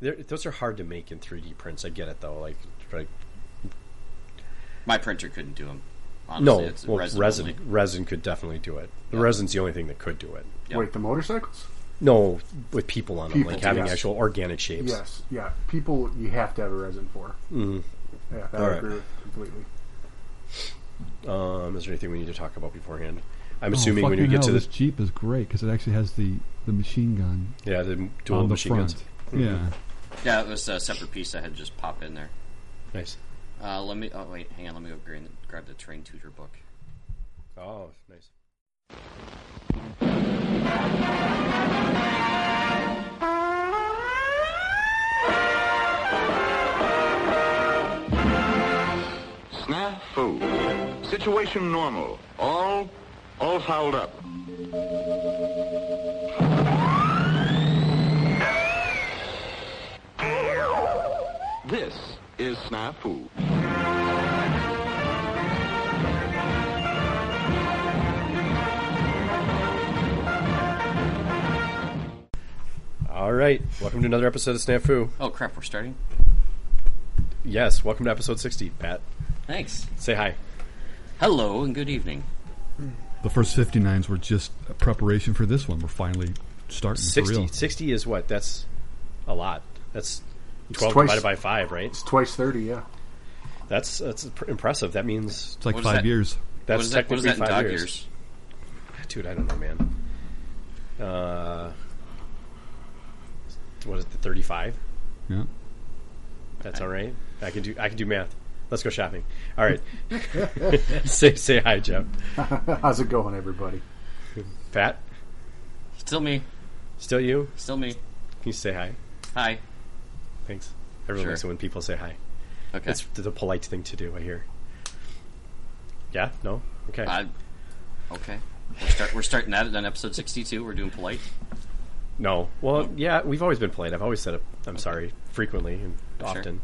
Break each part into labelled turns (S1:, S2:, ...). S1: They're, those are hard to make in 3D prints. I get it though. Like, like
S2: My printer couldn't do them.
S1: no,
S2: Honestly, it's
S1: well, resin
S2: resin.
S1: resin,
S2: only.
S1: could definitely do it. The resin's the only thing that could do it.
S2: Yeah.
S3: Wait, the motorcycles?
S1: No, with people on
S3: People,
S1: them, like having
S3: yes.
S1: actual organic shapes.
S3: Yes, yeah. People, you have to have a resin for.
S1: Mhm.
S3: Yeah, that
S1: All
S3: I
S1: right.
S3: agree with completely.
S1: Um, is there anything we need to talk about beforehand? I'm
S4: Oh,
S1: assuming when you
S4: fucking
S1: get to
S4: hell,
S1: the
S4: this Jeep is great because it actually has the, the machine gun
S1: yeah the
S4: on
S1: dual
S4: the
S1: machine
S4: front.
S1: guns. Mm-hmm.
S4: Yeah,
S2: Yeah, it was a separate piece I had just popped in there.
S1: Nice.
S2: Uh, let me. Oh wait, hang on. Let me go grab, grab the train tutor book.
S1: Oh, nice.
S5: Snafu. Situation normal. All, all fouled up. This is Snafu.
S1: All right, welcome to another episode of Snafu.
S2: Oh crap, we're starting.
S1: Yes, welcome to episode 60, Pat.
S2: Thanks.
S1: Say hi.
S2: Hello and good evening.
S4: the first 59s were just a preparation for this one. We're finally starting for
S1: 60.
S4: real.
S1: 60 is what? That's a lot. That's 12
S3: twice-
S1: divided by 5, right?
S3: It's twice 30, yeah.
S1: That's that's pr- impressive. That means
S4: It's like
S2: What is
S4: five
S2: that?
S4: years.
S1: that's
S2: what is that, what is
S1: technically
S2: that in
S1: five
S2: dog
S1: years.
S2: years?
S1: Dude, I don't know, man. Uh, what is it? Thirty-five.
S4: Yeah.
S1: That's all right. I can do. I can do math. Let's go shopping. All right. say say hi, Jeff.
S3: How's it going, everybody?
S1: Pat,
S2: Still me.
S1: still you?
S2: Still me.
S1: Can you say hi?
S2: Hi.
S1: Thanks. Everyone
S2: Sure.
S1: likes it when people say hi.
S2: Okay.
S1: It's the polite thing to do. I hear. Yeah. No. Okay.
S2: I, okay. We're, start, we're starting that on episode 62. We're doing polite.
S1: No. Well, yeah, we've always been polite. I've always said it, I'm sorry frequently and often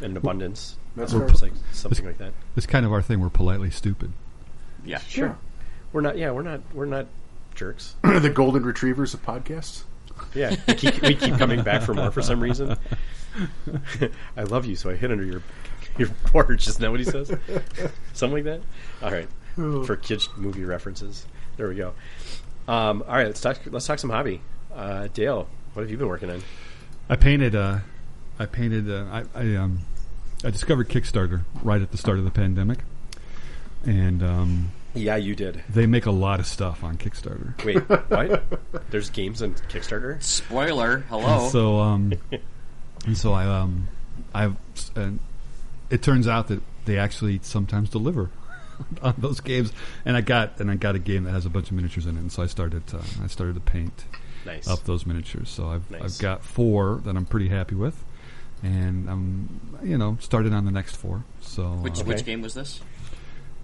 S1: and in abundance.
S3: That's
S1: Or
S3: fair.
S1: just like something like that.
S4: It's kind of our thing. We're politely stupid.
S2: Yeah.
S1: Sure. We're not. Yeah, we're not. We're not jerks.
S3: the Golden Retrievers of podcasts?
S1: Yeah, we keep, we keep coming back for more for some reason. I love you, so I hid under your your porch. Isn't that what he says? Something like that. All right, for kids movie references. There we go. Um, all right, let's talk. Let's talk some hobby. Uh, Dale, what have you been working on?
S4: I painted. Uh, I painted. Uh, I, I um, I discovered Kickstarter right at the start of the pandemic, and um,
S1: Yeah, you did.
S4: they make a lot of stuff on Kickstarter.
S1: Wait, what? There's games on Kickstarter.
S2: Spoiler.
S1: Oh.
S2: Hello.
S4: So um, and so I um, I've and it turns out that they actually sometimes deliver on those games, and I got and I got a game that has a bunch of miniatures in it, and so I started uh, I started to paint
S1: Nice.
S4: up those miniatures. So I've
S1: Nice.
S4: I've got four that I'm pretty happy with, and I'm you know started on the next four. So uh,
S2: which which
S1: Okay.
S2: game was this?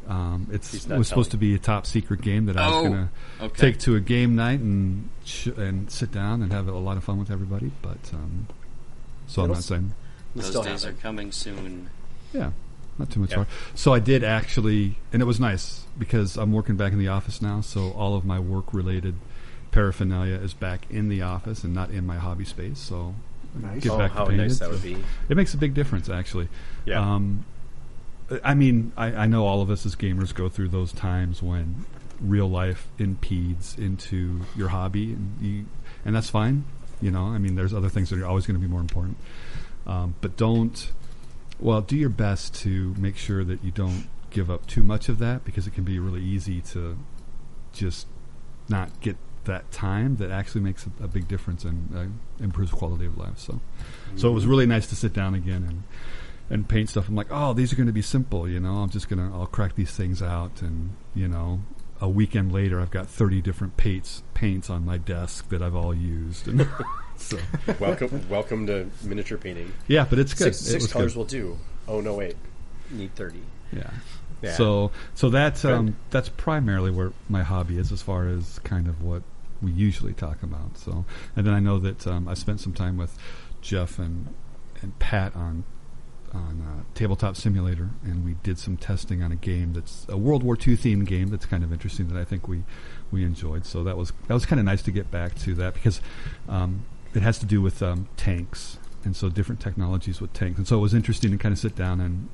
S4: um, it's
S1: He's
S4: it
S1: not
S4: was supposed
S1: telling.
S4: to be a top secret game that I was
S2: Oh,
S4: going to
S2: okay.
S4: take to a game night and sh- and sit down and have a lot of fun with everybody. But um, so I'm
S1: It'll
S4: not
S1: s-
S4: saying
S1: It's
S2: Those
S1: still
S2: days are
S1: happening.
S2: coming soon.
S4: yeah, not too much
S1: Yeah.
S4: hard. So I did actually, and it was nice because I'm working back in the office now, so all of my work related paraphernalia is back in the office and not in my hobby space. So
S3: Nice.
S4: Get
S1: Oh,
S4: back to
S1: how
S4: painted,
S1: nice that would
S4: so-
S1: be.
S4: It makes a big difference, actually.
S1: Yeah.
S4: Um, I mean, I, I know all of us as gamers go through those times when real life impedes into your hobby, and you, and that's fine. You know, I mean, there's other things that are always going to be more important. Um, but don't, well, do your best to make sure that you don't give up too much of that because it can be really easy to just not get that time that actually makes a, a big difference and uh, improves quality of life. So, so it was really nice to sit down again and and paint stuff. I'm like, oh, these are going to be simple. You know, I'm just gonna I'll crack these things out, and you know, a weekend later, I've got 30 different paints paints on my desk that I've all used. And so,
S1: Welcome, welcome to miniature painting.
S4: yeah, but it's good.
S1: Six,
S4: It
S1: six
S4: was
S1: colors
S4: good.
S1: will do. Oh no, wait, need thirty.
S4: Yeah.
S1: Yeah.
S4: So so that's
S1: Good.
S4: um, that's primarily where my hobby is as far as kind of what we usually talk about. So and then I know that um, I spent some time with Jeff and and Pat on on uh, Tabletop Simulator, and we did some testing on a game that's a World War II themed game that's kind of interesting that I think we we enjoyed. So that was that was kind of nice to get back to that because um, it has to do with um, tanks, and so different technologies with tanks. And so it was interesting to kind of sit down and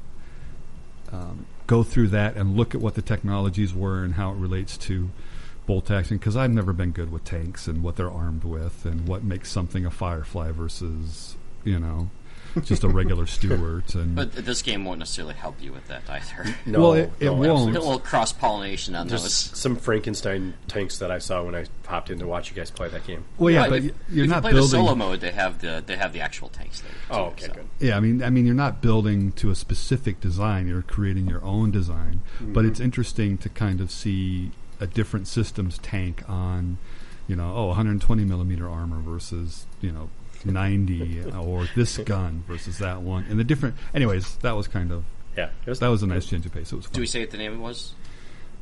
S4: um, go through that and look at what the technologies were and how it relates to bolt action. Because I've never been good with tanks and what they're armed with and what makes something a Firefly versus you know just a regular Stuart. And
S2: But this game won't necessarily help you with that either.
S1: No,
S4: Well, it-
S1: no,
S4: it won't.
S2: A
S1: absolutely.
S2: little cross pollination on
S1: There's
S2: those.
S1: some Frankenstein tanks that I saw when I popped in to watch you guys play that game.
S4: well, Oh, yeah,
S2: Right,
S4: but
S2: if,
S4: y- you're
S2: if
S4: not
S2: you play
S4: building.
S2: the solo mode, they have the they have the actual tanks there.
S1: Oh,
S2: too,
S1: okay,
S2: so.
S1: good.
S4: Yeah, I mean, I mean, you're not building to a specific design. You're creating your own design, but
S2: Mm-hmm.
S4: it's interesting to kind of see a different systems tank on, you know, oh, 120 millimeter armor versus you know 90, or this gun versus that one, and the different. Anyways, that was kind of
S1: Yeah, it was,
S4: that was a nice change of pace. It was.
S2: Do
S4: Fun.
S2: we say what the name was?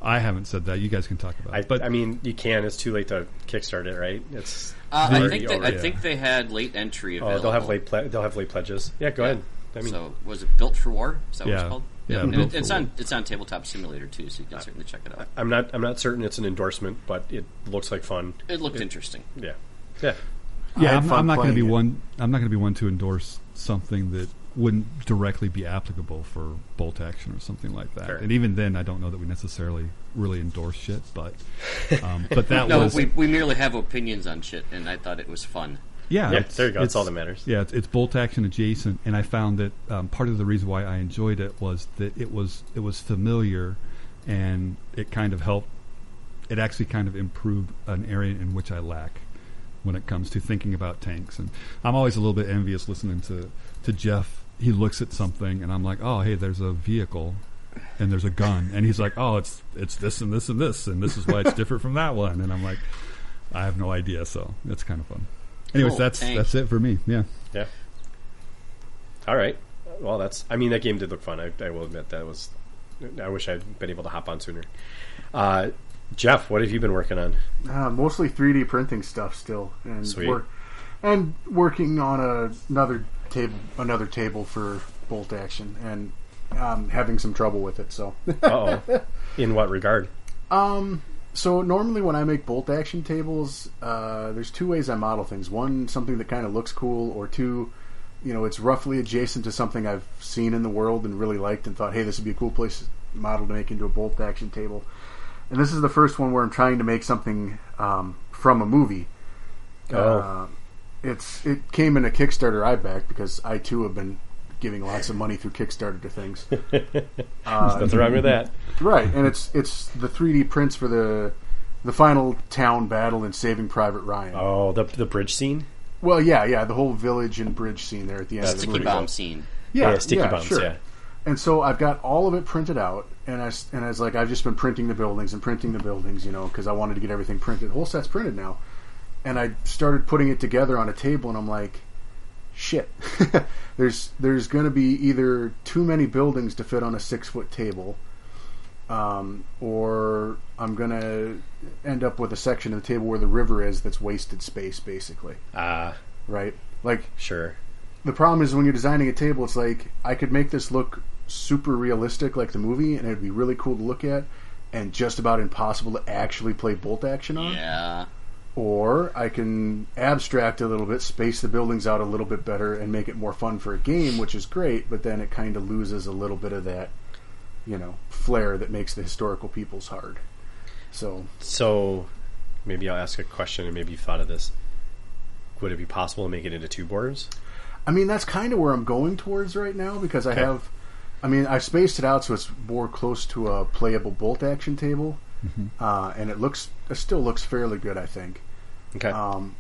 S4: I haven't said that. You guys can talk about.
S1: I,
S4: it. But
S1: I mean, you can. It's too late to kickstart it, right? It's
S2: Uh,
S1: it's
S2: I
S1: already
S2: think they, I
S1: over.
S2: think they had late entry
S1: Oh,
S2: available.
S1: they'll have late ple- they'll have late pledges. Yeah, go ahead. I mean,
S2: so was it built for war? Is that what
S4: Yeah.
S2: it's called?
S4: Yeah,
S2: and
S4: Built
S2: it,
S4: for
S2: it's
S4: War.
S2: on it's on Tabletop Simulator too, so you can certainly check it out.
S1: I'm not I'm not certain it's an endorsement, but it looks like fun.
S2: It looked interesting.
S1: Yeah, yeah.
S3: I
S4: yeah,
S3: had
S4: I'm,
S3: fun
S4: I'm not going to
S3: playing
S4: be
S3: it.
S4: one. I'm not going to be one to endorse something that wouldn't directly be applicable for bolt action or something like that.
S1: Fair.
S4: And even then, I don't know that we necessarily really endorse shit. But um, but that
S2: No,
S4: was
S2: we, we merely have opinions on shit, and I thought it was fun.
S4: yeah.
S1: Yeah,
S4: it's-
S1: there you go.
S4: it's-
S1: That's all that matters.
S4: Yeah, it's, it's bolt action adjacent, and I found that um, part of the reason why I enjoyed it was that it was it was familiar, and it kind of helped. It actually kind of improved an area in which I lack when it comes to thinking about tanks, and I'm always a little bit envious listening to to Jeff. He looks at something, and I'm like, oh hey, there's a vehicle. And there's a gun, and he's like, "Oh, it's it's this and this and this, and this is why it's different from that one." And I'm like, "I have no idea." So it's kind of fun. Anyways,
S2: Cool,
S4: that's
S2: thanks.
S4: that's it for me. Yeah.
S1: Yeah. All right. Well, that's. I mean, that game did look fun. I, I will admit that was. I wish I'd been able to hop on sooner. Uh, Jeff, what have you been working on?
S3: Uh, mostly 3D printing stuff still, and
S1: Sweet.
S3: work and working on a, another table, another table for bolt action, and um, having some trouble with it. So,
S1: Uh oh. In what regard?
S3: um, so normally when I make bolt action tables, uh, there's two ways I model things: one, something that kind of looks cool, or two, you know, it's roughly adjacent to something I've seen in the world and really liked, and thought, hey, this would be a cool place model to make into a bolt action table. And this is the first one where I'm trying to make something um, from a movie.
S1: Oh,
S3: Uh, it's it came in a Kickstarter I backed because I too have been giving lots of money through Kickstarter to things.
S1: Oh, there's nothing wrong with that.
S3: right, and it's it's the 3D prints for the the final town battle in Saving Private Ryan.
S1: Oh, the the bridge scene.
S3: Well, yeah, yeah, the whole village and bridge scene there at the end of the
S2: Sticky
S3: movie.
S2: bomb scene.
S3: Yeah,
S1: sticky
S3: yeah,
S1: bombs.
S3: sure.
S1: Yeah.
S3: And so I've got all of it printed out, and I s- and I was like, I've just been printing the buildings and printing the buildings, you know, because I wanted to get everything printed. The whole set's printed now, and I started putting it together on a table, and I'm like, shit, there's there's going to be either too many buildings to fit on a six foot table, um, or I'm going to end up with a section of the table where the river is that's wasted space, basically,
S1: Ah,
S3: right? Like
S1: sure.
S3: the problem is when you're designing a table, it's like I could make this look super realistic, like the movie, and it'd be really cool to look at, and just about impossible to actually play bolt action
S1: Hmm?
S3: on.
S2: Yeah.
S3: Or I can abstract a little bit, space the buildings out a little bit better, and make it more fun for a game, which is great. But then it kind of loses a little bit of that, you know, flair that makes the historical peoples hard. So
S1: So, maybe I'll ask a question, and maybe you thought of this. Would it be possible to make it into two borders?
S3: I mean, that's kind of where I'm going towards right now because I
S1: Okay.
S3: have, I mean, I spaced it out so it's more close to a playable bolt action table, uh, and it looks, it still looks fairly good, I think.
S1: Okay.
S3: Um,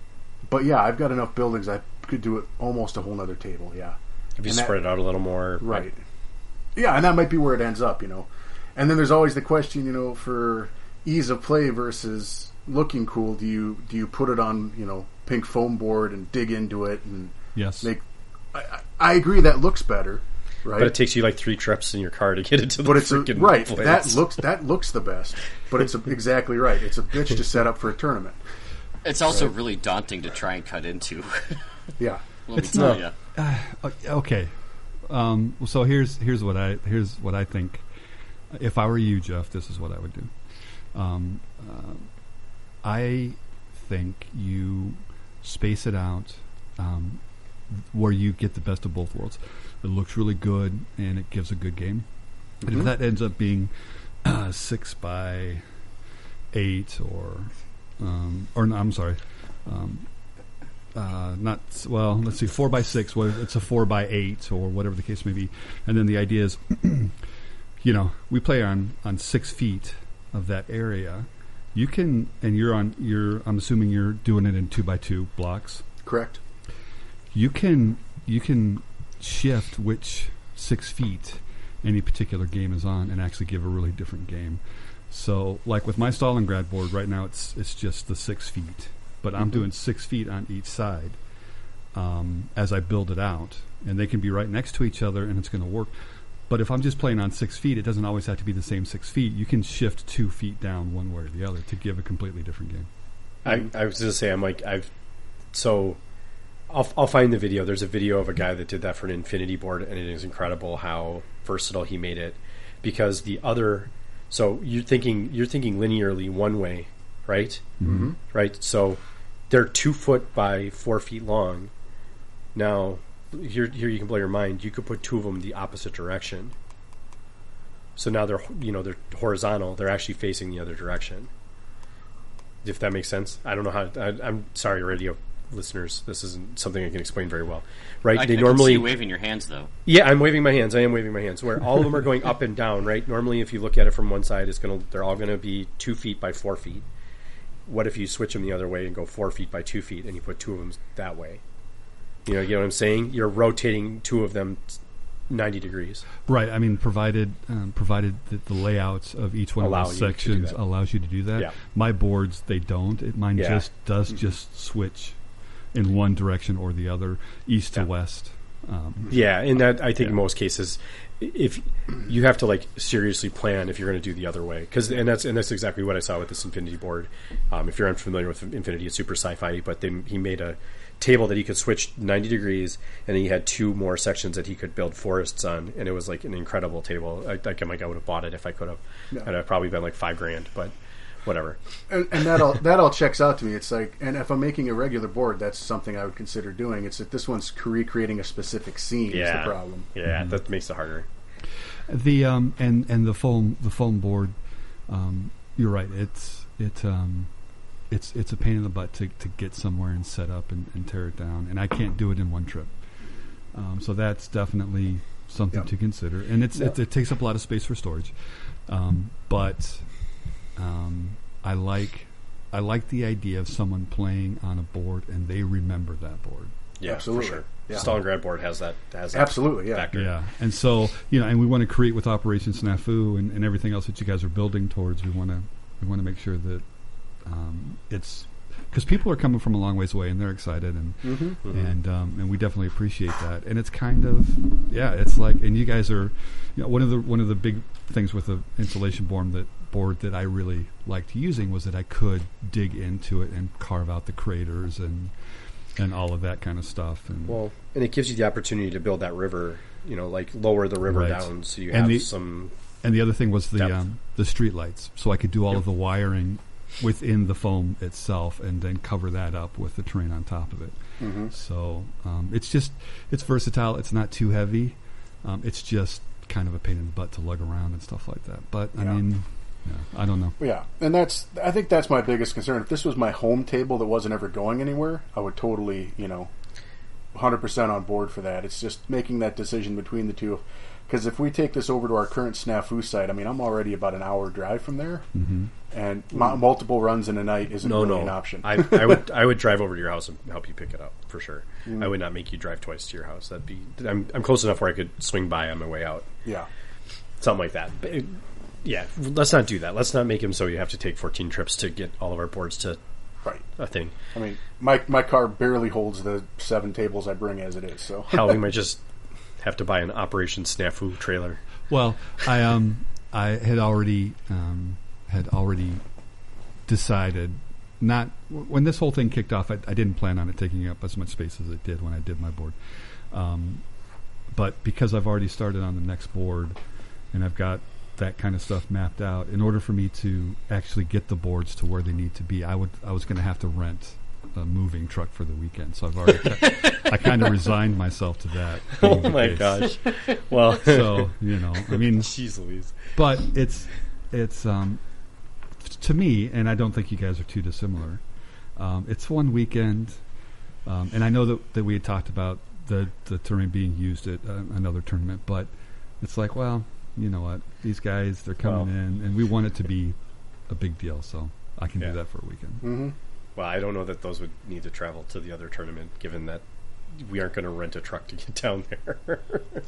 S3: but yeah, I've got enough buildings I could do it almost a whole nother table. Yeah,
S1: if you
S3: and that-
S1: spread it out a little more,
S3: right. Yeah, and that might be where it ends up, you know. And then there's always the question, you know, for ease of play versus looking cool. Do you do you put it on, you know, pink foam board and dig into it and
S4: Yes.
S3: make I, I I agree that looks better, right?
S1: But it takes you like three trips in your car to get it to the
S3: But it's a,
S1: freaking
S3: right.
S1: place.
S3: That looks that looks the best. But it's a, exactly right. It's a bitch to set up for a tournament.
S2: It's also really daunting to try and cut into.
S3: Yeah,
S2: Let me
S4: It's
S2: tell
S4: not-
S2: ya.
S4: O- Uh, okay. Um, well, so here's here's what I here's what I think. If I were you, Jeff, this is what I would do. Um, uh, I think you space it out um, where you get the best of both worlds. It looks really good and it gives a good game. And if that ends up being uh, six by eight or um, or no, I'm sorry, um, uh, not s- well. Let's see, four by six. What it's a four by eight or whatever the case may be. And then the idea is, you know, we play on on six feet of that area. You can, and you're on. You're. I'm assuming you're doing it in two by two blocks
S3: Correct.
S4: you can you can shift which six feet any particular game is on and actually give a really different game. So, like with my Stalingrad board right now, it's it's just the six feet, but I'm doing six feet on each side um, as I build it out, and they can be right next to each other, and it's going to work. But if I'm just playing on six feet, it doesn't always have to be the same six feet. You can shift two feet down one way or the other to give a completely different game.
S1: I, I was going to say, I'm like, I've so I'll I'll find the video. There's a video of a guy that did that for an Infinity board, and it is incredible how versatile he made it. Because the other, so you're thinking you're thinking linearly one way, right? Mm-hmm. Right. So they're two foot by four feet long. Now here here you can blow your mind. You could put two of them the opposite direction. So now they're you know they're horizontal. They're actually facing the other direction if that makes sense. I don't know how. I, I'm sorry, radio listeners. This isn't something I can explain very well. Right?
S2: I,
S1: they
S2: I can see
S1: normally
S2: you waving your hands though.
S1: yeah, I'm waving my hands. I am waving my hands. Where all of them are going up and down, right? Normally, if you look at it from one side, it's gonna they're all gonna be two feet by four feet. What if you switch them the other way and go four feet by two feet, and you put two of them that way? You know, you know what I'm saying? You're rotating two of them ninety degrees.
S4: Right. I mean, provided um, provided that the layouts of each one
S1: Allow
S4: of those
S1: you to do
S4: sections
S1: that.
S4: allows you to do that.
S1: Yeah.
S4: My boards they don't. It, mine
S1: Yeah. Mm-hmm.
S4: just does just switch in one direction or the other, east
S1: Yeah.
S4: to west. Um,
S1: Yeah, and that I think in most cases, i- if you have to like seriously plan if you're going to do the other way, because and that's and that's exactly what I saw with this Infinity board. Um, if you're unfamiliar with Infinity, it's super sci-fi, but they, he made a table that he could switch 90 degrees, and he had two more sections that he could build forests on, and it was like an incredible table. I, like I'm like I would have bought it if I could have, and I'd probably been like five grand, but whatever.
S3: and, and that all that all checks out to me. It's like, and if I'm making a regular board, that's something I would consider doing. It's that this one's recreating a specific scene
S1: Yeah,
S3: is the problem. Mm-hmm.
S1: Yeah, that makes it harder.
S4: The um and and the foam the foam board, um, you're right. It's it um, it's it's a pain in the butt to, to get somewhere and set up and, and tear it down, and I can't do it in one trip. Um, so that's definitely something
S3: Yeah.
S4: to consider, and it's it, it takes up a lot of space for storage. Um, but um, I like I like the idea of someone playing on a board and they remember that board.
S1: Yeah,
S3: Absolutely.
S1: for sure.
S3: Yeah.
S1: Stalingrad board has that has that
S3: Absolutely, yeah.
S1: factor.
S4: Yeah, and so you know, and we want to create with Operation Snafu and, and everything else that you guys are building towards. We want to we want to make sure that um, it's because people are coming from a long ways away and they're excited and and um, and we definitely appreciate that. And it's kind of yeah, it's like and you guys are you know one of the one of the big things with the installation board that board that I really liked using was that I could dig into it and carve out the craters and and all of that kind of stuff and
S1: Well, and it gives you the opportunity to build that river, you know, like lower the river
S4: Right.
S1: down so you
S4: And
S1: have
S4: the-
S1: some.
S4: And the other thing was the
S1: Depth.
S4: um, the street lights, so I could do all of the wiring within the foam itself, and then cover that up with the terrain on top of it. So um, it's just it's versatile. It's not too heavy. Um, it's just kind of a pain in the butt to lug around and stuff like that. But I
S3: Yeah.
S4: mean, yeah, I don't know.
S3: Yeah, and that's I think that's my biggest concern. If this was my home table that wasn't ever going anywhere, I would totally, you know, 100% on board for that. It's just making that decision between the two. Because if we take this over to our current snafu site, I mean, I'm already about an hour drive from there, mm-hmm. and mu- multiple runs in a night isn't
S1: No,
S3: really
S1: no.
S3: an option.
S1: I, I would I would drive over to your house and help you pick it up for sure. I would not make you drive twice to your house. That'd be I'm I'm close enough where I could swing by on my way out,
S3: yeah,
S1: something like that. But it- yeah, let's not do that. Let's not make him so you have to take 14 trips to get all of our boards to
S3: right.
S1: a thing.
S3: I mean, my my car barely holds the seven tables I bring as it is. So
S1: Hell, we might just have to buy an Operation Snafu trailer.
S4: Well, I um I had already um had already decided not when this whole thing kicked off. I, I didn't plan on it taking up as much space as it did when I did my board. Um, but because I've already started on the next board, and I've got that kind of stuff mapped out, in order for me to actually get the boards to where they need to be, I would I was going to have to rent a moving truck for the weekend. So I've already, ki- I kind of resigned myself to that. being
S1: Oh
S4: the
S1: my
S4: case.
S1: gosh. Well,
S4: So you know, I mean,
S1: jeez Louise.
S4: but it's it's um, to me, and I don't think you guys are too dissimilar. Um, it's one weekend, um, and I know that, that we had talked about the the tournament being used at uh, another tournament, but it's like, well, you know what? These guys, they're coming
S1: Well.
S4: in, and we want it to be a big deal, so I can
S1: Yeah. Mm-hmm.
S4: do that for a weekend.
S3: hmm
S1: Well, I don't know that those would need to travel to the other tournament, given that we aren't going to rent a truck to get down there.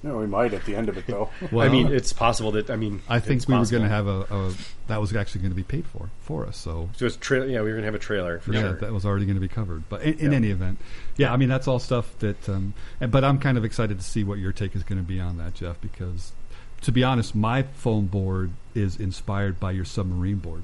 S3: No, we might at the end of it though.
S1: I mean, it's possible that I mean,
S4: I think
S1: it's
S4: we
S1: possible.
S4: were going to have a, a that was actually going to be paid for for us. So
S1: So it's tra- yeah, we were going to have a trailer for
S4: yeah,
S1: sure.
S4: that was already going to be covered. But in, in
S1: Yeah.
S4: any event, yeah, I mean that's all stuff that. Um, and, but I'm kind of excited to see what your take is going to be on that, Jeff, because to be honest, my phone board is inspired by your submarine board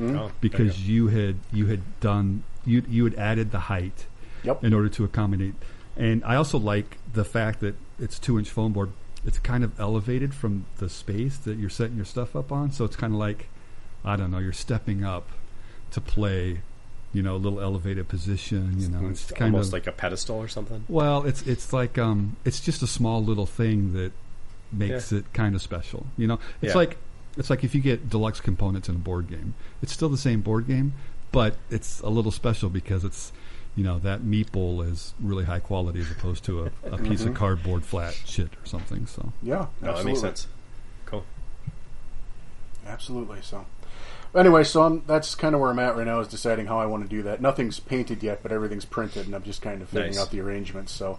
S1: Oh, there you
S4: because
S1: go.
S4: you had you had done you you had added the height
S3: Yep.
S4: in order to accommodate. And I also like the fact that it's two inch foam board. It's kind of elevated from the space that you're setting your stuff up on. So it's kind of like, I don't know, you're stepping up to play, you know, a little elevated position. You know, it's,
S1: it's
S4: kind
S1: almost
S4: of
S1: like a pedestal or something.
S4: well, it's it's like um, it's just a small little thing that makes it kind of special. You know, it's
S1: Yeah.
S4: like it's like if you get deluxe components in a board game, it's still the same board game, but it's a little special because it's you know that meatball is really high quality as opposed to a, a piece
S1: Mm-hmm.
S4: of cardboard flat shit or something. So
S3: Yeah,
S1: No, that
S3: absolutely.
S1: makes sense. Cool.
S3: Absolutely. So, anyway, so I'm, that's kind of where I'm at right now is deciding how I want to do that. Nothing's painted yet, but everything's printed, and I'm just kind of figuring
S1: Nice.
S3: out the arrangements. So,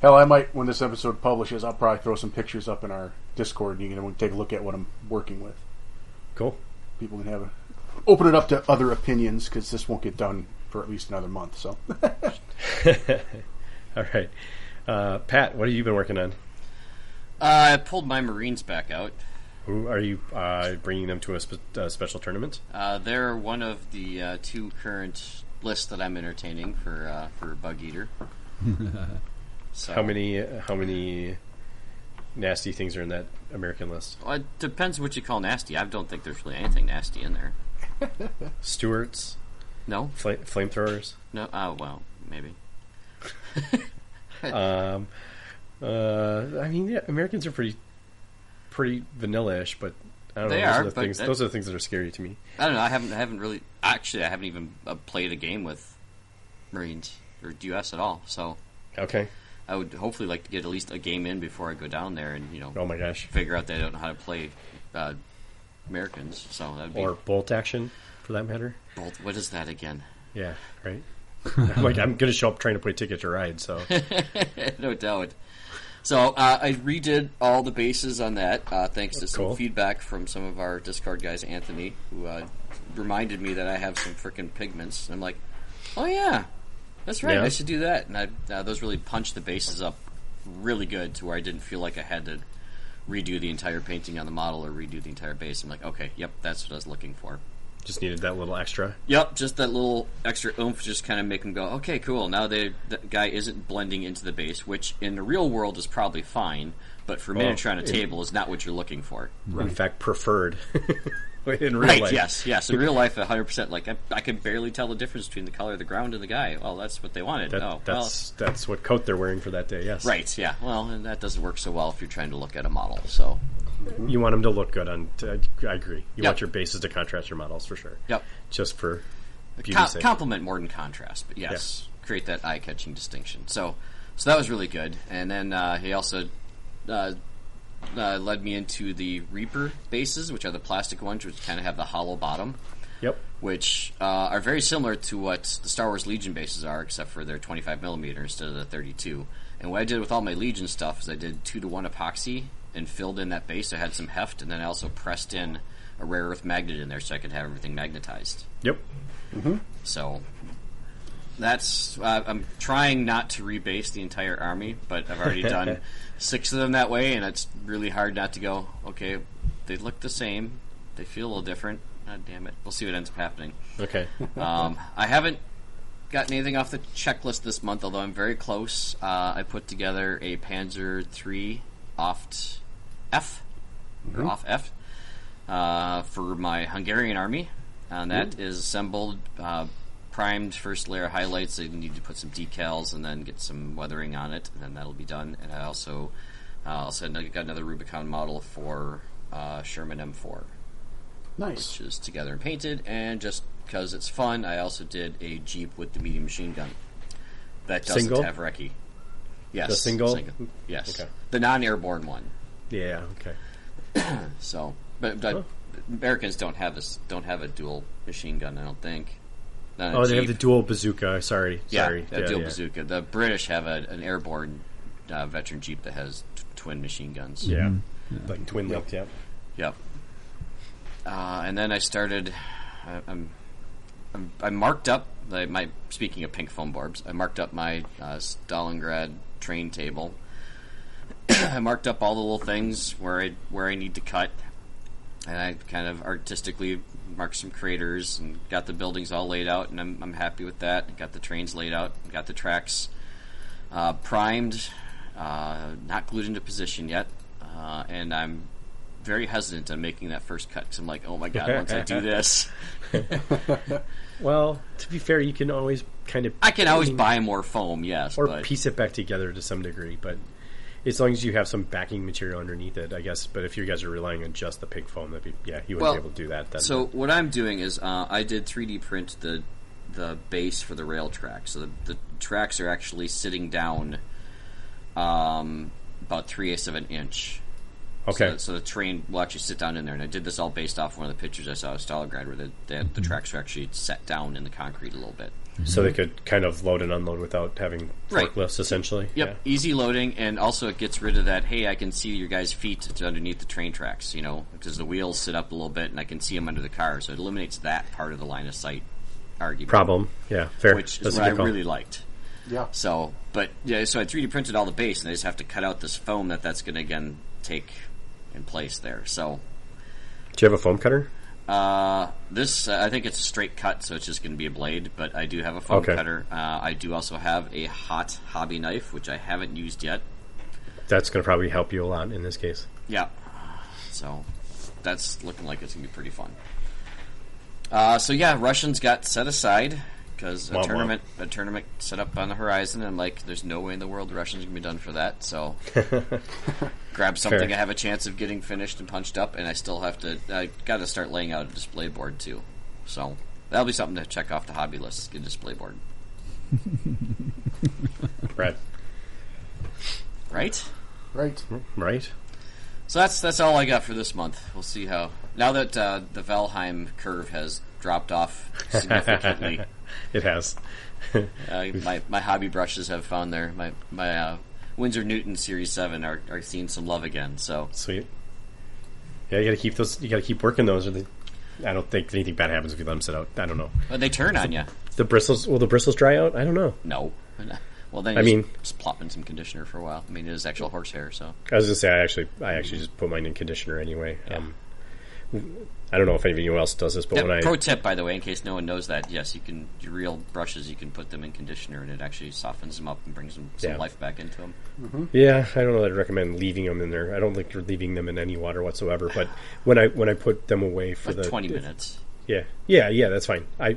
S3: hell, I might when this episode publishes, I'll probably throw some pictures up in our Discord, and you can take a look at what I'm working with.
S1: Cool.
S3: People can have a open it up to other opinions because this won't get done for at least another month. So,
S1: All right. Uh, Pat, what have you been working on?
S2: Uh, I pulled my Marines back out.
S1: Who are you uh, bringing them to a spe- uh, special tournament?
S2: Uh, they're one of the uh, two current lists that I'm entertaining for uh, for Bug Eater. so,
S1: How many? How many nasty things are in that American list?
S2: Well, uh, it depends what you call nasty. I don't think there's really anything nasty in there.
S1: Stewarts,
S2: No,
S1: fl- flamethrowers.
S2: no. Oh well, maybe.
S1: Um, uh, I mean, yeah, Americans are pretty, pretty vanilla-ish, but I don't
S2: They
S1: know. Those
S2: are,
S1: the
S2: but
S1: things.
S2: that-
S1: those are the things that are scary to me.
S2: I don't know. I haven't I haven't really actually I haven't even uh, played a game with Marines or U.S. at all. So
S1: Okay.
S2: I would hopefully like to get at least a game in before I go down there and you know
S1: Oh my gosh.
S2: figure out that I don't know how to play uh, Americans. So that'd be
S1: Or bolt action, for that matter.
S2: both. What is that again?
S1: Yeah. Right. like I'm going to show up trying to play Ticket to Ride, so
S2: no doubt. So uh, I redid all the bases on that, uh, thanks to some
S1: Cool.
S2: feedback from some of our Discord guys, Anthony, who uh, reminded me that I have some freaking pigments. And I'm like, oh yeah, that's right.
S1: Yeah.
S2: I should do that. And I, uh, those really punched the bases up really good to where I didn't feel like I had to redo the entire painting on the model or redo the entire base. I'm like, okay, yep, that's what I was looking for.
S1: just needed that little extra.
S2: Yep, just that little extra oomph, just kind of make them go, okay, cool. Now they, that guy isn't blending into the base, which in the real world is probably fine, but for miniature on a
S1: it-
S2: table is not what you're looking for.
S1: In fact, preferred in real
S2: Right?
S1: life.
S2: Yes, yes. In real life, 100. percent Like I, I can barely tell the difference between the color of the ground and the guy. Well, that's what they wanted.
S1: That,
S2: oh, well,
S1: that's that's what coat they're wearing for that day. Yes.
S2: right. Yeah. Well, and that doesn't work so well if you're trying to look at a model. So,
S1: You want them to look good on. t- I I agree. You
S2: Yep.
S1: want your bases to contrast your models for sure.
S2: yep.
S1: Just for beauty
S2: Com-
S1: sake.
S2: compliment more than contrast, but yes, create that eye-catching distinction. So, so that was really good. And then uh, he also uh, uh, led me into the Reaper bases, which are the plastic ones, which kind of have the hollow bottom,
S1: yep.
S2: which uh, are very similar to what the Star Wars Legion bases are, except for they're 25 millimeter instead of the 32. And what I did with all my Legion stuff is I did two to one epoxy and filled in that base. I had some heft, and then I also pressed in a rare earth magnet in there so I could have everything magnetized.
S1: Yep.
S2: So that's uh, I'm trying not to rebase the entire army, but I've already done six of them that way, and it's really hard not to go. Okay, they look the same, they feel a little different. God damn it! We'll see what ends up happening.
S1: Okay.
S2: Um, I haven't gotten anything off the checklist this month, although I'm very close. Uh, I put together a Panzer III Oft F or Off F uh, for my Hungarian army, and that is assembled uh, primed first layer highlights. I need to put some decals and then get some weathering on it, and then that'll be done. And I also uh, also another- got another Rubicon model for uh, Sherman M4,
S3: Nice.
S2: which is together and painted. And just because it's fun, I also did a Jeep with the medium machine gun that doesn't
S1: Single?
S2: have recce. Yes,
S1: The single?
S2: Yes,
S1: Okay.
S2: the non-airborne one.
S1: Yeah. Okay.
S2: So, but, but Americans don't have this. Don't have a dual machine gun. I don't think. Not a
S1: Oh, they have the
S2: Jeep.
S1: dual bazooka. Sorry.
S2: Yeah,
S1: Sorry.
S2: that dual bazooka. The British have a, an airborne uh, veteran jeep that has t- twin machine guns.
S1: Yeah. Like twin linked. Yep.
S2: Yep. Uh, and then I started. I, I'm, I'm. I marked up like my. Speaking of pink foam barbs, I marked up my uh, Stalingrad train table. I marked up all the little things where I where I need to cut, and I kind of artistically marked some craters and got the buildings all laid out, and I'm I'm happy with that. Got the trains laid out, got the tracks uh, primed, uh, not glued into position yet, uh, and I'm very hesitant on making that first cut because I'm like, oh my god, once I do this,
S1: Well, to be fair, you can always kind of
S2: I can always buy more foam, yes,
S1: Mm. or
S2: but
S1: piece it back together to some degree, but as long as you have some backing material underneath it, I guess. But if you guys are relying on just the pink foam, that'd be yeah, you wouldn't
S2: Well,
S1: be able to do that. Then.
S2: So what I'm doing is uh, I did 3D print the the base for the rail track. So the, the tracks are actually sitting down, um, about three eighths of an inch. So,
S1: okay,
S2: that- so the train will actually sit down in there. And I did this all based off one of the pictures I saw of Stalingrad, where the the,
S1: Mm-hmm.
S2: the tracks are actually set down in the concrete a little bit.
S1: so they could kind of load and unload without having
S2: Right.
S1: forklifts, essentially.
S2: Yep, easy loading, and also it gets rid of that. Hey, I can see your guys' feet it's underneath the train tracks, you know, because the wheels sit up a little bit, and I can see them under the car, so it eliminates that part of the line of sight argument.
S1: Problem. Yeah. Fair.
S2: which
S1: That's
S2: is
S1: a
S2: what I
S1: good call.
S2: really liked.
S3: Yeah.
S2: So, but yeah, so I 3D printed all the base, and I just have to cut out this foam that that's going to again take in place there. So
S1: Do you have a foam cutter?
S2: uh, this, uh, I think it's a straight cut, so it's just going to be a blade. But I do have a foam
S1: Okay.
S2: cutter. Uh, I do also have a hot hobby knife, which I haven't used yet.
S1: That's going to probably help you a lot in this case.
S2: Yeah. So that's looking like it's gonna be pretty fun. Uh, so yeah, Russians got set aside because a
S1: Womp womp.
S2: tournament a tournament set up on the horizon, and like, there's no way in the world the Russians gonna be done for that. So grab something
S1: Fair.
S2: I have a chance of getting finished and punched up, and I still have to. I got to start laying out a display board too. So that'll be something to check off the hobby list. is Get a display board,
S1: Right.
S2: right?
S3: Right.
S1: Right.
S2: So that's that's all I got for this month. We'll see how now that uh, the Valheim curve has dropped off significantly.
S1: It has.
S2: uh, my my hobby brushes have found their my my uh, Windsor Newton Series Seven are, are seeing some love again. So
S1: Sweet. Yeah, you got to keep those. You got to keep working those, or the, I don't think anything bad happens if you let them sit out. I don't know.
S2: but they turn on you.
S1: The bristles. Will the bristles dry out? I don't know.
S2: No. Well, then
S1: I
S2: I mean,
S1: mean-
S2: just plop in some conditioner for a while. I mean, it is actual horsehair, so
S1: I was gonna say I actually I actually just put mine in conditioner anyway. Um, I don't know if anyone else does this, but
S2: Yeah,
S1: when I
S2: pro tip, by the way, in case no one knows that, yes, you can your real brushes. You can put them in conditioner, and it actually softens them up and brings them some
S1: Yeah.
S2: life back into them.
S1: yeah I don't know that I'd recommend leaving them in there. I don't think you're leaving them in any water whatsoever. But when I when I put them away for
S2: Like
S1: the
S2: twenty minutes.
S1: yeah yeah yeah that's fine. I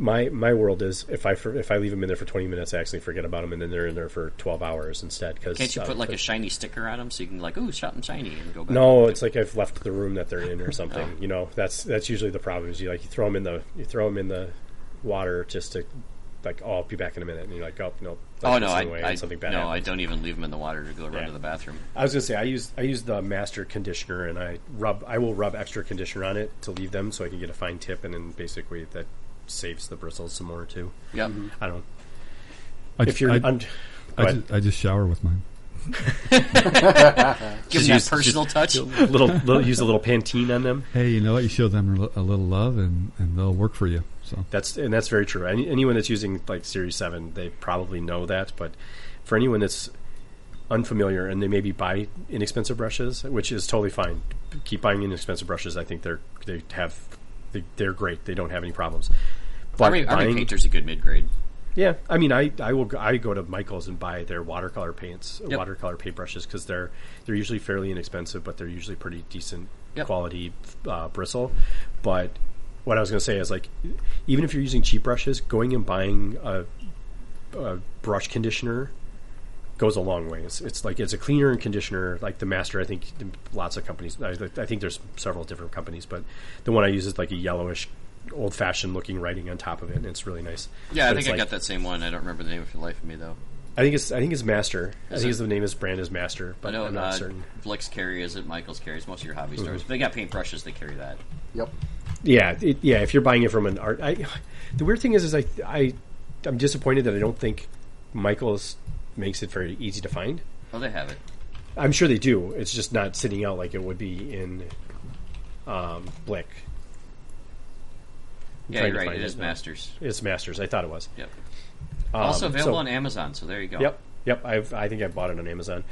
S1: my my world is if I for, if I leave them in there for twenty minutes, I actually forget about them, and then they're in there for twelve hours instead. um, Because
S2: Can't you put like a shiny sticker on them so you can like, ooh, shot and shiny, and go back?
S1: No, it's like I've left the room that they're in or something. You know, that's that's usually the problem. Is you like you throw them in the you throw them in the water just to like oh I'll be back in a minute and you're like oh no
S2: Oh
S1: like,
S2: no,
S1: it's in
S2: I,
S1: the way,
S2: I
S1: and something bad
S2: no, I
S1: happens.
S2: don't even leave them in the water to go run
S1: Yeah.
S2: to the bathroom.
S1: I was gonna say I use I use the master conditioner and I rub I will rub extra conditioner on it to leave them so I can get a fine tip and then basically that saves the bristles some more too.
S2: Yep.
S1: I don't
S4: I,
S1: if you're
S4: I,
S1: un-
S4: I
S1: but-
S4: just, I just shower with mine.
S2: Give them that personal touch.
S1: little, little use a little Pantene on them.
S4: Hey, you know what? You show them a little love, and, and they'll work for you. So
S1: That's and that's very true. Any, anyone that's using like Series Seven, they probably know that. But for anyone that's unfamiliar and they maybe buy inexpensive brushes, which is totally fine. Keep buying inexpensive brushes. I think they're they have they, they're great. They don't have any problems. But
S2: Army, Army
S1: buying-
S2: Painter's a good mid grade.
S1: yeah, I mean, I, I will go- I go to Michaels and buy their watercolor paints,
S2: Yep.
S1: watercolor paintbrushes because they're they're usually fairly inexpensive, but they're usually pretty decent
S2: Yep.
S1: quality uh, bristle. But what I was going to say is like, even if you're using cheap brushes, going and buying a, a brush conditioner goes a long way. It's, it's like it's a cleaner and conditioner. Like the Master, I think lots of companies. I, I think there's several different companies, but the one I use is like a yellowish, old fashioned looking writing on top of it, and it's really nice.
S2: Yeah, I
S1: But
S2: think
S1: it's
S2: I
S1: like-
S2: got that same one. I don't remember the name for the life of me though.
S1: I think it's I think it's Master. I
S2: Is
S1: think
S2: it-
S1: it's the name is brand is Master,
S2: I
S1: but
S2: know
S1: I'm not
S2: uh,
S1: certain. Mm-hmm.
S2: Flicks carries it. Michaels carries most of your hobby stores. They got paintbrushes. They carry that.
S3: Yep.
S1: Yeah, it, yeah. If you're buying it from an art, I, the weird thing is, is I, I, I'm disappointed that I don't think Michaels makes it very easy to find.
S2: Oh, they have it.
S1: I'm sure they do. It's just not sitting out like it would be in, um, Blick. I'm
S2: Yeah,
S1: trying
S2: you're
S1: to
S2: right.
S1: find
S2: It is
S1: now.
S2: Masters.
S1: It's Masters. I thought it was.
S2: Yep.
S1: Um,
S2: also available
S1: so-
S2: on Amazon. So there you go.
S1: Yep, yep. I've I think I bought it on Amazon,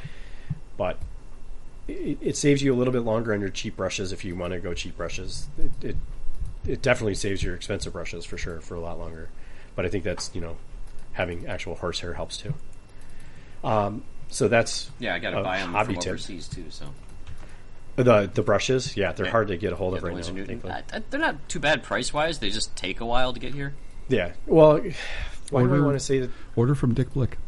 S1: but it, it saves you a little bit longer on your cheap brushes if you want to go cheap brushes. It, it it definitely saves your expensive brushes for sure for a lot longer. But I think that's you know having actual horsehair helps too. Um, so that's
S2: Yeah, I got to
S1: a
S2: buy them
S1: Uh, hobby
S2: from
S1: tip.
S2: overseas too. So
S1: the the brushes. Yeah, they're
S2: Yeah.
S1: hard to get a hold of
S2: Yeah, the
S1: right now.
S2: ones in Newton.
S1: thankfully.
S2: Uh, th- they're not too bad price wise. They just take a while to get here.
S1: Yeah. Well, why do I
S4: Order-
S1: want to say that?
S4: Order from Dick Blick.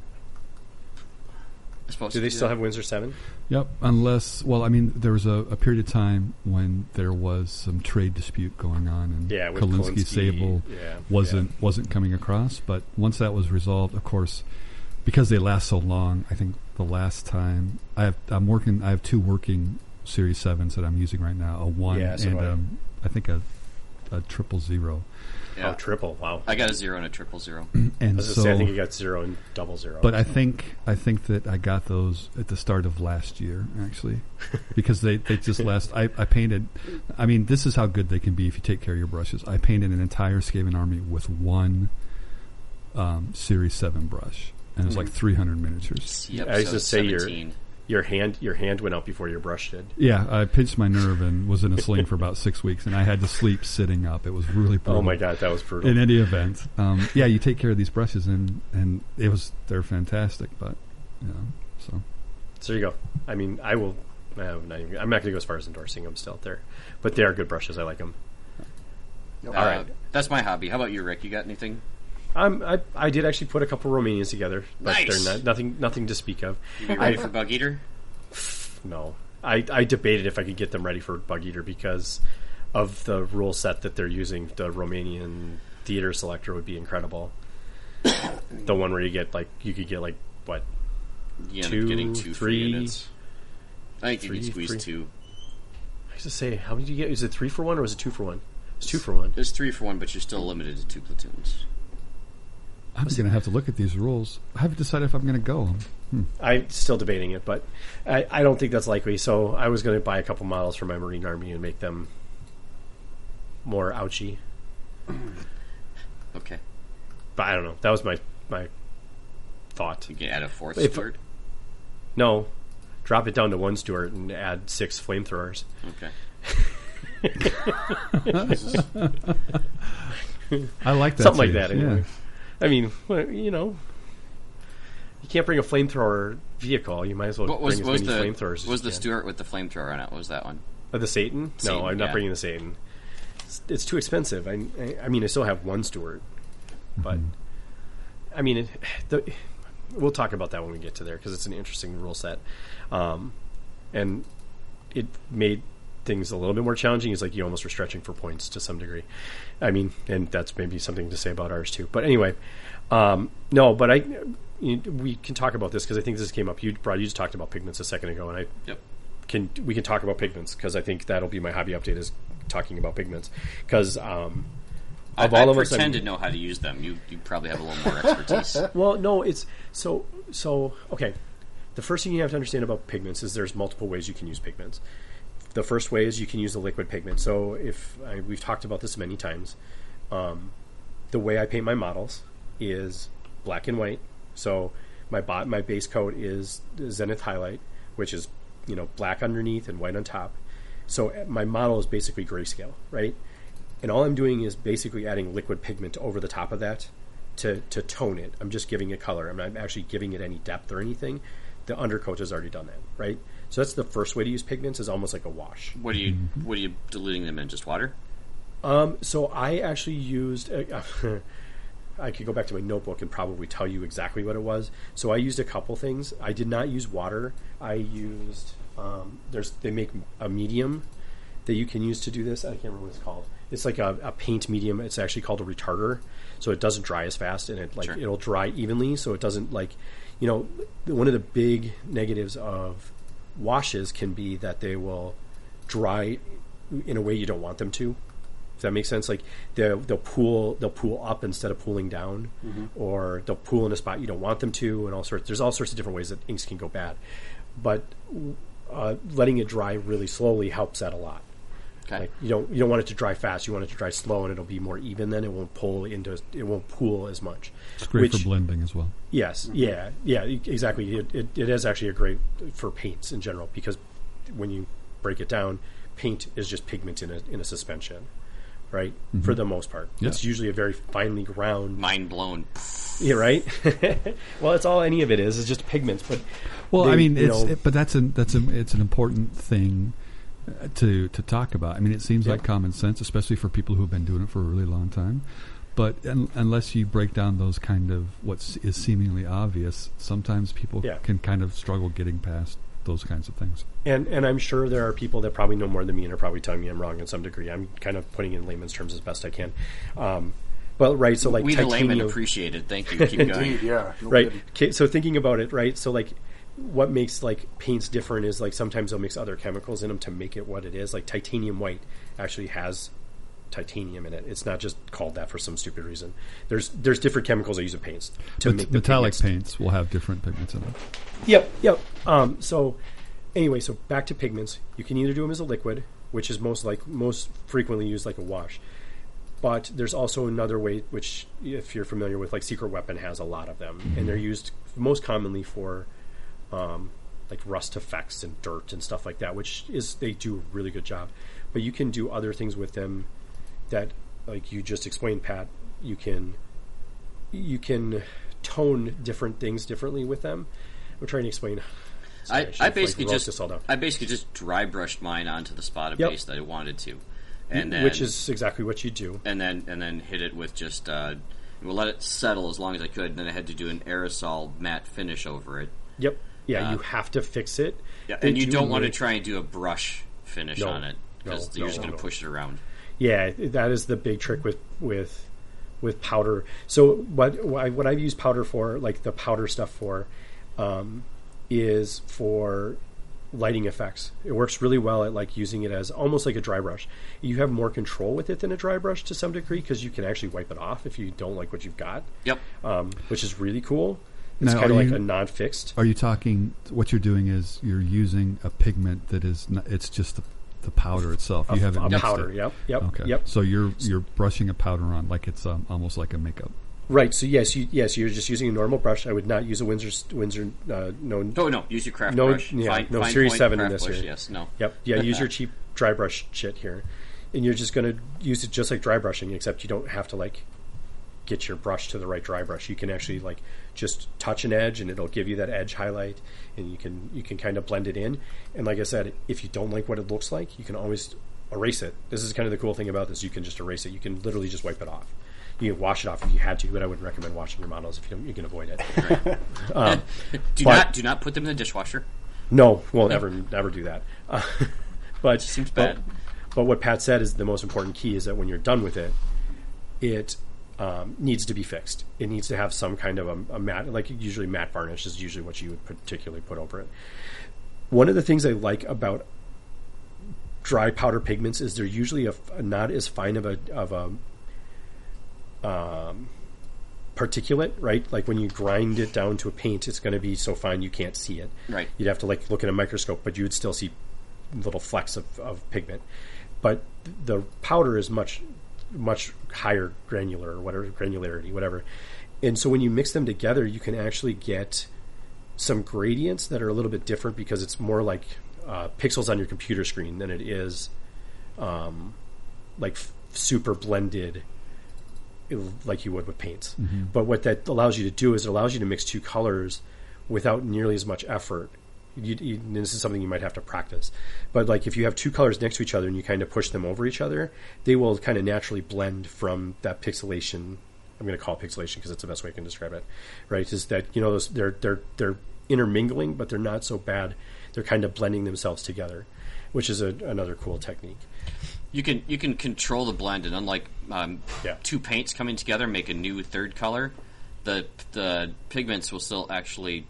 S2: I suppose.
S1: Do they still have Windsor Seven?
S4: Yep, unless well, I mean, there was a, a period of time when there was some trade dispute going on, and
S1: Yeah, with
S4: Kolinsky
S1: Kolinsky,
S4: Sable
S1: yeah,
S4: wasn't wasn't coming across. But once that was resolved, of course, because they last so long, I think the last time I have, I'm working, I have two working Series Sevens that I'm using right now, a one
S1: Yeah, so
S4: and
S1: do I.
S4: um, I think a a triple zero,
S2: Yeah.
S1: Oh, triple. Wow. I
S2: I got a zero and a triple zero.
S4: and
S1: was gonna
S4: so.
S1: say, I think you got zero and double zero.
S4: But I think I think that I got those at the start of last year, actually, because they, they just last. I, I painted. I mean, this is how good they can be if you take care of your brushes. I painted an entire Skaven army with one um, Series Seven brush, and it was
S1: Mm-hmm.
S4: like three hundred miniatures.
S2: See
S1: I was
S2: episode
S1: gonna say your-
S2: 17.
S1: your hand your hand went out before your brush did.
S4: Yeah, I pinched my nerve and was in a sling for about six weeks, and I had to sleep sitting up. It was really brutal.
S1: Oh my god, that was brutal.
S4: In any event, um, yeah, you take care of these brushes, and and it was they're fantastic, but you know, so.
S1: So there you go. I mean, I will. I'm not, even, I'm not going to go as far as endorsing them still there, but they are good brushes. I like them.
S2: Uh,
S1: right.
S2: That's my hobby. How about you, Rick? You got anything?
S1: Um, I I did actually put a couple Romanians together, but
S2: Nice.
S1: they're not, nothing nothing to speak of.
S2: You ready
S1: I-
S2: for Bug Eater?
S1: No, I I debated if I could get them ready for Bug Eater because of the rule set that they're using. The Romanian theater selector would be incredible. the one where you get like you could get like what
S2: You end
S1: Two,
S2: up getting two
S1: three,
S2: free units. I think you
S1: three,
S2: can squeeze
S1: three.
S2: two.
S1: I used to say how many did you get? Is it three for one or was it two for one? It's two for one.
S2: There's three for one, but you're still limited to two platoons.
S4: I'm going to have to look at these rules. I haven't decided if I'm going to go.
S1: I'm still debating it, but I, I don't think that's likely. So I was going to buy a couple models for my Marine Army and make them more ouchy.
S2: Okay.
S1: But I don't know. That was my my thought.
S2: You can add a fourth
S1: If-
S2: Stuart.
S1: No, drop it down to one Stuart and add six flamethrowers.
S2: Okay.
S4: I like that.
S1: Something like
S4: series,
S1: that, anyway. I mean, well, you know, you can't bring a flamethrower vehicle. You might as well
S2: What was,
S1: bring
S2: was
S1: as
S2: the
S1: many flamethrowers.
S2: was
S1: as
S2: the
S1: you can.
S2: Stuart with the flamethrower on it? What was that one?
S1: Uh, the Satan?
S2: Satan,
S1: No, I'm not
S2: yeah.
S1: bringing the Satan. It's, it's too expensive. I, I, I mean, I still have one Stuart, but I mean, it, the, we'll talk about that when we get to there because it's an interesting rule set, um, and it made things a little bit more challenging. It's like you almost were stretching for points to some degree. I mean, and that's maybe something to say about ours too. But anyway, um, no, but I. you- We can talk about this because I think this came up. You, Brad, you just talked about pigments a second ago, and I
S2: Yep.
S1: can we can talk about pigments because I think that'll be my hobby update is talking about pigments because um,
S2: I,
S1: of all
S2: I
S1: of us, I
S2: pretend
S1: mean-
S2: to know how to use them. You you probably have a little more expertise.
S1: well, no, it's so so okay. The first thing you have to understand about pigments is there's multiple ways you can use pigments. The first way is you can use a liquid pigment. So if I, we've talked about this many times, um, the way I paint my models is black and white. So my bo- my base coat is zenith highlight, which is you know black underneath and white on top. So eh, my model is basically grayscale, right? And all I'm doing is basically adding liquid pigment over the top of that to to tone it. I'm just giving it color. I'm not actually giving it any depth or anything. The undercoat has already done that, right? So that's the first way to use pigments is almost like a wash.
S2: What are you what are you diluting them in? Just water?
S1: Um, so I actually used. A, I could go back to my notebook and probably tell you exactly what it was. So I used a couple things. I did not use water. I used. Um, there's they make a medium that you can use to do this. I can't remember what it's called. It's like a, a paint medium. It's actually called a retarder, so it doesn't dry as fast and it like
S2: Sure.
S1: it'll dry evenly, so it doesn't like, you know, one of the big negatives of washes can be that they will dry in a way you don't want them to. If that makes sense, like they'll they'll pool they'll pool up instead of pooling down, or they'll pool in a spot you don't want them to, and all sorts. There's all sorts of different ways that inks can go bad, but uh, letting it dry really slowly helps that a lot.
S2: Okay.
S1: Like you don't you don't want it to dry fast. You want it to dry slow, and it'll be more even. Then it won't pull into it won't pool as much.
S4: It's great
S1: Which-
S4: for blending as well.
S1: Yes, yeah, yeah, e- exactly. It, it, it is actually a great for paints in general because when you break it down, paint is just pigment in a in a suspension, right? For the most part,
S4: Mm-hmm. Yeah.
S1: it's usually a very finely ground.
S2: Mind blown.
S1: Yeah, right. well, it's all any of it is. It's just pigments, but
S4: Well,
S1: they,
S4: I mean,
S1: you
S4: it's,
S1: know-
S4: it, but that's an that's an it's an important thing uh, to to talk about. I mean, it seems
S1: Yeah.
S4: like common sense, especially for people who have been doing it for a really long time. But un, unless you break down those kind of what s- is seemingly obvious, sometimes people
S1: Yeah.
S4: can kind of struggle getting past those kinds of things.
S1: and and I'm sure there are people that probably know more than me and are probably telling me I'm wrong in some degree. I'm kind of putting it in layman's terms as best I can. Um, but right, so like
S2: We the layman
S1: titanium.
S2: appreciate it. Thank you. Keep going.
S3: Indeed, yeah. No
S1: right
S3: kidding.
S1: okay, so thinking about it right so like what makes like paints different is like sometimes they'll mix other chemicals in them to make it what it is like titanium white actually has titanium in it it's not just called that for some stupid reason there's there's different chemicals that use in paints to
S4: But
S1: make the
S4: metallic
S1: pigments.
S4: paints will have different pigments in them.
S1: Yep, yep. Um, so, anyway, so back to pigments. You can either do them as a liquid, which is most like most frequently used like a wash, but there's also another way, which if you're familiar with, like Secret Weapon has a lot of them, and they're used most commonly for um, like rust effects and dirt and stuff like that, which is they do a really good job. But you can do other things with them that, like you just explained, Pat. You can you can tone different things differently with them. I'm trying to explain. Sorry,
S2: I,
S1: should
S2: I
S1: have, like,
S2: basically
S1: wrote
S2: just
S1: this all down.
S2: I basically just dry brushed mine onto the spot of
S1: Yep.
S2: base that I wanted to, and then
S1: which is exactly what you do.
S2: and then and then hit it with just uh, well let it settle as long as I could. And then I had to do an aerosol matte finish over it.
S1: Yep. Yeah, you have to fix it.
S2: Uh, Yeah,
S1: They
S2: and you
S1: do
S2: don't want to
S1: make-
S2: try and do a brush finish
S1: No,
S2: on it because
S1: no,
S2: you're
S1: no,
S2: just going to
S1: no.
S2: push it around.
S1: Yeah, that is the big trick with with with powder. So what what I- what I've used powder for, like the powder stuff for, um, is for lighting effects. It works really well at like using it as almost like a dry brush. You have more control with it than a dry brush to some degree because you can actually wipe it off if you don't like what you've got.
S2: Yep.
S1: um, which is really cool. It's
S4: Now,
S1: kind
S4: are
S1: of like
S4: you-
S1: a non-fixed.
S4: Are you talking? What you're doing is you're using a pigment that is not, it's just the, the powder itself. You haven't
S1: um, a
S4: mixed
S1: powder.
S4: It.
S1: Yep, yep,
S4: Okay.
S1: yep.
S4: So you're you're brushing a powder on like it's um, almost like a makeup.
S1: Right. So yes, you, yes, you're just using a normal brush. I would not use a Windsor Windsor uh, no.
S2: Oh no, use your craft
S1: No,
S2: brush.
S1: yeah,
S2: Fine-
S1: no,
S2: fine
S1: Series
S2: point
S1: 7 in
S2: craft
S1: this
S2: brush,
S1: here.
S2: Yes, no.
S1: Yep. Yeah. Use your cheap dry brush shit here, and you're just going to use it just like dry brushing, except you don't have to like get your brush to the right dry brush. You can actually like just touch an edge, and it'll give you that edge highlight, and you can you can kind of blend it in. And like I said, if you don't like what it looks like, you can always erase it. This is kind of the cool thing about this. You can just erase it. You can literally just wipe it off. You can wash it off if you had to, but I wouldn't recommend washing your models if you, don't, you can avoid it.
S2: Do
S1: But-
S2: not do not put them in the dishwasher.
S1: No, we'll never never do that. Uh, but
S2: Seems
S1: but-
S2: bad.
S1: But what Pat said is the most important key is that when you're done with it, it um, needs to be fixed. It needs to have some kind of a, a matte, like usually matte varnish is usually what you would particularly put over it. One of the things I like about dry powder pigments is they're usually a, not as fine of a of a particulate, right? Like when you grind it down to a paint, it's going to be so fine you can't see it.
S2: Right.
S1: You'd have to like look in a microscope, but you would still see little flecks of, of pigment. But the powder is much much higher granular or whatever granularity, whatever. And so when you mix them together, you can actually get some gradients that are a little bit different because it's more like uh, pixels on your computer screen than it is um, like f- super blended like you would with paints. But what that allows you to do is it allows you to mix two colors without nearly as much effort. you, you, and this is something you might have to practice. But like if you have two colors next to each other and you kind of push them over each other, they will kind of naturally blend from that pixelation. I'm going to call it pixelation because it's the best way I can describe it. Right? Is that you know those they're they're they're intermingling, but they're not so bad. They're kind of blending themselves together, which is a, another cool technique.
S2: You can you can control the blend, and unlike um,
S1: Yeah.
S2: two paints coming together make a new third color, the the pigments will still actually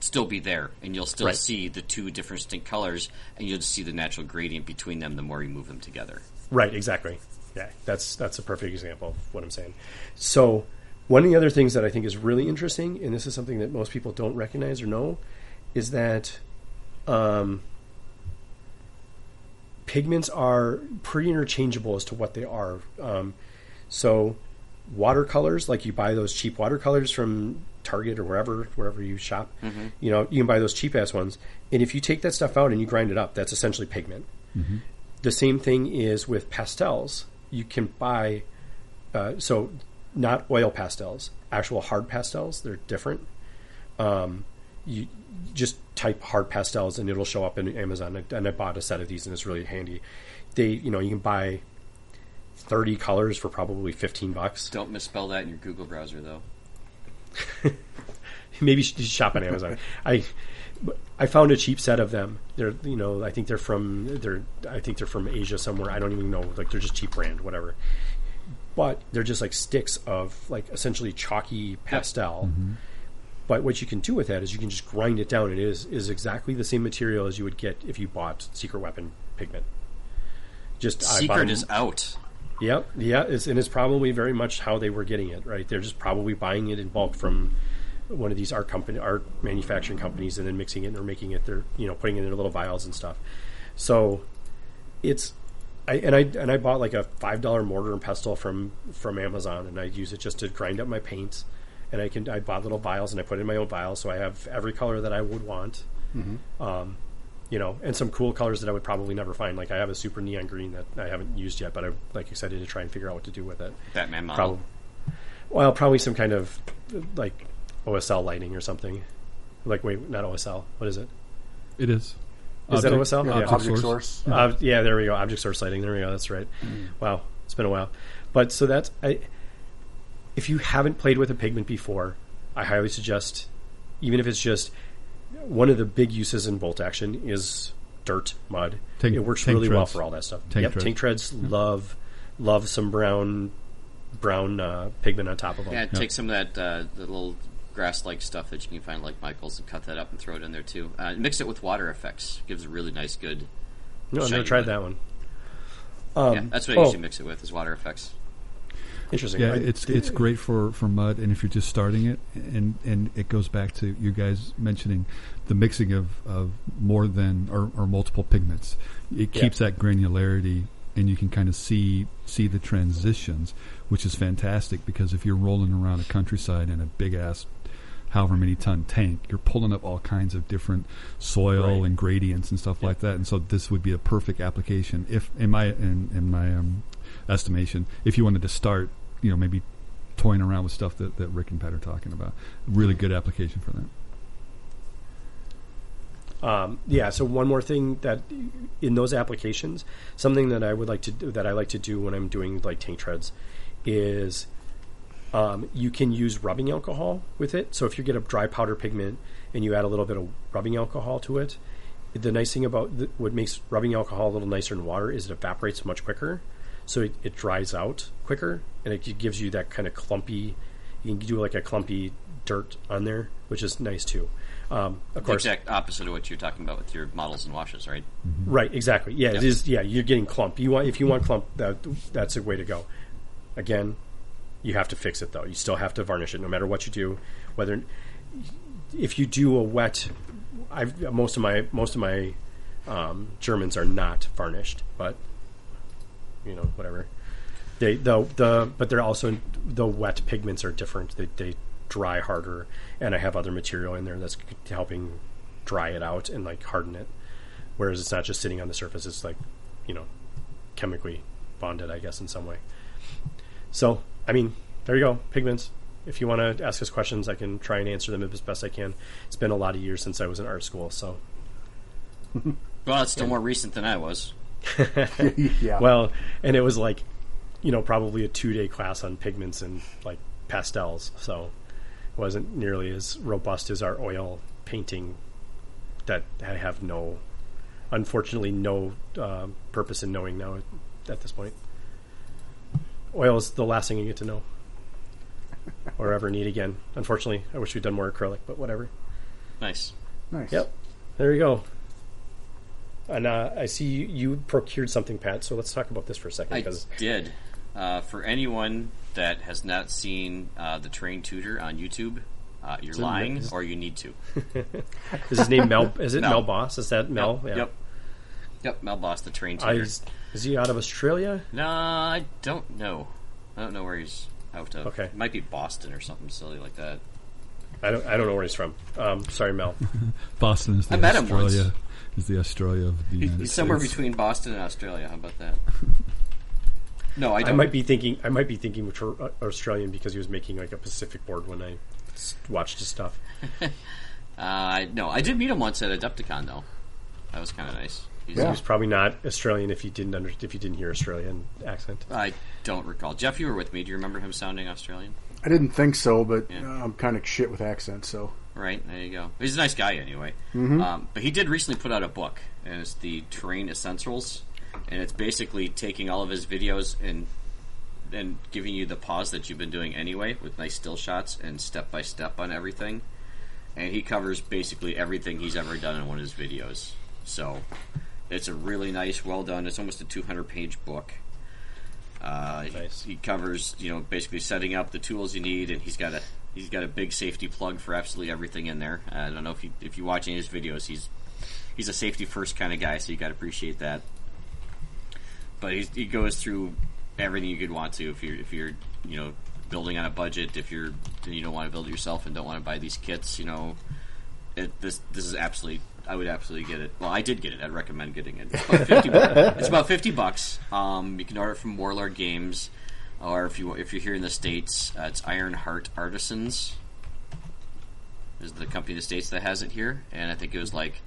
S2: still be there, and you'll still
S1: Right.
S2: see the two different distinct colors, and you'll just see the natural gradient between them the more you move them together.
S1: Right, exactly. Yeah, that's that's a perfect example of what I'm saying. So, one of the other things that I think is really interesting, and this is something that most people don't recognize or know, is that um, pigments are pretty interchangeable as to what they are. Um, so, watercolors, like you buy those cheap watercolors from Target or wherever wherever you shop, you know, you can buy those cheap ass ones, and if you take that stuff out and you grind it up, that's essentially pigment. The same thing is with pastels. You can buy, uh, so not oil pastels, actual hard pastels. They're different. Um, you just type hard pastels and it'll show up in Amazon. And I bought a set of these and it's really handy. They, you know, you can buy thirty colors for probably fifteen bucks.
S2: Don't misspell that in your Google browser, though.
S1: Maybe you should just shop on Amazon. I but I found a cheap set of them. They're you know I think they're from they're I think they're from Asia somewhere. I don't even know. Like they're just cheap brand whatever. But they're just like sticks of like essentially chalky pastel. But what you can do with that is you can just grind it down. It is is exactly the same material as you would get if you bought Secret Weapon pigment. Just I bought
S2: Secret
S1: 'em-
S2: is out.
S1: Yep, yeah, it's, and it's probably very much how they were getting it, right? They're just probably buying it in bulk from one of these art company, art manufacturing companies, and then mixing it or making it their, you know, putting it in their little vials and stuff. So it's, I and I and I bought like a five dollar mortar and pestle from from Amazon, and I use it just to grind up my paints. And I can I bought little vials and I put it in my own vials, so I have every color that I would want you know, and some cool colors that I would probably never find. Like I have a super neon green that I haven't used yet, but I'm like excited to try and figure out what to do with it.
S2: Batman model.
S1: Probably, well, probably some kind of like OSL lighting or something. Like wait, not OSL. What is it?
S4: It is. Uh,
S1: Is that
S4: Object-
S1: OSL?
S3: Yeah,
S1: Yeah.
S3: object, source.
S1: Ob- yeah, there we go. Object source lighting. There we go. That's right.
S4: Mm.
S1: Wow, it's been a while. But so that's I. If you haven't played with a pigment before, I highly suggest, even if it's just one of the big uses in bolt action is dirt mud.
S4: Tank-
S1: it works
S4: tank
S1: really well
S4: treads.
S1: for all that stuff.
S4: Tank
S1: yep,
S4: treads.
S1: tank treads love love some brown brown uh, pigment on top of them.
S2: Yeah, take some of that uh, the little grass-like stuff that you can find, like Michaels, and cut that up and throw it in there too. Uh, mix it with water effects. Gives a really nice, good.
S1: no, I've never
S2: shiny
S1: tried
S2: mud.
S1: that one.
S2: yeah, that's what
S1: oh.
S2: I usually mix it with is water effects.
S1: Interesting.
S4: Yeah,
S1: I-
S4: it's it's great for, for mud, and if you're just starting it, and and it goes back to you guys mentioning the mixing of, of more than or, or multiple pigments. It
S1: Yeah.
S4: keeps that granularity, and you can kind of see see the transitions, which is fantastic because if you're rolling around a countryside in a big ass, however many ton tank, you're pulling up all kinds of different soil
S1: Right.
S4: and gradients and stuff like that. And so this would be a perfect application if in my in, in my um, estimation, if you wanted to start, you know, maybe toying around with stuff that, that Rick and Pat are talking about. Really good application for that.
S1: Um, yeah. So one more thing that in those applications, something that I would like to do, that I like to do when I'm doing like tank treads is um, you can use rubbing alcohol with it. So if you get a dry powder pigment and you add a little bit of rubbing alcohol to it, the nice thing about th- what makes rubbing alcohol a little nicer than water is it evaporates much quicker, so it, it dries out quicker, and it gives you that kind of clumpy. You can do like a clumpy dirt on there, which is nice too. Um, of
S2: The
S1: course,
S2: exact opposite of what you're talking about with your models and washes, right?
S1: Right, exactly. Yeah,
S2: Yep.
S1: it is. Yeah, you're getting clump. You want if you want clump, that that's the way to go. Again, you have to fix it though. You still have to varnish it, no matter what you do. Whether if you do a wet, I've most of my most of my um, Germans are not varnished, but you know whatever. They the the but they're also the wet pigments are different. They they dry harder, and I have other material in there that's helping dry it out and like harden it whereas it's not just sitting on the surface it's like you know chemically bonded i guess in some way so i mean there you go pigments if you want to ask us questions i can try and answer them as best i can it's been a lot of years since i was in art school so
S2: Well, it's still more recent than I was.
S3: yeah.
S1: Well, and it was like, you know, probably a two day class on pigments and like pastels, so it wasn't nearly as robust as our oil painting that I have no, unfortunately, no um purpose in knowing now at this point. Oil is the last thing you get to know or ever need again. Unfortunately, I wish we'd done more acrylic, but whatever.
S2: Nice.
S3: nice.
S1: Yep. There you go. And uh, I see you, you procured something, Pat. So let's talk about this for a second.
S2: I
S1: Because
S2: did. Uh, for anyone that has not seen uh, the Train Tutor on YouTube, uh, you're
S1: it
S2: lying,
S1: Mel-
S2: or you need to.
S1: is his name Mel? Is it
S2: Mel.
S1: Mel Boss? Is that Mel? Yeah.
S2: Yep. Yep. Mel Boss, the Train
S1: I,
S2: Tutor.
S1: is he out of Australia?
S2: No, I don't know. I don't know where he's out of.
S1: Okay.
S2: Might be Boston or something silly like that.
S1: I don't. I don't know where he's from. Um, sorry, Mel.
S4: Boston is the
S2: I met him
S4: Australia.
S2: once.
S4: Is the Australia of the United
S2: He's somewhere
S4: States.
S2: between Boston and Australia. How about that? No, I
S1: I
S2: don't.
S1: might be thinking. I might be thinking which are, uh, Australian because he was making like a Pacific board when I s- watched his stuff.
S2: Uh, no, I did meet him once at Adepticon, though. That was kind of nice. He's,
S3: Yeah.
S1: He's probably not Australian if you didn't under, if you didn't hear Australian accent.
S2: I don't recall. Jeff, you were with me. Do you remember him sounding Australian?
S3: I didn't think so, but
S2: Yeah.
S3: uh, I'm kind of shit with accents, so
S2: Right, there you go. He's a nice guy anyway. Um, but he did recently put out a book, and it's the Terrain Essentials, and it's basically taking all of his videos and and giving you the pause that you've been doing anyway with nice still shots and step by step on everything. And he covers basically everything he's ever done in one of his videos. So it's a really nice, well done. It's almost a 200 page book. Uh, he-
S1: Nice.
S2: He covers, you know, basically setting up the tools you need, and he's got a he's got a big safety plug for absolutely everything in there. Uh, I don't know if you if you watch any of his videos, he's he's a safety first kind of guy, so you got to appreciate that. But he's, he goes through everything you could want to if you're if you're you know building on a budget, if you're you don't want to build it yourself and don't want to buy these kits, you know, it, this this is absolutely. I would absolutely get it. Well, I did get it. I'd recommend getting it. It's about fifty. bu- it's about fifty bucks. Um, you can order it from Warlord Games, or if you if you're here in the states, uh, it's Ironheart Artisans. Is the company in the states that has it here, and I think it was like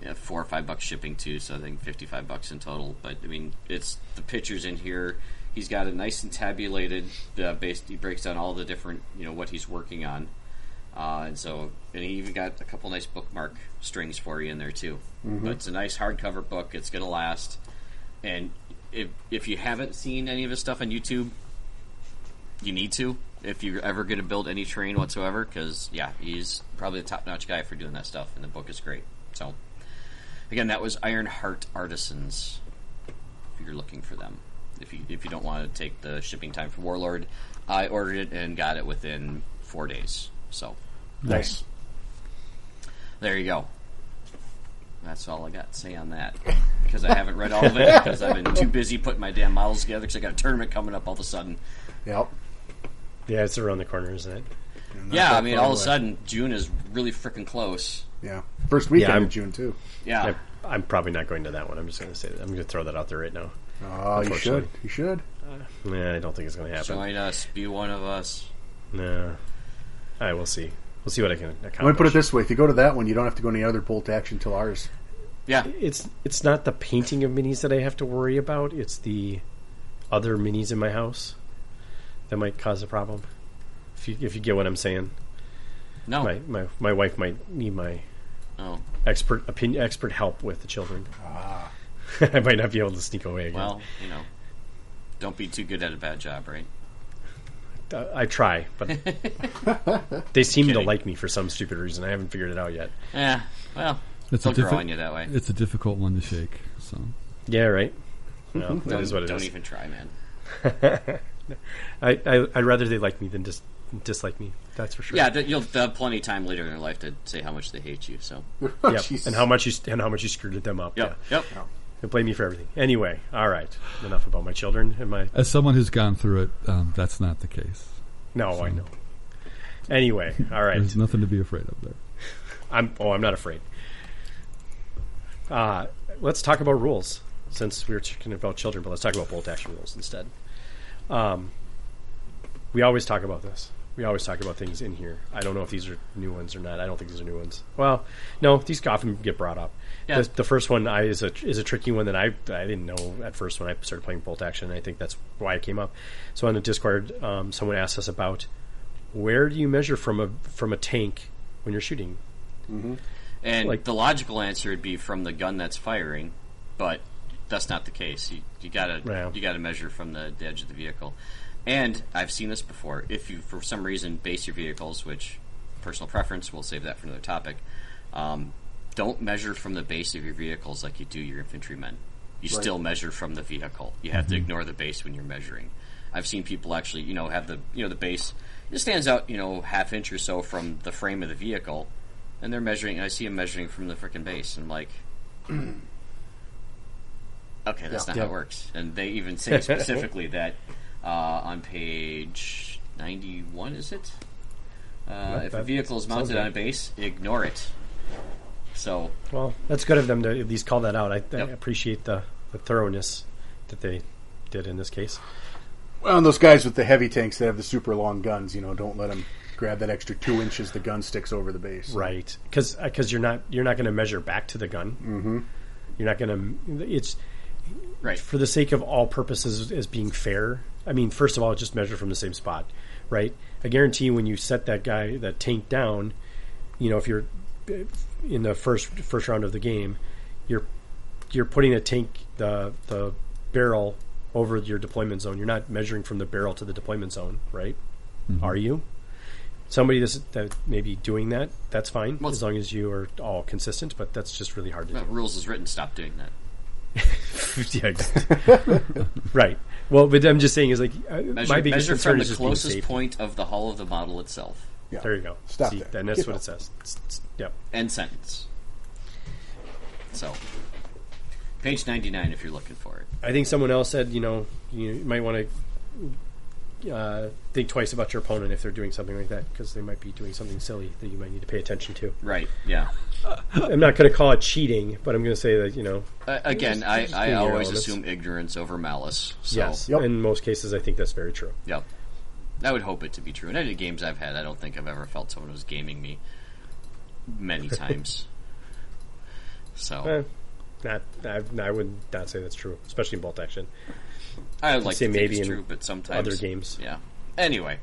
S2: you know, four or five bucks shipping too. So I think fifty-five bucks in total. But I mean, it's the pictures in here. He's got it nice and tabulated. Uh, based, he breaks down all the different, you know, what he's working on. Uh, and so, and he even got a couple nice bookmark strings for you in there too. But it's a nice hardcover book. It's gonna last. And if if you haven't seen any of his stuff on YouTube, you need to if you're ever gonna build any terrain whatsoever. Because yeah, he's probably the top notch guy for doing that stuff. And the book is great. So again, that was Ironheart Artisans. If you're looking for them, if you if you don't want to take the shipping time for Warlord, I ordered it and got it within four days. So.
S3: nice.
S2: There you go. That's all I got to say on that. Because I haven't read all of it, because I've been too busy putting my damn models together, because I got a tournament coming up all of a sudden.
S3: Yep.
S1: Yeah, it's around the corner, isn't it?
S3: And that's
S2: Yeah, I
S3: not
S2: mean,
S3: far
S2: all of a
S3: away.
S2: sudden, June is really freaking close.
S3: Yeah. First weekend
S1: Yeah, I'm-
S3: of June too.
S2: Yeah.
S1: I, I'm probably not going to that one. I'm just going to say that. I'm going to throw that out there right now.
S3: Oh, you should.
S1: Unfortunately.
S3: You should.
S1: Nah, I don't think it's going to happen.
S2: Join us. uh, Be one of us.
S1: No. I will see. We'll see what I can accomplish.
S3: Let me put it this way: if you go to that one, you don't have to go to any other bolt action till ours.
S2: Yeah.
S1: It's it's not the painting of minis that I have to worry about. It's the other minis in my house that might cause a problem. If you if you get what I'm saying,
S2: No. Oh,
S1: my my, my wife might need my
S2: No.
S1: expert opinion expert help with the children. I might not be able to sneak away. Again.
S2: Ah. Well, you know, don't be too good at a bad job, right?
S1: Uh, I try, but they seem to
S2: Kidding.
S1: like me for some stupid reason. I haven't figured it out yet.
S2: Yeah. Well,
S4: It's
S2: they'll
S4: a
S2: grow
S4: diffi-
S2: on you that way.
S4: It's a difficult one to shake. So
S1: Yeah, right. No, that
S2: Don't,
S1: is what it is.
S2: don't even try, man.
S1: I, I I'd rather they like me than dis- dislike me. That's for sure.
S2: Yeah, th- you'll they'll have plenty of time later in their life to say how much they hate you. So,
S1: Yep.
S3: Jesus.
S1: And how much you and how much you screwed them up.
S2: yep,
S1: Yeah.
S2: yep.
S1: They blame me for everything. Anyway, all right. Enough about my children and my.
S4: as someone who's gone through it, um, that's not the case.
S1: No, I know. Anyway, all right.
S4: There's nothing to be afraid of there.
S1: I'm. Oh, I'm not afraid. Uh, let's talk about rules since we were talking about children, but let's talk about bolt action rules instead. Um, we always talk about this, We always talk about things in here. I don't know if these are new ones or not. I don't think these are new ones. Well, no, these often get brought up.
S2: Yeah.
S1: The, the first one I is a is a tricky one that I I didn't know at first when I started playing Bolt Action. and I think that's why it came up. So on the Discord, um, someone asked us about where do you measure from a from a tank when you're shooting?
S2: And
S1: Like-
S2: the logical answer would be from the gun that's firing, but that's not the case. You, you gotta
S1: Yeah.
S2: you gotta measure from the, the edge of the vehicle. And I've seen this before. If you for some reason base your vehicles, which personal preference, we'll save that for another topic. Um, don't measure from the base of your vehicles like you do your infantrymen. You still measure from the vehicle. You have to
S1: Mm-hmm.
S2: ignore the base when you're measuring. I've seen people actually, you know, have the you know the base it stands out, you know, half inch or so from the frame of the vehicle, and they're measuring. And I see them measuring from the freaking base, and I'm like, okay, that's not how it
S1: Yeah.
S2: works. And they even say specifically that uh, on page ninety-one, is it? Uh, if a
S1: that
S2: vehicle is mounted on a base, ignore it. So
S1: Well, that's good of them to at least call that out. I, I
S2: Yep.
S1: appreciate the, the thoroughness that they did in this case.
S3: Well, and those guys with the heavy tanks that have the super long guns, you know, don't let them grab that extra two inches the gun sticks over the base.
S1: right because uh, you're not you're not going to measure back to the gun mm-hmm. you're not going to it's
S2: right,
S1: for the sake of all purposes as being fair i mean first of all just measure from the same spot right i guarantee you when you set that guy that tank down you know if you're eh, in the first first round of the game you're you're putting a tank the the barrel over your deployment zone you're not measuring from the barrel to the deployment zone right are you somebody that's, that may be doing that that's fine
S2: Well,
S1: as long as you are all consistent but that's just really hard to do
S2: Uh, rules is written. Stop doing that.
S1: yeah, ex- right. Well, but I'm just saying is like uh,
S2: Measure,
S1: my biggest
S2: measure
S1: concern
S2: from
S1: is
S2: the
S1: just being
S2: closest
S1: safe.
S2: point of the hull of the model itself.
S3: Yeah.
S1: There you go.
S3: Stop
S1: See,
S3: there.
S1: And that's
S3: Get
S1: what it
S3: off.
S1: says. It's- it's- Yep.
S2: End sentence. So, page 99 if you're looking for it.
S1: I think someone else said, you know, you might want to uh, think twice about your opponent if they're doing something like that because they might be doing something silly that you might need to pay attention to.
S2: Right, yeah.
S1: I'm not going to call it cheating, but I'm going to say that you know,
S2: Uh, again,
S1: Just-
S2: I,
S1: just
S2: I
S1: being
S2: always
S1: honest.
S2: assume ignorance over malice. So,
S1: yes.
S3: Yep.
S1: In most cases, I think that's very true.
S2: Yep. I would hope it to be true. In any games I've had, I don't think I've ever felt someone was gaming me many
S1: Eh,
S2: times. So,
S1: not, I, I would not say that's true, especially in bolt action.
S2: I would like
S1: say
S2: to think
S1: maybe
S2: it's
S1: in
S2: true, but sometimes.
S1: other games.
S2: Yeah. Anyway,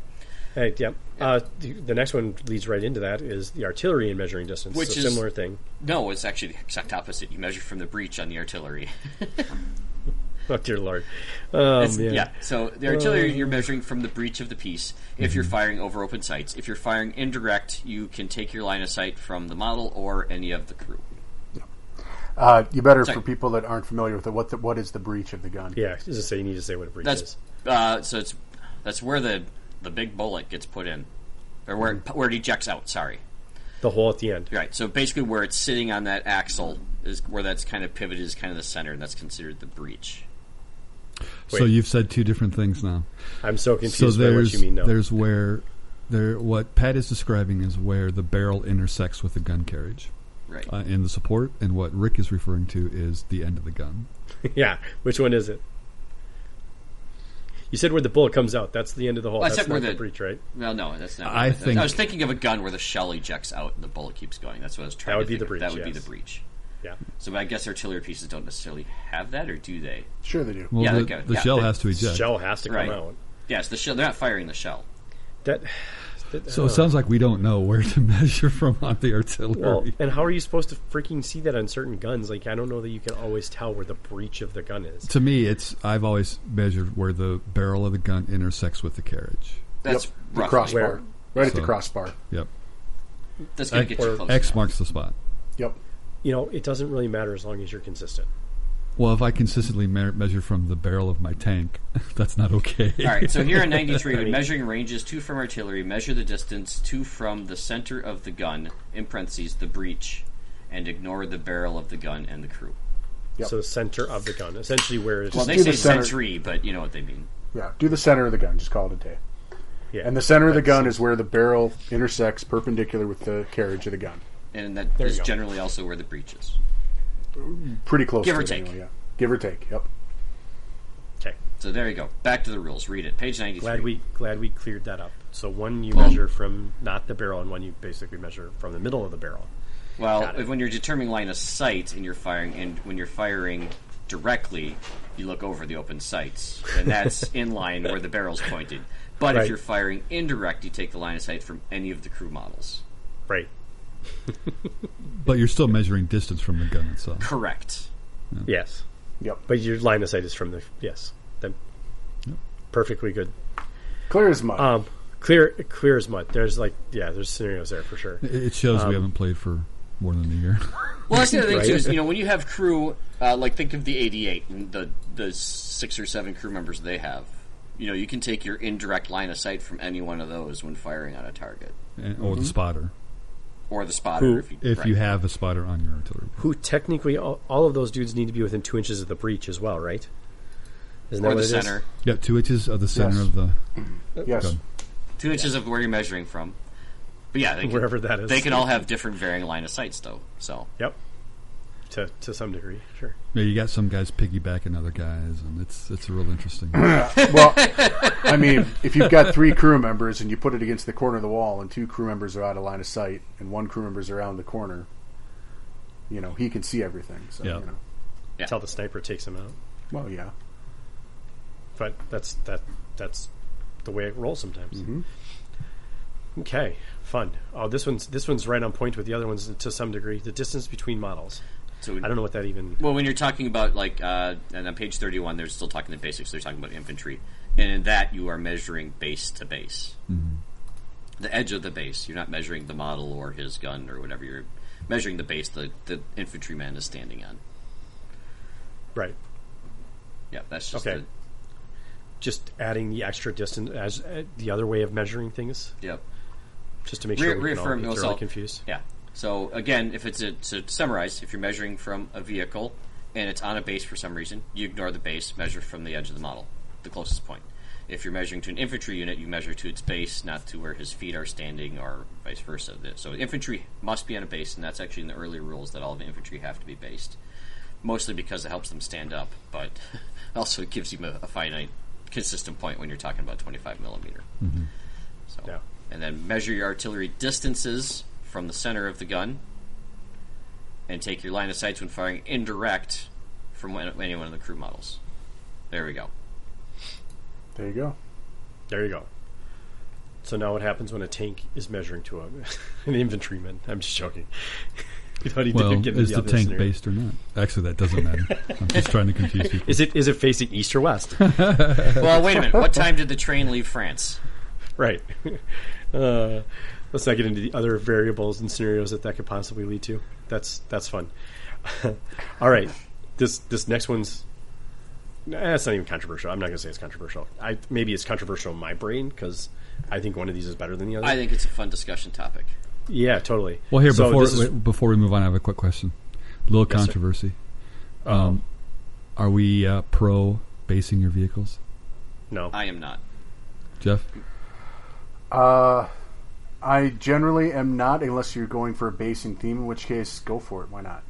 S1: Hey, yep. Uh, the, the next one leads right into that is the artillery and measuring distance.
S2: Which
S1: It's a
S2: is-
S1: similar thing.
S2: no, it's actually the exact opposite. You measure from the breach on the artillery.
S1: Oh dear lord. Um,
S2: It's-
S1: yeah. Um,
S2: yeah. So the artillery, you're measuring from the breach of the piece. If
S1: mm-hmm.
S2: you're firing over open sights, if you're firing indirect, you can take your line of sight from the model or any of the crew.
S3: Uh, you better
S2: Sorry.
S3: for people that aren't familiar with it. What the, what is the breech of the gun?
S1: Yeah, Just say you need to say what a breach
S2: That's
S1: is.
S2: uh, so it's that's where the the big bullet gets put in, or where it,
S1: Mm-hmm.
S2: where it ejects out. Sorry.
S1: The hole at the end.
S2: Right. So basically, where it's sitting on that axle is where that's kind of pivoted is kind of the center, and that's considered the breach.
S4: So
S1: Wait.
S4: you've said two different things now.
S1: I'm so
S4: So
S1: confused by what
S4: there's
S1: you mean now.
S4: there's where there what Pat is describing is where the barrel intersects with the gun carriage
S2: Right.
S4: uh, in the support, and what Rick is referring to is the end of the gun.
S1: yeah. Which one is it? You said where the bullet comes out. That's the end of the hole.
S2: Well, I
S1: that's
S2: said
S1: not
S2: where
S1: the
S2: the-
S1: breach, right?
S2: Well, no, that's not.
S4: I
S2: what-
S4: think-
S2: I was thinking of a gun where the shell ejects out and the bullet keeps going. That's what I was trying.
S1: That would
S2: to
S1: be the
S2: think of. That
S1: breach,
S2: would be
S1: yes.
S2: the breach.
S1: Yeah.
S2: So I guess artillery pieces don't necessarily have that, or do they?
S3: Sure they do.
S4: Well,
S2: Yeah,
S4: the,
S2: okay.
S4: the
S2: Yeah,
S4: shell
S2: the
S4: has to eject.
S1: Shell has to come
S2: Right.
S1: out.
S2: Yes, the shell. They're not firing the shell.
S1: That. that-
S4: So
S1: uh,
S4: it sounds like we don't know where to measure from on the artillery.
S1: Well, and how are you supposed to freaking see that on certain guns? Like, I don't know that you can always tell where the breach of the gun is.
S4: to me, it's I've always measured where the barrel of the gun intersects with the carriage.
S2: That's
S3: Yep. the
S2: roughly.
S3: crossbar.
S1: Where?
S3: Right at the
S4: So-
S3: crossbar.
S4: Yep.
S2: That's going
S4: X-
S2: to get you close.
S4: X
S2: enough.
S4: marks the spot.
S3: Yep.
S1: You know, it doesn't really matter as long as you're consistent.
S4: Well, if I consistently me- measure from the barrel of my tank, that's not okay.
S2: All right. So here in '93, measuring ranges two from artillery. Measure the distance two from the center of the gun (in parentheses the breach), and ignore the barrel of the gun and the crew.
S3: Yep.
S1: So the center of the gun, essentially where it's
S2: Well, they
S3: do the
S2: say
S3: center.
S2: century, but you know what they mean.
S3: Yeah. Do the center of the gun. Just call it a day.
S1: yeah.
S3: And the center of the gun is where the barrel intersects perpendicular with the carriage of the gun.
S2: And that
S1: you
S2: is
S1: go.
S2: generally also where the breach is.
S3: Pretty close.
S2: Give
S3: to
S2: or
S3: it
S2: take.
S3: anyway, yeah. Give or take. Yep.
S1: okay.
S2: So there you go. Back to the rules. Read it. Page 93.
S1: Glad we glad we cleared that up. So one you measure from not the barrel, and one you basically measure from the middle of the barrel.
S2: Well,
S1: Got it.
S2: when you're determining line of sight and you're firing, and when you're firing directly, you look over the open sights, and that's in line where the barrel's pointed. But
S1: Right.
S2: if you're firing indirect, you take the line of sight from any of the crew models.
S1: Right.
S4: But you're still measuring distance from the gun itself.
S2: Correct.
S1: Yes.
S3: Yep.
S1: But your line of sight is from the yes. Then perfectly good.
S3: Clear as mud.
S1: Um, clear, clear as mud. There's like yeah, there's scenarios there for sure.
S4: It- It shows
S1: Um,
S4: we haven't played for more than a year.
S2: Well, that's the other thing too.
S1: Right.
S2: Is you know when you have crew, uh, like think of the eighty-eight and the the six or seven crew members they have. You know, you can take your indirect line of sight from any one of those when firing on a target
S4: And-
S1: Mhm.
S4: or the spotter,
S2: or the spotter
S1: Who-
S2: if you
S4: if
S2: right.
S4: you have a spotter on your artillery.
S1: Who technically all, all of those dudes need to be within two inches of the breach as well, right? Isn't
S2: or
S1: what
S2: the
S1: it is?
S2: center
S4: Yeah, two inches of the center
S3: Yes.
S4: of the.
S3: yes.
S4: Done.
S2: two inches of where you're measuring from. But yeah, they can,
S1: Wherever that is.
S2: they can all have different varying line of sights though. So
S1: Yep. To to some degree, sure.
S4: Yeah, you got some guys piggybacking other guys, and it's it's real interesting.
S3: Well, I mean, if you've got three crew members and you put it against the corner of the wall, and two crew members are out of line of sight, and one crew member's around the corner, you know he can see everything. So
S4: Yeah.
S3: you know,
S2: Yeah.
S1: Till the sniper takes him out.
S3: well, yeah,
S1: But that's that that's the way it rolls sometimes. Okay, fun. Oh, this one's this one's right on point with the other ones to some degree. The distance between models.
S2: so
S1: I don't know what that even.
S2: Well, when you're talking about like, uh, and on page thirty-one, they're still talking the basics. They're talking about infantry, and in that you are measuring base to base, the edge of the base. You're not measuring the model or his gun or whatever. You're measuring the base the the infantryman is standing on.
S1: Right.
S2: Yeah, that's just
S1: Okay.
S2: the-
S1: Just adding the extra distance as uh, the other way of measuring things,
S2: yep.
S1: just to make
S2: Re-
S1: sure we can all
S2: reaffirm
S1: be
S2: those
S1: thoroughly
S2: all.
S1: confused.
S2: Yeah. So again, if it's a, to summarize, if you're measuring from a vehicle and it's on a base for some reason, you ignore the base, measure from the edge of the model, the closest point. If you're measuring to an infantry unit, you measure to its base, not to where his feet are standing, or vice versa. The- So infantry must be on a base, and that's actually in the early rules that all the infantry have to be based, mostly because it helps them stand up, but also it gives you a, a finite, consistent point when you're talking about 25 millimeter.
S1: Mm-hmm.
S2: So,
S1: Yeah.
S2: and then measure your artillery distances from the center of the gun, and take your line of sights when firing indirect from one- any one of the crew models. There we go.
S3: there you go.
S1: There you go. So now what happens when a tank is measuring to a, an infantryman? I'm just joking. you don't need to
S4: well,
S1: get into
S4: is the
S1: other
S4: tank
S1: scenario.
S4: based or not? Actually, that doesn't matter. I'm just trying to confuse people.
S1: Is it is it facing east or west?
S2: Well, wait a minute. What time did the train leave France?
S1: right. Uh, let's not get into the other variables and scenarios that that could possibly lead to. That's that's fun. All right, this this next one's nah, it's not even controversial. I'm not going to say it's controversial. I maybe it's controversial in my brain because I think one of these is better than the other.
S2: I think it's a fun discussion topic.
S1: yeah, totally.
S4: Well, here
S1: So
S4: before
S1: this is-
S4: wait, before we move on, I have a quick question. A little
S1: Yes, sir. Uh-huh.
S4: controversy. Um, are we uh, pro basing your vehicles,
S1: no,
S2: I am not.
S4: Jeff?
S3: Uh, I generally am not, unless you're going for a basing theme, in which case, go for it. Why not?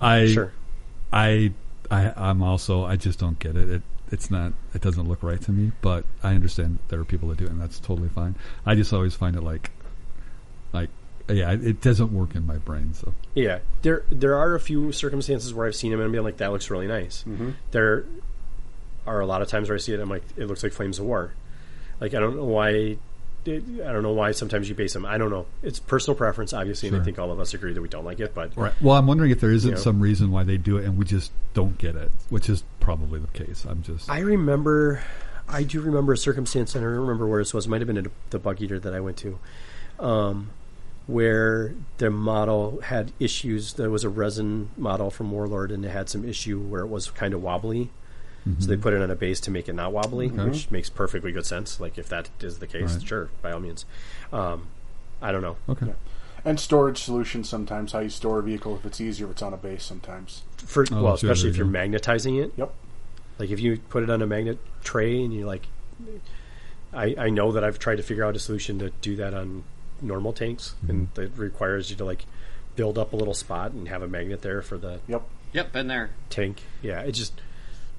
S4: I
S1: sure.
S4: I, I I'm also I just don't get it. it. It's not it doesn't look right to me, but I understand that there are people that do it and that's totally fine. I just always find it like like yeah, it- it doesn't work in my brain, so
S1: Yeah, there there are a few circumstances where I've seen them and been like, that looks really nice. There are a lot of times where I see it, I'm like, it looks like Flames of War. Like I don't know why, it, I don't know why sometimes you base them. I don't know. It's personal preference, obviously, and I
S4: Sure.
S1: think all of us agree that we don't like it. But
S4: Right. Well, I'm wondering if there isn't
S1: Yeah.
S4: some reason why they do it and we just don't get it, which is probably the case. I'm just
S1: I remember, I do remember a circumstance, and I don't remember where this was. It might have been at the bug eater that I went to, um, where their model had issues. There was a resin model from Warlord, and it had some issue where it was kind of wobbly. So they put it on a base to make it not wobbly, which makes perfectly good sense. Like if that is the case,
S4: Right.
S1: sure, by all means. Um, I don't know.
S4: Okay.
S3: And storage solutions sometimes, how you store a vehicle, if it's easier, if it's on a base sometimes.
S1: For
S4: Oh,
S1: well,
S4: sure,
S1: especially
S4: there
S1: if
S4: you
S1: you're
S4: go.
S1: magnetizing it,
S3: Yep.
S1: Like if you put it on a magnet tray and you like, I, I know that I've tried to figure out a solution to do that on normal tanks, and that requires you to like build up a little spot and have a magnet there for the
S3: Yep.
S2: Yep, been there.
S1: tank. Yeah, it just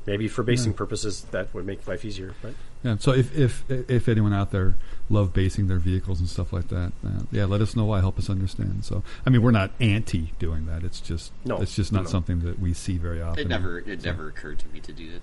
S1: maybe for basing purposes that would make life easier, but
S4: Yeah. So if if if anyone out there love basing their vehicles and stuff like that, uh, yeah, let us know why. Help us understand. So I mean, we're not anti doing that. It's just
S1: No,
S4: it's just not
S1: no.
S4: something that we see very often.
S2: It never it never occurred to me to do that.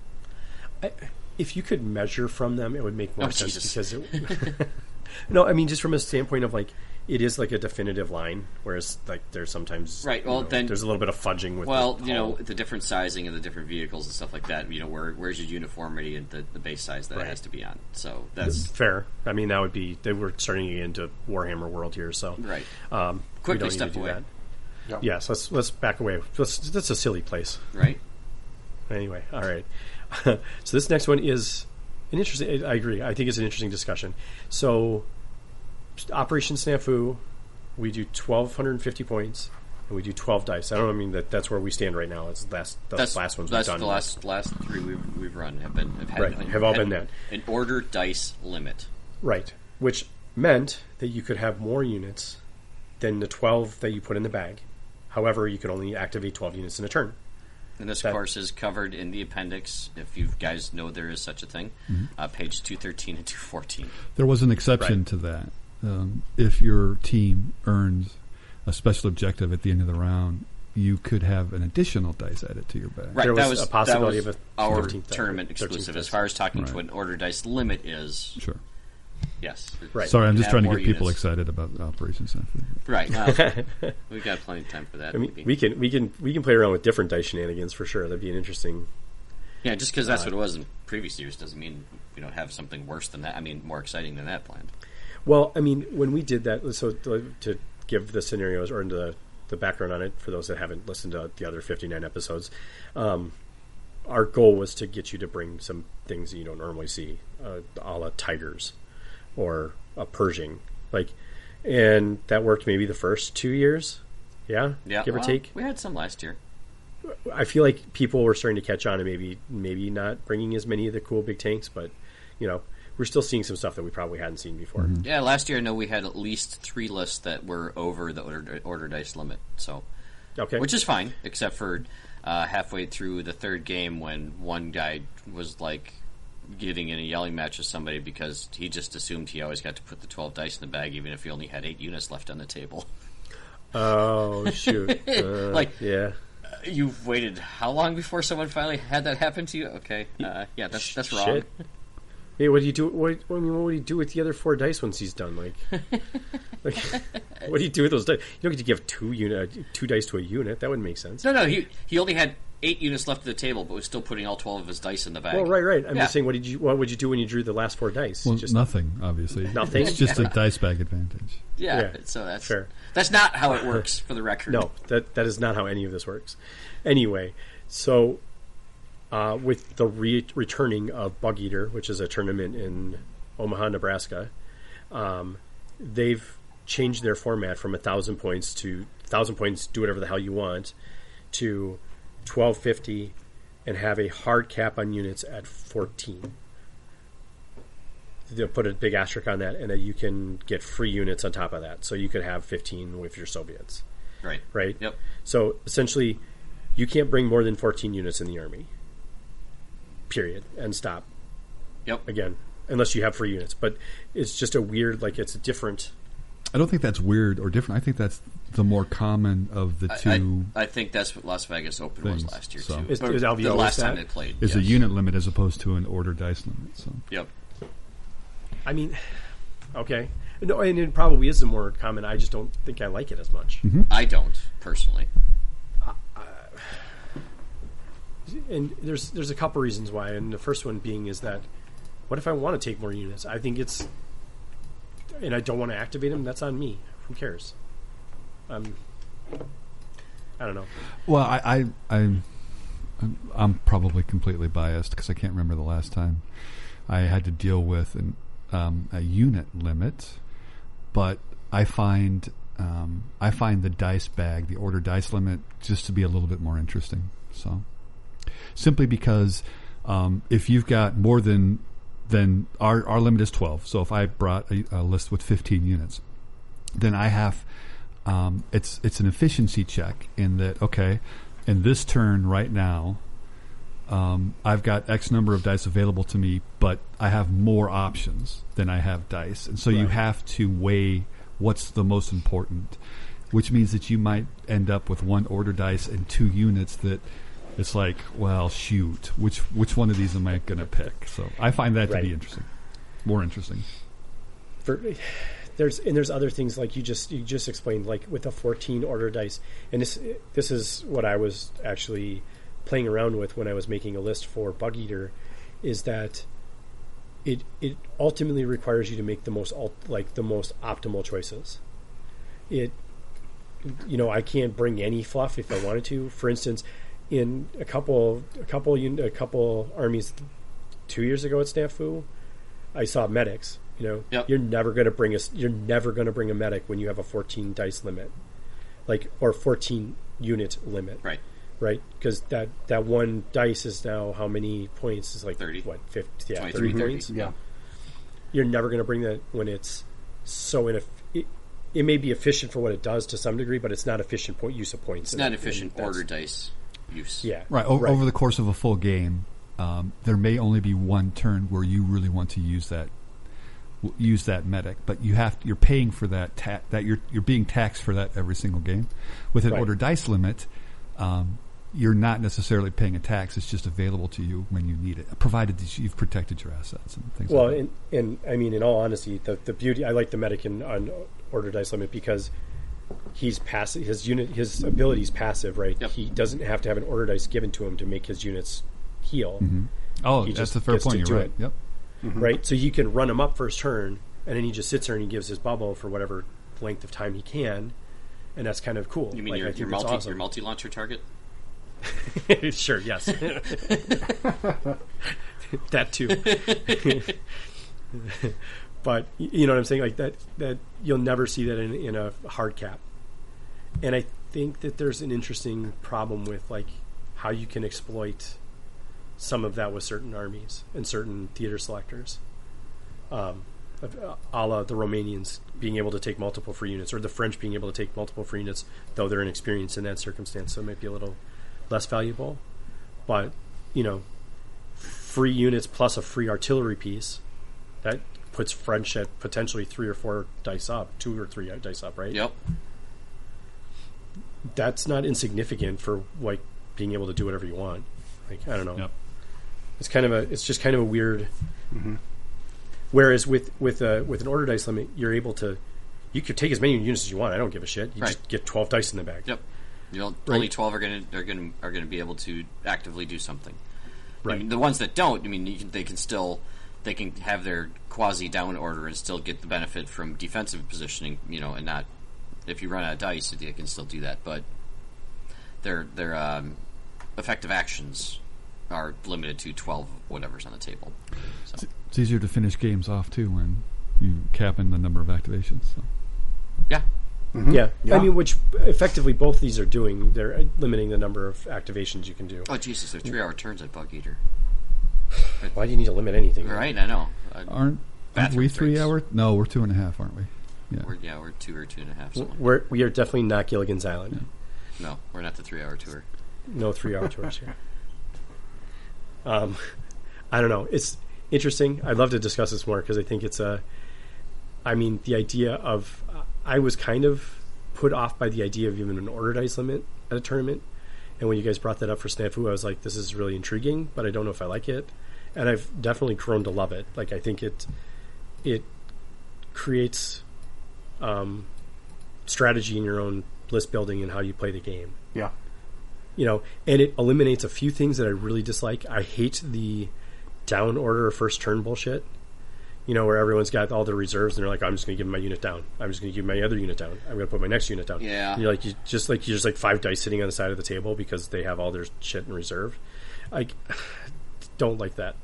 S1: I, if you could measure from them, it would make more
S2: Oh,
S1: sense
S2: Jesus.
S1: because it, no, I mean just from a standpoint of like it is like a definitive line, whereas like there's sometimes
S2: Right,
S1: you
S2: well,
S1: know,
S2: then-
S1: there's a little bit of fudging with
S2: Well,
S1: the
S2: you know
S1: hull.
S2: the different sizing of the different vehicles and stuff like that. You know where where's your uniformity and the, the base size that
S1: Right.
S2: it has to be on. So that's
S1: fair. I mean that would be they were starting to get into Warhammer world here, so
S2: right.
S1: Um, we
S2: Quickly
S1: don't need to
S2: step
S1: do
S2: away.
S1: that.
S3: Yeah.
S1: Yes, let's let's back away. Let's, that's a silly place.
S2: Right.
S1: Anyway, all right. so this next one is an interesting. I I agree. I think it's an interesting discussion. So Operation Snafu, we do twelve hundred and fifty points, and we do twelve dice. I don't mean that. That's where we stand right now. It's the last. The
S2: That's
S1: last ones
S2: That's
S1: we've done.
S2: the last last three we've, we've run have been have had
S1: Right, have all
S2: had
S1: been that.
S2: an order dice limit.
S1: Right, which meant that you could have more units than the twelve that you put in the bag. However, you could only activate twelve units in a turn.
S2: And this,
S1: That-
S2: of course, is covered in the appendix. If you guys know there is such a thing,
S4: Mm-hmm.
S2: uh, page two thirteen and two fourteen.
S4: There was an exception
S1: Right.
S4: to that. Um, if your team earns a special objective at the end of the round, you could have an additional dice added to your bag.
S2: Right,
S1: There
S2: that
S1: was
S2: was
S1: a possibility
S2: that was
S1: of a
S2: our
S1: 13th,
S2: tournament
S1: 13th
S2: exclusive. As
S1: dice.
S2: far as talking
S4: Right.
S2: to an order dice limit is,
S4: Sure.
S2: yes.
S1: Right.
S4: Sorry, I'm
S2: You
S4: just
S2: have
S4: trying to
S2: more
S4: get people
S2: units.
S4: excited about Operation Snafu.
S2: Right. uh, we've got plenty of time for that.
S1: I mean,
S2: maybe.
S1: we can we can we can play around with different dice shenanigans for sure. That'd be an interesting.
S2: yeah, just because that's what it
S1: Uh,
S2: was in previous years doesn't mean we don't have something worse than that. I mean, more exciting than that planned.
S1: Well, I mean, when we did that, so to, to give the scenarios or the the background on it for those that haven't listened to the other fifty nine episodes, um, our goal was to get you to bring some things that you don't normally see, uh, a la tigers or a Pershing, like, and that worked maybe the first two years, yeah,
S2: Yeah,
S1: give or
S2: well,
S1: take.
S2: We had some last year.
S1: I feel like people were starting to catch on and maybe maybe not bringing as many of the cool big tanks, but you know we're still seeing some stuff that we probably hadn't seen before.
S2: Yeah, last year I know we had at least three lists that were over the order, order dice limit. So
S1: Okay,
S2: Which is fine, except for uh, halfway through the third game when one guy was like getting in a yelling match with somebody because he just assumed he always got to put the 12 dice in the bag even if he only had 8 units left on the table.
S1: oh shoot, Uh,
S2: Like-
S1: yeah,
S2: You've waited how long before someone finally had that happen to you? Okay. Uh, yeah, that's that's wrong.
S1: shit. Hey, what do you do? What I mean, what would he do with the other four dice once he's done? Like, like what do you do with those dice? You don't get to give two unit two dice to a unit. That wouldn't make sense.
S2: No, no, he he only had 8 units left at the table but was still putting all 12 of his dice in the bag.
S1: Well, right, right. I'm
S2: Yeah.
S1: just saying, what did you? What would you do when you drew the last four dice?
S4: Well,
S1: just
S4: nothing, obviously.
S1: Nothing?
S4: It's just a dice bag advantage.
S2: Yeah,
S1: yeah.
S2: so that's
S1: Fair.
S2: that's not how it works for the record.
S1: No, that that is not how any of this works. Anyway, so uh, with the re- returning of Bug Eater, which is a tournament in Omaha, Nebraska, um, they've changed their format from a thousand points to thousand points. Do whatever the hell you want to twelve fifty, and have a hard cap on units at fourteen. They'll put a big asterisk on that, and that you can get free units on top of that. So you could have fifteen if you're Soviets
S2: Right.
S1: right?
S2: Yep.
S1: So essentially, you can't bring more than 14 units in the army. Period. And stop
S2: Yep.
S1: again, unless you have free units. But it's just a weird, like it's different.
S4: I don't think that's weird or different. I think that's the more common of the
S2: I-
S4: two.
S2: I, I think that's what Las Vegas Open
S4: things,
S2: was last year
S4: so.
S2: too.
S1: Is-
S2: Or
S1: is LVO
S2: the last
S1: that?
S2: time they played
S4: is a
S2: yes.
S4: unit limit as opposed to an order dice limit. So
S2: Yep.
S1: I mean, okay. No, and it probably is the more common. I just don't think I like it as much.
S2: I don't personally.
S1: And there's there's a couple reasons why. And the first one being is that, what if I want to take more units? I think it's, and I don't want to activate them. That's on me. Who cares? Um, I don't know.
S4: Well, I, I, I I'm, I'm probably completely biased because I can't remember the last time I had to deal with an, um, a unit limit. But I find um, I find the dice bag, the order dice limit, just to be a little bit more interesting. So simply because um, if you've got more than than our our limit is twelve. So if I brought a, a list with fifteen units, then I have um, it's it's an efficiency check in that okay, in this turn right now, um, I've got X number of dice available to me, but I have more options than I have dice. And so you
S6: Right.
S4: have to weigh what's the most important, which means that you might end up with one order dice and two units that it's like, well, shoot, which which one of these am I going to pick? So I find that to
S1: Right.
S4: be interesting, more interesting.
S1: for there's and there's other things like you just you just explained like with a 14 order dice and this this is what I was actually playing around with when I was making a list for Bug Eater is that it it ultimately requires you to make the most alt, like the most optimal choices it you know I can't bring any fluff if I wanted to for instance in a couple a couple un- a couple armies 2 years ago at Snafu I saw medics. You know,
S2: Yep.
S1: you're never going to bring a you're never going to bring a medic when you have a 14 dice limit, like or 14 unit limit,
S2: Right.
S1: Right, because that that one dice is now how many points is like
S2: 30.
S1: what 50, yeah,
S2: 23,
S1: 30
S2: 30.
S1: points.
S3: Yeah.
S1: You're never going to bring that when it's so ineff- it, it may be efficient for what it does to some degree, but it's not efficient point use of points.
S2: It's not efficient
S1: And that's-
S2: order dice use.
S1: Yeah,
S4: Right, o- Over the course of a full game, um, there may only be one turn where you really want to use that w- use that medic, but you have you're paying for that ta- that you're you're being taxed for that every single game. With an
S1: Right.
S4: order dice limit, um, you're not necessarily paying a tax; it's just available to you when you need it, provided that you've protected your assets and things.
S1: Well,
S4: like that.
S1: and, and I mean, in all honesty, the, the beauty I like the medic in, on order dice limit because he's passive. His unit, his ability's passive, right?
S2: Yep.
S1: He doesn't have to have an order dice given to him to make his units heal,
S4: oh,
S1: he
S4: that's
S1: just
S4: a fair
S1: gets to
S4: point.
S1: do
S4: You're right.
S1: it.
S4: Yep.
S1: right? So you can run him up for his turn, and then he just sits there and he gives his bubble for whatever length of time he can, and that's kind of cool.
S2: You mean
S1: Like,
S2: your,
S1: I think
S2: your
S1: that's
S2: multi
S1: awesome.
S2: your multi launcher target?
S1: sure, yes. that too. but y- you know what I'm saying? Like that that you'll never see that in, in a hard cap. And I think that there's an interesting problem with like how you can exploit some of that with certain armies and certain theater selectors. Um of- a la the Romanians being able to take multiple free units, or the French being able to take multiple free units, though they're inexperienced in that circumstance, so it might be a little less valuable. But you know, free units plus a free artillery piece that puts French at potentially three or four dice up, two or three dice up, right?
S2: Yep.
S1: That's not insignificant for like being able to do whatever you want. Like I don't know.
S4: Yep.
S1: It's kind of a it's just kind of a weird. Whereas with with a with an order dice limit, you're able to you could take as many units as you want. I don't give a shit. You
S2: Right.
S1: just get twelve dice in the bag.
S2: Yep. You know,
S1: Right.
S2: Only twelve are gonna are gonna are gonna be able to actively do something. I
S1: Right.
S2: mean, the ones that don't, I mean, you can, they can still they can have their quasi down order and still get the benefit from defensive positioning. You know, and not if you run out of dice, they can still do that. But their their um, effective actions are limited to twelve whatever's on the table.
S4: It's easier to finish games off too when you cap in the number of activations. So.
S2: Yeah.
S1: Yeah. I
S3: Yeah.
S1: mean, which effectively both these are doing. They're uh, limiting the number of activations you can do.
S2: Oh Jesus, they're three hour turns at Bug Eater.
S1: Why do you need to limit anything?
S2: Right. I know. Uh,
S4: Aren't, aren't
S2: Bathroom
S4: we three
S2: breaks.
S4: hour? No, we're two and a half, aren't we? Yeah.
S2: we're, yeah, we're two or two and a half. Something.
S1: We're, we are definitely not Gilligan's Island.
S2: No, we're not the three hour tour.
S1: No three hour tours here. Um, I don't know. It's interesting. I'd love to discuss this more because I think it's a. I mean, the idea of. I was kind of put off by the idea of even an order dice limit at a tournament. And when you guys brought that up for Snafu, I was like, this is really intriguing, but I don't know if I like it. And I've definitely grown to love it. Like, I think it. It creates um, strategy in your own list building and how you play the game
S3: Yeah.
S1: you know, and it eliminates a few things that I really dislike. I hate the down order or first turn bullshit. You know, where everyone's got all their reserves and they're like, I'm just going to give my unit down. I'm just going to give my other unit down. I'm going to put my next unit down.
S2: Yeah.
S1: And you're like, you just like you're just like five dice sitting on the side of the table because they have all their shit in reserve. I don't like that.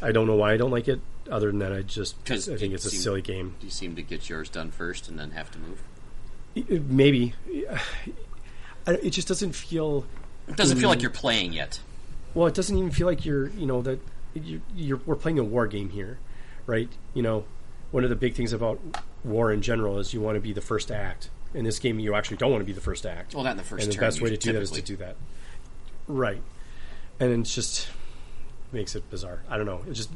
S1: I don't know why I don't like it. Other than that, I just
S2: 'Cause
S1: I think
S2: it
S1: it's a
S2: seemed-
S1: silly game. Mm-hmm.
S2: You seem to get yours done first and then have to move.
S1: Maybe I- it just doesn't feel
S2: It doesn't feel like you're playing yet.
S1: Well, it doesn't even feel like you're, you know, that you're, you're we're playing a war game here, right? You know, one of the big things about war in general is you want to be the first to act. In this game, you actually don't want to be the first to act.
S2: Well, not in the first
S1: and the
S2: turn,
S1: best way to do that is to
S2: typically.
S1: do that, right? and it's just makes it bizarre. I don't know. It just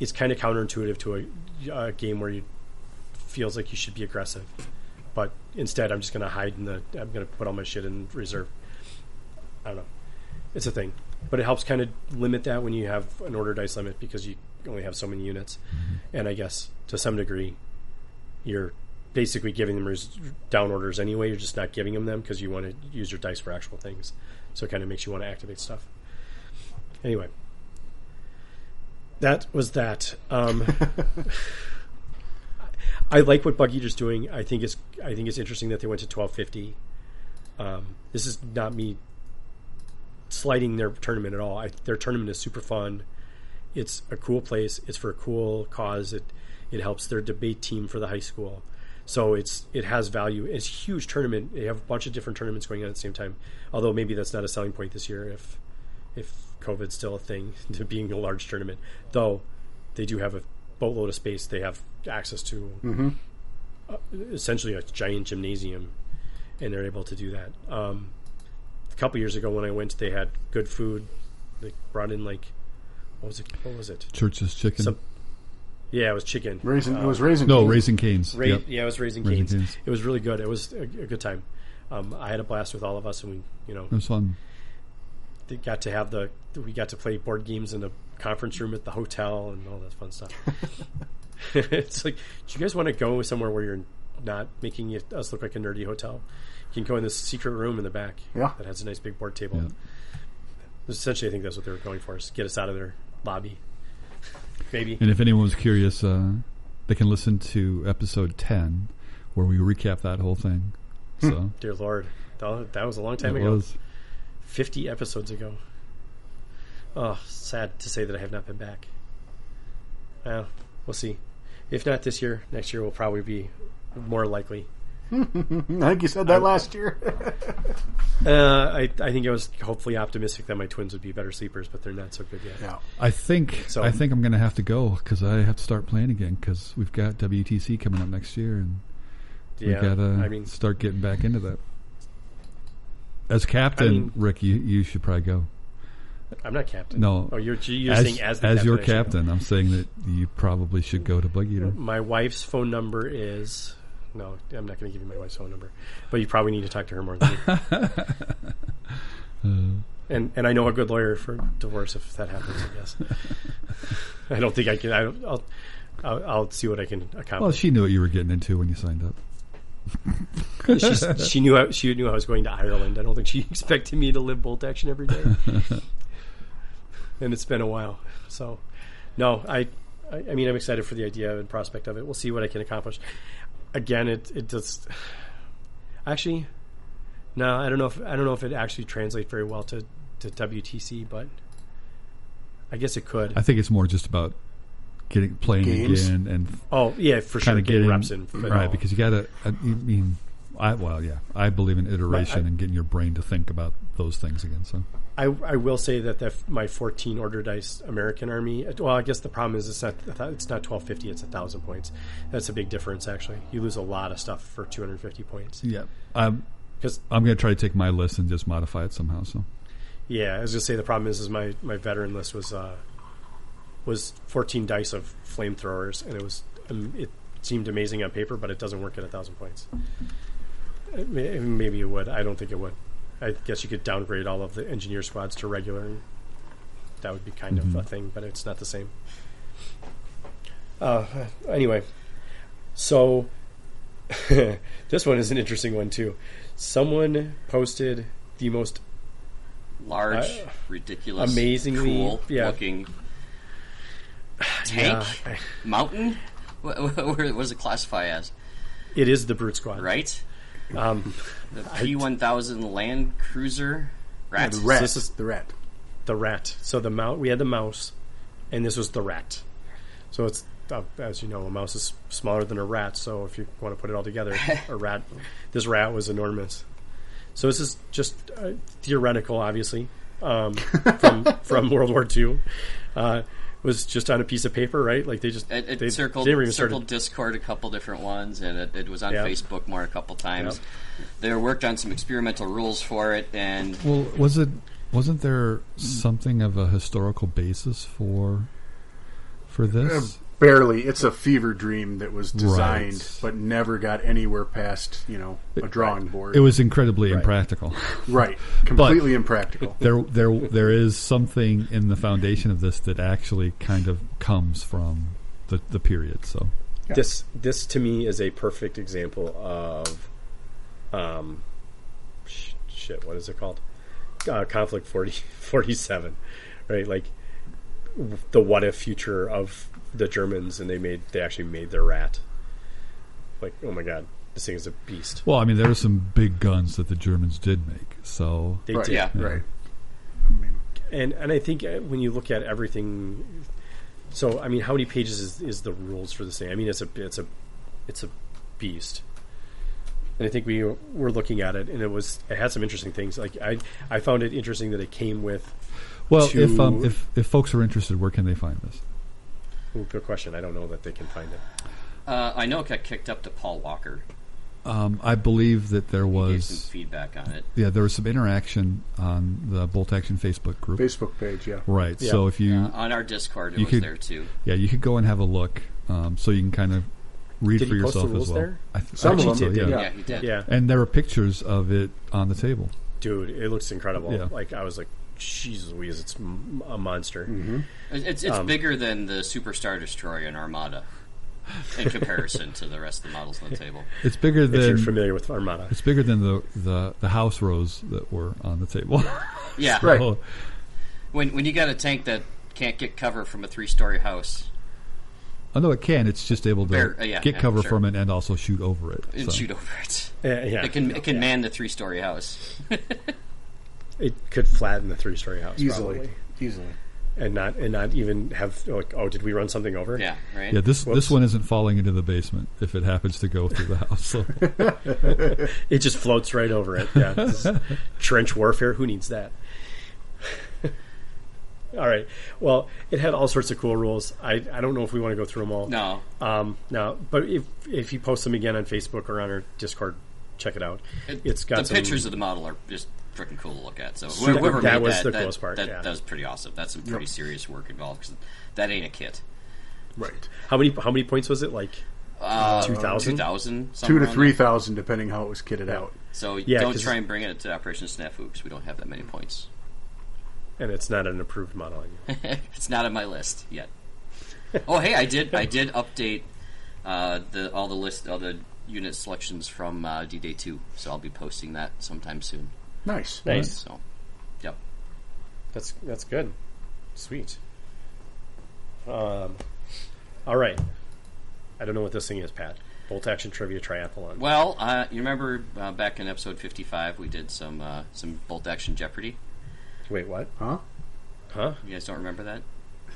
S1: it's kind of counterintuitive to a, a game where you feels like you should be aggressive, but instead I'm just going to hide in the. I'm going to put all my shit in reserve. I don't know. It's a thing, but it helps kind of limit that when you have an order dice limit because you only have so many units, and I guess to some degree, you're basically giving them res- down orders anyway. You're just not giving them them because you want to use your dice for actual things. So it kind of makes you want to activate stuff. Anyway, that was that. Um, I like what Bug Eater's doing. I think it's I think it's interesting that they went to twelve fifty. Um, this is not me slighting their tournament at all. I, their tournament is super fun. It's a cool place. It's for a cool cause. It it helps their debate team for the high school. So it's it has value. It's a huge tournament. They have a bunch of different tournaments going on at the same time. Although maybe that's not a selling point this year if if COVID's still a thing to being a large tournament. Though they do have a boatload of space. They have access to uh, essentially a giant gymnasium, and they're able to do that. Um, a couple years ago when I went, they had good food. They brought in like what was it? What was it?
S4: Church's chicken.
S1: Some, yeah, it was chicken.
S3: Raising it was raising.
S4: no,
S3: Cane's.
S4: raising canes.
S1: Ra-
S4: Yep.
S1: Yeah, it was Raising
S4: Raising
S1: Canes.
S4: Cane's.
S1: It was really good. It was a, a good time. Um, I had a blast with all of us, and we, you know,
S4: It was fun.
S1: they got to have the we got to play board games in a conference room at the hotel and all that fun stuff. it's like, do you guys want to go somewhere where you're not making it, us look like a nerdy hotel? You can go in this secret room in the back
S3: Yeah.
S1: that has a nice big board table.
S4: Yeah.
S1: Essentially, I think that's what they were going for: is get us out of their lobby. Maybe
S4: And if anyone was curious, uh, they can listen to episode 10 where we recap that whole thing.
S1: Hmm.
S4: So
S1: Dear Lord, that that was a long time
S4: it
S1: ago.
S4: was.
S1: 50 episodes ago. Oh, sad to say that I have not been back. Well, we'll see. If not this year, next year will probably be more likely.
S3: I think you said that last year.
S1: Uh, I, I think I was hopefully optimistic that my twins would be better sleepers, but they're not so good yet.
S3: yeah.
S4: I think
S1: So-
S4: I think I'm going to have to go because I have to start playing again because we've got WTC coming up next year and
S1: Yeah,
S4: we got to
S1: I mean,
S4: start getting back into that. As captain,
S1: I mean-
S4: Rick, you, you should probably go.
S1: I'm not captain.
S4: No,
S1: Oh, you're, you're saying as the
S4: your
S1: I should go.
S4: captain, I'm saying that you probably should go to Bug Eater.
S1: My wife's phone number is. No, I'm not going to give you my wife's phone number, but you probably need to talk to her more than me. and and I know a good lawyer for divorce if that happens. I guess. I don't think I can. I don't, I'll, I'll I'll see what I can
S4: Well,
S1: accomplish.
S4: she knew what you were getting into when you signed up.
S1: She's- she knew I, she knew I was going to Ireland. I don't think she expected me to live bolt action every day. and it's been a while, so no, I, I I mean I'm excited for the idea and prospect of it. We'll see what I can accomplish. Again, it it does. Actually, no, I don't know if I don't know if it actually translates very well to to WTC, but I guess it could.
S4: I think it's more just about getting playing
S3: Games?
S4: again and
S1: oh yeah, for sure.
S4: kind of
S1: get
S4: getting
S1: reps in, but-
S4: right because you got to. I mean, I well, yeah, I believe in iteration
S1: I-
S4: and getting your brain to think about those things again. So
S1: I, I will say that the, my 14 order dice American Army. Well, I guess the problem is it's not it's not 1250. It's a thousand points. That's a big difference actually. You lose a lot of stuff for 250 points.
S4: yeah, I'm
S1: Because
S4: I'm going to try to take my list and just modify it somehow. So
S1: yeah, I was gonna say the problem is is my, my veteran list was uh, was 14 dice of flamethrowers, and it was um, it seemed amazing on paper, but it doesn't work at a thousand points. It may- Maybe it would. I don't think it would. I guess you could downgrade all of the engineer squads to regular. And that would be kind of a thing, but it's not the same. Uh, anyway, so this one is an interesting one too. Someone posted the most
S2: Large,
S1: I-
S2: ridiculous,
S1: amazingly-
S2: cool
S1: yeah.
S2: looking tank
S1: Yeah.
S2: mountain. What, what does it classify as?
S1: It is the Brute Squad,
S2: Right,
S1: Um,
S2: the P one thousand Land Cruiser.
S3: Yeah,
S2: Rat.
S3: the rat.
S1: this is-
S3: the rat.
S1: the rat. So the mouse. We had the mouse, and this was the rat. So it's uh, as you know, a mouse is smaller than a rat. So if you want to put it all together, a rat. This rat was enormous. So this is just uh, theoretical, obviously, um, from from World War II. Uh, was just on a piece of paper, right? Like they just
S2: It, it
S1: they,
S2: circled,
S1: they never even
S2: circled
S1: started.
S2: Discord a couple different ones, and it, it was on
S1: Yep.
S2: Facebook more a couple times.
S1: Yep.
S2: They worked on some experimental rules for it, and
S4: well, was it Mm. Wasn't there something of a historical basis for for this?
S3: Barely. It's a fever dream that was designed,
S4: Right.
S3: but never got anywhere past you know a drawing board.
S4: It was incredibly impractical.
S3: right, completely impractical.
S4: there there there is something in the foundation of this that actually kind of comes from the the period. So
S1: This this to me is a perfect example of, um, sh- shit. What is it called? Uh, Conflict 40, 47, right? Like w- the what if future of the Germans, and they made they actually made their rat. Like, oh my god, this thing is a beast.
S4: well, I mean, there are some big guns that the Germans did make. So
S1: They
S3: right,
S1: did.
S2: Yeah.
S3: right.
S1: and and I think uh, when you look at everything, so I mean, how many pages is, is the rules for this thing? I mean, it's a it's a it's a beast, and I think we were looking at it, and it was it had some interesting things. Like I I found it interesting that it came with
S4: well,
S1: To-
S4: if um if if folks are interested, where can they find this?
S1: ooh, good question. I don't know that they can find it.
S2: Uh, I know it got kicked up to Paul Walker.
S4: Um, I believe that there
S2: Gave some
S4: was
S2: feedback on it.
S4: yeah there was some interaction on the Bolt Action Facebook group.
S3: Facebook page, yeah.
S4: Right.
S1: Yeah.
S4: So if you
S2: Uh, on our Discord, it
S4: You
S2: was
S4: could-
S2: there too.
S4: yeah you could go and have a look, um, so you can kind of read
S1: Did
S4: for
S1: he post the
S4: yourself as
S1: rules
S4: well.
S1: there?
S4: I th-
S3: Some of
S4: I think
S3: them
S4: so,
S3: did,
S2: Yeah,
S3: Yeah.
S2: he did.
S1: Uh, Yeah,
S4: And there are pictures of it on the table.
S1: dude, it looks incredible.
S4: Yeah.
S1: Like I was like, Jesus, Louise, it's m- a monster.
S2: Mm-hmm. It- It's
S1: Um,
S2: it's bigger than the Superstar Destroyer and Armada in comparison to the rest of the models on the table.
S4: It's bigger
S1: If you're
S4: than
S1: familiar with Armada,
S4: It's bigger than the, the, the house rows that were on the table.
S2: Yeah,
S3: Right.
S4: So,
S2: When when you got a tank that can't get cover from a three story house
S4: oh, no, it can. It's just able to
S2: Bear- uh, yeah,
S4: get
S2: yeah,
S4: cover
S2: sure.
S4: from it and also shoot over it.
S2: and
S4: So,
S2: shoot over it,
S1: Uh, yeah,
S2: it can it can man the three story house.
S1: it could flatten the three story house
S3: Easily,
S1: probably.
S3: easily.
S1: and not and not even have like, oh, did we run something over?
S2: Yeah, right.
S4: Yeah, this
S1: Whoops.
S4: this one isn't falling into the basement if it happens to go through the house. So,
S1: It just floats right over it. Yeah. This is trench warfare. Who needs that? all right. Well, it had all sorts of cool rules. I, I don't know if we want to go through them all.
S2: No,
S1: Um, no. But if if you post them again on Facebook or on our Discord, check it out.
S2: It-
S1: has got
S2: the
S1: some,
S2: pictures of the model are just freaking cool to look at. So
S1: Super-
S2: whoever, whoever
S1: that
S2: made
S1: was
S2: that,
S1: the
S2: that,
S1: coolest part,
S2: That,
S1: yeah.
S2: that was pretty awesome. That's some pretty serious work involved 'cause that ain't a kit.
S3: Right.
S1: How many how many points was it? Like
S2: Uh,
S1: 2,000?
S2: 2,000,
S3: Two
S2: somewhere
S3: to
S2: around
S3: three
S2: there.
S3: thousand, depending how it was kitted out.
S2: So
S1: Yeah,
S2: don't
S1: 'cause-
S2: try and bring it to Operation Snafu because we don't have that many points.
S1: and it's not an approved model anymore.
S2: it's not on my list yet. oh, hey, I did I did update uh, the all the list all the unit selections from uh, D Day two, so I'll be posting that sometime soon.
S3: Nice.
S2: So, yep.
S1: That's that's good. Sweet. Um, all right. I don't know what this thing is, Pat. Bolt action trivia triathlon.
S2: Well, uh, you remember uh, back in episode fifty five, we did some uh, some bolt action Jeopardy.
S1: Wait, what?
S3: Huh?
S1: Huh?
S2: You guys don't remember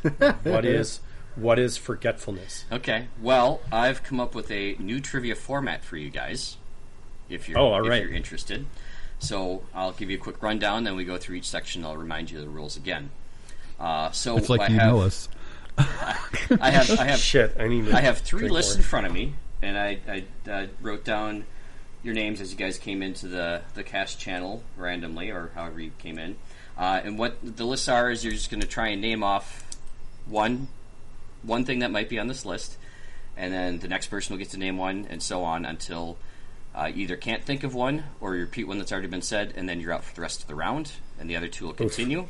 S2: that?
S1: What is what is forgetfulness?
S2: Okay. Well, I've come up with a new trivia format for you guys. If you're,
S1: Oh, all
S2: if
S1: right.
S2: you're interested. So I'll give you a quick rundown, then we go through each section. I'll remind you of the rules again. Uh, so
S4: it's like
S2: I
S4: you
S2: have,
S4: know us.
S2: I have, I have,
S1: Shit, I need. To
S2: I have three
S1: drink
S2: lists in
S1: more.
S2: front of me, and I, I uh, wrote down your names as you guys came into the the cast channel randomly, or however you came in. Uh, and what the lists are is you're just going to try and name off one one thing that might be on this list, and then the next person will get to name one, and so on until uh, you either can't think of one or you repeat one that's already been said, and then you're out for the rest of the round, and the other two will continue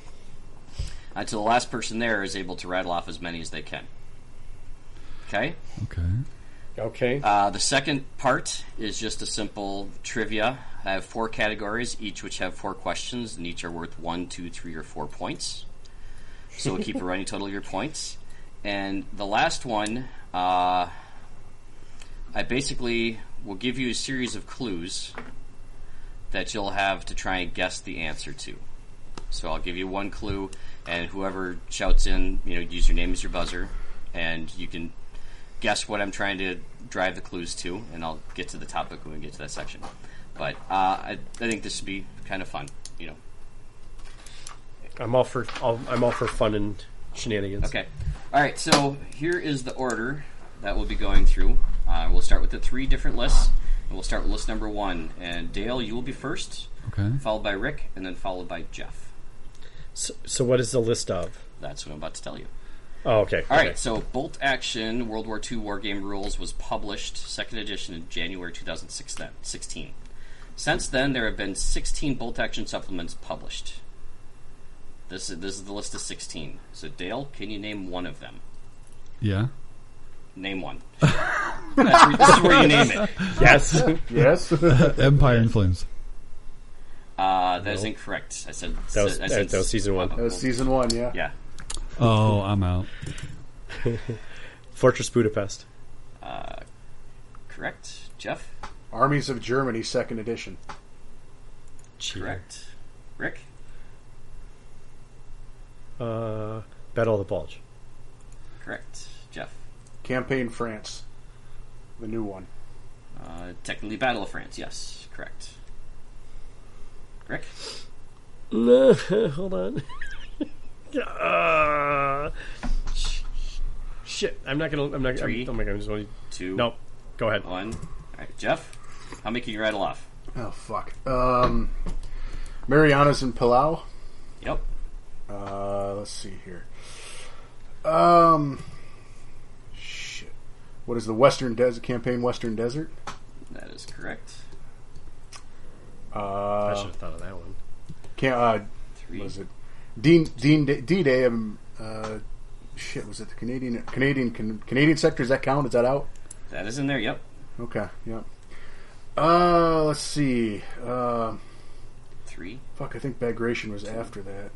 S2: until the last person there is able to rattle off as many as they can. Okay.
S4: Okay.
S1: Okay.
S2: Uh, the second part is just a simple trivia. I have four categories, each which have four questions, and each are worth one, two, three, or four points. So we'll keep a running total of your points. And the last one, uh, I basically will give you a series of clues that you'll have to try and guess the answer to. So I'll give you one clue, and whoever shouts in, you know, use your name as your buzzer, and you can guess what I'm trying to drive the clues to, and I'll get to the topic when we get to that section. But uh, I, I think this should be kind of fun, you know.
S1: I'm all for all, I'm all for fun and shenanigans.
S2: Okay. All right. So here is the order that we'll be going through. Uh, we'll start with the three different lists, and we'll start with list number one. And Dale, you will be first,
S4: Okay.
S2: followed by Rick, and then followed by Jeff.
S7: So, so what is the list of?
S2: That's what I'm about to tell you.
S7: Oh, okay.
S2: All right,
S7: okay.
S2: so Bolt Action World War II War Game Rules was published, second edition, in January 2016. Since then, there have been 16 Bolt Action supplements published. This is, this is the list of 16. So, Dale, can you name one of them?
S4: Yeah.
S2: Name one. That's where, this is where you name it.
S7: Yes.
S3: Yes.
S4: Empire in Flames.
S2: Uh, that is incorrect. I said
S1: That was-
S2: I said,
S1: that was season one.
S3: That was season one. Yeah.
S2: Yeah.
S4: Oh, I'm out.
S1: Fortress Budapest.
S2: Correct. Jeff?
S3: Armies of Germany, second edition.
S1: Cheater.
S2: Correct. Rick?
S7: Uh, Battle of the Bulge.
S2: Correct. Jeff?
S3: Campaign France, the new one.
S2: Uh, technically, Battle of France. Yes. Correct. Rick?
S7: No, hold on. uh, sh- shit, I'm not gonna. I'm not.
S2: Three.
S7: I'm, oh my god, I'm just going.
S2: Two.
S7: No, go ahead.
S2: One. All right, Jeff. How many can you rattle off?
S3: Oh fuck. Um, Marianas and Palau.
S2: Yep.
S3: Uh, let's see here. Um, shit. What is the Western Desert campaign? Western Desert.
S2: That is correct. Ah.
S7: I
S3: Uh,
S7: should have thought of that one.
S3: can uh,
S2: Three.
S3: what is it? Dean Dean D Day. Um, uh, shit. Was it the Canadian Canadian can, Canadian sector? Does that count? Is that out?
S2: That is in there. Yep.
S3: Okay. Yeah. Uh, let's see. Uh,
S2: Three.
S3: fuck. I think Bagration was after that.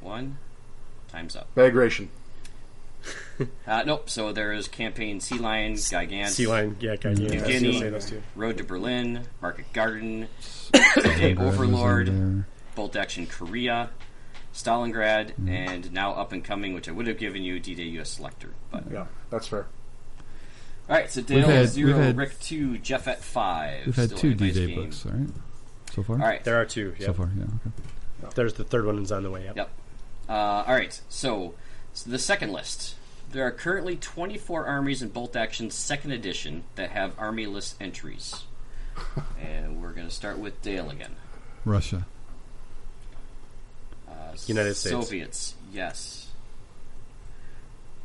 S2: One. Time's up.
S3: Bagration.
S2: Uh, nope. So there is campaign Sea Lion, Gigant,
S7: Sea Lion. Yeah, guy. Yeah,
S2: New
S7: I was
S2: Guinea.
S7: gonna say those two.
S2: Road to Berlin, Market Garden, Day Overlord, Bolt Action Korea, Stalingrad,
S4: Mm-hmm.
S2: and now up and coming, which I would have given you D-Day U.S. Selector. But
S3: Yeah, that's fair.
S2: all right, so Dale
S4: We've had-
S2: zero,
S4: we've had-
S2: Rick two, Jeff at five.
S4: We've had
S2: Still
S4: two
S2: anybody's
S4: D-Day
S2: game.
S4: books, all right? So far?
S2: All right.
S7: There are two. Yeah.
S4: So far, yeah. Okay.
S7: There's the third one is on the way up.
S2: Yep. Uh, all right. So, s the second list. There are currently 24 armies in Bolt Action Second Edition that have army list entries, and we're going to start with Dale again.
S4: Russia.
S2: Uh,
S7: United States.
S2: Soviets. Yes.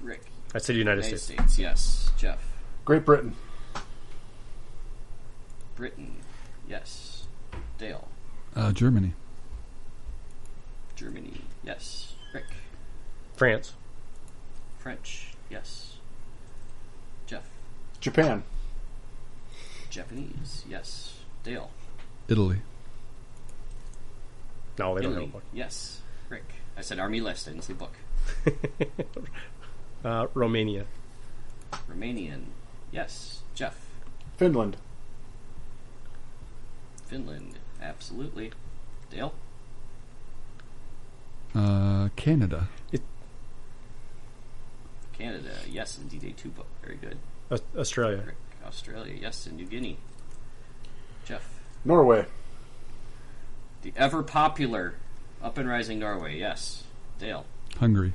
S2: Rick.
S7: I said United
S2: United
S7: States.
S2: States. Yes. Jeff.
S3: Great Britain.
S2: Britain. Yes. Dale.
S4: Uh, Germany.
S2: Germany. Yes. Rick.
S7: France.
S2: French. Yes. Jeff.
S3: Japan.
S2: Japanese. Yes. Dale.
S4: Italy.
S7: No, they don't have a
S2: Italy.
S7: book.
S2: Yes. Rick. I said army list. I didn't say book.
S7: Uh, Romania.
S2: Romanian. Yes. Jeff.
S3: Finland.
S2: Finland. Absolutely. Dale.
S4: Uh, Canada.
S2: Canada. Yes. And D-Day 2 book. Very good.
S7: Aus- Australia.
S2: Rick. Australia. Yes. And New Guinea. Jeff.
S3: Norway.
S2: The ever popular up and rising Norway. Yes. Dale.
S4: Hungary.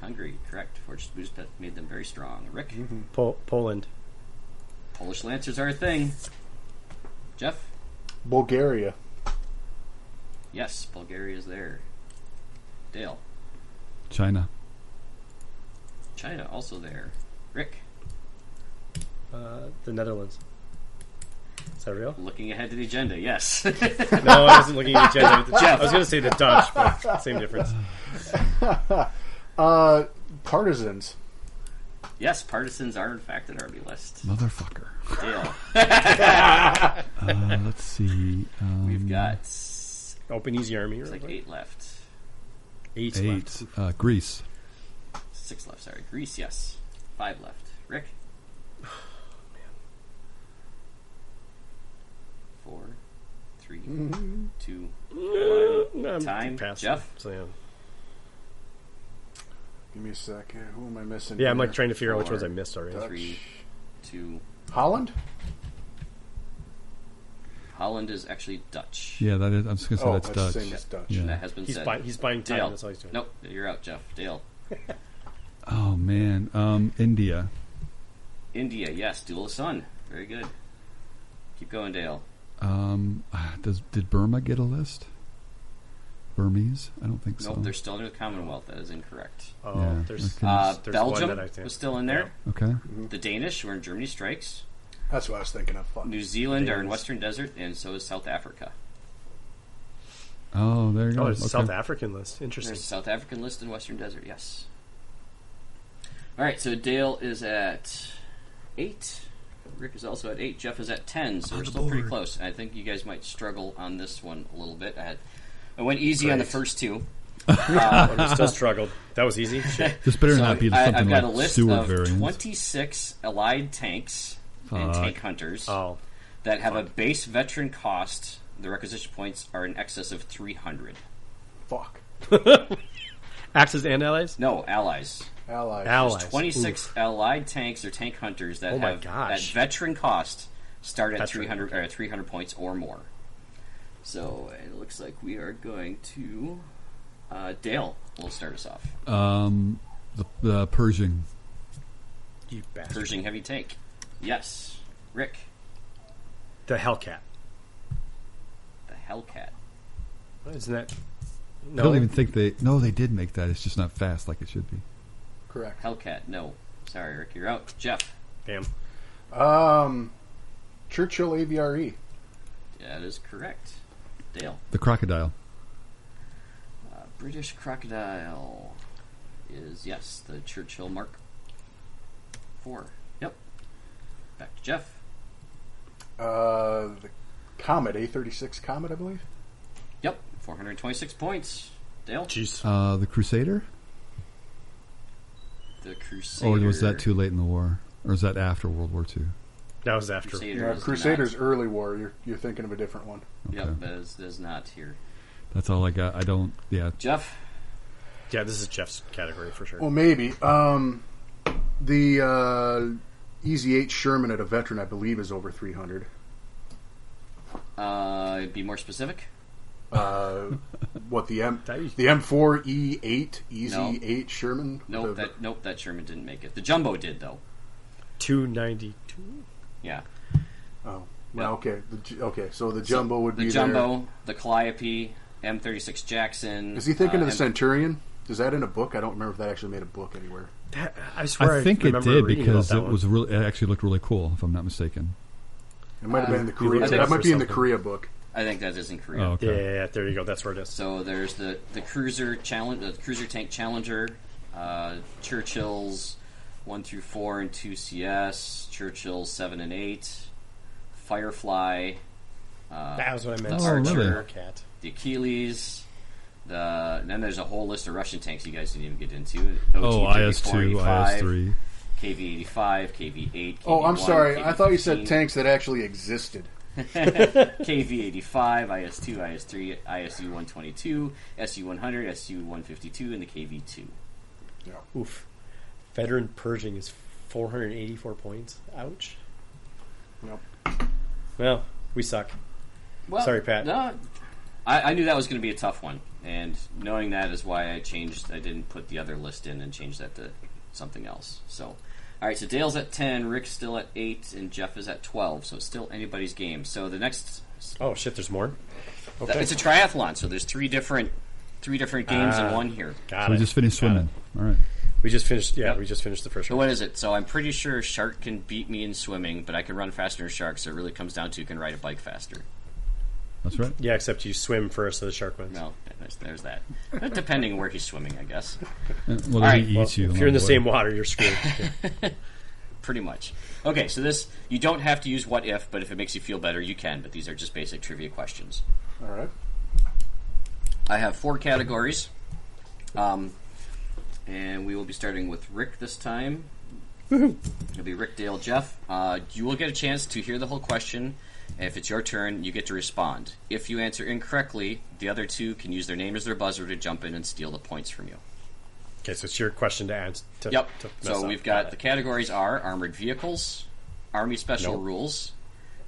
S2: Hungary. Correct. Fortress Budapest made them very strong. Rick.
S7: Pol- Poland.
S2: Polish Lancers are a thing. Jeff.
S3: Bulgaria.
S2: Yes. Bulgaria is there. Dale.
S4: China.
S2: China also there. Rick.
S7: Uh, the Netherlands. Is that real?
S2: Looking ahead to the agenda. Yes.
S7: No, I wasn't looking at each other. I was going to say the Dutch, but same difference.
S3: Uh, partisans.
S2: yes. Partisans are in fact an army list.
S4: Motherfucker.
S2: Dale.
S4: Uh, let's see. Um,
S2: We've got s-
S7: Open easy army.
S2: it's
S7: Or
S2: like
S7: what?
S2: eight left,
S7: Eight
S4: eight. Uh, Greece.
S2: six left. Sorry, Greece. Yes, five left. Rick. Four, three, two, one.
S7: Um,
S2: Time.
S7: pass.
S2: Jeff.
S7: So, yeah.
S3: Give me a sec. here. Who am I missing?
S7: yeah, I'm like
S3: here?
S7: trying to figure out which
S2: Four.
S7: ones I missed already.
S3: Dutch.
S2: Three, two.
S3: Holland.
S2: Holland is actually Dutch.
S4: Yeah, that is. I'm just gonna say
S3: oh,
S4: that's,
S3: that's, the
S4: Dutch.
S3: same as Dutch.
S4: Yeah.
S2: That has been
S7: He's,
S2: said.
S7: buy- he's buying time.
S2: Dale.
S7: That's all he's doing.
S2: Nope, you're out, Jeff. Dale.
S4: Oh man. Um, India.
S2: India. Yes, dual sun. Very good. Keep going, Dale.
S4: Um, ah, does did Burma get a list? Burmese? I don't think
S2: Nope,
S4: so.
S2: they're still under the Commonwealth. That is incorrect.
S7: Oh,
S4: Yeah,
S7: there's,
S4: okay.
S2: Uh,
S7: there's, there's one
S2: Belgium
S7: that I think.
S2: was still in there.
S4: Okay.
S2: The Danish were in Germany strikes.
S3: That's what I was thinking of. Fuck.
S2: New Zealand are in
S7: Danes.
S2: Western Desert, and so is South Africa.
S4: Oh, there you go.
S7: Oh, it's
S4: okay.
S7: a South African list. Interesting.
S2: There's a South African list in Western Desert, yes. All right, so Dale is at eight. Rick is also at eight. Jeff is at ten, so we're still pretty close. And I think you guys might struggle on this one a little bit. I, had, I went easy on the
S1: Great.
S2: first two.
S1: Oh, I still struggled. That was easy. Shit.
S4: This better
S2: So
S4: not be
S2: I,
S4: something
S2: I've got
S4: like
S2: a list
S4: Stewart
S2: of
S4: variants.
S2: 26 allied tanks and
S4: Fuck.
S2: tank hunters
S7: Oh,
S2: that have a base veteran cost. The requisition points are in excess of 300.
S3: Fuck.
S7: Axis and allies.
S2: No, allies.
S3: Allies.
S7: Allies.
S2: 26 allied tanks or tank hunters that
S7: Oh my
S2: have that
S7: gosh.
S2: veteran cost start at
S7: Veteran,
S2: 300 or 300 points or more. So it looks like we are going to uh, Dale. Will start us off.
S4: um, the, the Pershing.
S7: You bastard.
S2: Pershing heavy tank. Yes, Rick,
S7: The Hellcat.
S2: the Hellcat.
S7: Isn't that?
S4: I
S7: No,
S4: don't even think they. No, they did make that. It's just not fast like it should be.
S3: Correct.
S2: Hellcat. No, sorry, Rick, you're out. Jeff.
S7: damn.
S3: Um, Churchill AVRE.
S2: That is correct. Dale.
S4: The crocodile.
S2: Uh, British crocodile is yes the Churchill Mark Four. Yep. Back to Jeff.
S3: Uh, the Comet A36 Comet, I believe.
S2: Yep, 426 points. Dale,
S7: Jeez.
S4: Uh, the Crusader.
S2: the
S4: Or
S2: Crusader.
S4: Oh, was that too late in the war? Or was that after World War II?
S7: That was after.
S2: Crusader
S3: Yeah,
S2: is
S3: Uh, Crusaders
S2: Not,
S3: early war. You're you're thinking of a different one.
S2: Yep, that is, that is not here.
S4: That's all I got. I don't. Yeah.
S2: Jeff,
S7: Yeah, this is Jeff's category for sure.
S3: Well, maybe. Um, the uh, Easy Eight Sherman at a veteran, I believe, is over 300.
S2: uh, be more specific.
S3: Uh, what the M
S7: That is-
S3: the M4 E8 Easy
S2: No.
S3: Eight Sherman?
S2: Nope,
S3: The-
S2: that nope, that Sherman didn't make it. The Jumbo did though.
S7: Two ninety two.
S2: Yeah,
S3: oh, well,
S2: yeah.
S3: okay, the, J- okay. So the Jumbo would
S2: the
S3: be
S2: Jumbo, the Calliope, M36 Jackson.
S3: There. Is he thinking
S2: uh,
S3: of the
S2: M-
S3: Centurion? Is that in a book? I don't remember if that actually made a book anywhere.
S7: That, I swear,
S4: I think it
S7: remember
S4: did
S7: reading
S4: because
S7: about
S4: it
S7: that one.
S4: was really. It actually looked really cool, if I'm not mistaken.
S3: It might have
S2: Uh,
S3: been in the
S2: we
S3: Korea.
S2: looked it
S3: That
S7: up
S3: might
S7: for
S3: be in the
S7: something.
S3: Korea book.
S2: I think that is in Korea.
S4: Oh,
S7: Yeah,
S4: okay.
S7: yeah, yeah, there you go. That's where it is.
S2: So there's the the cruiser challenge, the cruiser tank Challenger, uh, Churchill's one through four and two CS, Churchill's seven and eight, Firefly,
S7: that was what I meant.
S4: Oh, really?
S7: Hellcat.
S2: the Achilles. The and then there's a whole list of Russian tanks you guys didn't even get into.
S4: Oh, IS two, IS three.
S2: KV eighty five, KV eight.
S3: Oh, I'm sorry. I thought you said tanks that actually existed.
S2: KV 85, IS 2, IS 3, ISU 122, SU 100, SU 152, and the KV 2.
S7: Oof. Veteran Pershing is 484 points. Ouch.
S3: Yep.
S7: Well, we suck.
S2: Well,
S7: Sorry, Pat.
S2: No, I, I knew that was going to be a tough one, and knowing that is why I changed. I didn't put the other list in and change that to something else. So, all right. So Dale's at ten, Rick's still at eight, and Jeff is at twelve. So it's still anybody's game. So the next,
S7: Oh shit, there's more. Okay.
S2: it's a triathlon. So there's three different, three different games
S7: Ah.
S2: in one here.
S7: Got
S4: So we
S7: it.
S4: just finished
S7: Got
S4: swimming. All right.
S7: it. We just finished. Yeah,
S2: Yep.
S7: we just finished the first
S2: So
S7: one.
S2: what is it? So I'm pretty sure Shark can beat me in swimming, but I can run faster than Shark. So it really comes down to who can ride a bike faster.
S4: That's right.
S7: Yeah, except you swim first, so the shark wins.
S2: No, there's, there's that. But depending where he's swimming, I guess.
S4: Uh, Well,
S2: right,
S4: they eat
S7: Well, if
S4: you.
S7: you're in
S4: along
S7: the
S4: way.
S7: same water, you're screwed. Yeah.
S2: pretty much. Okay, so this you don't have to use what if, but if it makes you feel better, you can. But these are just basic trivia questions.
S3: All right.
S2: I have four categories, um, and we will be starting with Rick this time. It'll be Rick, Dale, Jeff. Uh, you will get a chance to hear the whole question. and If it's your turn, you get to respond. If you answer incorrectly, the other two can use their name as their buzzer to jump in and steal the points from you.
S7: okay, so it's your question to answer. To,
S2: Yep.
S7: To mess
S2: So
S7: up.
S2: we've got the categories are armored vehicles, army special
S7: Nope.
S2: rules,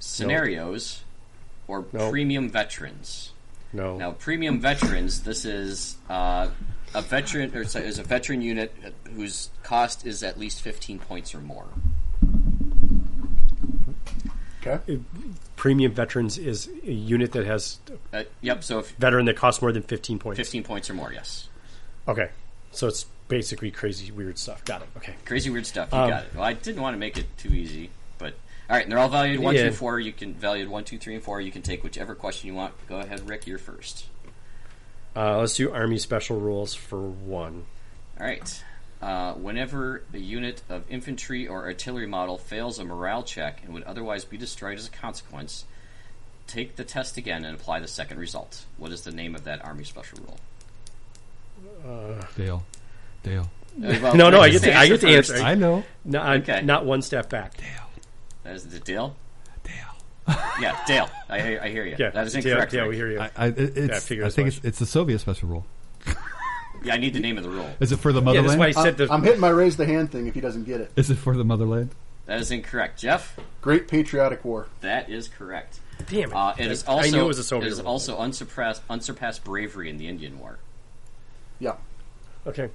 S2: scenarios, or
S7: Nope.
S2: premium veterans.
S7: no.
S2: Now, premium veterans. This is uh, a veteran or sorry, is a veteran unit whose cost is at least fifteen points or more.
S3: Okay.
S1: Premium veterans is a unit that has
S2: Uh, yep. So if
S1: veteran that costs more than 15 points.
S2: 15 points or more, yes.
S1: Okay. So it's basically crazy, weird stuff. Got it. Okay.
S2: Crazy weird stuff. You
S1: Um,
S2: got it. Well, I didn't want to make it too easy, but all right. And they're all valued one, two, four.
S1: Yeah.
S2: You can valued one, two, three, and four. You can take whichever question you want. Go ahead, Rick. You're first.
S1: Uh, let's do Army special rules for one.
S2: All right. Uh, whenever a unit of infantry or artillery model fails a morale check and would otherwise be destroyed as a consequence, take the test again and apply the second result. What is the name of that army special rule?
S4: Dale. Dale.
S2: Uh, well,
S1: No, no, I
S2: Rick,
S1: get to, I get to
S2: first.
S1: answer.
S4: I know.
S1: No, I'm
S2: Okay.
S1: Not one step back.
S2: That is the Dale.
S4: Dale.
S2: Yeah, Dale. I, hear- I hear you.
S1: Yeah,
S2: that is
S1: Dale-
S2: incorrect.
S1: Dale,
S2: Rick.
S1: we hear you.
S4: I, I, it- it's,
S1: figure
S4: I
S1: as
S4: think
S1: much.
S4: it's, it's the Soviet special rule.
S2: yeah, I need the name of the rule.
S4: Is it for the
S1: yeah, that's
S4: motherland?
S1: why I said
S3: I'm,
S1: the.
S3: I'm hitting my raise the hand thing if he doesn't get it.
S4: Is it for the motherland?
S2: That is incorrect, Jeff.
S3: Great Patriotic War.
S2: That is correct.
S1: damn it!
S2: Uh, it is
S1: I-
S2: also
S1: I knew it was a Soviet.
S2: it is
S1: rule.
S2: also unsurpassed unsurpassed bravery in the Indian War.
S3: Yeah.
S1: Okay.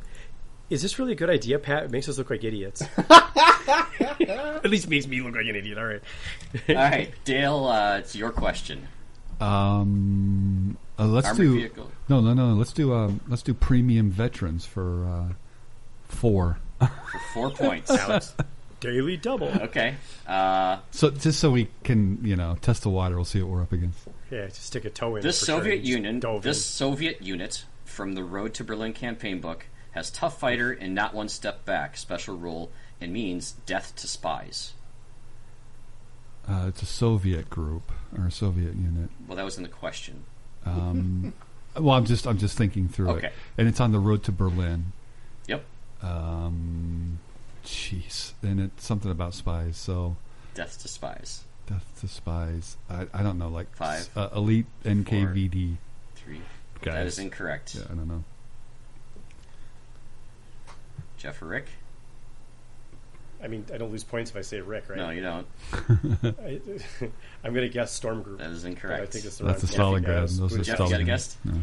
S1: Is this really a good idea, Pat? It makes us look like idiots. At least makes me look like an idiot. All right.
S2: All right, Dale, uh, it's your question.
S4: Um, uh, let's
S2: Armored
S4: do
S2: vehicle.
S4: no, no, no. Let's do um, let's do premium veterans for uh, four.
S2: Four points.
S1: Alex. Daily double.
S2: Okay. Uh,
S4: So just so we can you know test the water, we'll see what we're up against.
S1: Yeah, just stick a toe in.
S2: this
S1: for sure.
S2: Soviet
S1: Just
S2: Union,
S1: dove
S2: this Soviet unit from the Road to Berlin campaign book has tough fighter and not one step back special rule and means death to spies.
S4: Uh, it's a Soviet group or a Soviet unit.
S2: Well, that was in the question.
S4: Um, well, I'm just I'm just thinking through
S2: Okay.
S4: it, and it's on the road to Berlin.
S2: Yep.
S4: Um, jeez, and it's something about spies. So
S2: Death to spies.
S4: death to spies. I, I don't know, like
S2: Five.
S4: uh, elite NKVD
S2: Three.
S4: guys.
S2: That is incorrect.
S4: yeah, I don't know.
S2: Jeff or Rick?
S1: in. I mean, I don't lose points if I say Rick, right?
S2: No, you don't.
S1: I, I'm going to guess Storm Group.
S2: That is
S1: but I
S2: incorrect.
S1: think it's the
S4: That's a
S1: wrong
S4: Stalingrad.
S1: Yeah,
S4: and Those are
S1: Jeff,
S2: you got a
S4: Stalingrad.
S2: guess?
S4: No.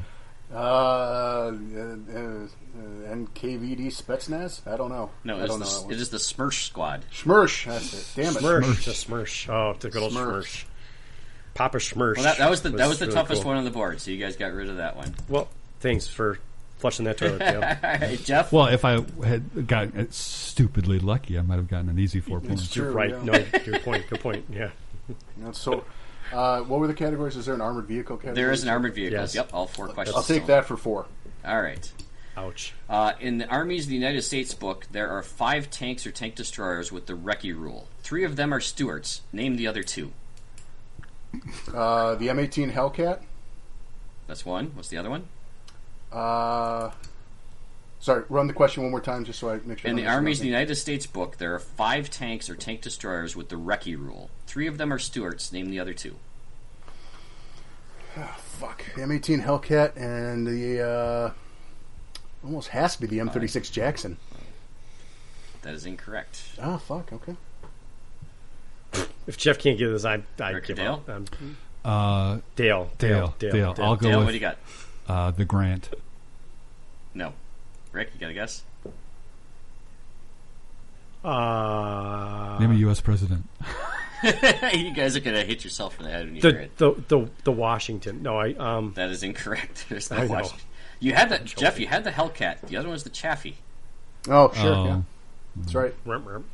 S3: Uh, uh, uh, NKVD Spetsnaz? I don't know.
S2: No,
S3: I
S2: it is,
S3: don't
S2: the,
S3: know.
S2: s-
S3: that one.
S2: it is the Smirsch squad.
S3: Smirsh. That's it. Damn it.
S1: Smirsh, the Smirsh. Oh, the good old
S3: Smirsh.
S1: Smirsh. Papa Smirsh.
S2: Well, that, that was the that was the
S1: really
S2: toughest
S1: cool.
S2: one on the board, so you guys got rid of that one.
S1: Well, thanks for flushing that toilet, Dale.
S2: All right, Jeff.
S4: Well, if I had gotten uh, stupidly lucky, I might have gotten an easy four points.
S3: true.
S1: You're right.
S3: yeah.
S1: No, good point. Good point. Yeah.
S3: No, so, uh, what were the categories? Is there an armored vehicle category?
S2: There is an armored vehicle.
S1: Yes.
S2: Yep, all four questions.
S3: I'll take that for four.
S2: All right.
S1: Ouch.
S2: Uh, in the Armies of the United States book, there are five tanks or tank destroyers with the recce rule. Three of them are Stuarts. Name the other two.
S3: Uh, the M18 Hellcat.
S2: That's one. What's the other one?
S3: Uh, sorry, run the question one more time just so I make
S2: In
S3: sure. I'm
S2: the
S3: missing
S2: Armies of the
S3: nothing.
S2: United States book, there are five tanks or tank destroyers with the recce rule. Three of them are Stuarts. Name the other two. Ah,
S3: Fuck. The M18 Hellcat and the. Uh, almost has to be the M36 Jackson.
S2: That is incorrect.
S3: Ah, fuck, okay.
S1: If Jeff can't get this, I, I
S2: Rick or
S1: give
S2: Dale?
S1: up. Um,
S4: Uh,
S1: Dale.
S4: Dale,
S1: Dale.
S4: Dale, I'll go
S2: Dale,
S4: with
S2: what do you got?
S4: Uh, the Grant.
S2: No. Rick, you got a guess?
S1: Uh,
S4: Name a U.S. president.
S2: you guys are gonna hit yourself in the head when you hear
S1: the,
S2: it.
S1: the the the Washington. No, I um.
S2: That is incorrect. There's no
S1: I know.
S2: question. You had the Jeff. You had the Hellcat. The other one's the Chaffee.
S3: Oh, sure,
S4: Oh.
S3: yeah. That's right.
S1: rump, rump.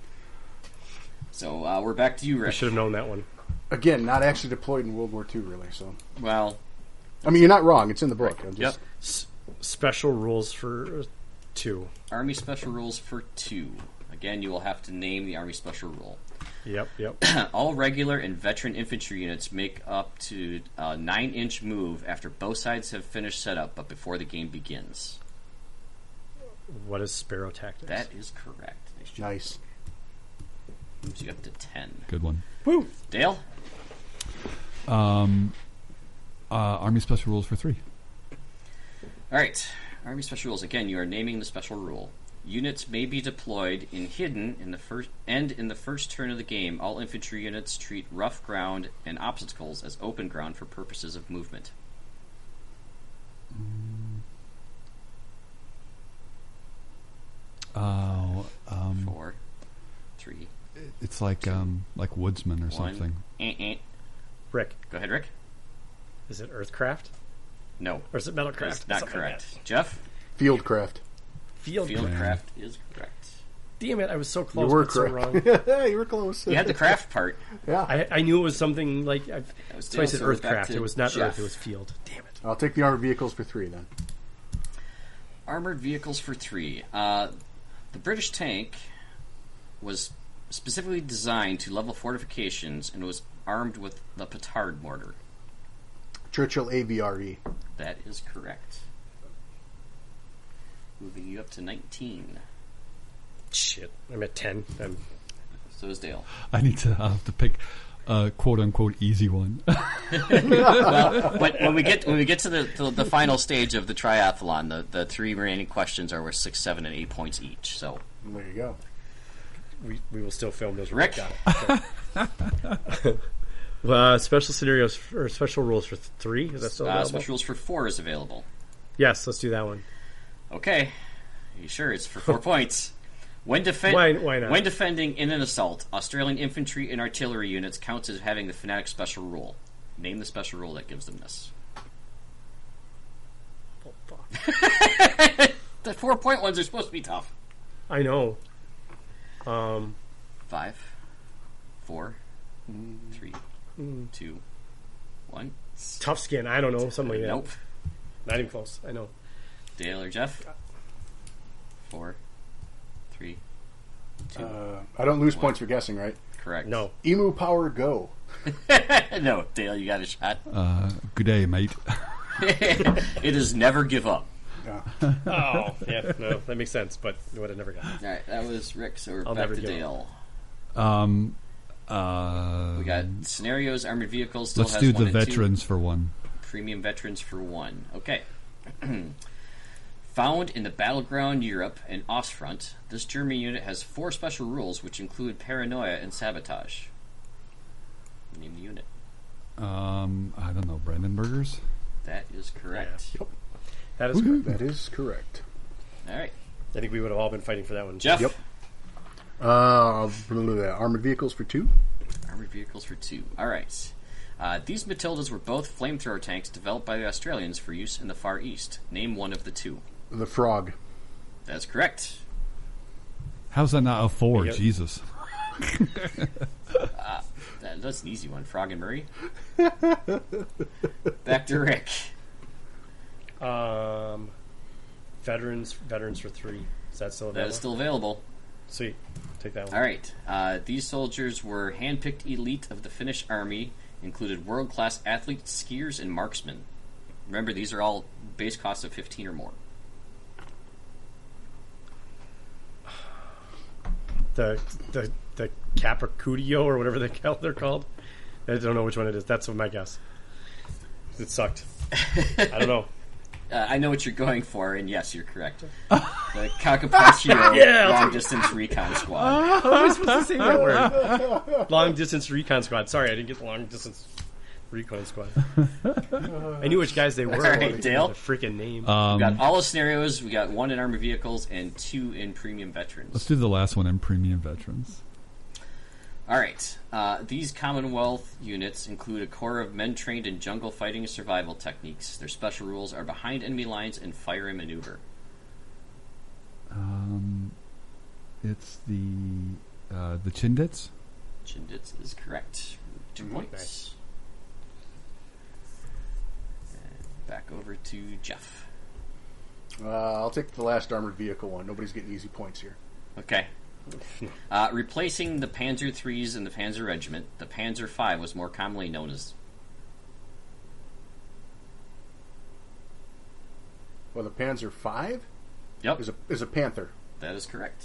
S2: So uh, we're back to you,
S1: I
S2: Rick.
S1: should have known that one.
S3: Again, not actually deployed in World War II, really, so.
S2: Well,
S3: I mean, you're not wrong. It's in the book. I'm just,
S2: yep.
S1: S- special rules for uh, two.
S2: Army special rules for two. Again, you will have to name the Army special rule. Uh,
S1: Yep. Yep.
S2: All regular and veteran infantry units make up to a nine inch move after both sides have finished setup, but before the game begins.
S1: what is Sparrow tactics?
S2: That is correct. Nice job.
S3: Nice.
S2: Moves you up to 10.
S4: Good one.
S1: Woo.
S2: Dale?
S4: Uh, Army Special Rules for three.
S2: All right. Army special rules. Again, you are naming the special rule. Units may be deployed in hidden in the first and in the first turn of the game. All infantry units treat rough ground and obstacles as open ground for purposes of movement.
S4: Oh, um,
S2: Four, three,
S4: it's like um, like woodsman or
S2: one.
S4: something.
S2: Eh, eh. ahead, Rick.
S1: Is it Earthcraft
S2: No,
S1: or is it Metalcraft?
S2: that's not
S1: Something like
S2: correct.
S1: that.
S2: Jeff,
S3: Fieldcraft.
S1: Field.
S2: Fieldcraft is correct.
S1: Damn it! I was so
S3: You
S1: close.
S3: were
S1: but so wrong.
S3: correct. you were close.
S2: You had the craft part.
S3: yeah, I,
S1: I, I knew it was something like I've,
S2: was
S1: so I said
S2: still- so back
S1: Earthcraft.
S2: to
S1: It was not
S2: Jeff.
S1: Earth. It was Field. Damn it!
S3: will take the armored vehicles for three then.
S2: Armored vehicles for three. Uh, the British tank was specifically designed to level fortifications and was armed with the petard mortar.
S3: Churchill AVRE.
S2: That is correct. Moving you up to 19.
S1: Shit! I'm at ten. I'm,
S2: So is Dale.
S4: I need to. I'll have to pick a quote unquote easy one.
S2: But when we get when we get to the to the final stage of the triathlon, the, the three remaining questions are worth six, seven, and eight points each. So
S3: There you go.
S1: we, we will still film those.
S2: Rick?
S1: got it. Okay. uh, special scenarios f- or special rules for th- three? Is that still
S2: uh,
S1: available?
S2: special rules for four is available.
S1: Yes, let's do that one.
S2: Okay. You sure it's for four points? When, defen-
S1: Why- why not?
S2: when defending in an assault, Australian infantry and artillery units count as having the fanatic special rule. Name the special rule that gives them this.
S1: Oh, fuck.
S2: The four point ones are supposed to be tough.
S1: I know. Um,
S2: Five, four,
S1: Mm.
S2: three, two, one.
S1: tough skin. I don't know something like that.
S2: Nope.
S1: Not even close. I know.
S2: Dale or Jeff? Four, three, two.
S3: Uh, I don't lose points for guessing, right?
S2: correct.
S1: No.
S3: Emu Power Go.
S2: no, Dale, you got a shot.
S4: Uh, good day, mate.
S2: it is never give up.
S1: Oh, yeah. No, that makes sense. But you would have never got. it.
S2: All right, that was Rick. So we're
S1: I'll
S2: back
S1: never
S2: to
S1: give up.
S2: Dale.
S4: Um, uh,
S2: We got scenarios, armored vehicles. Still
S4: let's
S2: has
S4: do
S2: one
S4: the
S2: and two.
S4: veterans for one.
S2: Premium veterans for one. Okay. Found in the battleground Europe and Ostfront, this German unit has four special rules, which include paranoia and sabotage. Name the unit.
S4: Um, I don't know. Brandenburgers.
S2: That is correct.
S1: That is correct.
S3: That is correct.
S2: All right,
S1: I think we would have all been fighting for that one.
S2: Jeff.
S3: Yep. Uh, blah, blah, blah. armored vehicles for two.
S2: Armored vehicles for two. All right. Uh, these Matildas were both flamethrower tanks developed by the Australians for use in the Far East. Name one of the two.
S3: The frog.
S2: That's correct.
S4: How's that not a four?
S1: Yeah.
S4: Jesus.
S2: That, that's an easy one. Frog and Murray. Back to Rick.
S1: Um, veterans, veterans for three. Is that still
S2: That
S1: available?
S2: is still available.
S1: Sweet. Take that one.
S2: All right. Uh, these soldiers were handpicked elite of the Finnish army, included world class athletes, skiers, and marksmen. Remember, these are all base costs of 15 or more.
S1: The the the Capricudio or whatever the hell they're called. I don't know which one it is. That's my guess. It sucked. I don't know.
S2: Uh, I know what you're going for, and yes, you're correct. The Kakapatio long distance recon squad.
S1: What's the same that word? Long distance recon squad. Sorry, I didn't get the long distance recon squad. I knew which guys they were.
S2: All right,
S1: I didn't know
S2: Dale.
S1: The freaking name.
S4: Uh, Um,
S2: we got all the scenarios. We got one in armored vehicles and two in premium veterans.
S4: Let's do the last one in premium veterans.
S2: All right. Uh, these Commonwealth units include a corps of men trained in jungle fighting and survival techniques. Their special rules are behind enemy lines and fire and maneuver.
S4: Um, it's the uh, the Chindits.
S2: Chindits is correct. 2
S1: Mm-hmm.
S2: points. And back over to Jeff.
S3: Uh, I'll take the last armored vehicle one. Nobody's getting easy points here.
S2: Okay. Uh, replacing the Panzer IIIs and the Panzer Regiment, the Panzer V was more commonly known as.
S3: Well, the Panzer Five
S2: Yep,
S3: is a is a Panther.
S2: that is correct.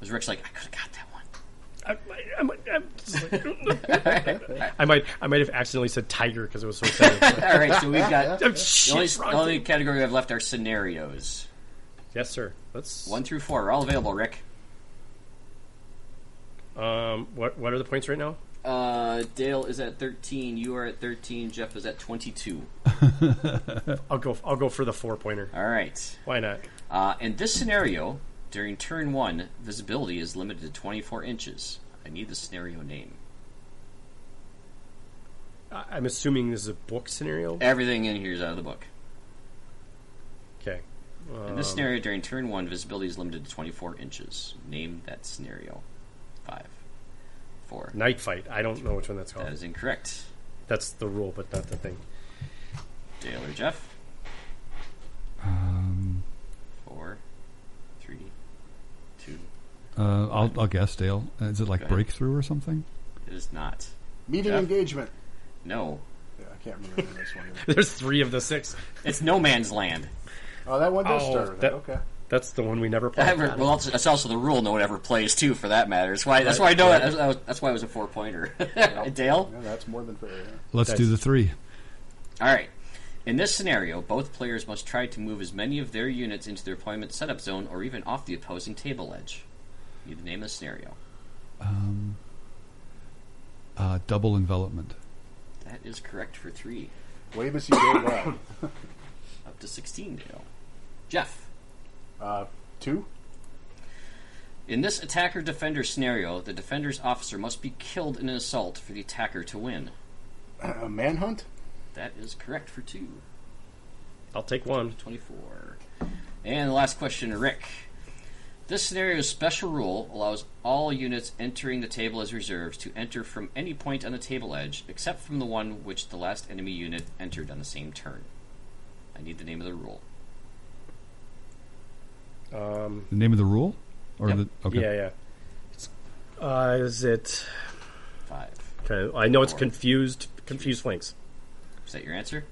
S2: Was Rick's like, I could have got that one.
S1: I, I, I, I'm just like- I might I might have accidentally said tiger because it was so exciting.
S2: All right, so we've got the
S1: Oh, shit,
S2: only,
S1: wrong
S2: the only
S1: thing.
S2: category we have left are scenarios.
S1: Yes, sir. Let's.
S2: One through four are all available, Rick.
S1: Um, what what are the points right now?
S2: Uh, Dale is at 13, you are at 13, Jeff is at 22.
S1: I'll go I'll go for the four pointer.
S2: All right.
S1: Why not?
S2: Uh, in this scenario, during turn one, visibility is limited to 24 inches. I need the scenario name.
S1: I- I'm assuming this is a book scenario.
S2: Everything in here is out of the book.
S1: Okay.
S2: In this scenario, during turn one, visibility is limited to 24 inches. Name that scenario. Five, four.
S1: Night fight. I don't know which one that's called.
S2: That is incorrect.
S1: That's the rule, but not the thing.
S2: Dale or Jeff?
S4: Um,
S2: Four, three, two.
S4: uh, I'll, I'll guess, Dale. Is it like
S2: Okay.
S4: breakthrough or something?
S2: It is not.
S3: Meeting
S2: Yeah.
S3: engagement.
S2: No.
S3: Yeah, I can't remember this one. either.
S1: There's three of the six.
S2: It's No Man's Land.
S3: Oh, that one does
S1: Oh,
S3: start with
S1: that-
S3: it. Okay.
S1: That's the one we never played.
S2: That- well, that's, that's also the rule no one ever plays, too, for that matter. That's why, that's why I know it. That's, that's why it was a four pointer. Uh, Dale?
S3: Yeah, that's more than fair. Yeah.
S4: Let's
S1: That's-
S4: do the three.
S2: All right. In this scenario, both players must try to move as many of their units into their deployment setup zone or even off the opposing table edge. You need to name the scenario.
S4: Um, uh, double envelopment.
S2: That is correct for three.
S3: Wavis, you go well.
S2: Up to 16, Dale. Jeff.
S3: Uh, two.
S2: In this attacker defender scenario, the defender's officer must be killed in an assault for the attacker to win.
S3: Uh, manhunt.
S2: That is correct for two.
S1: I'll take one.
S2: 24. And the last question, to Rick. This scenario's special rule allows all units entering the table as reserves to enter from any point on the table edge except from the one which the last enemy unit entered on the same turn. I need the name of the rule.
S1: Um,
S4: The name of the rule? Or
S2: Yep.
S4: the, okay.
S1: Yeah, yeah. It's- Uh, is it?
S2: Five.
S1: Okay, I know it's
S2: Four.
S1: confused. Confused flanks.
S2: Is that your answer?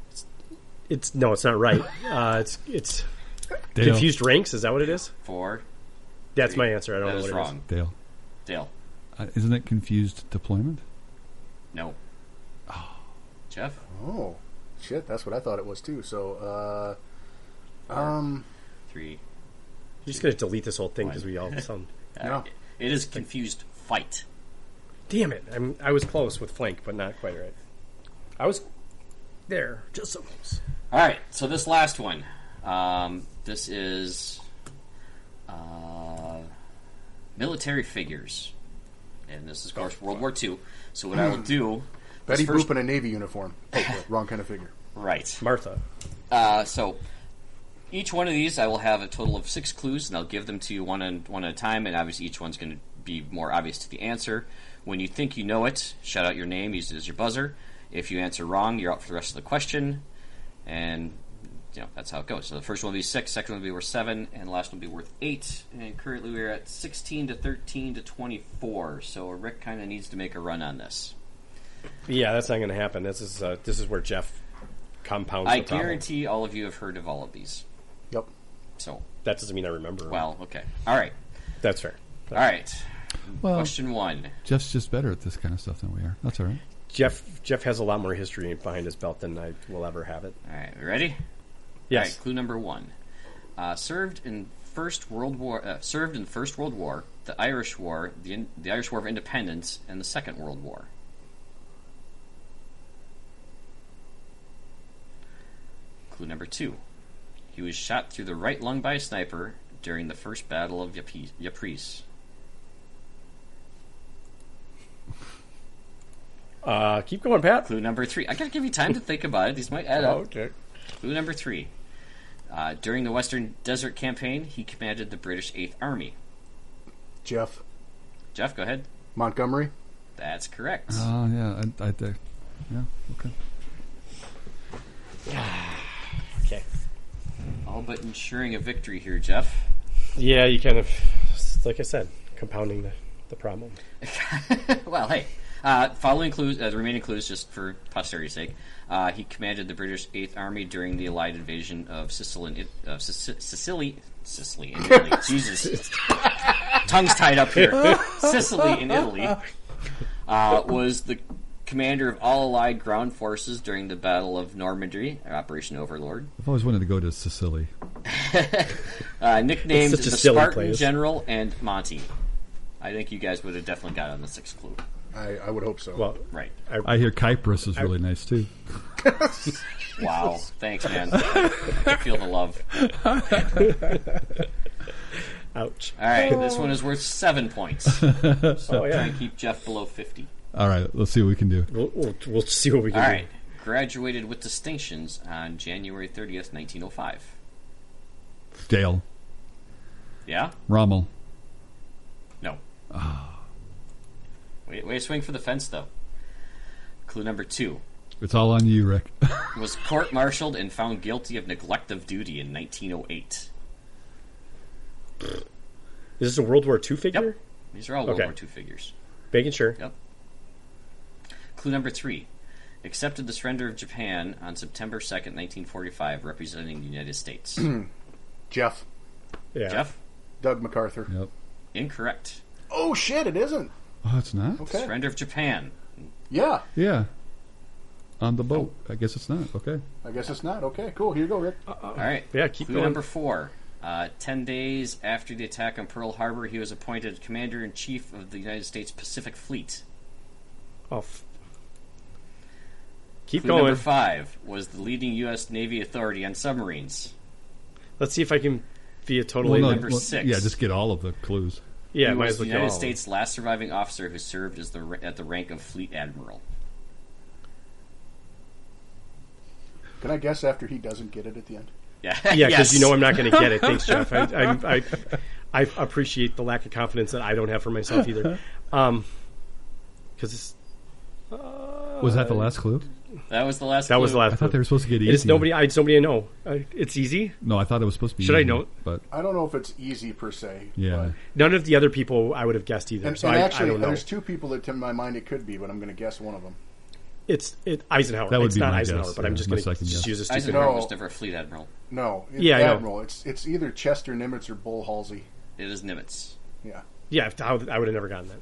S1: It's no, it's not right. Uh, it's it's
S4: Dale.
S1: confused ranks. Is that what it is?
S2: Four.
S1: That's
S2: Three.
S1: my answer. I don't
S2: That
S1: know
S2: is
S1: what it
S2: wrong.
S4: Dale.
S2: Dale.
S4: Uh, isn't it confused deployment?
S2: No. Jeff.
S3: Oh, shit. That's what I thought it was too. So, uh, um,
S2: Three.
S1: is. You're just gonna delete this whole thing because we all sound.
S2: Uh,
S3: No.
S2: It is confused fight.
S1: Damn it! I'm, I was close with flank, but not quite right. I was there, just so close.
S2: All right, so this last one, um, this is uh, military figures, and this is of course World War II. So what I will do, this
S3: Hmm. Betty
S2: first-
S3: Boop in a navy uniform. Oh, wrong kind of figure.
S2: right?
S1: Martha.
S2: Uh, so each one of these, I will have a total of six clues, and I'll give them to you one and one at a time. And obviously, each one's going to be more obvious to the answer. When you think you know it, shout out your name, use it as your buzzer. If you answer wrong, you're out for the rest of the question, and you know that's how it goes. So the first one will be six, second one will be worth seven, and the last one will be worth eight. And currently, we're at sixteen to thirteen to twenty-four. So Rick kind of needs to make a run on this.
S1: Yeah, that's not gonna happen. This is uh, this is where Jeff compounds.
S2: I
S1: the problem.
S2: guarantee all of you have heard of all of these.
S3: Yep.
S2: So
S1: that doesn't mean I remember.
S2: well, okay, all right.
S1: that's fair.
S2: All right.
S4: Well,
S2: Question one.
S4: Jeff's just better at this kind of stuff than we are. That's all right.
S1: Jeff Jeff has a lot more history behind his belt than I will ever have it.
S2: All right, we ready? All right,
S1: Yes.
S2: clue number one. Uh, served in First World War. Uh, served in First World War, the Irish War, the, in, the Irish War of Independence, and the Second World War. Clue number two. He was shot through the right lung by a sniper during the First Battle of Yapi- Ypres.
S1: Uh, keep going, Pat.
S2: Clue number three. I gotta give you time to think about it. These might add up.
S1: Oh, okay.
S2: Clue number three. Uh, during the Western Desert Campaign, he commanded the British Eighth Army.
S3: Jeff
S2: Jeff, go ahead.
S3: Montgomery.
S2: That's correct.
S4: Oh, yeah. I, I, I- yeah, okay.
S1: Okay.
S2: All but ensuring a victory here, Jeff.
S1: Yeah, you kind of, like I said, compounding the, the problem.
S2: well, hey. Uh, following clues, uh, the remaining clues, just for posterity's sake, uh, he commanded the British Eighth Army during the Allied invasion of Sicily, and it- uh, Sic- Sicily, Sicily, and Italy. Jesus, tongues tied up here. Sicily in Italy uh, was the commander of all Allied ground forces during the Battle of Normandy, Operation Overlord.
S4: I've always wanted to go to Sicily.
S2: Uh, nicknamed the
S1: It's such a silly
S2: Spartan
S1: place.
S2: General and Monty. I think you guys would have definitely got on the sixth clue,
S3: I, I would hope so.
S1: Well,
S2: right?
S4: I hear Kypros is really nice, too.
S2: Wow. Thanks, man. I feel the love.
S1: ouch.
S2: All right, this one is worth seven points.
S1: Oh, yeah.
S2: Keep Jeff below 50.
S4: All right, let's see what we can do.
S1: We'll, we'll, we'll see what we
S2: All
S1: can do.
S2: right. Graduated with distinctions on January 30th, 1905.
S4: Dale,
S2: Yeah?
S4: Rommel,
S2: No.
S1: Ah.
S2: Wait, wait, swing for the fence, though. Clue number two
S4: it's all on you, Rick.
S2: was court martialed and found guilty of neglect of duty in 1908.
S1: Is this a World War II figure?
S2: Yep. These are all World
S1: Okay.
S2: War II figures.
S1: Making sure.
S2: Yep. Clue number three accepted the surrender of Japan on September 2nd, 1945, representing the United States.
S3: Jeff.
S1: Yeah.
S2: Jeff?
S3: Doug MacArthur.
S4: yep.
S2: Incorrect.
S3: Oh shit! It isn't.
S4: Oh, it's not.
S3: Okay.
S2: Surrender of Japan.
S3: Yeah.
S4: Yeah. On the boat. I guess it's not. Okay.
S3: I guess it's not. Okay. Cool. Here you go, Rick.
S1: Uh,
S2: All right.
S1: yeah, keep
S2: Clue
S1: going.
S2: number four. Uh, ten days after the attack on Pearl Harbor, he was appointed Commander in Chief of the United States Pacific Fleet.
S1: Oh, f- keep
S2: Clue
S1: going.
S2: number five was the leading U.S. Navy authority on submarines.
S1: Let's see if I can be a total.
S4: Well,
S1: idiot.
S4: no,
S2: number six.
S4: Yeah, just get all of the clues.
S1: yeah,
S2: he
S1: might
S2: was
S1: as
S2: the
S1: well get all
S2: United
S1: of them.
S2: States' last surviving officer who served as the ra- at the rank of Fleet Admiral.
S3: Can I guess after he doesn't get it at the end?
S2: Yeah,
S1: Yeah, because
S2: yes.
S1: you know I'm not going to get it. Thanks, Jeff. I, I, I, I appreciate the lack of confidence that I don't have for myself either. Um, because it's uh,
S4: Was that the last clue?
S2: that was the last.
S1: That was
S2: clue.
S1: the last.
S4: I thought they were supposed to get easy.
S1: It's nobody. I, it's nobody I know. Uh, it's easy.
S4: No, I thought it was supposed to be.
S1: Should I
S4: easy,
S1: know it?
S4: But
S3: I don't know if it's easy per se.
S4: yeah,
S1: None of the other people I would have guessed either.
S3: And,
S1: so
S3: and
S1: I,
S3: actually,
S1: I don't know.
S3: there's two people that to my mind it could be, but I'm going to guess one of them.
S1: It's it, Eisenhower.
S4: That would
S1: it's
S4: be
S1: not
S4: my
S1: Eisenhower,
S4: guess,
S1: but
S4: yeah,
S1: I'm just
S4: my
S1: going to
S4: second
S1: just
S4: guess.
S1: use a stupid.
S2: Eisenhower
S3: No.
S2: was never a Fleet Admiral.
S3: No, it's
S1: Yeah, I know.
S3: Admiral. It's it's either Chester Nimitz or Bull Halsey.
S2: It is Nimitz.
S3: Yeah,
S1: Yeah, if- I would I would have never gotten that.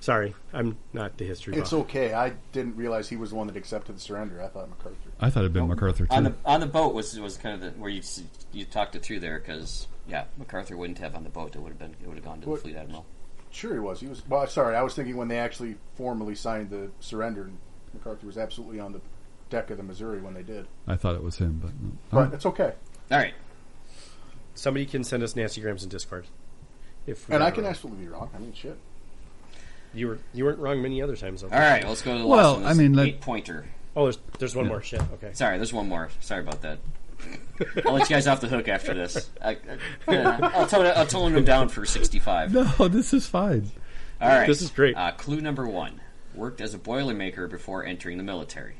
S1: Sorry, I'm not the history buff.
S3: it's okay. I didn't realize he was the one that accepted the surrender. I thought MacArthur.
S4: I thought it'd been MacArthur too.
S2: On the on the boat was was kind of the, where you s- you talked it through there because yeah MacArthur wouldn't have on the boat it would have been it would have gone to the
S3: What-
S2: fleet admiral.
S3: Sure, he was. He was. Well, sorry, I was thinking when they actually formally signed the surrender, and MacArthur was absolutely on the deck of the Missouri when they did.
S4: I thought it was him, but no. All
S3: But
S4: right.
S3: it's okay.
S2: All right,
S1: Somebody can send us Nancy Grams in Discord. If we
S3: And
S1: got
S3: I
S1: it
S3: can
S1: wrong.
S3: absolutely be wrong. I mean, shit.
S1: You were you weren't wrong many other times. Though.
S2: all right. Let's go to the
S4: Well,
S2: last one.
S4: I
S2: This
S4: mean, like-
S2: eight pointer.
S1: Oh, there's there's one more. Shit. Okay.
S2: Sorry, there's one more. Sorry about that. I'll let you guys off the hook after this. I, I, yeah, I'll, tone, I'll tone them down for 65.
S4: no, this is fine.
S2: All right.
S1: This is great.
S2: Uh, clue number one worked as a boilermaker before entering the military.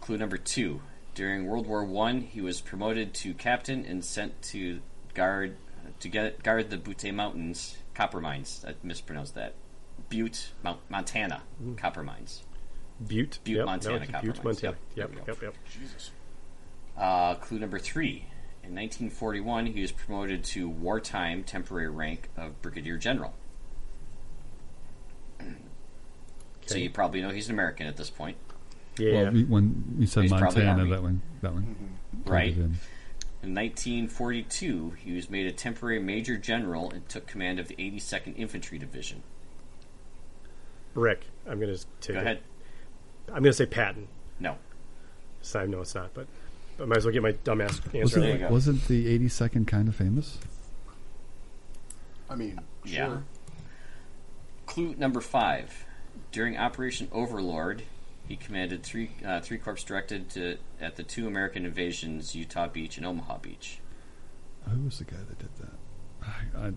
S2: Clue number two during World War One, he was promoted to captain and sent to guard to get, guard the Butte Mountains copper mines. I mispronounced that. Butte, Mount, Montana,
S1: Mm.
S2: copper mines.
S1: Butte.
S2: Butte,
S1: yep,
S2: Montana,
S1: No, it's
S2: Copper
S1: Butte,
S2: Mines.
S1: Montana.
S2: Yep,
S1: Yep.
S2: there we
S1: Yep. Yep.
S3: Jesus.
S2: Uh, clue number three. In 1941, he was promoted to wartime temporary rank of brigadier general. So
S1: Okay.
S2: you probably know he's an American at this point,
S1: Yeah.
S4: Well, we, when we said
S2: He's probably
S4: Montana,
S2: Army.
S4: that one, that one,
S3: Mm-hmm.
S4: pulled
S2: right?
S4: it in.
S2: In 1942, he was made a temporary major general and took command of the 82nd Infantry Division.
S1: Rick, I'm gonna take.
S2: Go
S1: it.
S2: ahead.
S1: I'm gonna say Patton.
S2: No,
S1: This time, no, it's not. But I might as well get my dumbass answer.
S4: Wasn't,
S1: out.
S2: you go.
S4: wasn't the 82nd kind of famous?
S3: I mean,
S2: Yeah.
S3: sure.
S2: Clue number five. During Operation Overlord, he commanded three uh, three corps directed to at the two American invasions, Utah Beach and Omaha Beach.
S4: Who was the guy that did that? I, I,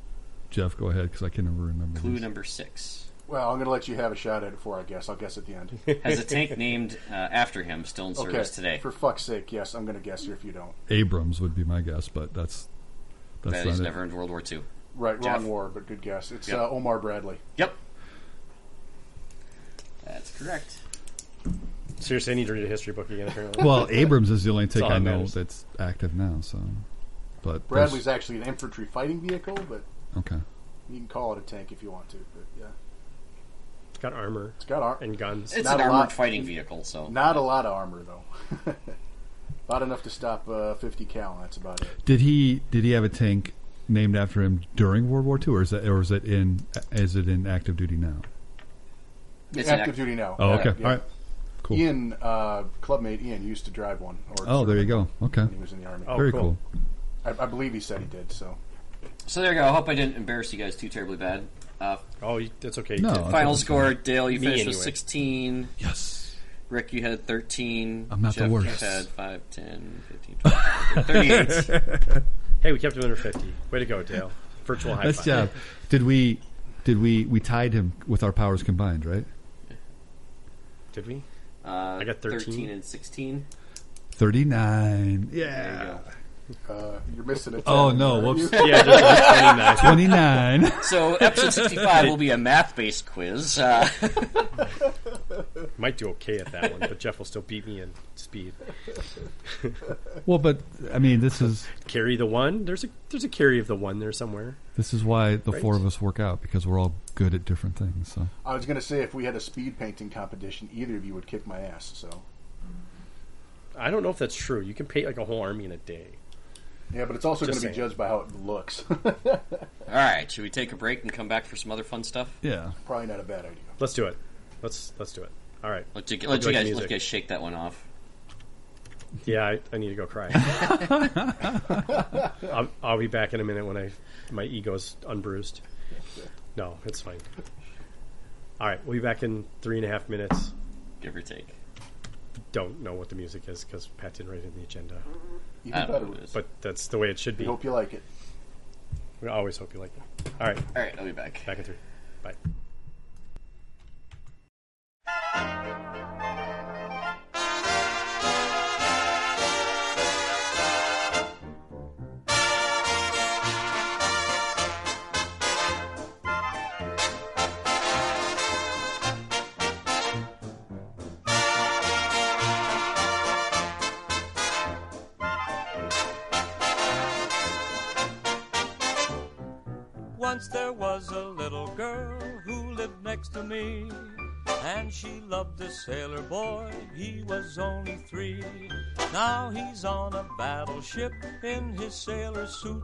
S4: Jeff, go ahead because I can never remember.
S2: Clue
S4: this.
S2: number six.
S3: Well, I'm going to let you have a shot at it before I guess. I'll guess at the end.
S2: Has a tank named uh, after him still in
S3: Okay.
S2: service today.
S3: For fuck's sake, yes, I'm going to guess here if you don't.
S4: Abrams would be my guess, but that's that's
S2: That
S4: not
S2: he's
S4: it.
S2: never in World War II.
S3: Right,
S2: Jeff?
S3: wrong war, but good guess. It's
S2: Yep.
S3: uh, Omar Bradley.
S2: Yep. That's correct.
S1: Seriously, I need to read a history book again. Apparently.
S4: Well, Abrams is the only take
S1: all that
S4: I know
S1: matters.
S4: that's active now. So, but there's-
S3: Bradley's actually an infantry fighting vehicle, but
S4: okay.
S3: you can call it a tank if you want to. But yeah,
S1: it's got armor
S3: it's got ar-
S1: and guns.
S2: It's
S3: Not
S2: an
S3: a
S2: armored
S3: lot.
S2: fighting vehicle, so
S3: not a lot of armor though. Not enough to stop uh, 50 cal. and That's about it.
S4: Did he did he have a tank named after him during World War II, or is that or is it in is it in active duty now?
S2: it's an
S3: Active
S2: act-
S3: duty now.
S4: Oh,
S3: Yeah,
S4: okay,
S3: yeah.
S4: all right, cool.
S3: Ian, uh, clubmate Ian, used to drive one. Or
S4: Oh, there you go. Okay,
S3: When he was in the army.
S1: Oh,
S4: very
S1: cool.
S4: cool.
S3: I, I believe he said he did. So
S2: So there you go. I hope I didn't embarrass you guys too terribly bad. Uh,
S1: Oh, you- that's okay.
S4: No.
S1: You did-
S4: Okay,
S2: final
S4: that's
S2: score, Dale, you
S1: Me
S2: finished with
S1: anyway.
S2: 16.
S4: Yes.
S2: Rick, you had 13.
S4: I'm not the
S2: Jeff,
S4: worst.
S2: You had 5, 10, 15, 20, 38.
S1: Hey, we kept him under 50. Way to go, Dale. Virtual high
S4: Nice
S1: five.
S4: job. Did we? Did we? We tied him with our powers combined, right?
S1: Did we?
S2: Uh,
S1: I got 13.
S2: and 16.
S4: Thirty nine.
S2: There you
S4: Yeah.
S2: go.
S3: Uh, you're missing it.
S4: Oh no! Whoops.
S1: Yeah, just like 29.
S4: Twenty nine.
S2: So episode 65 will be a math-based quiz. Uh,
S1: Might do okay at that one, but Jeff will still beat me in speed.
S4: well, but I mean, this is
S1: Carry the one. There's a there's a carry of the one there somewhere.
S4: this is why the
S1: Right.
S4: four of us work out because we're all good at different things. So
S3: I was going to say if we had a speed painting competition, either of you would kick my ass. So
S1: I don't know if that's true. You can paint like a whole army in a day.
S3: yeah, but it's also going
S1: Just
S3: to be
S1: saying.
S3: judged by how it looks.
S2: all right, should we take a break and come back for some other fun stuff?
S4: yeah,
S3: Probably not a bad idea.
S1: Let's do it. Let's let's do it. All right.
S2: Let you, let
S1: do
S2: you
S1: like
S2: guys let you
S1: music.
S2: guys shake that one off.
S1: Yeah, I, I need to go cry. I'll, I'll be back in a minute when I my ego's unbruised. No, it's fine. All right, we'll be back in three and a half minutes.
S2: Give or take.
S1: Don't know what the music is because Pat didn't write it in the agenda,
S3: Even
S2: I don't know
S3: better.
S2: what it is.
S1: but that's the way it should
S3: We
S1: be.
S3: hope you like it.
S1: We always hope you like it. All right,
S2: all right, I'll be back.
S1: back in three. Bye.
S8: Once there was a little girl who lived next to me, and she loved a sailor boy. He was only three. Now he's on a battleship in his sailor suit.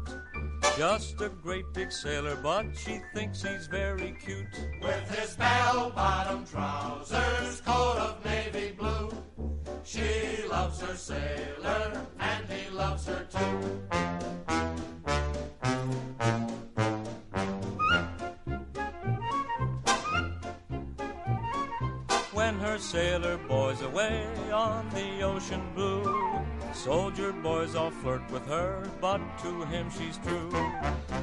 S8: Just a great big sailor, but she thinks he's very cute. With his bell bottom trousers, coat of navy blue, she loves her sailor, and he loves her too. when her sailor boy's away on the ocean blue. Soldier boys all flirt with her, but to him she's true.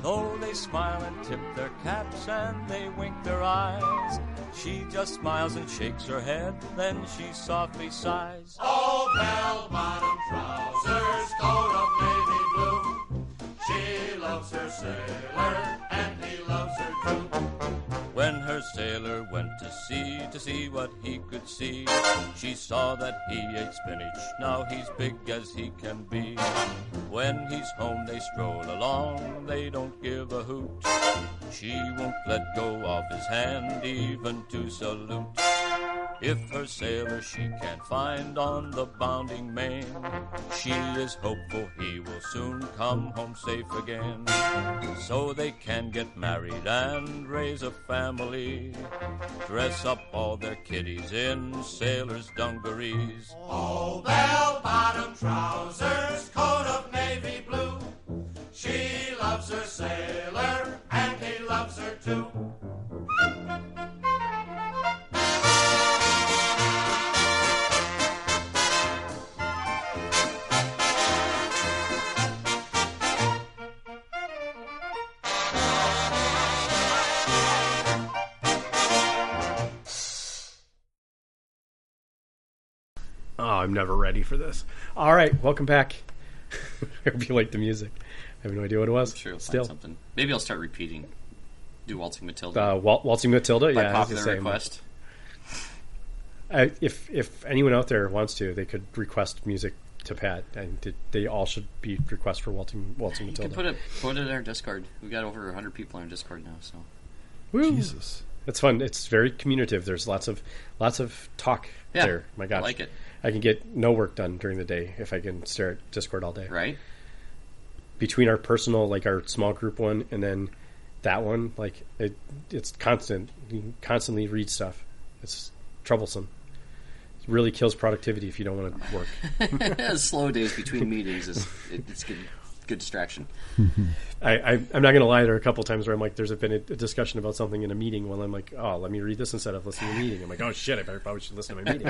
S8: Though they smile and tip their caps and they wink their eyes, she just smiles and shakes her head, then she softly sighs. Oh, bell bottom trousers, coat of navy blue. She loves her sailor, and he loves her too when her sailor went to sea to see what he could see. She saw that he ate spinach, now he's big as he can be. When he's home, they stroll along, they don't give a hoot. She won't let go of his hand, even to salute. If her sailor she can't find on the bounding main, she is hopeful he will soon come home safe again. So they can get married and raise a family, dress up all their kiddies in sailors' dungarees. Oh, bell bottom trousers, coat of navy blue. She loves her sailor, and he loves her too.
S1: Oh, I'm never ready for this. All right, welcome back. I hope you like the music. I have no idea what it was.
S2: Sure, we'll
S1: Still,
S2: find something. Maybe I'll start repeating. Do Waltzing Matilda
S1: uh, Wal- waltzing Matilda.
S2: by
S1: yeah, I was
S2: popular
S1: gonna say,
S2: request.
S1: uh, I, if if anyone out there wants to, they could request music to Pat, and th- they all should be requests for waltzing waltzing
S2: You can
S1: Matilda.
S2: put it put it in our Discord. We got over 100 people on our Discord now, so
S1: Woo.
S4: Jesus.
S1: It's fun. It's very communicative. There's lots of lots of talk
S2: Yeah,
S1: there. My gosh,
S2: I like it.
S1: I can get no work done during the day if I can stare at Discord all day.
S2: Right?
S1: between our personal like our small group one and then that one like it it's constant you can constantly read stuff it's troublesome it really kills productivity if you don't want to work
S2: Slow days between meetings is it, it's good. good distraction.
S1: I, I, I'm not going to lie. There are a couple times where I'm like, there's been a, a discussion about something in a meeting. While I'm like, oh, let me read this instead of listening to the meeting. I'm like, oh shit, I better probably should listen to my meeting.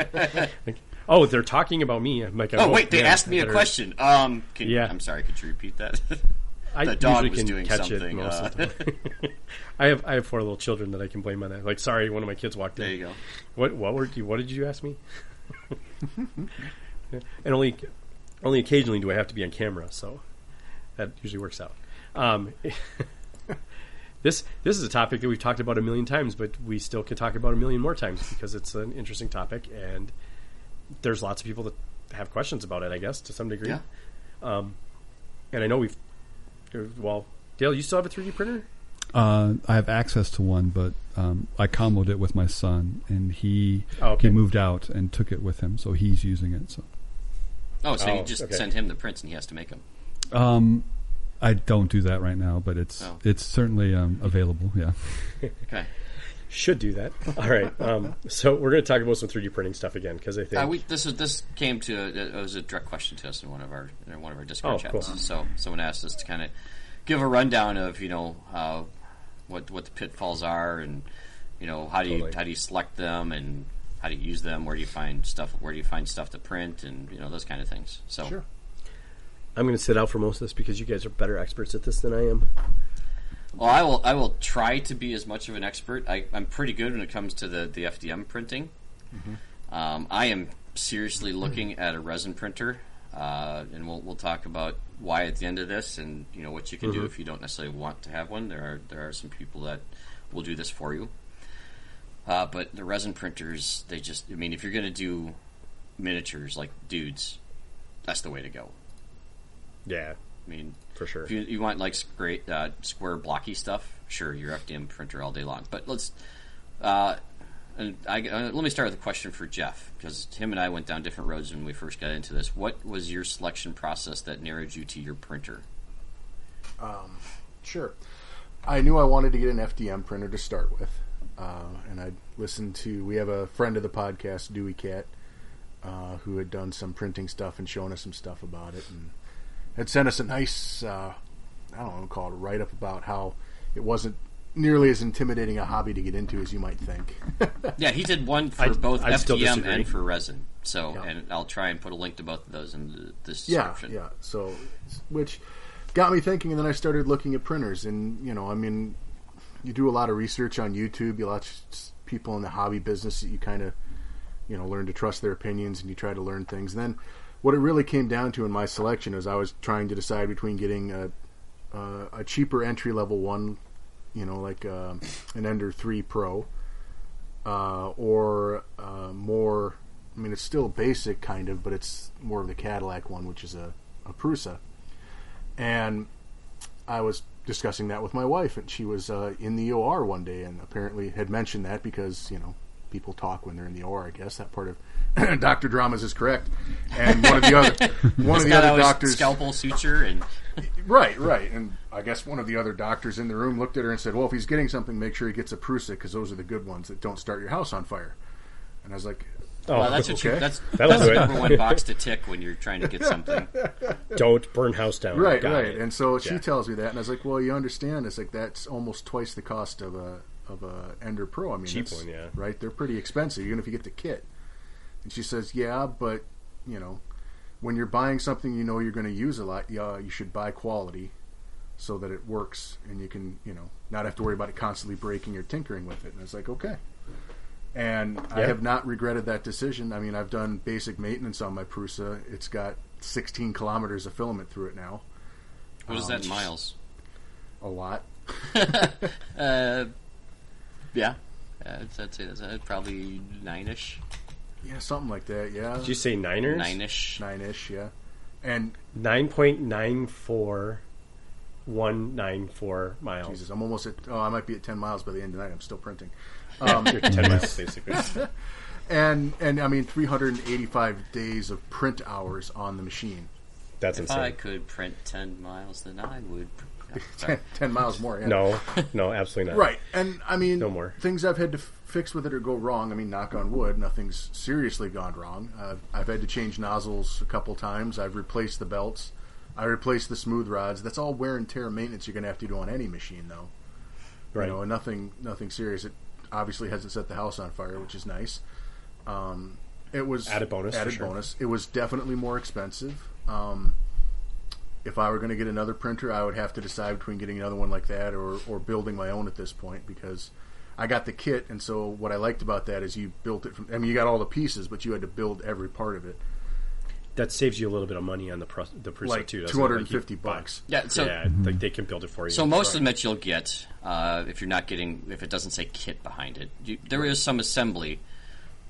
S1: like, oh, they're talking about me. I'm like, I
S2: Oh
S1: won't-
S2: wait, they
S1: yeah,
S2: asked me
S1: I
S2: a
S1: better-
S2: question. Um, can,
S1: Yeah.
S2: I'm sorry. Could you repeat that?
S1: I
S2: the dog
S1: usually
S2: was
S1: can
S2: doing
S1: catch It
S2: something,
S1: most
S2: uh,
S1: of the time. I have I have four little children that I can blame on that. Like, sorry, one of my kids walked in.
S2: there you go.
S1: What what were you? What did you ask me? and only only occasionally do I have to be on camera, so that usually works out. Um, this this is a topic that we've talked about a million times, but we still could talk about a million more times because it's an interesting topic, and there's lots of people that have questions about it. I guess to some degree.
S2: Yeah.
S1: Um, and I know we've well, Dale, you still have a 3D printer?
S4: Uh, I have access to one, but um, I comboed it with my son, and he
S1: Oh, okay.
S4: he moved out and took it with him, so he's using it. So
S2: Oh, so
S1: Oh,
S2: you just
S1: okay.
S2: send him the prints and he has to make them.
S4: um, I don't do that right now, but it's
S2: Oh.
S4: it's certainly um, available. Yeah,
S2: Okay.
S1: Should do that. All right. Um, so we're going to talk about some 3D printing stuff again because I think
S2: Uh, we, this is this came to uh, it was a direct question to us in one of our in one of our Discord
S1: Oh,
S2: chats.
S1: cool.
S2: So someone asked us to kind of give a rundown of you know uh, what what the pitfalls are and you know how do you
S1: Totally.
S2: how do you select them and how do you use them? Where do you find stuff? Where do you find stuff to print and you know those kind of things. So
S1: Sure. I'm going to sit out for most of this because you guys are better experts at this than I am.
S2: Well, I will. I will try to be as much of an expert. I, I'm pretty good when it comes to the the FDM printing. Um, I am seriously looking at a resin printer, uh, and we'll we'll talk about why at the end of this, and you know what you can do if you don't necessarily want to have one. There are there are some people that will do this for you. Uh, but the resin printers, they just. I mean, if you're going to do miniatures like dudes, that's the way to go.
S1: Yeah,
S2: I mean,
S1: for sure.
S2: if you, you want like great uh, square blocky stuff, sure, your FDM printer all day long. But let's uh, and I, uh, let me start with a question for Jeff because him and I went down different roads when we first got into this. What was your selection process that narrowed you to your printer?
S3: Sure. I knew I wanted to get an FDM printer to start with, uh, and I listened to. We have a friend of the podcast, Dewey Cat, uh, who had done some printing stuff and shown us some stuff about it, and had sent us a nice, uh, I don't know, call it a write up about how it wasn't nearly as intimidating a hobby to get into as you might think.
S2: Yeah, he did one for
S1: I-
S2: both
S1: I still
S2: FDM
S1: disagree.
S2: and for resin. So,
S3: Yeah.
S2: and I'll try and put a link to both of those in the, this
S3: yeah,
S2: description.
S3: yeah. So, which got me thinking, and then I started looking at printers, and you know, I mean, you do a lot of research on YouTube. You watch s- people in the hobby business that you kind of, you know, learn to trust their opinions, and you try to learn things. And then, what it really came down to in my selection is I was trying to decide between getting a a, a cheaper entry level one, you know, like um an Ender Three Pro, uh, or uh, more. I mean, it's still basic, kind of, but it's more of the Cadillac one, which is a, a Prusa. And I was discussing that with my wife, and she was uh, in the OR one day, and apparently had mentioned that because you know people talk when they're in the OR. I guess that part of Doctor Dramas is correct, and one of the other one of
S2: It's
S3: the
S2: not
S3: other
S2: always
S3: doctors
S2: scalpel suture and
S3: Right, right. And I guess one of the other doctors in the room looked at her and said, Well, if he's getting something, make sure he gets a Prusa because those are the good ones that don't start your house on fire. And I was like,
S1: Oh,
S2: well, that's what you,
S3: okay.
S2: that's
S1: That'll
S2: that's
S1: do
S2: the
S1: it.
S2: number one box to tick when you're trying to get something.
S1: don't burn house down.
S3: Right,
S1: Got
S3: right.
S1: it.
S3: And so she
S1: Yeah.
S3: tells me that. And I was like, Well, you understand. It's like that's almost twice the cost of a of a Ender Pro. I mean,
S1: Cheap
S3: that's-
S1: one, yeah.
S3: Right? They're pretty expensive, even if you get the kit. And she says, Yeah, but, you know, when you're buying something you know you're going to use a lot, yeah, you should buy quality so that it works and you can, you know, not have to worry about it constantly breaking or tinkering with it. And I was like, okay. And I
S1: Yeah.
S3: have not regretted that decision. I mean, I've done basic maintenance on my Prusa. It's got 16 kilometers of filament through it now,
S2: What is that in miles?
S3: a lot.
S2: Uh, yeah, uh, I'd say that's uh, probably nine ish,
S3: Yeah, something like that. Yeah,
S1: Did you say Niners?
S2: nine ish.
S3: nine ish. Yeah, and
S1: Nine point nine four one nine four miles.
S3: Jesus, I'm almost at. Oh, I might be at 10 miles by the end of the night. I'm still printing.
S1: You're ten miles basically.
S3: And and I mean, 385 days of print hours on the machine.
S1: That's
S2: If
S1: insane.
S2: I could print ten miles, then I would. pr- no, sorry.
S3: 10, miles more. Yeah.
S1: No, no, absolutely not.
S3: Right, and I mean,
S1: No more.
S3: things I've had to f- fix with it or go wrong. I mean, knock on wood, nothing's seriously gone wrong. I've, I've had to change nozzles a couple times. I've replaced the belts. I replaced the smooth rods. That's all wear and tear maintenance you're going to have to do on any machine, though.
S1: Right.
S3: You know, and nothing, nothing serious. It obviously hasn't set the house on fire, which is nice. Um, it was
S1: Added bonus, for
S3: Added
S1: sure.
S3: bonus. It was definitely more expensive. Um, if I were going to get another printer, I would have to decide between getting another one like that or, or building my own at this point because I got the kit. And so what I liked about that is you built it from. I mean, you got all the pieces, but you had to build every part of it,
S1: That saves you a little bit of money on the pro- the preset
S3: like
S1: too.
S3: two
S1: doesn't it?
S3: hundred and
S1: Like, you
S3: fifty
S1: buy-
S3: bucks.
S2: Yeah, so
S1: yeah, like they can build it for you.
S2: So most of that you'll get uh, if you're not getting if it doesn't say kit behind it. You, there is some assembly,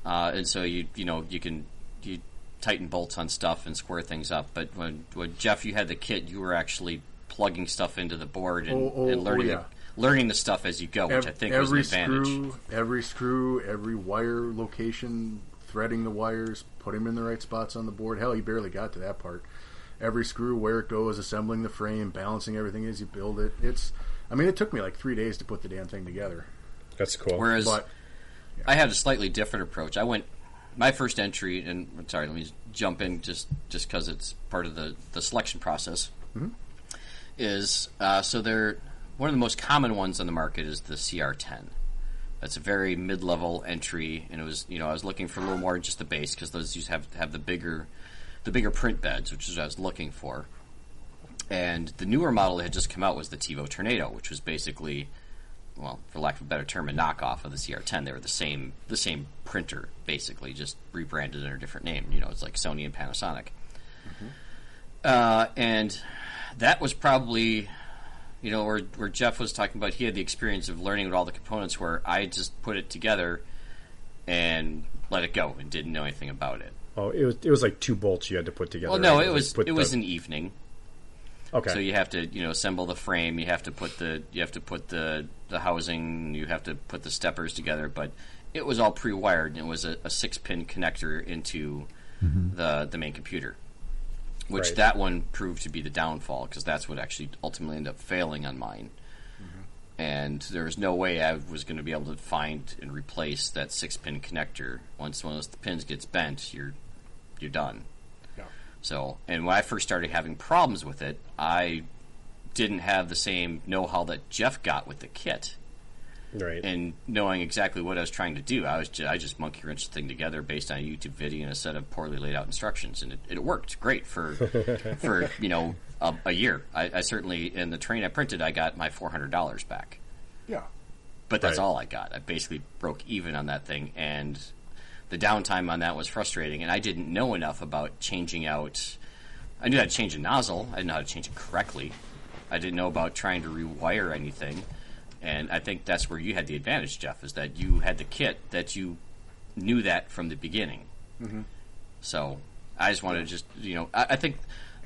S2: uh, and so you you know you can you tighten bolts on stuff and square things up. But when, when Jeff, you had the kit, you were actually plugging stuff into the board and,
S3: Oh, oh,
S2: and
S3: oh,
S2: learning
S3: yeah.
S2: the, learning the stuff as you go, which I
S3: Ev-
S2: think was an
S3: every
S2: advantage.
S3: screw, every screw, every wire location, threading the wires, putting them in the right spots on the board. Hell, you barely got to that part. Every screw, where it goes, assembling the frame, balancing everything as you build it. It's, I mean, it took me like three days to put the damn thing together.
S1: that's cool.
S2: Whereas
S3: But
S2: I had a slightly different approach. I went my first entry, and I'm sorry, let me just jump in just just because it's part of the the selection process. Is uh, so they're one of the most common ones on the market is the CR10. That's a very mid-level entry, and it was you know I was looking for a little more just the base because those used to have have the bigger the bigger print beds, which is what I was looking for. And the newer model that had just come out was the TiVo Tornado, which was basically well, for lack of a better term, a knockoff of the CR10. They were the same the same printer, basically, just rebranded under a different name. You know, it's like Sony and Panasonic.
S1: Mm-hmm.
S2: Uh, and that was probably, you know, where, where Jeff was talking about he had the experience of learning what all the components were. I just put it together and let it go and didn't know anything about it.
S1: Oh, it was it was like two bolts you had to put together.
S2: Well, no,
S1: right?
S2: it
S1: Like,
S2: was
S1: put
S2: it
S1: the-
S2: was an evening.
S1: okay.
S2: So you have to, you know, assemble the frame. You have to put the you have to put the the housing. You have to put the steppers together. But it was all pre-wired, and it was a, a six-pin connector into the the main computer, which
S1: Right.
S2: that one proved to be the downfall because that's what actually ultimately ended up failing on mine. And there was no way I was going to be able to find and replace that six-pin connector. Once one of those pins gets bent, you're you're done. So, and when I first started having problems with it, I didn't have the same know-how that Jeff got with the kit
S1: right.
S2: and knowing exactly what I was trying to do. I was ju- I just monkey wrenched the thing together based on a YouTube video and a set of poorly laid out instructions, and it, it worked great for for you know a, a year. I, I certainly in the train I printed, I got my four hundred dollars back
S3: yeah,
S2: but that's
S1: Right.
S2: all I got. I basically broke even on that thing, and the downtime on that was frustrating. And I didn't know enough about changing out. I knew how to change a nozzle. I didn't know how to change it correctly. I didn't know about trying to rewire anything. And I think that's where you had the advantage, Jeff, is that you had the kit that you knew that from the beginning. So I just want to just you know I, I think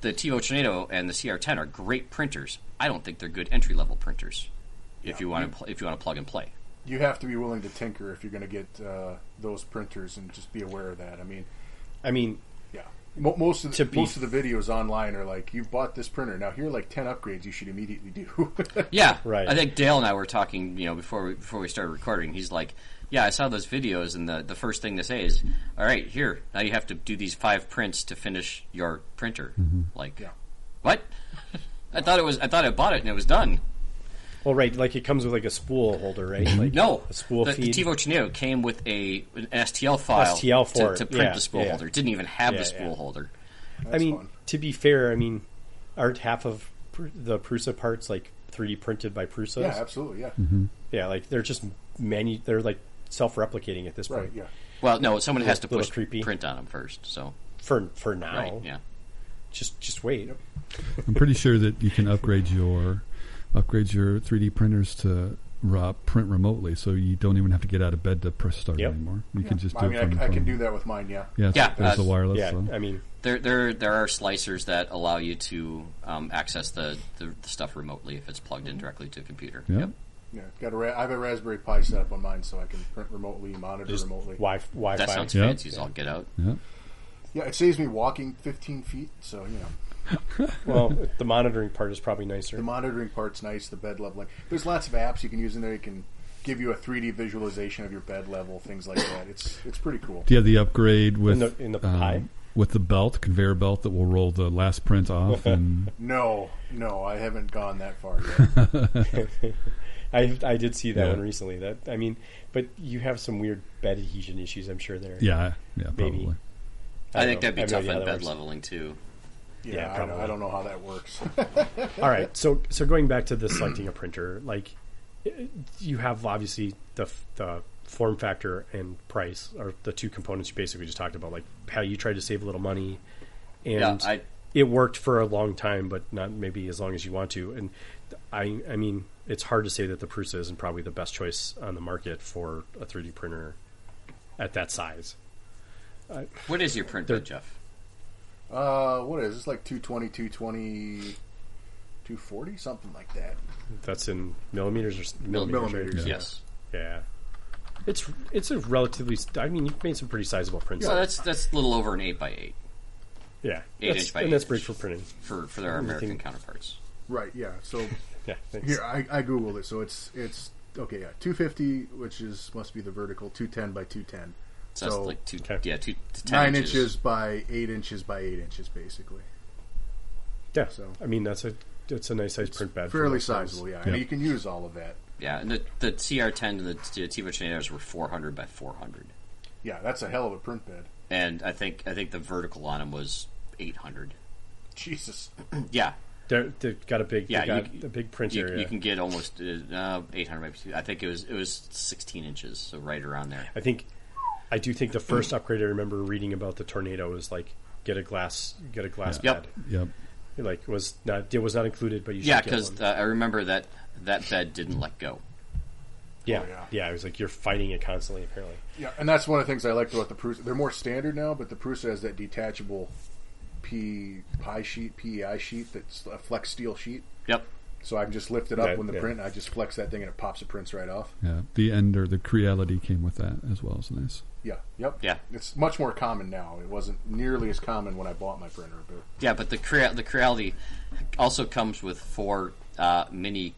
S2: the TiVo Tornado and the CR10 are great printers. I don't think they're good entry level printers. If you want to pl- if you want to plug and play.
S3: you have to be willing to tinker if you're going to get uh, those printers, and just be aware of that. I mean,
S1: I mean,
S3: yeah. Mo- Most of
S1: To
S3: the,
S1: be-
S3: most of the videos online are like you've bought this printer now. Here are like ten upgrades you should immediately do.
S2: Yeah,
S1: Right.
S2: I think Dale and I were talking, you know, before we, before we started recording. He's like, "Yeah, I saw those videos, and the the first thing they say is, all right, here now you have to do these five prints to finish your printer.'
S1: Mm-hmm.
S2: Like,
S3: Yeah.
S2: what? I thought it was I thought I bought it and it was done.
S1: well, right. Like it comes with like a spool holder, right? Like
S2: Mm-hmm. No,
S1: a spool
S2: the,
S1: feed.
S2: the TiVo Tornado came with a an STL file
S1: STL
S2: to-
S1: for
S2: to,
S1: it.
S2: print
S1: Yeah,
S2: the spool
S1: yeah.
S2: holder. It didn't even have
S1: Yeah,
S2: the spool
S1: yeah.
S2: holder.
S1: I mean,
S3: fun.
S1: to be fair, I mean, aren't half of pr- the Prusa parts like 3D printed by Prusa?
S3: yeah, absolutely. Yeah,
S2: Mm-hmm.
S1: Yeah, like they're just manu- they're like self-replicating at this
S3: right.
S1: point
S3: Yeah.
S2: Well, no, someone has to
S1: Little
S2: push
S1: creepy. Oh.
S2: print on them first. So,
S1: for for now.
S2: right, yeah.
S1: Just just wait.
S4: I'm pretty sure that you can upgrade your upgrade your 3D printers to raw print remotely, so you don't even have to get out of bed to press start
S1: Yep.
S4: anymore. You can just do
S3: I mean,
S4: it from
S3: I,
S4: your
S3: I can
S4: phone.
S3: do that with mine. Yeah.
S4: Yeah, it's-
S2: Yeah,
S4: there's the
S2: that's-
S4: wireless.
S1: Yeah,
S4: so.
S1: I mean,
S2: There, there, there are slicers that allow you to um, access the, the, the stuff remotely if it's plugged in directly to a computer.
S4: Yeah.
S3: Yeah, got a ra- I have a Raspberry Pi set up on mine, so I can print remotely, monitor
S1: just
S3: remotely.
S1: Wi- Wi-Fi.
S2: That sounds
S4: Yeah.
S2: fancy as all get out.
S4: yeah.
S3: Yeah, it saves me walking 15 feet, so you know
S1: well, the monitoring part is probably nicer.
S3: the monitoring part's nice. The bed leveling, there's lots of apps you can use in there. You can give you a 3D visualization of your bed level, things like that. It's it's pretty cool.
S4: Do you have the upgrade with um,
S1: In the- in the Pi?
S4: with the belt, conveyor belt that will roll the last print off. And
S3: No, no, I haven't gone that far yet.
S1: I I did see that
S4: Yeah.
S1: one recently. That I mean, but you have some weird bed adhesion issues, I'm sure there.
S4: yeah, yeah,
S1: Maybe.
S4: probably.
S2: I,
S1: don't
S2: think
S1: know.
S2: that'd be
S1: I have no
S2: tough
S1: idea how
S2: on
S1: that
S2: bed
S1: works.
S2: leveling too.
S3: Yeah,
S1: Yeah,
S3: I, don't,
S1: probably.
S3: I don't know how that works.
S1: All right, so so going back to the selecting a printer, like it- you have obviously the f- the form factor and price are the two components you basically just talked about. Like how you tried to save a little money, and
S2: Yeah, I-
S1: it worked for a long time, but not maybe as long as you want to. And I I mean, it's hard to say that the Prusa isn't probably the best choice on the market for a 3D printer at that size.
S2: What is your print bed, Jeff?
S3: uh, what is this? Like 220, 220, 240, something like that.
S1: That's in millimeters or s- millimeters. right?
S3: Millimeters.
S2: Yes.
S1: Yeah. It's it's a relatively. s- I mean, you've made some pretty sizable prints.
S2: So that's that's a little over an eight by eight
S1: Yeah,
S2: Eight
S1: that's,
S2: inch by
S1: and
S2: eight
S1: that's
S2: inch.
S1: great for printing.
S2: for for their American counterparts.
S3: Right. Yeah. So
S1: Yeah, thanks.
S3: here I, I googled it. So it's it's okay. Yeah, 250, which is must be the vertical 210 by 210.
S2: So, that's
S3: So-
S2: like two,
S1: Okay.
S2: yeah, two to ten
S3: Nine inches. by eight inches by eight inches, basically.
S1: yeah,
S3: so-
S1: I mean that's a it's a nice size print bed. for
S3: Fairly
S1: most things.
S3: sizable. Yeah. I mean, you can use all of that.
S2: Yeah, and the the TR10 and the Tiva Tornadoes were 400 by 400,
S3: Yeah, that's a hell of a print bed.
S2: and I think I think the vertical on them was 800.
S3: Jesus.
S2: Yeah,
S1: They're, they've got a big, yeah,
S2: yeah,
S1: got
S2: you,
S1: a big print
S2: you,
S1: area.
S2: You can get almost uh, uh, 800 by two- I think it was it was 16 inches, so right around there.
S1: I think, I do think the first upgrade I remember reading about the tornado was like get a glass, get a glass
S2: Yeah.
S1: pad.
S4: Yep.
S1: It, like was not it was not included, but you should
S2: Yeah,
S1: get
S2: because
S1: one.
S2: uh, I remember that that bed didn't let go.
S1: yeah,
S3: yeah.
S1: Oh, yeah, It was like you're fighting it constantly. Apparently,
S3: Yeah, and that's one of the things I liked about the Prusa. They're more standard now, but the Prusa has that detachable P pie sheet, PEI sheet that's a flex steel sheet.
S2: Yep.
S3: So I can just lift it up
S1: Yeah,
S3: when the
S1: yeah.
S3: print. I just flex that thing and it pops the prints right off.
S4: Yeah, the end or the creality came with that as well. It's nice.
S3: Yeah. Yep.
S2: Yeah.
S3: It's much more common now. It wasn't nearly as common when I bought my printer, but
S2: Yeah, but the Crea- the Creality also comes with four uh, mini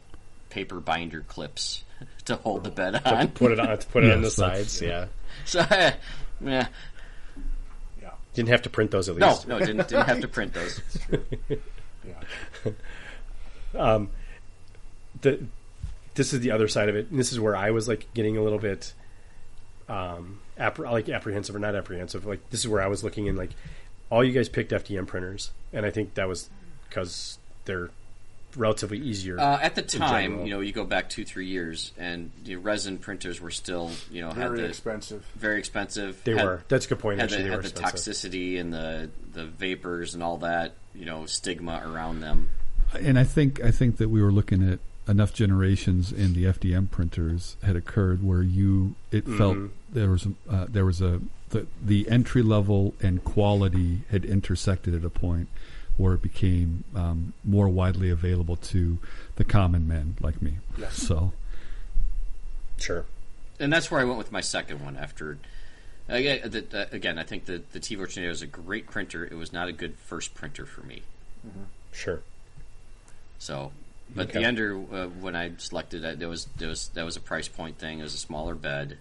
S2: paper binder clips to hold the bed on.
S1: put it on, put it on the
S4: Yes, that's-
S1: sides. Yeah,
S2: so, eh, meh.
S3: yeah,
S1: didn't have to print those at
S2: no,
S1: least.
S2: no, didn't didn't have to print those.
S3: yeah.
S1: the this is the other side of it, and this is where I was like getting a little bit um appre- like apprehensive or not apprehensive. Like this is where I was looking in like all you guys picked FDM printers, and I think that was because they're relatively easier.
S2: Uh, at the time,
S1: general.
S2: you know, you go back two, three years, and the resin printers were still, you know, had
S3: Very
S2: the
S3: expensive.
S2: very expensive.
S1: they
S2: had-
S1: were. That's a good point.
S2: had
S1: Actually,
S2: the,
S1: they were
S2: had the
S1: expensive.
S2: toxicity and the the vapors and all that, you know, stigma around them.
S4: And I think I think that we were looking at enough generations in the FDM printers had occurred where you it
S2: Mm-hmm.
S4: felt there was a, uh, there was a the, the entry level and quality had intersected at a point where it became um, more widely available to the common men like me. So
S1: Sure.
S2: and that's where I went with my second one after. Again, the, uh, again I think the the TiVo Tornado is a great printer. It was not a good first printer for me.
S1: Sure.
S2: So, but
S1: Okay.
S2: the Ender uh, when I selected that, there was there was that was a price point thing. It was a smaller bed,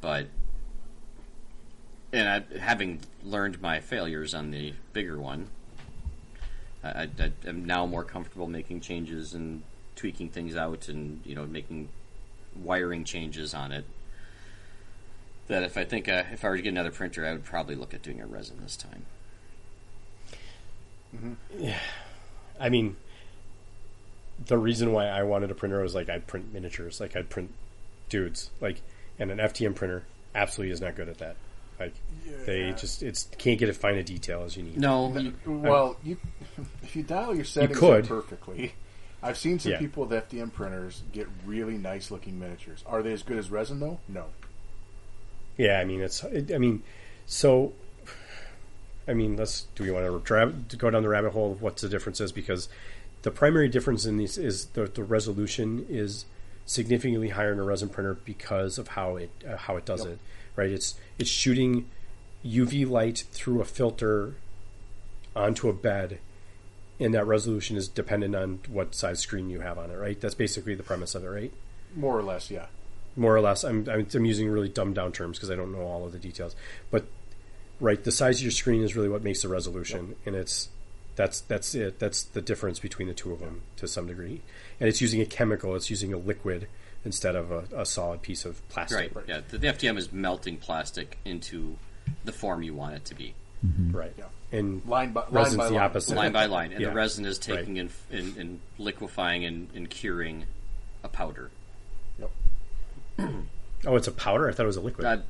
S2: but and I, having learned my failures on the bigger one, I, I, I am now more comfortable making changes and tweaking things out, and you know making wiring changes on it. That if I think uh, if I were to get another printer, I would probably look at doing a resin this time.
S1: I mean, the reason why I wanted a printer was like I'd print miniatures, like I'd print dudes, like, and an FTM printer absolutely is not good at that. Like, they just it's can't get as fine a detail as you need.
S2: No, you-
S3: Well, you if you dial your settings
S1: could.
S3: up perfectly, I've seen some
S1: Yeah.
S3: people with FDM printers get really nice looking miniatures. Are they as good as resin though? No.
S1: Yeah, I mean it's. It, I mean, so. I mean, let's. Do we want to, dra- to go down the rabbit hole of what the difference is? Because the primary difference in these is the, the resolution is significantly higher in a resin printer because of how it uh, how it does it. Right. It's it's shooting UV light through a filter onto a bed. And that resolution is dependent on what size screen you have on it, right? That's basically the premise of it, right?
S3: More or less, yeah.
S1: more or less. I'm I'm, I'm using really dumbed down terms because I don't know all of the details. But right the size of your screen is really what makes the resolution and it's that's that's it that's the difference between the two of them to some degree and it's using a chemical it's using a liquid instead of a, a solid piece of plastic
S2: Right. Yeah. The, the FDM is melting plastic into the form you want it to be,
S1: right and
S3: Line by- line
S1: resin's
S3: by
S1: the
S3: line.
S1: opposite
S2: line by line, and
S1: Yeah.
S2: the resin is
S1: Right.
S2: taking and, and, and liquefying and, and curing a powder.
S1: oh it's a powder I thought it was a liquid
S2: Not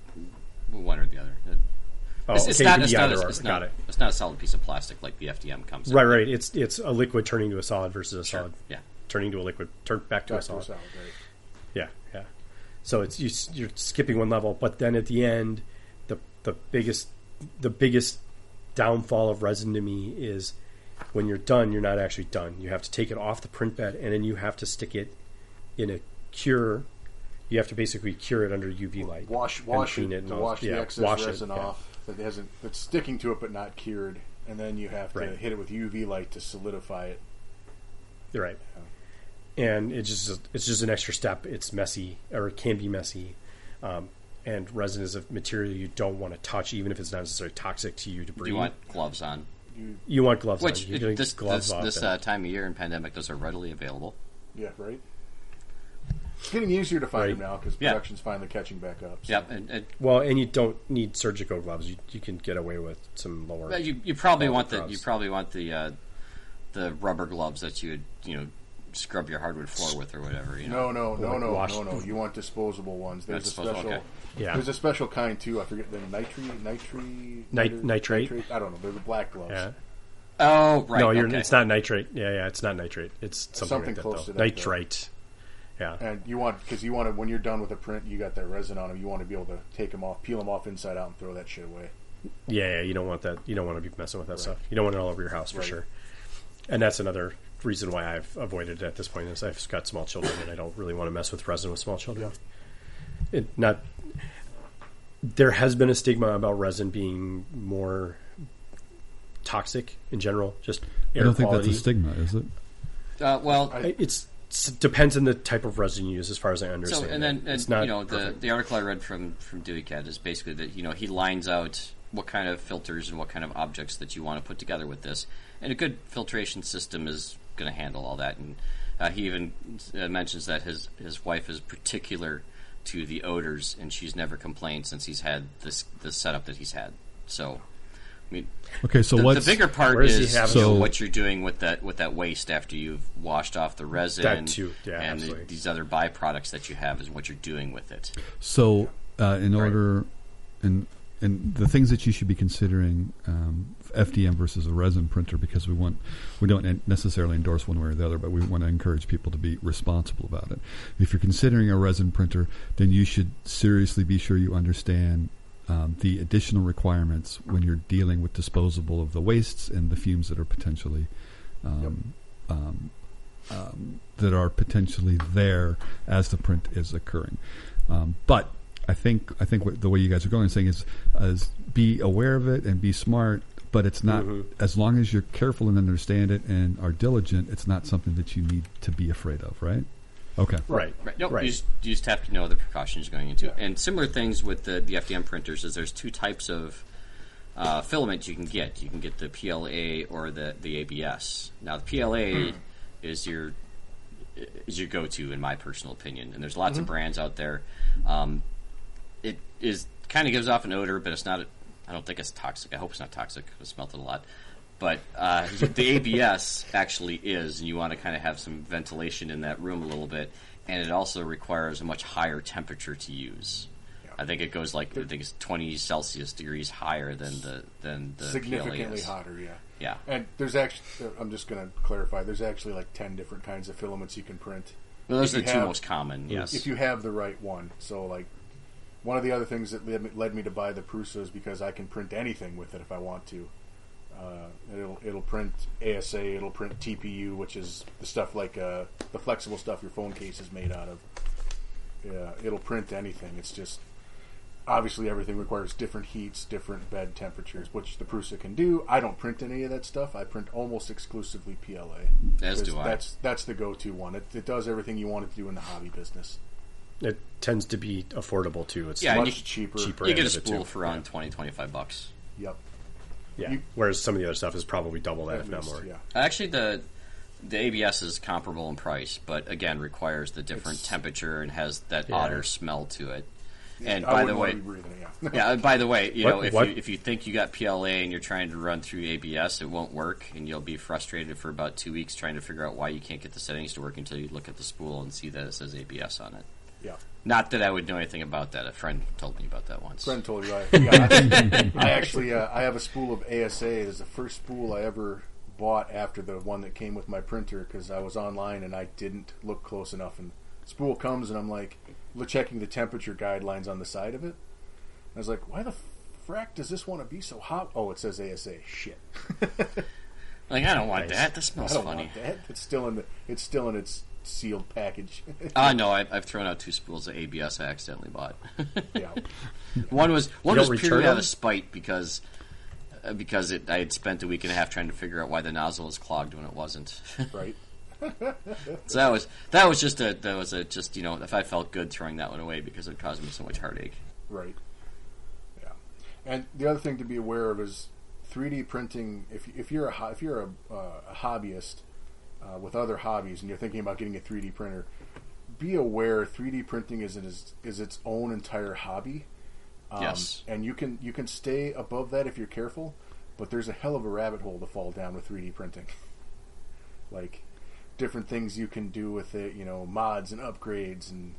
S2: one or the other. It-
S1: oh,
S2: It's,
S1: okay,
S2: it's
S1: you
S2: not.
S1: did
S2: It's
S1: the
S2: not,
S1: other
S2: a,
S1: or-
S2: it's,
S1: got
S2: not,
S1: it
S2: it's not a solid piece of plastic like the FDM comes. in.
S1: right right it's it's a liquid turning to a solid versus a
S2: Sure.
S1: solid
S2: Yeah.
S1: turning to a liquid turn back to a
S3: Back to
S1: solid
S3: us out, right.
S1: Yeah, yeah. So it's you, s- you're skipping one level, but then at the end, the the biggest the biggest downfall of resin to me is when you're done, you're not actually done. You have to take it off the print bed, and then you have to stick it in a cure. You have to basically cure it under UV light.
S3: Wash,
S1: and
S3: wash
S1: clean
S3: it,
S1: and
S3: to
S1: all-
S3: wash
S1: yeah,
S3: the excess
S1: wash it,
S3: resin
S1: yeah.
S3: off that hasn't that's sticking to it but not cured, and then you have to
S1: Right.
S3: hit it with UV light to solidify it.
S1: You're right. And it's just it's just an extra step. It's messy, or it can be messy. Um, and resin is a material you don't want to touch, even if it's not necessarily toxic to you to breathe.
S2: You want gloves on,
S1: You want gloves
S2: which
S1: on. You're getting
S2: this
S1: gloves
S2: this,
S1: off.
S2: this
S1: and-
S2: uh, time of year in pandemic, those are readily available.
S3: Yeah, right. It's getting easier to find
S1: Right.
S3: them now because
S2: Yeah.
S3: production's finally catching back up. so-
S2: Yep, and, and
S1: well, and you don't need surgical gloves. You, you can get away with some lower.
S2: Well, you, you probably
S1: All the
S2: want the
S1: crops.
S2: you probably want the uh, the rubber gloves that you would you know scrub your hardwood floor with or whatever. You know,
S3: No, no, no,
S1: Like
S3: no,
S1: wash-
S3: no, no. You want disposable ones. There's a
S2: disposable,
S3: special.
S2: okay.
S1: Yeah.
S3: There's a special kind too. I forget the nitrate, nitrate,
S1: Nit- nitrate?
S3: I don't know. They're the black gloves.
S1: yeah.
S2: oh right,
S1: no, you're,
S2: okay.
S1: it's not nitrate. Yeah, yeah, it's not nitrate. It's something,
S3: Something
S1: like that,
S3: close
S1: though.
S3: to that, though.
S1: nitrate. Yeah.
S3: And you want because you want to when you're done with a print, you got that resin on them. You want to be able to take them off, peel them off inside out, and throw that shit away.
S1: yeah, yeah. You don't want that. You don't want to be messing with that stuff. You don't want it all over your house for sure. And that's another reason why I've avoided it at this point is I've got small children and I don't really want to mess with resin with small children. It, not. There has been a stigma about resin being more toxic in general. Just air
S4: I don't think
S1: quality.
S4: that's a stigma, is it?
S2: Uh, well,
S1: I- it's s- depends on the type of resin you use, as far as I understand.
S2: so and
S1: it.
S2: then and,
S1: it's not
S2: you know the,
S1: perfect.
S2: the article I read from from Dewey Cat is basically that you know he lines out what kind of filters and what kind of objects that you want to put together with this, and a good filtration system is going to handle all that. And uh, he even uh, mentions that his his wife is particular to the odors, and she's never complained since he's had this the setup that he's had. So. I mean,
S4: Okay, so
S2: the, the
S4: what's
S2: bigger part
S1: Where does he
S2: is
S1: have
S2: you know,
S4: So-
S2: what you're doing with that with that waste after you've washed off the resin
S1: That too, yeah,
S2: and the-
S1: absolutely.
S2: these other byproducts that you have is what you're doing with it.
S4: so uh, in order and and the things that you should be considering um, FDM versus a resin printer because we want we don't necessarily endorse one way or the other, but we want to encourage people to be responsible about it. If you're considering a resin printer, then you should seriously be sure you understand um, the additional requirements when you're dealing with disposable of the wastes and the fumes that are potentially that are potentially there as the print is occurring. Um, but I think I think what, the way you guys are going and saying is, is be aware of it and be smart. But it's not
S3: Mm-hmm.
S4: as long as you're careful and understand it and are diligent. It's not something that you need to be afraid of, right? Okay.
S1: right,
S2: Right. Nope,
S1: right.
S2: You, just, you just have to know the precautions you're going into. And similar things with the, the FDM printers is there's two types of uh, filament you can get. You can get the PLA or the, the ABS. Now the
S1: Hmm.
S2: PLA is your is your go to in my personal opinion. And there's lots of
S3: Mm-hmm.
S2: brands out there. Um, it is kind of gives off an odor, but it's not. I don't think it's toxic. I hope it's not toxic. It's smelted a lot. But uh, the ABS actually is, and you want to kind of have some ventilation in that room a little bit, and it also requires a much higher temperature to use. I think it goes like I think it's 20 Celsius degrees higher than the than the PLA
S3: Significantly
S2: is.
S3: hotter, yeah.
S2: Yeah.
S3: And there's actually, I'm just going to clarify. There's actually like ten different kinds of filaments you can print.
S2: Well, those are
S3: If
S2: the
S3: you
S2: two
S3: have-
S2: most common. Yes.
S3: if you have the right one. So like one of the other things that led me, led me to buy the Prusa is because I can print anything with it if I want to. Uh, it'll it'll print ASA, it'll print TPU, which is the stuff like uh, the flexible stuff your phone case is made out of. Yeah, it'll print anything. It's just obviously everything requires different heats, different bed temperatures, which the Prusa can do. I don't print any of that stuff. I print almost exclusively PLA.
S2: As do
S3: Because
S2: I.
S3: That's that's the go-to one. It, it does everything you want it to do in the hobby business.
S1: It tends to be affordable too. It's
S2: Yeah, and
S1: much
S2: you-
S3: Much cheaper.
S1: cheaper.
S2: you get
S1: end
S2: a
S1: of it,
S2: spool
S1: too.
S2: for around twenty twenty five 20, 25 bucks.
S3: Yep.
S1: Yeah.
S3: You-
S1: Whereas some of the other stuff is probably double that, if not
S3: At
S1: more.
S3: least, Yeah.
S2: Actually, the the ABS is comparable in price, but again requires the different
S3: It's-
S2: temperature and has that
S1: Yeah.
S2: odder smell to it. And
S3: I
S2: by the
S3: wouldn't wanna
S2: way,
S3: be breathing it, yeah.
S2: yeah. and By the way, you
S1: What-
S2: know, if
S1: what-
S2: you if you think you got PLA and you're trying to run through ABS, it won't work, and you'll be frustrated for about two weeks trying to figure out why you can't get the settings to work until you look at the spool and see that it says ABS on it.
S3: yeah.
S2: Not that I would know anything about that. A friend told me about that once.
S3: Friend told you. I, yeah, I, I actually uh, I have a spool of ASA. It's the first spool I ever bought after the one that came with my printer because I was online and I didn't look close enough. And spool comes and I'm like look- checking the temperature guidelines on the side of it. I was like, why the frack does this want to be so hot? Oh, it says ASA. Shit,
S2: Like I don't want that. That
S3: I
S2: smells
S3: don't
S2: funny.
S3: want that. It's still in the. It's still in its sealed package.
S2: Ah, no, I, I've thrown out two spools of ABS I accidentally bought.
S3: yeah.
S2: One was one
S1: You
S2: was
S1: don't
S2: purely
S1: return
S2: out
S1: them?
S2: of spite because uh, because it, I had spent a week and a half trying to figure out why the nozzle was clogged when it wasn't.
S3: Right.
S2: so that was that was just a that was a just you know if I felt good throwing that one away because it caused me so much heartache.
S3: Right. Yeah. And the other thing to be aware of is 3D printing. If if you're a ho- if you're a, uh, a hobbyist uh, with other hobbies and you're thinking about getting a 3D printer, be aware 3D printing is it is, is its own entire hobby. Um,
S2: Yes.
S3: And you can you can stay above that if you're careful, but there's a hell of a rabbit hole to fall down with 3D printing. like different things you can do with it, you know, mods and upgrades and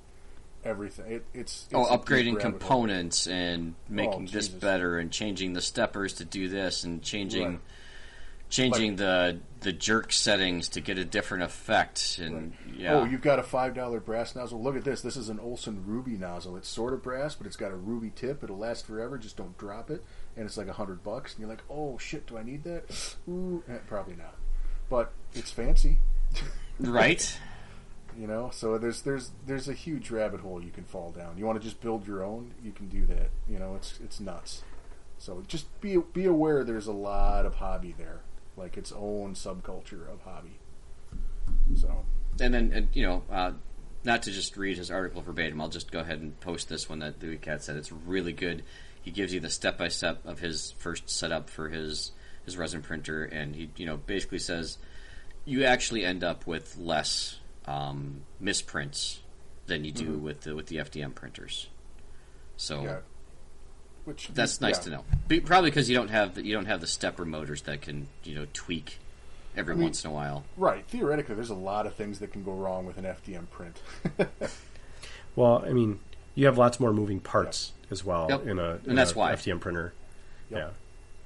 S3: everything. It, it's, it's
S2: Oh,
S3: a deep
S2: upgrading
S3: rabbit hole. Oh,
S2: components and making this
S3: Jesus.
S2: better and changing the steppers to do this and changing
S3: Right.
S2: changing the the jerk settings to get a different effect and yeah.
S3: Oh, you've got a five dollar brass nozzle. Look at this. This is an Olson ruby nozzle. It's sort of brass, but it's got a ruby tip. It'll last forever. Just don't drop it. And it's like a hundred bucks. And you're like, oh shit, do I need that? Ooh, eh, probably not. But it's fancy,
S2: right?
S3: you know. So there's there's there's a huge rabbit hole you can fall down. You want to just build your own? You can do that. You know, it's it's nuts. So just be be aware. There's a lot of hobby there, like its own subculture of hobby. So
S2: and then and, you know, uh, not to just read his article verbatim, I'll just go ahead and post this one that Louis Cat said. It's really good. He gives you the step by step of his first setup for his his resin printer, and he you know basically says you actually end up with less um, misprints than you do with the with the FDM printers. So
S3: Mm-hmm. yeah, which
S2: that's nice
S3: yeah.
S2: to know. Be, probably because you don't have the, you don't have the stepper motors that can you know tweak every
S3: mean-
S2: once in a while.
S3: Right. Theoretically, there's a lot of things that can go wrong with an FDM print.
S7: Well, I mean, you have lots more moving parts as well
S2: Yep.
S7: in a
S2: And
S7: in
S2: that's
S7: a
S2: why.
S7: FDM printer.
S3: Yep.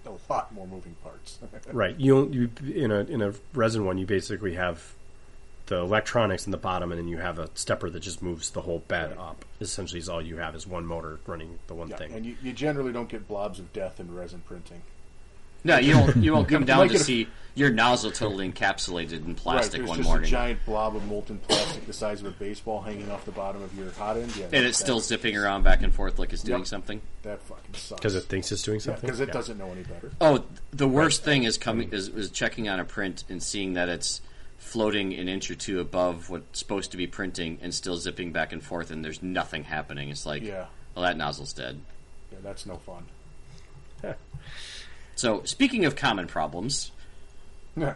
S3: a lot more moving parts.
S7: Yeah, right. You don't you in a in a resin one, you basically have the electronics in the bottom, and then you have a stepper that just moves the whole bed up. Essentially, is all you have is one motor running the one
S3: yeah.
S7: thing.
S3: And you, you generally don't get blobs of death in resin printing.
S2: No, you won't. You won't come down
S3: Like
S2: to
S3: it-
S2: see your nozzle totally encapsulated in
S3: Right.
S2: plastic
S3: There's
S2: one
S3: just a
S2: morning,
S3: giant blob of molten plastic the size of a baseball hanging off the bottom of your hot end. Yeah.
S2: and it's still zipping around back and forth like it's doing
S3: Yep.
S2: something.
S3: That fucking sucks.
S7: because it thinks it's doing something.
S3: because it
S7: Yeah.
S3: doesn't know any better.
S2: Oh, the worst thing is coming is, is checking on a print and seeing that it's floating an inch or two above what's supposed to be printing and still zipping back and forth, and there's nothing happening. It's like,
S3: Yeah.
S2: well, that nozzle's dead.
S3: Yeah, that's no fun.
S2: So, speaking of common problems,
S3: Yeah.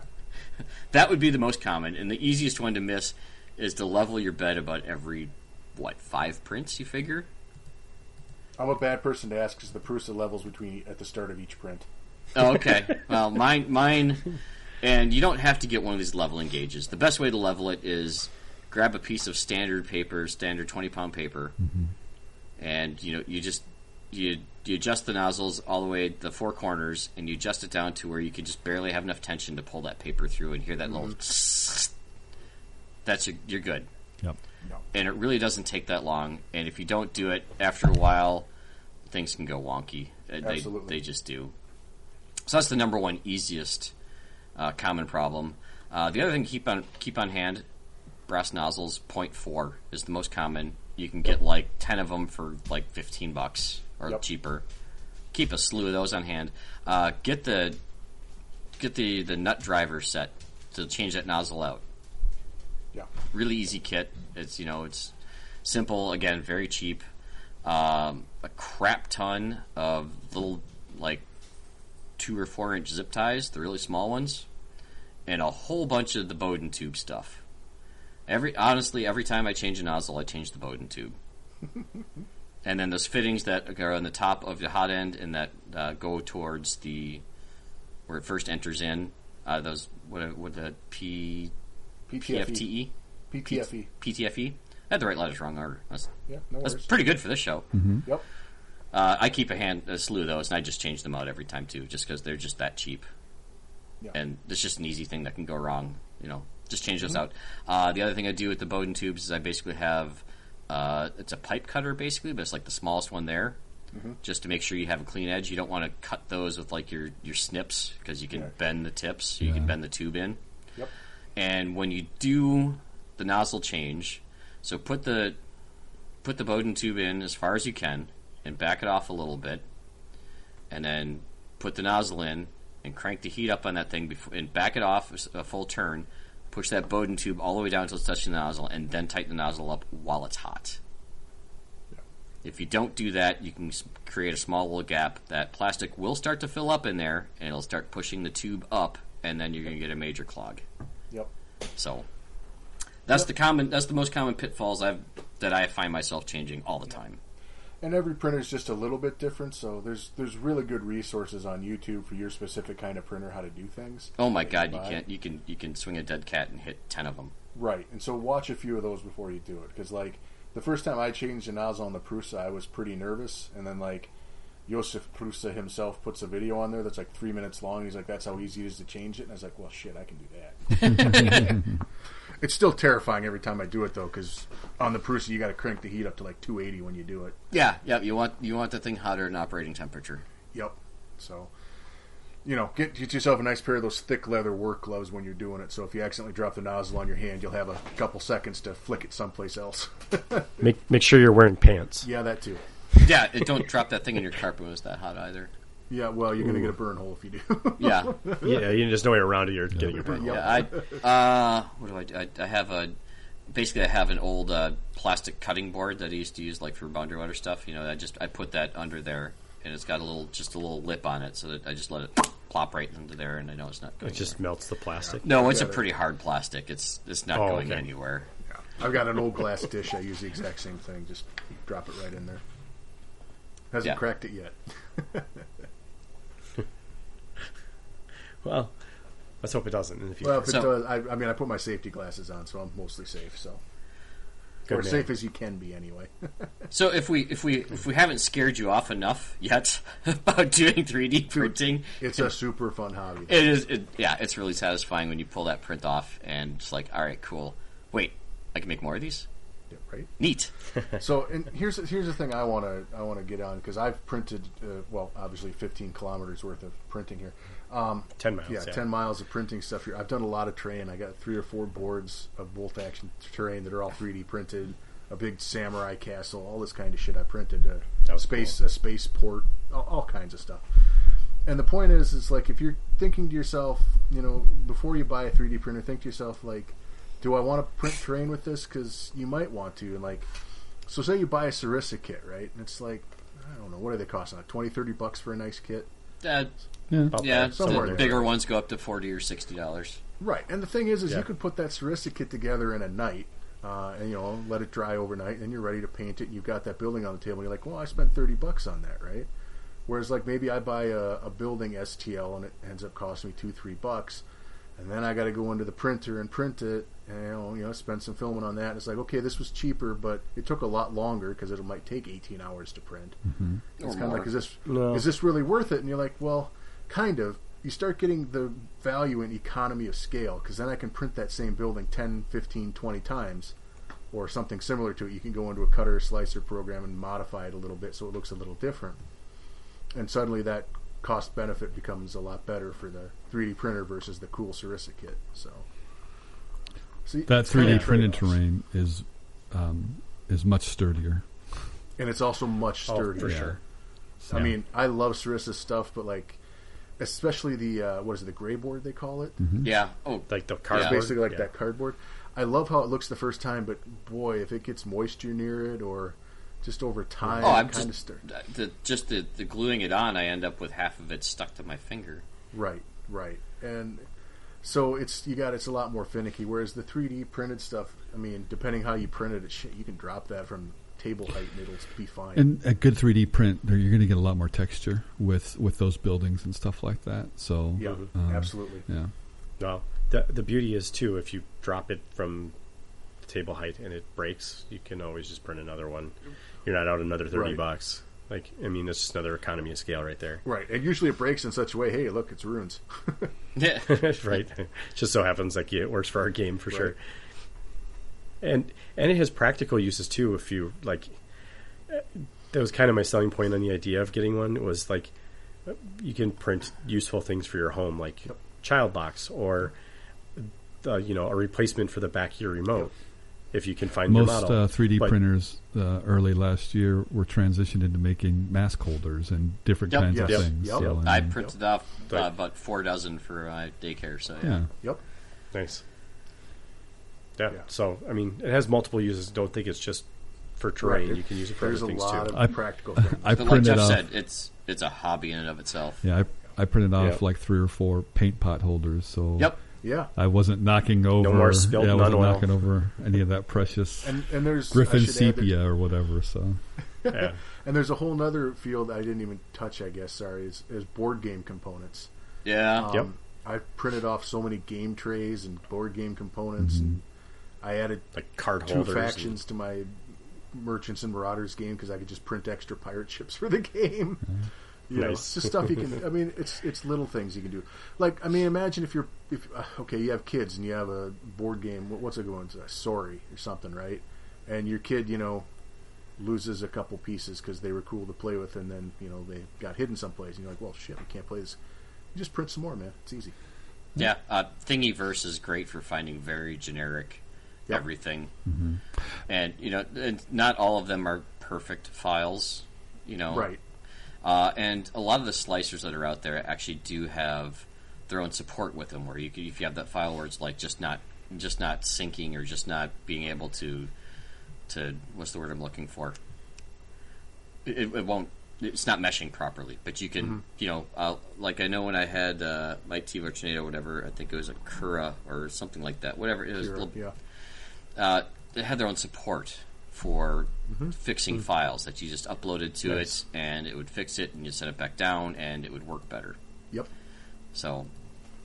S2: that would be the most common and the easiest one to miss is to level your bed about every what five prints you figure.
S3: I'm a bad person to ask because the Prusa levels between at the start of each print.
S2: Oh, okay. Well, mine, mine, and you don't have to get one of these leveling gauges. The best way to level it is grab a piece of standard paper, standard twenty pound paper, and you know you just you you adjust the nozzles all the way the four corners, and you adjust it down to where you can just barely have enough tension to pull that paper through and hear that little. That's your, you're good
S4: Yep.
S2: and it really doesn't take that long. And if you don't do it after a while, things can go wonky. Uh, They,
S3: Absolutely.
S2: they just do. So that's the number one easiest uh, common problem. Uh, the other thing to keep on keep on hand: brass nozzles. 0.4 is the most common. You can get like ten of them for like fifteen bucks or
S3: Yep.
S2: cheaper. Keep a slew of those on hand. Uh, get the get the the nut driver set to change that nozzle out
S3: Yeah.
S2: really easy kit. It's you know it's simple again, very cheap. Um, a crap ton of little like two or four inch zip ties, the really small ones, and a whole bunch of the Bowden tube stuff. Every honestly, every time I change a nozzle, I change the Bowden tube. and then those fittings that are on the top of the hot end and that uh, go towards the where it first enters in. Uh, those what what the P E.
S3: PTFE.
S2: PFTE
S3: PTFE.
S2: PTFE. I had E. the right letters wrong uh, order. That's,
S3: E. Yeah, no
S2: that's
S3: worries.
S2: pretty good for this show.
S3: Yep.
S2: Uh, I keep a hand a slew of those, and I just change them out every time too, just because they're just that cheap.
S3: Yeah.
S2: And it's just an easy thing that can go wrong. You know, just change those out.
S3: Mm-hmm.
S2: Uh, the other thing I do with the Bowden tubes is I basically have uh, it's a pipe cutter basically, but it's like the smallest one there,
S3: Mm-hmm.
S2: just to make sure you have a clean edge. You don't want to cut those with like your your snips because you can
S3: Yeah.
S2: bend the tips. So you can bend the tube in.
S3: Yep.
S2: And when you do the nozzle change, so put the put the Bowden tube in as far as you can and back it off a little bit, and then put the nozzle in and crank the heat up on that thing before, and back it off a s- a full turn. Push that Bowden tube all the way down until it's touching the nozzle, and then tighten the nozzle up while it's hot. If you don't do that, you can s- create a small little gap. That plastic will start to fill up in there, and it'll start pushing the tube up, and then you're going to get a major clog.
S3: Yep.
S2: So that's the common that's the most common pitfalls I've that I find myself changing all the time.
S3: And every printer is just a little bit different, so there's there's really good resources on YouTube for your specific kind of printer, how to do things.
S2: Oh my god, you
S3: Bye.
S2: can't you can you can swing a dead cat and hit 10 of them.
S3: Right, and so watch a few of those before you do it, because like the first time I changed the nozzle on the Prusa, I was pretty nervous, and then like Josef Prusa himself puts a video on there that's like three minutes long. And he's like, "That's how easy it is to change it," and I was like, "Well, shit, I can do that." it's still terrifying every time I do it though, because on the Prusa you got to crank the heat up to like 280 when you do it.
S2: Yeah, yeah, you want you want the thing hotter than operating temperature.
S3: Yep. So, you know, get, get yourself a nice pair of those thick leather work gloves when you're doing it. So if you accidentally drop the nozzle on your hand, you'll have a couple seconds to flick it someplace else.
S7: Make make sure you're wearing pants.
S3: yeah, that too.
S2: Yeah, and don't drop that thing in your carpet when it's that hot either.
S3: Yeah, well, you're going to get a burn hole if you do.
S2: Yeah.
S1: Yeah, you there's no way around it. You're getting a burn.
S2: Yeah, I uh, what do I do? I, I have a basically I have an old uh, plastic cutting board that I used to use like for boundary water stuff. You know, I just I put that under there, and it's got a little just a little lip on it, so that I just let it plop right into there, and I know it's not going.
S1: It just
S2: anywhere.
S1: melts the plastic.
S2: no, it's a pretty hard plastic. It's it's not
S1: Oh,
S2: going
S1: okay.
S2: anywhere.
S3: I've got an old glass dish. I use the exact same thing. Just drop it right in there. Hasn't
S2: Yeah.
S3: cracked it yet.
S1: Well, let's hope it doesn't in the future.
S3: Well, if it
S2: So-
S3: does, I, I mean, I put my safety glasses on, so I'm mostly safe. So,
S1: Good
S3: or
S1: man.
S3: safe as you can be, anyway.
S2: So if we if we if we haven't scared you off enough yet about doing three D printing,
S3: It's a super fun hobby.
S2: It is, it, yeah. It's really satisfying when you pull that print off and it's like, all right, cool. Wait, I can make more of these.
S3: Yeah, right?
S2: Neat.
S3: So, and here's here's the thing I want to I want to get on because I've printed uh, well, obviously 15 kilometers worth of printing here. Um,
S1: 10 miles,
S3: yeah,
S1: yeah.
S3: 10 miles of printing stuff here. I've done a lot of terrain. I got three or four boards of bolt action terrain that are all 3D printed. A big samurai castle, all this kind of shit I printed. A
S1: was
S3: space a spaceport, all, all kinds of stuff. And the point is, it's like if you're thinking to yourself, you know, before you buy a 3D printer, think to yourself like, do I want to print terrain with this? Because you might want to, and like. So say you buy a Sarissa kit, right? And it's like, I don't know, what are they costing? Like 20, 30 bucks for a nice kit?
S2: Uh,
S4: Yeah.
S2: yeah,
S3: somewhere
S2: the
S3: there.
S2: bigger ones go up to forty or sixty dollars.
S3: Right. And the thing is, is
S1: Yeah.
S3: you could put that Sarissa kit together in a night, uh, and, you know, let it dry overnight, and then you're ready to paint it, and you've got that building on the table, and you're like, well, I spent 30 bucks on that, right? Whereas, like, maybe I buy a, a building STL, and it ends up costing me two, three bucks, and then I got to go into the printer and print it, and, you know, you know, spend some filming on that. And it's like, okay, this was cheaper, but it took a lot longer because it might take 18 hours to print. It's
S2: Or
S3: kind of
S2: more.
S3: like, is this
S7: No.
S3: is this really worth it? And you're like, well, kind of. You start getting the value in economy of scale because then I can print that same building 10, 15, 20 times or something similar to it. You can go into a cutter slicer program and modify it a little bit so it looks a little different. And suddenly that cost benefit becomes a lot better for the 3D printer versus the cool Sarissa kit. So, See,
S4: That
S3: it's kinda
S4: 3D printed
S3: trade-offs.
S4: terrain is um, is much sturdier.
S3: And it's also much
S1: Oh,
S3: sturdier.
S1: for sure.
S4: So-
S3: I mean, I love Sarissa's stuff, but like, especially the uh, what is it, the gray board they call it?
S2: Yeah. Oh,
S1: Like the
S2: Yeah.
S3: It's
S1: cardboard.
S3: basically like
S1: Mm-hmm. yeah.
S3: that cardboard. I love how it looks the first time, but boy, if it gets moisture near it or just over time.
S2: Oh, I'm
S3: kind of
S2: just
S3: start.
S2: the, just the, the gluing it on. I end up with half of it stuck to my finger.
S3: Right, right, and so it's you got it's a lot more finicky. Whereas the 3D printed stuff, I mean, depending how you print it, it shit, you can drop that from table height and it'll be fine.
S4: And a good 3D print, there you're going to get a lot more texture with with those buildings and stuff like that. So
S3: yeah,
S1: Mm-hmm.
S4: um,
S3: absolutely.
S4: yeah.
S1: Well, the the beauty is too if you drop it from table height and it breaks, you can always just print another one. You're not out another thirty
S3: Right.
S1: bucks. Like I mean, that's just another economy of scale right there.
S3: Right, and usually it breaks in such a way. Hey, look, it's ruins.
S2: Yeah.
S1: right. Just so happens like yeah, it works for our game for sure. And and it has practical uses too. If you like, uh, that was kind of my selling point on the idea of getting one was like, uh, you can print useful things for your home, like child locks or, uh, you know, a replacement for the back of your remote. If you can find your
S4: Most
S1: model,
S4: uh, 3D
S1: But-
S4: printers uh, early last year were transitioned into making mask holders and different
S2: Yep.
S4: kinds
S3: Yes.
S4: of things.
S3: Yep.
S4: So,
S2: I
S4: mean,
S2: printed off uh,
S1: Right.
S2: about four dozen for uh, daycare. So yeah.
S4: yeah.
S3: Yep.
S1: Nice. Yeah,
S3: Yeah.
S1: So I mean, it has multiple uses. Don't think it's just for terrain.
S3: Right.
S1: You can use it for
S3: There's
S1: other
S3: a
S1: things
S3: lot
S1: too.
S3: of
S4: I-
S3: practical things.
S4: I
S2: But like
S4: printed
S2: Jeff
S4: off.
S2: said, it's it's a hobby in and of itself.
S4: Yeah, I, I printed off
S1: Yeah.
S4: like three or four paint pot holders. So
S2: Yep.
S3: yeah,
S4: I wasn't knocking over.
S1: more spilt
S4: yeah, I wasn't
S1: non-oil.
S4: knocking over any of that precious
S3: and and there's I
S4: Griffin
S3: should add that-
S4: sepia or whatever. So
S1: yeah.
S3: And there's a whole other field I didn't even touch, I guess, sorry, is, is board game components.
S2: Yeah.
S3: Oh.
S1: Yep.
S3: I printed off so many game trays and board game components,
S4: Mm-hmm.
S3: and I added
S1: like card
S3: two
S1: holders. and-
S3: factions to my Merchants and Marauders game because I could just print extra pirate ships for the game. You know,
S1: Nice.
S3: it's just stuff you can. I mean, it's it's little things you can do. Like, I mean, imagine if you're if uh, okay, you have kids and you have a board game. What, what's it going? Uh, sorry or something, right? And your kid, you know, loses a couple pieces because they were cool to play with, and then you know they got hidden someplace. And you're like, well, shit, we can't play this. You just print some more, man. It's easy.
S2: Yeah. Uh, Thingiverse is great for finding very generic
S3: Yep.
S2: everything, and you know, and not all of them are perfect files. You know,
S3: Right.
S2: Uh, and a lot of the slicers that are out there actually do have their own support with them, where you can, if you have that file where it's like just not just not syncing or just not being able to to what's the word I'm looking for? It, it- it won't. It's not meshing properly, but you can, you know, uh, like I know when I had uh, my TiVo Tornado, whatever, I think it was a Cura or something like that, whatever it was,
S3: You're-
S2: little-
S3: yeah.
S2: uh, they had their own support for fixing files that you just uploaded to
S1: Nice.
S2: it and it would fix it and you set it back down and it would work better.
S3: Yep.
S2: So,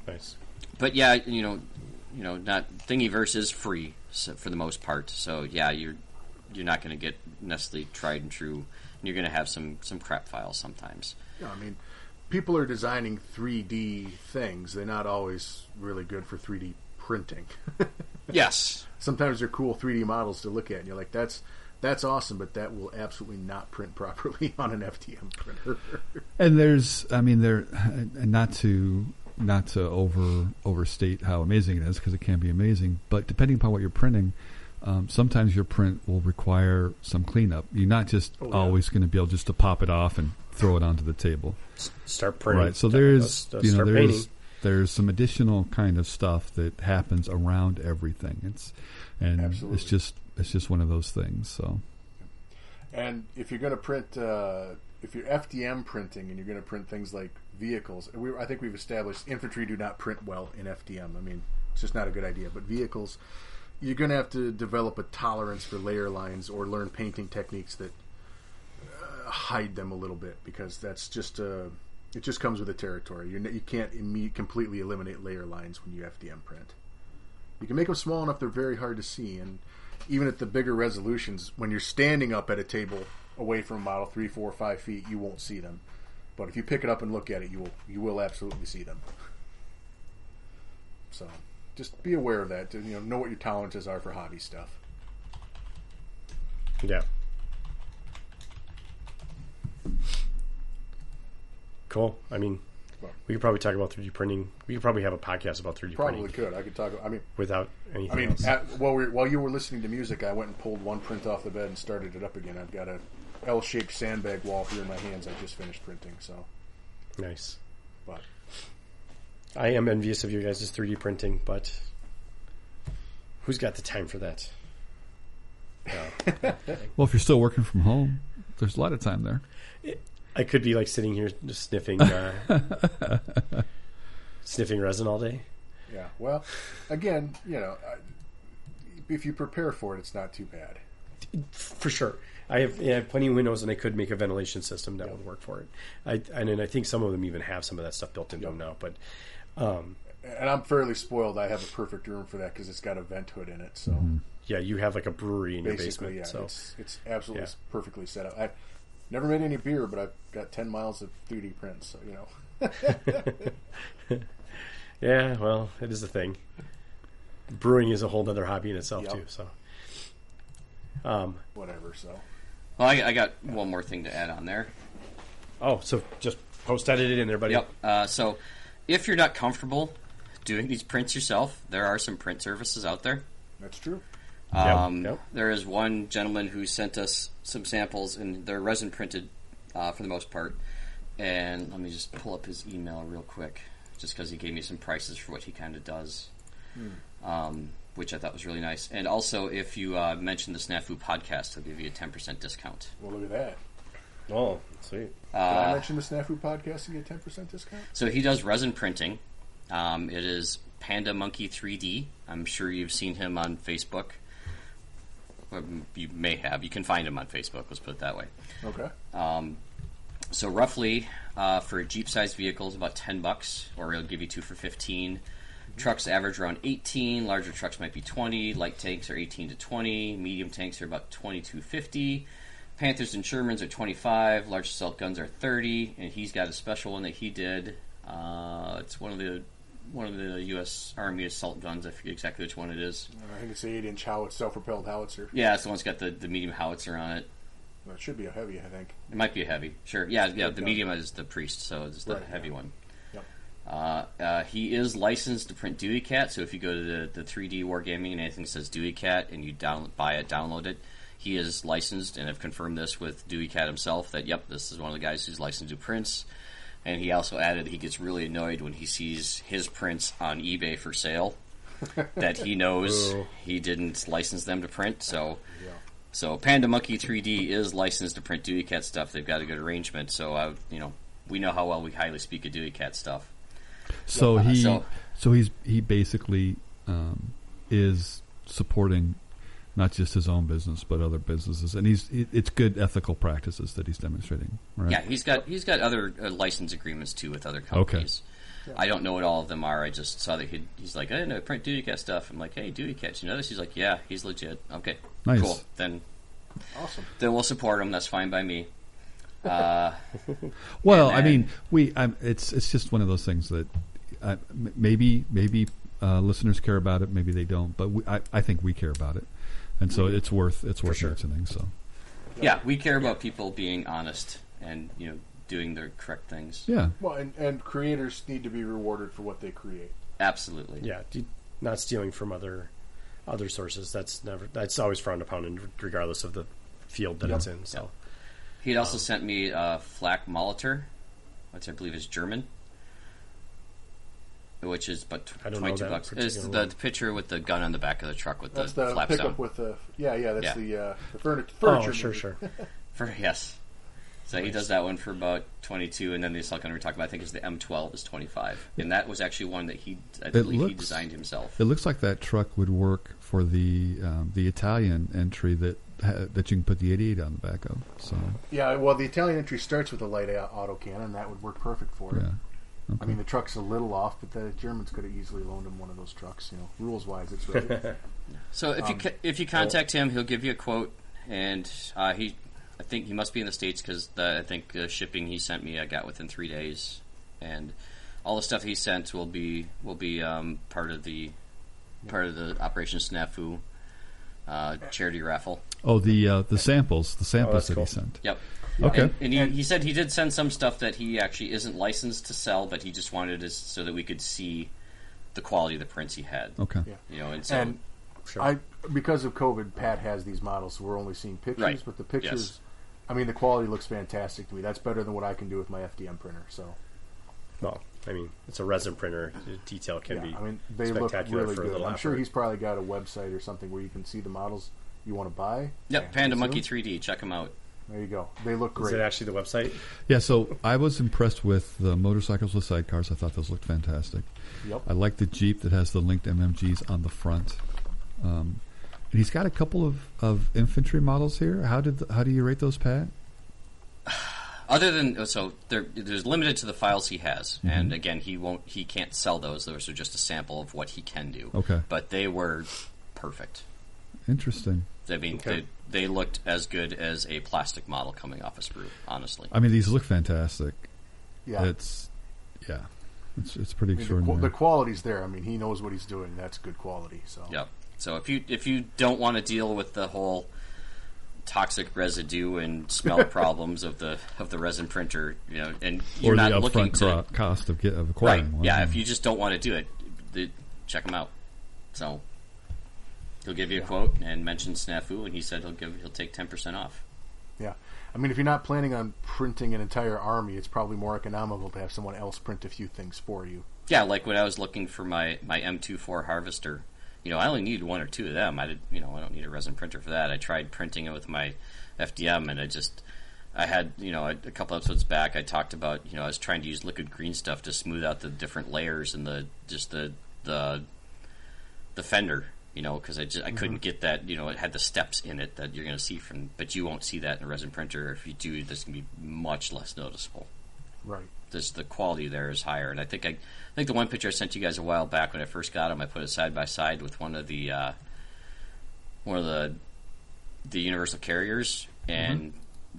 S1: Nice.
S2: but yeah, you know, you know, not Thingiverse is free so, for the most part. So yeah, you're you're not going to get necessarily tried and true. And you're going to have some some crap files sometimes.
S3: Yeah, I mean, people are designing 3D things. They're not always really good for 3D printing.
S2: Yes.
S3: Sometimes they're cool 3D models to look at, and you're like, "That's that's awesome," but that will absolutely not print properly on an FDM printer.
S4: And there's, I mean, there, and not to not to over overstate how amazing it is because it can be amazing. But depending upon what you're printing, um, sometimes your print will require some cleanup. You're not just
S3: yeah.
S4: always going to be able just to pop it off and throw it onto the table,
S1: Start printing.
S4: right? So
S1: Uh,
S4: there's,
S1: uh,
S4: you know,
S1: start painting.
S4: there's there's some additional kind of stuff that happens around everything. It's and
S3: Absolutely.
S4: it's just it's just one of those things. So
S3: and if you're going to print, uh, if you're FDM printing, and you're going to print things like vehicles, we, I think we've established infantry do not print well in FDM. I mean, it's just not a good idea. But vehicles, you're going to have to develop a tolerance for layer lines or learn painting techniques that uh, hide them a little bit because that's just uh, it just comes with the territory. You're, n- you can't imme- completely eliminate layer lines when you FDM print. You can make them small enough they're very hard to see, and even at the bigger resolutions, when you're standing up at a table away from a model three, four, five feet, you won't see them. But if you pick it up and look at it, you will you will absolutely see them. So just be aware of that. You know, know what your tolerances are for hobby stuff.
S1: Yeah. Cool. I mean,
S3: Well-
S1: we could probably talk about 3D printing. We could probably have a podcast about 3D
S3: Probably
S1: printing
S3: could. I could talk. I mean,
S1: without anything
S3: I mean,
S1: else.
S3: at, while we were, while you were listening to music, I went and pulled one print off the bed and started it up again. I've got a L-shaped sandbag wall here in my hands. I just finished printing, so
S1: nice.
S3: but
S1: I am envious of you guys' 3D printing, but who's got the time for that?
S4: Well, if you're still working from home, there's a lot of time there.
S7: I could be like sitting here just sniffing, uh, sniffing resin all day.
S3: Yeah. Well, again, you know, I- if you prepare for it, it's not too bad.
S7: for sure. I have, I have plenty of windows, and I could make a ventilation system that would work for it. I and, then I think some of them even have some of that stuff built into them now. But um,
S3: And I'm fairly spoiled. I have a perfect room for that because it's got a vent hood in it. So
S7: yeah, you have like a brewery in Mm-hmm. your
S3: basically,
S7: basement.
S3: yeah,
S7: so
S3: it's it's absolutely
S7: Yeah.
S3: perfectly set up. I've never made any beer, but I've got ten miles of 3D prints. So you know,
S7: yeah, well, it is a thing. Brewing is a whole other hobby in itself
S3: Yep.
S7: too. So um,
S3: whatever. So
S2: Well, I, I got one more thing to add on there.
S7: oh, so just post edit it in there, buddy.
S2: Yep. Uh, so, if you're not comfortable doing these prints yourself, there are some print services out there.
S3: that's true.
S7: Yep,
S2: Um,
S7: yep.
S2: There is one gentleman who sent us some samples, and they're resin printed uh, for the most part. And let me just pull up his email real quick, just because he gave me some prices for what he kind of does, um, which I thought was really nice. And also, if you uh, mention the Snafu podcast, they'll give you a 10% discount.
S3: Well, look at that.
S7: Oh, sweet.
S3: Did I mention the Snafu podcast and get ten percent discount?
S2: So he does resin printing. Um, it is Panda Monkey 3D. I'm sure you've seen him on Facebook. Um, You may have. You can find him on Facebook. Let's put it that way.
S3: Okay.
S2: So roughly uh, for a Jeep-sized vehicle, it's about ten bucks, or it'll give you two for fifteen. Trucks average around eighteen. Larger trucks might be twenty. Light tanks are eighteen to twenty. Medium tanks are about twenty-two fifty. Panthers and Shermans are twenty-five. Large assault guns are thirty. And he's got a special one that he did. Uh, it's one of the one of the U.S. Army assault guns. I forget exactly which one it is.
S3: I think it's the eight-inch howitzer, self-propelled howitzer.
S2: Yeah, it's the one's got the, the medium howitzer on it.
S3: Well, it should be a heavy, I think.
S2: It might be a heavy. Sure. Yeah, yeah. The
S3: Yeah.
S2: medium is the priest, so it's the
S3: Right,
S2: heavy
S3: yeah.
S2: one.
S3: Yep.
S2: Uh, uh, he is licensed to print Duty Cat, so if you go to the, the 3D Wargaming and anything that says Duty Cat and you down, buy it, download it, he is licensed and have confirmed this with Dewey Cat himself that, yep, this is one of the guys who's licensed to prints. And he also added he gets really annoyed when he sees his prints on eBay for sale that he knows
S3: Oh.
S2: he didn't license them to print, so. So Panda Monkey 3D is licensed to print Dewey Cat stuff. They've got a good arrangement. So I, would- you know, we know how well we highly speak of Dewey Cat stuff.
S4: So
S2: Uh,
S4: he,
S2: so-
S4: so, he's he basically um, is supporting not just his own business but other businesses, and he's it, it's good ethical practices that he's demonstrating. Right?
S2: Yeah, he's got he's got other uh, license agreements too with other companies. I don't know what all of them are. I just saw that he he's like, I know print Dewey Cat stuff. I'm like, hey, Dewey Cat, did you know this? He's like, yeah, he's legit. Okay,
S4: Nice.
S2: cool. Then
S3: Awesome.
S2: then we'll support him. That's fine by me.
S4: Well,
S2: And
S4: I
S2: then-
S4: mean, we. i it's it's just one of those things that uh, m- maybe maybe uh, listeners care about it, maybe they don't, but we, I I think we care about it, and
S2: Mm-hmm.
S4: so it's worth it's worth
S7: sure.
S4: mentioning. So
S2: Yeah, we care about people being honest and you know doing the correct things.
S4: yeah,
S3: Well, and, and creators need to be rewarded for what they create.
S2: Absolutely.
S7: Yeah, d- not stealing from other other sources. That's never. That's always frowned upon, in, regardless of the field that it's in. So.
S2: He'd also sent me uh, Flak Molitor, which I believe is German, which is but tw-
S7: I don't know
S2: twenty-two
S7: that
S2: bucks. It's
S7: particular
S2: the,
S7: one.
S2: the picture with the gun on the back of the truck with
S3: That's
S2: the,
S3: the
S2: flaps
S3: pickup
S2: out.
S3: with the yeah, yeah. That's
S2: Yeah.
S3: the uh, the furniture.
S7: Oh,
S3: furniture
S7: sure,
S3: movie.
S7: sure.
S2: For yes, so he does that one for about twenty-two, and then the assault gun we're talking about, I think, is the M12 is twenty-five, and that was actually one that he I believe he
S4: looks-
S2: designed himself.
S4: it looks like that truck would work for the um, the Italian entry that ha- that you can put the 88 on the back of. So
S3: Yeah, well, the Italian entry starts with a light au- autocannon. That would work perfect for it.
S4: yeah,
S3: I mean, the truck's a little off, but the Germans could have easily loaned him one of those trucks. You know, rules wise, it's really
S2: Um, So if you ca- if you contact him, he'll give you a quote, and uh, he, I think he must be in the states because I think the shipping he sent me I got within three days, and all the stuff he sent will be will be um, part of the part of the Operation Snafu uh, charity raffle.
S4: oh the uh, the samples the samples that
S7: cool.
S4: he
S2: Oh,
S4: sent.
S2: Yep.
S4: Okay.
S2: And, and he, he said he did send some stuff that he actually isn't licensed to sell, but he just wanted us so that we could see the quality of the prints he had.
S4: Okay.
S3: Yeah.
S2: You know, and so
S3: and
S7: Sure.
S3: I because of COVID, Pat has these models, so we're only seeing pictures.
S2: Right.
S3: But the pictures, I mean, the quality looks fantastic to me. That's better than what I can do with my FDM printer. So
S7: Well, I mean, it's a resin printer. The detail can
S3: yeah,
S7: be
S3: I mean, they look
S7: spectacular
S3: really
S7: for a
S3: good.
S7: little
S3: I'm sure
S7: effort.
S3: he's probably got a website or something where you can see the models. you want to buy.
S2: Yep, Panda
S3: Zoom.
S2: Monkey 3D. Check them out.
S3: There you go. They look
S1: Is
S3: great.
S1: it actually the website?
S4: Yeah, so I was impressed with the motorcycles with sidecars. I thought those looked fantastic.
S3: Yep.
S4: I like the Jeep that has the linked MMGs on the front. Um, and he's got a couple of, of infantry models here. How did the, how do you rate those, Pat?
S2: Other than so, they're, there's limited to the files he has,
S4: Mm-hmm.
S2: and again, he won't, he can't sell those. Those are just a sample of what he can do.
S4: Okay.
S2: but they were perfect.
S4: Interesting.
S2: I mean,
S1: Okay.
S2: they, they looked as good as a plastic model coming off a sprue. Honestly,
S4: I mean, these look fantastic.
S3: yeah.
S4: It's yeah, it's it's pretty
S3: I mean, the, qu-
S4: extraordinary.
S3: the quality's there. I mean, he knows what he's doing. That's good quality. So
S2: yeah. So if you if you don't want to deal with the whole toxic residue and smell problems of the of the resin printer, you know, and you're
S4: or the
S2: not looking to
S4: upfront cro- cost of get of
S2: Right.
S4: acquiring one.
S2: Yeah, if you just don't want to do it, the, check him out. So he'll give you a quote and mention snafu, and he said he'll give he'll take ten percent off.
S3: yeah. I mean, if you're not planning on printing an entire army, it's probably more economical to have someone else print a few things for you.
S2: Yeah, like when I was looking for my my M24 harvester, you know, I only needed one or two of them. I did, you know, I don't need a resin printer for that. I tried printing it with my FDM, and I just I had, you know, a, a couple episodes back, I talked about, you know, I was trying to use liquid green stuff to smooth out the different layers and the just the the the fender, you know, because I just I couldn't get that, you know, it had the steps in it that you're going to see from, but you won't see that in a resin printer. If you do, this can be much less noticeable
S3: Right.
S2: this the quality there is higher. And I think I, I think the one picture I sent you guys a while back when I first got them, I put it side by side with one of the uh, one of the the universal carriers, and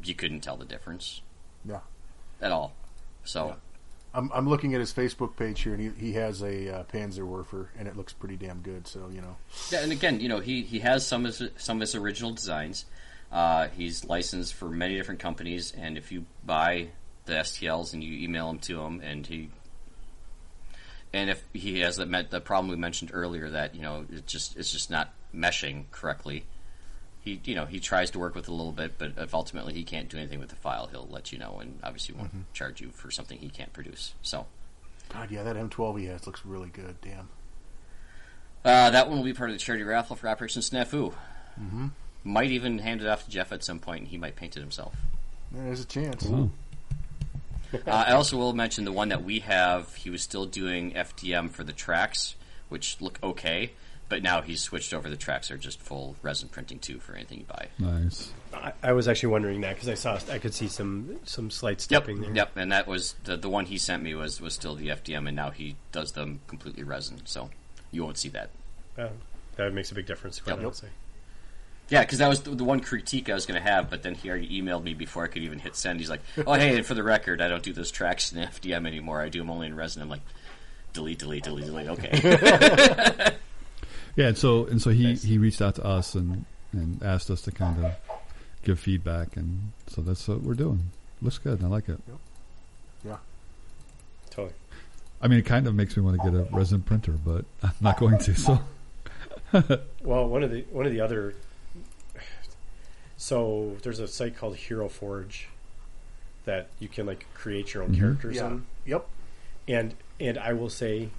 S2: you couldn't tell the difference
S3: Yeah.
S2: at all. So
S3: I'm, I'm looking at his Facebook page here, and he, he has a uh, Panzerwerfer, and it looks pretty damn good. So you know,
S2: Yeah, and again, you know, he, he has some of his, some of his original designs. Uh, he's licensed for many different companies, and if you buy the STLs and you email them to him, and he and if he has the, met the problem we mentioned earlier that you know it just it's just not meshing correctly, he you know he tries to work with it a little bit, but if ultimately he can't do anything with the file, he'll let you know, and obviously won't charge you for something he can't produce. So.
S3: God, yeah, that M12 he has looks really good. Damn.
S2: Uh, that one will be part of the charity raffle for Operation Snafu. Might even hand it off to Jeff at some point, and he might paint it himself.
S3: There's a chance.
S4: Oh.
S2: uh, I also will mention the one that we have. He was still doing FDM for the tracks, which look okay, but now he's switched over. The tracks are just full resin printing too for anything you buy.
S4: nice.
S1: I, I was actually wondering that because I saw I could see some some slight
S2: Yep,
S1: stepping there.
S2: yep. And that was the the one he sent me was was still the FDM, and now he does them completely resin. So you won't see that.
S1: Uh, that makes a big difference. Quite
S2: Yep.
S1: honestly.
S2: Yeah, because that was the, the one critique I was going to have, but then he already emailed me before I could even hit send. He's like, "Oh, hey, and for the record, I don't do those tracks in FDM anymore. I do them only in resin." I'm like, "Delete, delete, delete, delete." Okay,
S4: Yeah, and so and so he, he reached out to us and, and asked us to kind of give feedback, and so that's what we're doing. Looks good. and I like it.
S3: Yeah.
S1: Totally.
S4: I mean, it kind of makes me want to get a resin printer, but I'm not going to. So
S1: Well, one of the one of the other. So there's a site called Hero Forge that you can like create your own
S2: Mm-hmm.
S1: characters
S3: Yeah.
S1: on.
S3: Yep.
S1: And and I will say,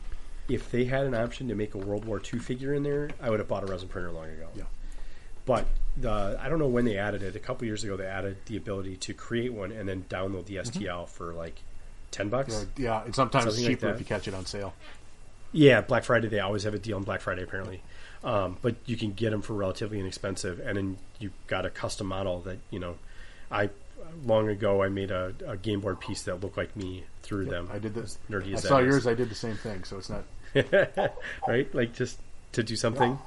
S1: if they had an option to make a World War II figure in there, I would have bought a resin printer long ago.
S3: Yeah.
S1: But the I don't know when they added it. A couple years ago, they added the ability to create one and then download
S3: Mm-hmm.
S1: the STL for like ten bucks.
S3: Yeah, yeah, and sometimes it's
S1: Something like
S3: cheaper
S1: that.
S3: if you catch it on sale.
S1: Yeah, Black Friday. They always have a deal on Black Friday, apparently. Um, but you can get them for relatively inexpensive, and then you got a custom model that you know. I long ago I made a, a game board piece that looked like me through them.
S3: I did this.
S1: As Nerdy
S3: I
S1: as
S3: saw
S1: that is.
S3: yours. I did the same thing. So it's not.
S1: right? Like just to do something.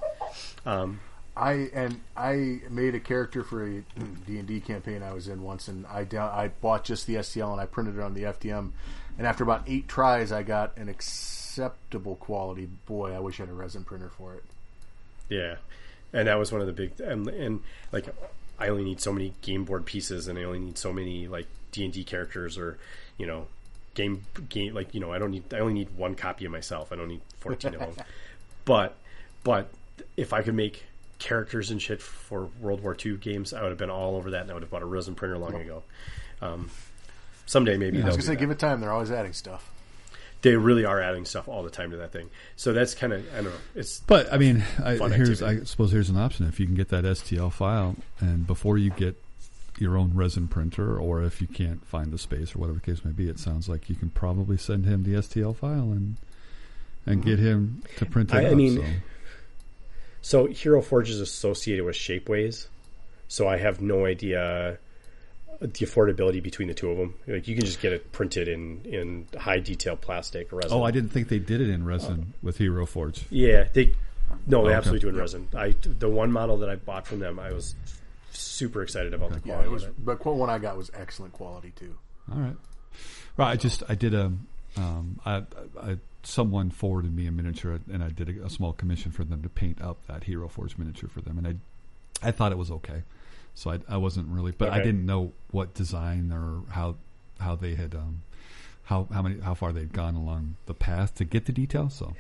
S1: Um,
S3: I and I made a character for a D and D campaign I was in once, and I down, I bought just the STL and I printed it on the FDM, and after about eight tries, I got an acceptable quality. Boy, I wish I had a resin printer for it.
S1: yeah, and that was one of the big and and like I only need so many game board pieces, and I only need so many like D and D characters, or you know, game game like you know I don't need I only need one copy of myself. I don't need fourteen of them, but but if I could make characters and shit for World War II games, I would have been all over that, and I would have bought a resin printer long ago. Um, someday maybe they'll
S3: I was gonna
S1: do
S3: say,
S1: that.
S3: give it time. They're always adding stuff.
S1: they really are adding stuff all the time to that thing. So that's kind of I don't know. It's
S4: But I mean, I,
S1: Fun
S4: here's
S1: activity.
S4: I suppose here's an option if you can get that STL file, and before you get your own resin printer, or if you can't find the space or whatever the case may be, it sounds like you can probably send him the STL file and and get him to print it.
S9: I- I
S4: out,
S9: mean,
S4: so.
S1: so Hero Forge is associated with Shapeways, so I have no idea the affordability between the two of them. Like you can just get it printed in in high detail plastic resin.
S4: oh, I didn't think they did it in resin with Hero Forge.
S1: Yeah, they no, they
S4: Okay.
S1: absolutely do in resin. I the one model that I bought from them, I was super excited about the
S3: Yeah,
S1: quality
S3: it was.
S1: of it.
S3: But what one I got was excellent quality too.
S4: All right. Right. I just I did a um I, I someone forwarded me a miniature and I did a, a small commission for them to paint up that Hero Forge miniature for them and I I thought it was okay. So I I wasn't really but I
S1: Okay.
S4: didn't know what design or how how they had um how how many how far they'd gone along the path to get the detail so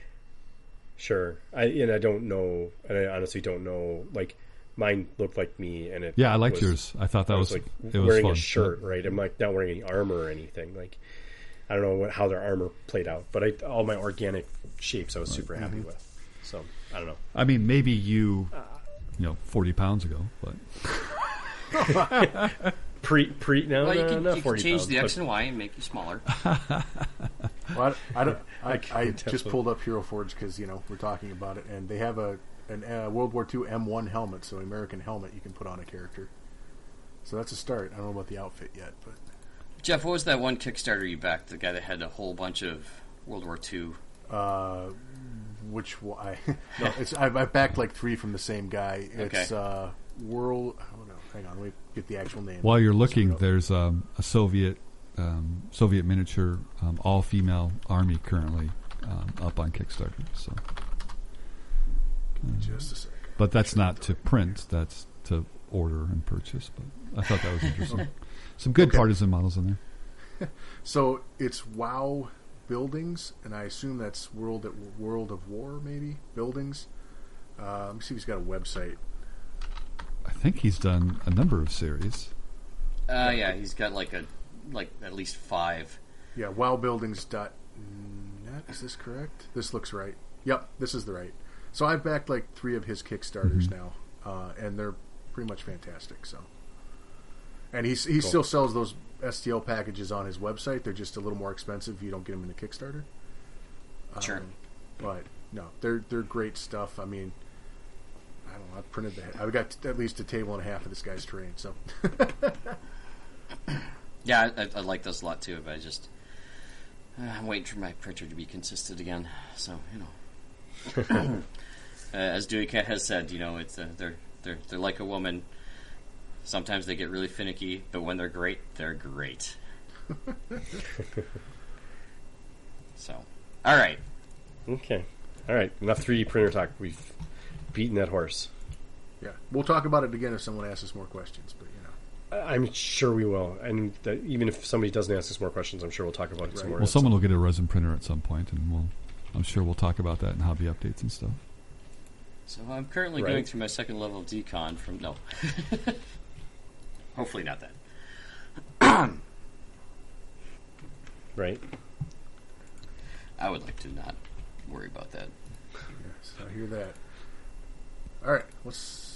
S1: Sure, I and I don't know, and I honestly don't know. Like mine looked like me, and it
S4: yeah I liked
S1: was-
S4: yours I thought that
S1: I
S4: was,
S1: was, like
S4: it was
S1: wearing
S4: fun.
S1: a shirt, right? I'm like not wearing any armor or anything. Like I don't know what, how their armor played out, but I, all my organic shapes I was super happy
S4: Mm-hmm.
S1: with. So I don't know.
S4: I mean maybe you you know 40 pounds ago but
S1: Pre pre no,
S2: Well,
S1: no,
S2: you can,
S1: not
S2: you can
S1: forty
S2: change
S1: pounds,
S2: the
S1: but-
S2: X and Y and make you smaller.
S3: Well, I, I don't. I,
S1: can
S3: I just
S1: definitely-
S3: pulled up Hero Forge because you know we're talking about it, and they have a an uh, World War II M1 helmet, so an American helmet you can put on a character. So that's a start. I don't know about the outfit yet, but
S2: Jeff, what was that one Kickstarter you backed? The guy that had a whole bunch of World War II.
S3: uh, which one- I no, it's I, I backed like three from the same guy. It's
S2: Okay.
S3: uh, World. I don't know. Hang on, let me get the actual name.
S4: While you're looking, there's um, a Soviet um, Soviet miniature um, all female army currently um, up on Kickstarter. So,
S3: Just a second.
S4: but that's not to print; that's to order and purchase. But I thought that was interesting. Some good partisan models in there.
S3: So it's WoW buildings, and I assume that's World at World of War, maybe buildings. Uh, let me see if he's got a website.
S4: I think he's done a number of series.
S2: Uh, yeah, he's got like a like at least five.
S3: Yeah, wowbuildings.net. Is this correct? This looks right. Yep, this is the right. So I've backed like three of his Kickstarters now, uh, and they're pretty much fantastic. So, and he's, he still sells those STL packages on his website. They're just a little more expensive. if You don't get them in the Kickstarter,
S2: Sure.
S3: but no, they're they're great stuff. I mean, I don't know. I printed the. I've got at least a table and a half of this guy's terrain. So
S2: Yeah, I, I, I like those a lot too. But I just uh, I'm waiting for my printer to be consistent again. So you know, uh, as Dewey Cat has said, you know, it's uh, they're they're they're like a woman. Sometimes they get really finicky, but when they're great, they're great. so, all right.
S9: Okay. All right. Enough 3D printer talk. We've beaten that horse.
S3: yeah, we'll talk about it again if someone asks us more questions. But you know.
S1: I- I'm sure we will, and that even if somebody doesn't ask us more questions, I'm sure we'll talk about it some more.
S4: Well, someone will get a resin printer at some point, and we'll. I'm sure we'll talk about that in hobby updates and stuff.
S2: So I'm currently
S1: Right.
S2: going through my second level of decon from no. Hopefully not that.
S1: right?
S2: I would like to not worry about that.
S3: Yes, I hear that. All right, let's.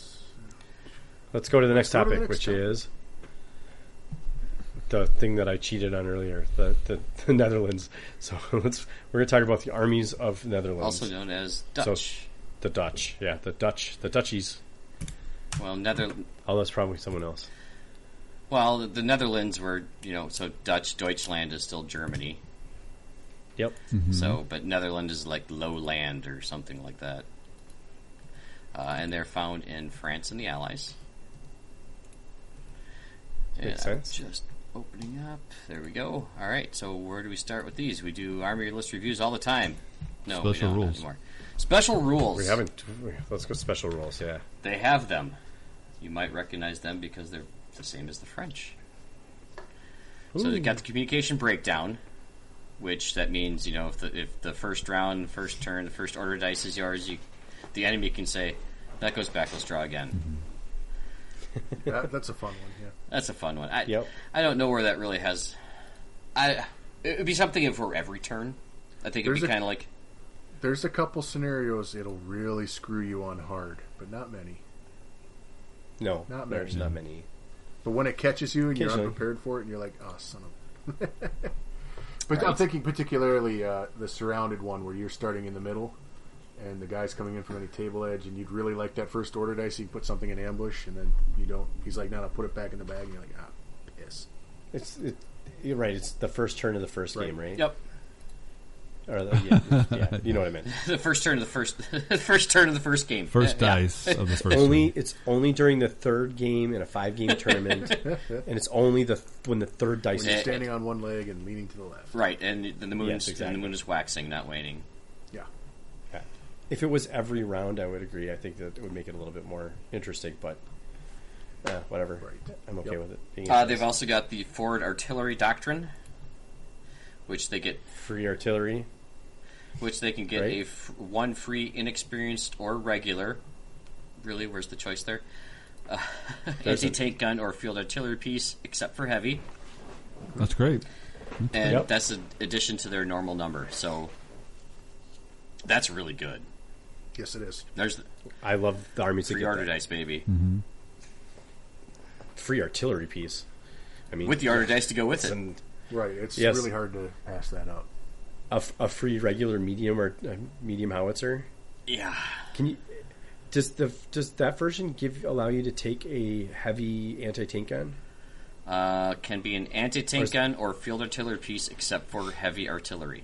S1: Let's go to the next
S3: go to the
S1: topic,
S3: next
S1: which
S3: topic.
S1: is the thing that I cheated on earlier, the, the, the Netherlands. So let's we're going to talk about the armies of Netherlands,
S2: Also known as
S1: So-
S2: Dutch.
S1: the Dutch. Yeah, the Dutch, the Dutchies.
S2: well, Nether
S1: Oh, that's probably someone else.
S2: well, the Netherlands were, you know, so Dutch Deutschland is still Germany.
S1: Yep.
S2: So, but Netherland is like lowland or something like that. Uh, and they're found in France and the Allies. And
S1: Makes
S2: I'm
S1: sense.
S2: Just opening up. There we go. All right. So where do we start with these? We do army list reviews all the time. No, we
S4: Special
S2: don't
S4: rules.
S2: anymore. Special rules.
S1: We haven't. Let's go special rules. Yeah.
S2: They have them. You might recognize them because they're the same as the French. So they got the communication breakdown, which that means you know if the if the first round, the first turn, the first order of dice is yours, you, the enemy can say that goes back. Let's draw again.
S3: That, that's a fun one. Yeah.
S2: That's a fun one. I,
S1: Yep.
S2: I don't know where that really has. I it would be something if for every turn. I think it'd
S3: There's
S2: be
S3: a-
S2: kind of like
S3: There's a couple scenarios it'll really screw you on hard, but not many.
S1: No,
S3: Not
S1: there's
S3: many.
S1: not many.
S3: But when it catches you and you're
S1: Occasionally.
S3: unprepared for it, and you're like, oh, son of. but I'm thinking particularly uh, the surrounded one where you're starting in the middle, and the guy's coming in from any table edge, and you'd really like that first order dice. You can put something in ambush, and then you don't. He's like, no, no, put it back in the bag, and you're like, ah, piss.
S1: It's it, you're right. It's the first turn of the first game, right?
S2: yep.
S1: Or the, yeah, yeah, you know what I meant.
S2: The first turn of the first, first turn of the first game.
S4: First
S2: Yeah, yeah.
S4: dice of the first
S1: Only
S4: one.
S1: it's only during the third game in a five game tournament, and it's only the when the third dice.
S3: When you're
S1: Is,
S2: Yeah.
S3: standing on one leg and leaning to the left.
S2: Right, and then the moon
S1: Yes,
S2: is
S1: exactly.
S2: and the moon is waxing, not waning.
S3: Yeah.
S1: if it was every round, I would agree. I think that it would make it a little bit more interesting, but uh, whatever.
S3: Right.
S1: I'm okay
S3: Yep.
S1: with it. Being
S2: Uh, they've
S1: interesting.
S2: also got the forward artillery doctrine, which they get,
S1: free artillery.
S2: which they can get
S1: Right.
S2: a f- one free inexperienced or regular. Really, where's the choice there? Uh,
S1: There's
S2: anti tank gun or field artillery piece, except for heavy,
S4: That's great.
S2: and
S1: Mhm. Yep.
S2: that's an addition to their normal number. So that's really good.
S3: Yes, it is.
S2: There's the
S1: I love the army to
S2: free
S1: get
S2: order
S1: that
S2: dice, baby,
S1: Mhm. free artillery piece. I mean,
S2: with the order dice to go with
S1: it's
S2: it.
S1: an-
S3: Right. It's
S1: Yes.
S3: really hard to pass that up.
S1: a, f- a free regular medium or uh, medium howitzer.
S2: Yeah,
S1: Can you? Does the does that version give allow you to take a heavy anti tank gun?
S2: uh, can be an anti tank
S1: Where's-
S2: gun or field artillery piece, except for heavy artillery.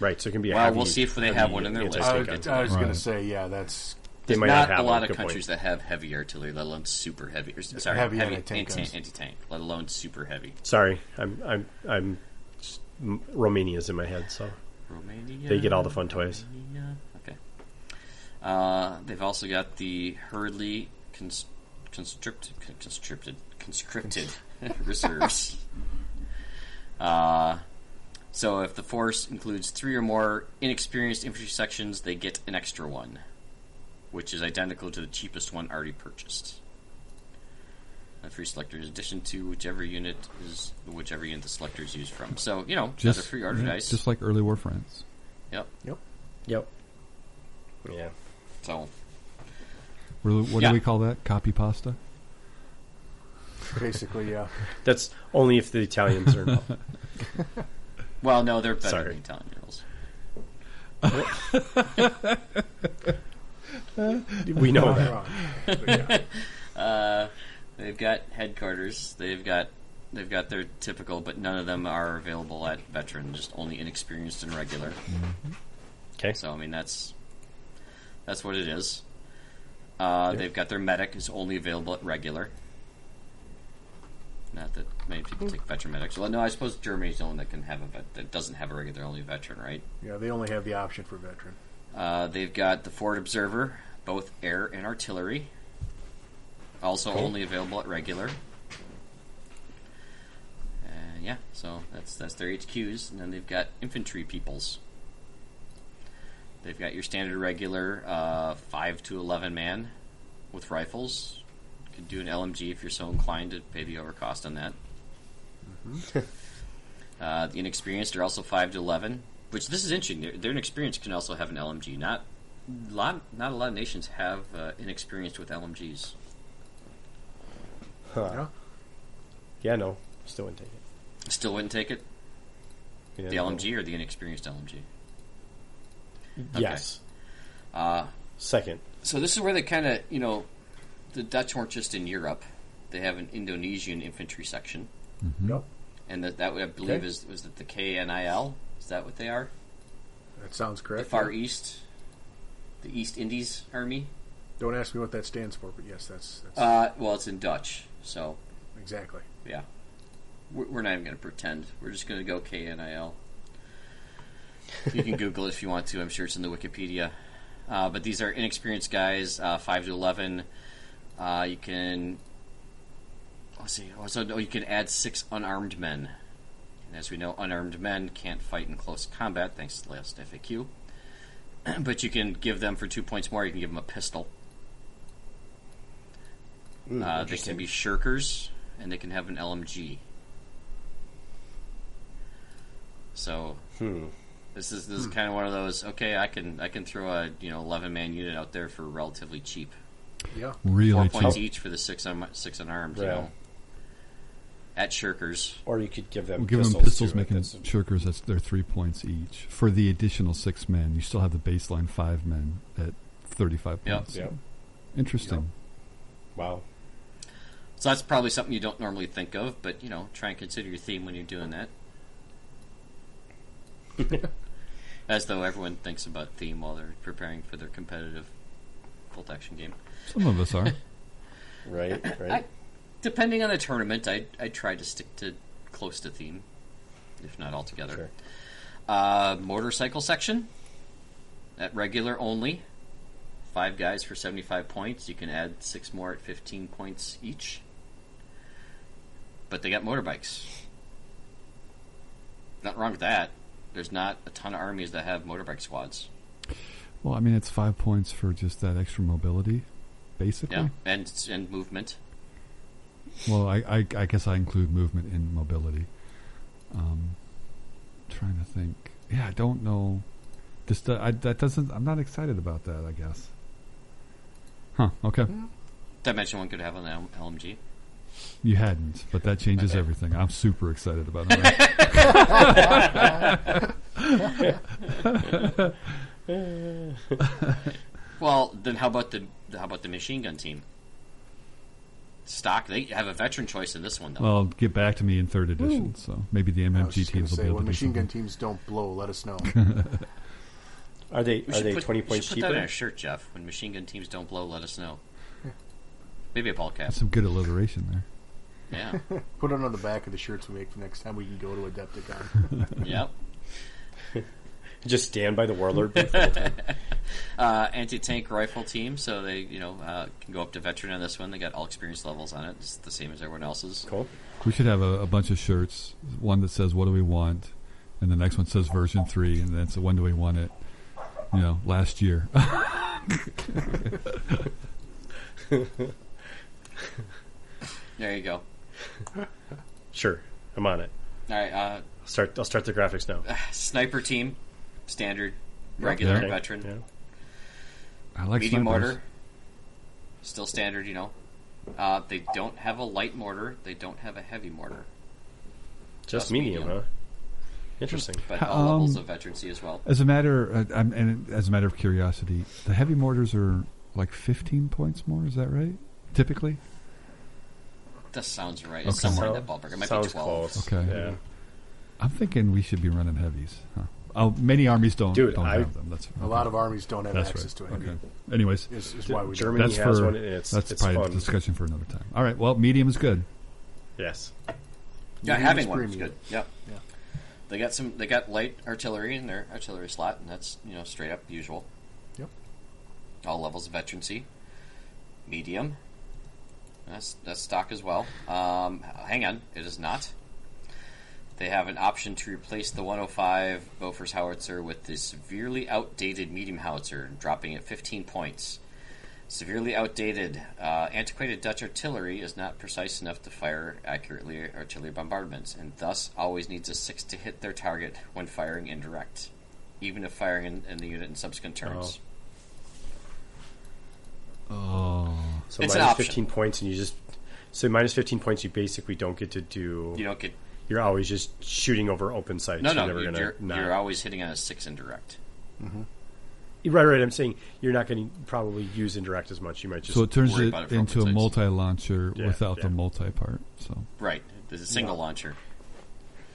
S1: Right, so it can be. A
S2: Well,
S1: heavy,
S2: we'll see if they
S1: heavy
S2: have one in their list.
S1: anti-tank
S3: I,
S2: think
S1: gun.
S3: was- I was going
S4: Right.
S3: to say, yeah, that's
S1: They might
S2: not,
S1: have
S2: a
S1: one,
S2: lot of
S1: good point.
S2: countries that have heavy artillery, let alone super heavy. Or, sorry,
S3: Heavy
S2: heavy,
S3: anti-tank
S2: anti-tank,
S3: guns.
S2: anti-tank, let alone super heavy.
S1: Sorry, I'm I'm I'm just- M- Romania's in my head, so
S2: Romania.
S1: they get all the fun toys.
S2: Romania. Okay. Uh, they've also got the hurriedly cons- constrict- con- constricted, conscripted, reserves. Uh, so if the force includes three or more inexperienced infantry sections, they get an extra one, which is identical to the cheapest one already purchased. A free selector is addition to whichever unit is whichever unit the selector is used from. So you know,
S4: Just,
S2: another free order
S4: yeah,
S2: dice.
S4: just like early war friends.
S2: Yep.
S1: Yep. Yeah.
S2: So
S4: What do- what
S2: Yeah.
S4: do we call that? Copy pasta?
S3: basically, yeah.
S1: That's only if the Italians are involved.
S2: Well, no, they're better
S1: Sorry.
S2: than Italian girls.
S1: we know
S3: Not
S1: that.
S3: wrong. But yeah.
S2: They've got headquarters. They've got they've got their typical, but none of them are available at veteran. Just only inexperienced and regular.
S1: Okay.
S2: So I mean that's that's what it is. Uh, They've got their medic is only available at regular. Not that many people take veteran medics. Well, no, I suppose Germany's the only one that can have a vet that doesn't have a regular, only veteran, right?
S3: Yeah, they only have the option for veteran.
S2: Uh, they've got the Ford Observer, both air and artillery. Also only available at regular. And yeah, so that's that's their HQs, and then they've got infantry peoples. They've got your standard regular uh, five to eleven man with rifles. You can do an LMG if you're so inclined to pay the overcost on that. Uh, the inexperienced are also five to eleven, which this is interesting. Their, their inexperienced can also have an LMG. Not lot, not a lot of nations have uh, inexperienced with LMGs.
S1: Huh.
S3: Yeah.
S1: Yeah, no. Still wouldn't take it.
S2: Still wouldn't take it.
S1: Yeah,
S2: The
S1: no.
S2: LMG or the inexperienced LMG.
S1: Yes.
S2: Uh,
S1: Second.
S2: so this is where they kind of you know, the Dutch weren't just in Europe. They have an Indonesian infantry section,
S3: Nope.
S2: and that that I believe
S1: Okay.
S2: is was that the KNIL. Is that what they are?
S3: That sounds
S2: The
S3: correct.
S2: Far East, the East Indies Army.
S3: Don't ask me what that stands for, but yes, that's, that's
S2: Uh, well, it's in Dutch, so
S3: exactly.
S2: Yeah. We're we're not even going to pretend. We're just going to go KNIL. You can Google it if you want to. I'm sure it's in the Wikipedia. Uh, but these are inexperienced guys, uh, 5 to 11. Uh, you can. Let's see. Oh, so, oh, you can add six unarmed men. And as we know, unarmed men can't fight in close combat, thanks to the last FAQ. but you can give them, for two points more, you can give them a pistol. Uh,
S1: Hmm.
S2: they can be shirkers, and they can have
S1: Hmm.
S2: an LMG. So, This is this is kind of one of those. Okay, I can I can throw a you know eleven man unit out there for relatively cheap.
S3: Yeah.
S4: Really
S2: Four points
S4: cheap.
S2: each for the six un, six unarmed. You
S1: Yeah.
S2: know, at shirkers.
S1: Or you could give them
S4: We'll give
S1: pistols
S4: them pistols,
S1: too,
S4: making
S1: that's-
S4: shirkers. That's their three points each for the additional six men. You still have the baseline five men at thirty-five
S2: Yep.
S4: points.
S1: Yep.
S4: Interesting.
S1: Wow.
S2: So that's probably something you don't normally think of, but you know, try and consider your theme when you're doing that. As though everyone thinks about theme while they're preparing for their competitive bolt action game.
S4: Some of us are.
S1: Right,
S2: I,
S1: right.
S2: depending on the tournament, I I try to stick to close to theme, if not altogether.
S1: Sure.
S2: Uh, motorcycle section at regular only. Five guys for 75 points. You can add six more at 15 points each. But they got motorbikes. Not wrong with that. There's not a ton of armies that have motorbike squads.
S4: Well, I mean, it's five points for just that extra mobility, basically.
S2: Yeah, and and movement.
S4: Well, I, I, I guess I include movement in mobility. Um, trying to think. Yeah, I don't know. This do, I, that doesn't. I'm not excited about that. I guess. Huh. Okay.
S2: Dimension one could have an L- LMG.
S4: You hadn't, but that changes
S2: Okay.
S4: everything. I'm super excited about it.
S1: Eh.
S2: Well, then how about the how about the machine gun team? Stock. They have a veteran choice in this one though.
S4: well, get back to me in third edition. So maybe the
S3: I was
S4: MMG
S3: just going to
S4: teams will be
S3: say,
S4: able
S3: when
S4: to do
S3: machine gun
S4: something.
S3: teams don't blow, let us know.
S1: Are they
S2: We
S1: are
S2: should
S1: they
S2: put-
S1: twenty
S2: we
S1: points
S2: should put that on
S1: cheaper?
S2: our shirt, Jeff. When machine gun teams don't blow, let us know. Maybe a ball cap.
S4: Some good alliteration there.
S2: Yeah.
S3: Put it on the back of the shirts we make for next time we can go to Adepticon.
S2: yep.
S1: Just stand by the warlord booth the whole time.
S2: Uh, Anti tank rifle team, so they you know uh, can go up to veteran on this one. They got all experience levels on it. It's the same as everyone else's.
S1: Cool.
S4: We should have a, a bunch of shirts. One that says "What do we want," and the next one says "Version 3, and then so when do we want it? You know, last year.
S2: There you go.
S1: Sure. I'm on it.
S2: All right. Uh,
S1: I'll start I'll start the graphics now.
S2: sniper team, standard, regular,
S4: Okay.
S2: veteran,
S1: Yeah.
S4: I like
S2: medium
S4: snipers.
S2: mortar, still standard. You know, uh, they don't have a light mortar. They don't have a heavy mortar.
S1: Just
S2: Just
S1: medium,
S2: medium.
S1: huh? Interesting.
S2: but all
S4: Um,
S2: levels of veterancy as well.
S4: As a matter, uh, I'm, and as a matter of curiosity, the heavy mortars are like 15 points more. Is that right? Typically,
S2: That sounds right.
S4: Okay.
S2: It's somewhere in
S1: Sound-
S2: that ballpark. It might be
S1: sounds
S2: twelve.
S1: close.
S4: Okay.
S1: Yeah.
S4: I'm thinking we should be running heavies. Huh. Oh, many armies don't
S1: Dude,
S4: don't
S1: I-
S4: have them. That's
S3: A lot of armies don't have
S4: that's
S3: access
S4: right.
S3: to it.
S4: Okay. Anyways,
S3: Is, is why we
S1: Germany-
S3: don't.
S4: that's
S1: has
S4: for
S1: one, and it's-
S4: that's
S1: it's
S4: probably
S1: fun.
S4: a discussion for another time. All right. Well, medium is good.
S1: Yes.
S2: Yeah,
S3: Medium
S2: having
S3: is
S2: one is
S3: premium.
S2: good. Yep.
S3: Yeah.
S2: They got some. They got light artillery in their artillery slot, and that's you know straight up usual.
S3: Yep.
S2: All levels of veterancy. Medium. That's that's stock as well. Um, hang on, it is not. They have an option to replace the 105 Bofors howitzer with the severely outdated medium howitzer, dropping at 15 points. Severely outdated, uh, antiquated Dutch artillery is not precise enough to fire accurately artillery bombardments, and thus always needs a six to hit their target when firing indirect, even if firing in, in the unit in subsequent turns.
S4: Oh,
S1: So
S2: It's an
S1: minus
S2: option.
S1: fifteen points and you just so minus fifteen points you basically don't get to do
S2: You don't get
S1: you're always just shooting over open sights.
S2: no,
S1: you're
S2: no.
S1: never
S2: You're,
S1: gonna
S2: you're,
S1: not-
S2: you're always hitting on a six indirect.
S1: Right, right. I'm saying you're not going to probably use indirect as much. You might just
S4: so it turns
S2: worry
S4: it,
S2: about it for
S4: into a
S2: open sights.
S4: multi launcher
S1: Yeah,
S4: without
S1: yeah.
S4: the multi part. So
S2: Right, there's a single launcher.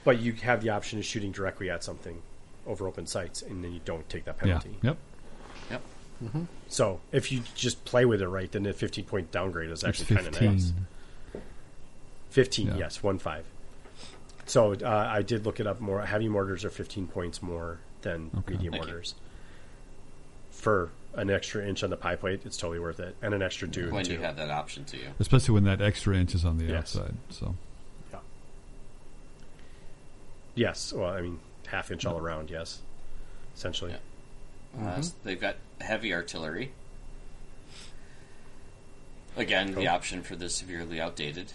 S1: but you have the option of shooting directly at something over open sights, and then you don't take that
S4: yeah,
S1: penalty.
S4: yep,
S2: Yep.
S1: So if you just play with it right, then the 15 point downgrade is
S4: it's
S1: actually kind of
S4: fifteen.
S1: nice. 15,
S4: Yeah.
S1: yes, one five. So uh, I did look it up more. Heavy mortars are 15 points more than
S4: Okay.
S1: medium
S2: Thank you.
S1: mortars. For an extra inch on the pie plate, it's totally worth it, and an extra dude
S2: When
S1: too.
S2: you have that option to you,
S4: Especially when that extra inch is on the
S1: Yes.
S4: outside. So
S1: Yes, well, I mean half inch all around. Yes, essentially.
S2: Yeah. Uh, s- they've got heavy artillery. Again, the option for the severely outdated.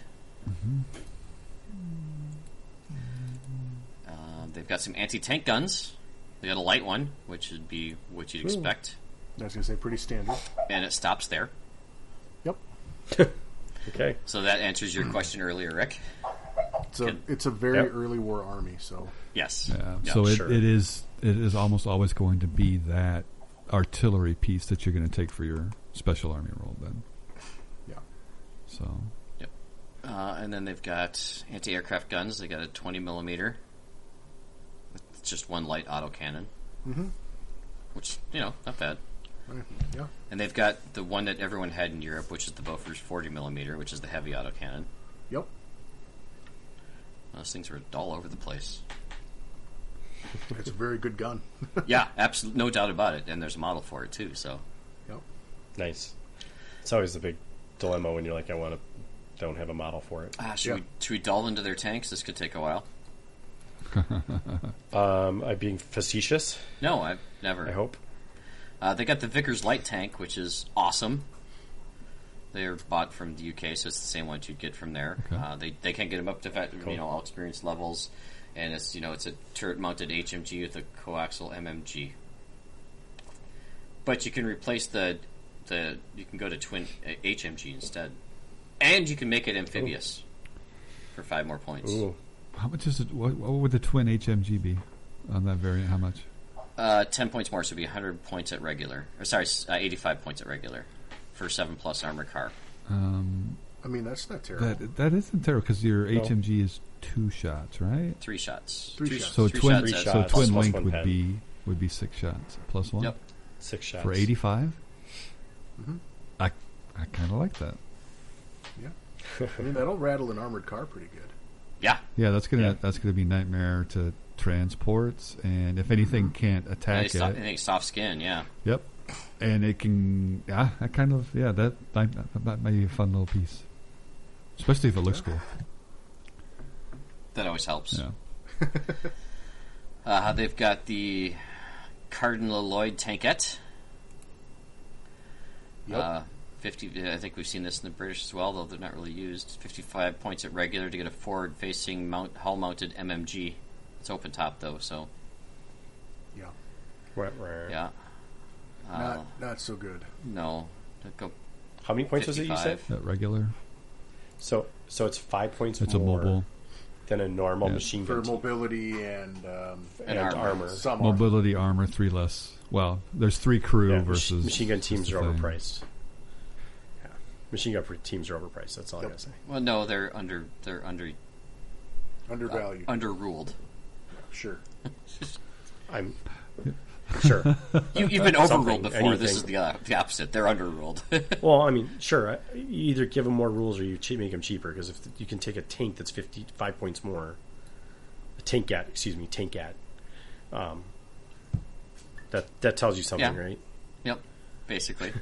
S2: Uh, they've got some anti tank guns. They had a light one, which would be what you'd expect,
S3: I was gonna say pretty standard.
S2: and it stops there.
S3: Yep.
S1: Okay.
S2: So that answers your question earlier, Rick.
S3: It's a
S2: Good.
S3: it's a very
S1: Yep.
S3: early war army, so
S2: Yes.
S4: Yeah,
S2: Yeah,
S4: so it,
S1: sure.
S4: it is it is almost always going to be that artillery piece that you're going to take for your special army role then.
S3: Yeah.
S4: So
S2: Uh, and then they've got anti-aircraft guns. They got a 20 millimeter. It's just one light autocannon. Mm-hmm. Which you know, not bad.
S3: yeah.
S2: And they've got the one that everyone had in Europe, which is the Bofors 40 millimeter, which is the heavy autocannon.
S3: Yep.
S2: Those things were all over the place.
S3: It's a very good gun.
S2: yeah, absolutely, no doubt about it. And there's a model for it too. So
S3: Yep.
S1: Nice. It's always the big dilemma when you're like, I want to, don't have a model for it.
S2: ah, should
S3: Yeah.
S2: we should we delve into their tanks? This could take a while.
S1: Um, I'm being facetious.
S2: No, I've never.
S1: I hope.
S2: Uh, they got the Vickers Light Tank, which is awesome. They're bought from the UK, so it's the same ones you'd get from there. Uh, they they can get them up to vet, you know all experience levels, and it's you know it's a turret mounted HMG with a coaxial MMG. But you can replace the the you can go to twin uh, HMG instead, and you can make it amphibious for five more points.
S1: Ooh.
S4: how much is it? What, what would the twin HMG be on that variant? How much?
S2: Uh, ten points more, so it'd be hundred points at regular. Or sorry, s- uh, eighty five points at regular for seven plus armor car.
S4: Um,
S3: I mean that's not terrible.
S4: that that isn't terrible because your HMG is two shots, right?
S2: Three shots.
S3: Three
S2: Two-
S3: shots.
S4: So
S2: three
S4: twin
S2: shots
S1: Three
S2: at-
S4: so
S1: shots,
S4: twin
S1: plus
S4: link
S1: one
S4: would
S1: pen.
S4: be would be six shots plus one
S2: Yep.
S1: Six shots.
S4: for eighty
S1: Mm-hmm.
S4: I I kind of like that.
S3: I mean that'll rattle an armored car pretty good.
S2: Yeah.
S4: Yeah, that's gonna
S1: Yeah.
S4: that's gonna be nightmare to transports, and if anything
S1: Mm-hmm.
S4: can't
S2: And
S4: attack
S2: they soft,
S4: it,
S2: and they soft skin, yeah.
S4: Yep. And it can, yeah, I kind of, yeah, that that, that might be a fun little piece, especially if it looks cool.
S2: That always helps.
S4: Yeah.
S2: Uh, they've got the Cardinal Lloyd tankette.
S3: Yep.
S2: Uh, 50, I think we've seen this in the British as well, though they're not really used. 55 points at regular to get a forward facing mount, hull mounted MMG. It's open top, though, so
S3: yeah.
S1: Right, right.
S2: yeah. Uh,
S3: Not not so good.
S2: No. Don't Go
S1: How many points was it you said?
S2: 55.
S4: That regular,
S1: So, so it's five points
S4: it's a
S1: more
S4: mobile
S1: than a normal
S4: Yeah.
S1: machine
S3: For
S1: gun
S3: mobility and um,
S1: and
S2: armor.
S1: armor.
S3: some armor.
S4: mobility armor, three less. Well, there's three crew
S1: Yeah, mach-
S4: versus
S1: machine gun teams
S4: the
S1: are
S4: thing.
S1: overpriced. Yeah. Machine gun pr- teams are overpriced. That's all I
S3: Yep.
S1: gotta say.
S2: Well, no, they're under they're under
S3: undervalued.
S1: Uh,
S2: under ruled.
S3: sure.
S1: I'm sure.
S2: You, you've been overruled
S1: Something,
S2: before. This
S1: anything.
S2: is the, uh, the opposite. They're underruled.
S1: Well, I mean, sure. I- You either give them more rules or you che- make them cheaper. Because if you can take a tank that's fifty-five points more, a tank at, excuse me, tank at, um, that that tells you something,
S2: Yeah.
S1: right?
S2: Yep, basically.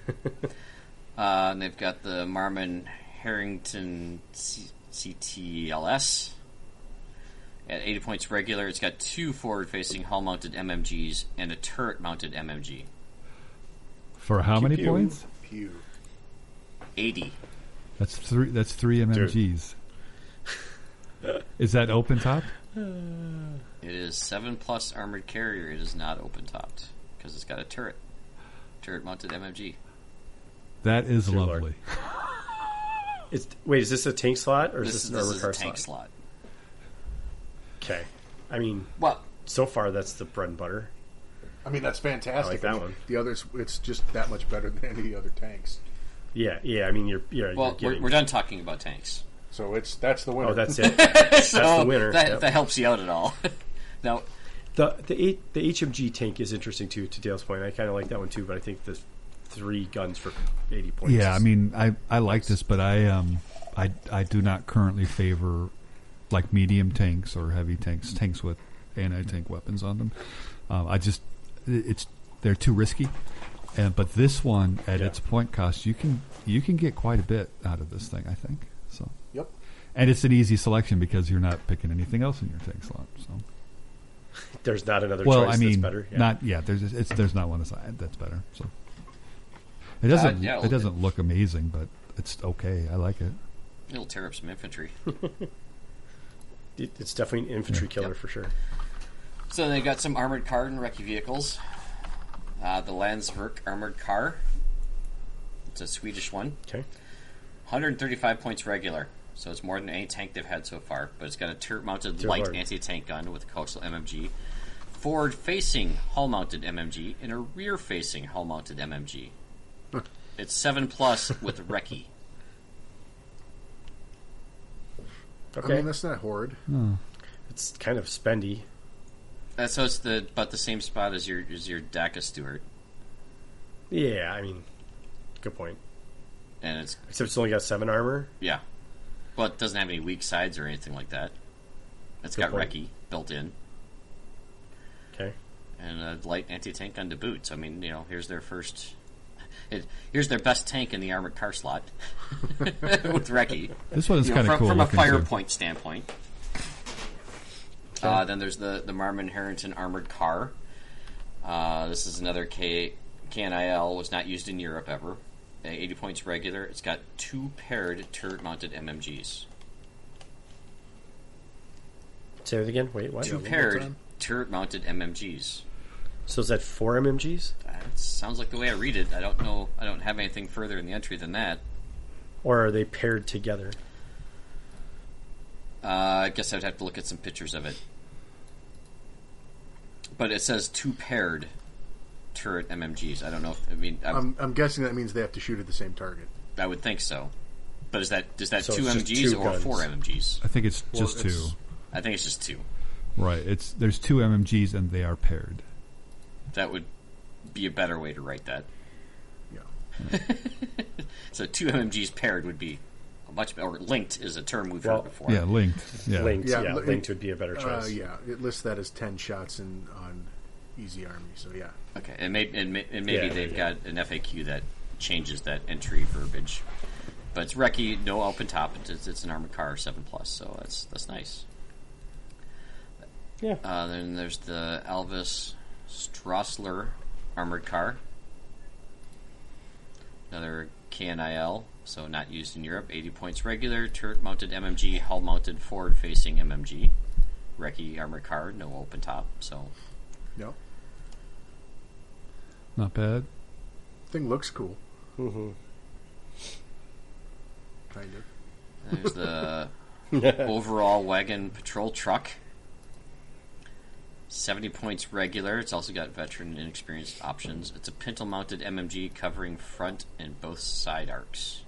S2: uh, and they've got the Marmon Harrington C- CTLS at 80 points regular. It's got two forward facing hull mounted MMGs and a turret mounted MMG.
S4: for how many
S1: pew.
S4: points?
S3: Pew.
S2: 80.
S4: That's three. That's three MMGs. Is that open top?
S2: It is 7 plus armored carrier. It is not open topped because it's got a turret. Turret mounted MMG.
S4: That is
S1: Dear Lord.
S4: lovely.
S1: It's, wait, is this a tank slot or is
S2: This,
S1: this,
S2: is,
S1: an
S2: this
S1: armored
S2: is a
S1: car
S2: tank
S1: slot?
S2: slot.
S1: Okay. I mean,
S2: Well,
S1: so far that's the bread and butter.
S3: I mean that's fantastic.
S1: I like that one.
S3: The others, it's just that much better than any other tanks.
S1: Yeah, yeah. I mean, you're you're,
S2: well
S1: you're
S2: we're,
S1: getting.
S2: we're done talking about tanks.
S3: So it's that's the winner.
S1: Oh, that's it.
S2: so
S1: the winner,
S2: That,
S1: yep.
S2: that helps you out at all. now,
S1: the the eight, the HMG tank is interesting too. To Dale's point, I kind of like that one too. But I think the three guns for eighty points.
S4: Yeah,
S1: is-
S4: I mean, I, I like this, but I um I I do not currently favor like medium tanks or heavy tanks, tanks with anti tank weapons on them. Um, I just it- it's they're too risky. And but this one at
S1: Yeah.
S4: its point cost, you can you can get quite a bit out of this thing, I think. So
S3: Yep.
S4: and it's an easy selection because you're not picking anything else in your tank slot. So
S1: there's not another
S4: well,
S1: choice
S4: I mean,
S1: that's better. Yeah.
S4: not yeah. There's it's, there's not one that's, that's better. So it doesn't
S2: Uh, yeah,
S4: it doesn't look amazing, but it's okay. I like it.
S2: it'll tear up some infantry.
S1: It- it's definitely an infantry killer
S2: Yep.
S1: for sure.
S2: So they got some armored car and recce vehicles. Uh, the Landsverk armored car. It's a Swedish one.
S1: Okay.
S2: 135 points regular, so it's more than any tank they've had so far. But it's got a turret-mounted
S1: Dear
S2: light
S1: Lord.
S2: anti-tank gun with a coastal MMG, forward-facing hull-mounted MMG, and a rear-facing hull-mounted MMG. it's seven plus with recce.
S1: Okay.
S3: I mean, that's not horrid.
S1: it's kind of spendy.
S2: Uh, so it's the about the same spot as your as your DACA Stewart,
S7: Yeah, I mean, good point.
S2: and it's
S7: Except it's only got seven armor.
S2: yeah, well it doesn't have any weak sides or anything like that. It's
S7: Good
S2: got
S7: point.
S2: recce built in.
S7: Okay.
S2: and a light anti-tank gun to boot. So, I mean, you know, here's their first, it, here's their best tank in the armored car slot with recce.
S4: This one is
S2: You know,
S4: kind
S2: from,
S4: of cool.
S2: from a
S4: looking,
S2: fire
S4: too.
S2: point standpoint. Uh, then there's the the Marmon Harrington armored car. Uh, this is another K KNIL was not used in Europe ever. Uh, 80 points regular. It's got two paired turret-mounted MMGs.
S7: Say it again. Wait, what?
S2: Two paired turret-mounted MMGs.
S7: So is that four MMGs?
S2: That sounds like the way I read it. I don't know. I don't have anything further in the entry than that.
S7: Or are they paired together?
S2: Uh, I guess I'd have to look at some pictures of it. But it says two paired turret MMGs. I don't know. if I mean, I,
S7: Um,
S3: I'm, I'm guessing that means they have to shoot at the same target.
S2: I would think so. But is that is that
S7: So
S2: two
S7: it's just
S2: MGs
S7: two
S2: or four
S7: guns.
S2: MGs?
S4: I think it's just
S3: it's-
S4: two.
S2: I think it's just two.
S4: Right. It's there's two MMGs and they are paired.
S2: That would be a better way to write that.
S3: Yeah.
S2: So two MMGs paired would be a much or linked is a term we've
S7: Well-
S2: heard before.
S4: Yeah, linked. Yeah.
S7: Linked. Yeah,
S3: Yeah, li-
S7: linked would be a better choice.
S3: Uh, yeah, it lists that as ten shots in on easy army. So yeah,
S2: Okay, and maybe and, may, and maybe
S7: Yeah,
S2: they've
S7: yeah.
S2: got an FAQ that changes that entry verbiage. But it's recce, no open top. It's, it's an armored car seven plus, so that's that's nice.
S7: Yeah.
S2: Uh, then there's the Alvis Strossler armored car. Another KNIL, so not used in Europe. 80 points regular, turret mounted MMG, hull mounted forward facing MMG. Recce armored car, no open top, so
S3: no,
S4: Not bad.
S3: thing looks cool.
S7: Mm-hmm.
S3: Kind
S2: There's
S3: of.
S2: the overall wagon patrol truck. 70 points regular. It's also got veteran and experienced options. It's a pintle mounted MMG covering front and both side arcs.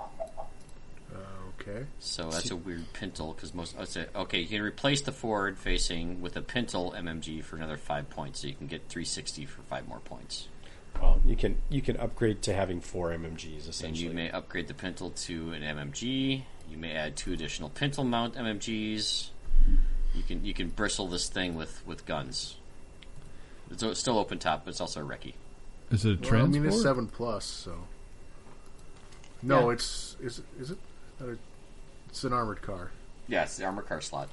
S3: Okay.
S2: So that's a weird pintle because most. I'd say, okay, you can replace the forward facing with a pintle MMG for another 5 points, so you can get 360 for 5 more points.
S7: Well, you can you can upgrade to having four MMGs
S2: And
S7: essentially.
S2: you may upgrade the Pintle to an MMG. You may add two additional Pintle mount MMGs. You can you can bristle this thing with, with guns. It's o- still open top, but it's also a recce.
S4: Is it a
S3: Well, I
S4: transport?
S3: mean, it's seven plus, so. No,
S2: Yeah.
S3: it's is is it? Uh, It's an armored car.
S2: Yeah, it's the armor car slot.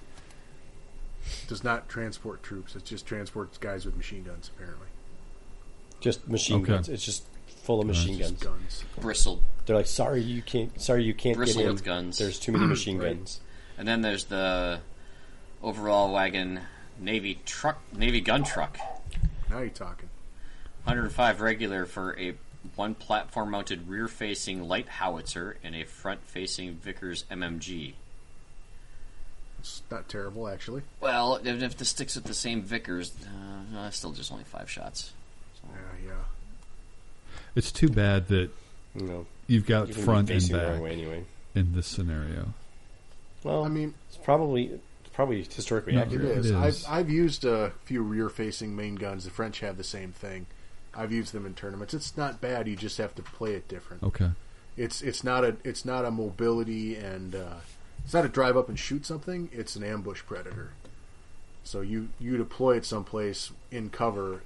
S3: It does not transport troops. It just transports guys with machine guns. Apparently,
S7: just machine
S4: Okay.
S7: guns. It's just full of machine
S3: just
S7: guns.
S3: guns.
S2: Bristled.
S7: They're like, sorry, you can't. Sorry, you can't
S2: Bristle
S7: get in.
S2: with guns.
S7: There's too many machine guns.
S2: And then there's the overall wagon Navy truck Navy gun truck.
S3: Now you're talking.
S2: 105 regular for a one platform mounted rear facing light howitzer and a front facing Vickers MMG.
S3: It's not terrible actually.
S2: Well, if, if this sticks with the same Vickers, uh, uh, still just only five shots.
S3: Yeah, yeah.
S4: It's too bad that
S7: You know,
S4: you've got
S7: you're gonna be
S4: front and
S7: facing the wrong way
S4: back
S7: anyway.
S4: in this scenario.
S7: Well,
S3: I mean,
S7: it's probably it's probably historically
S4: No,
S3: it
S7: accurate.
S4: It
S3: is.
S4: is.
S3: I've I've used a few rear-facing main guns. The French have the same thing. I've used them in tournaments. It's not bad. You just have to play it different.
S4: Okay.
S3: It's it's not a it's not a mobility and uh, it's not a drive up and shoot something. It's an ambush predator. So you you deploy it someplace in cover,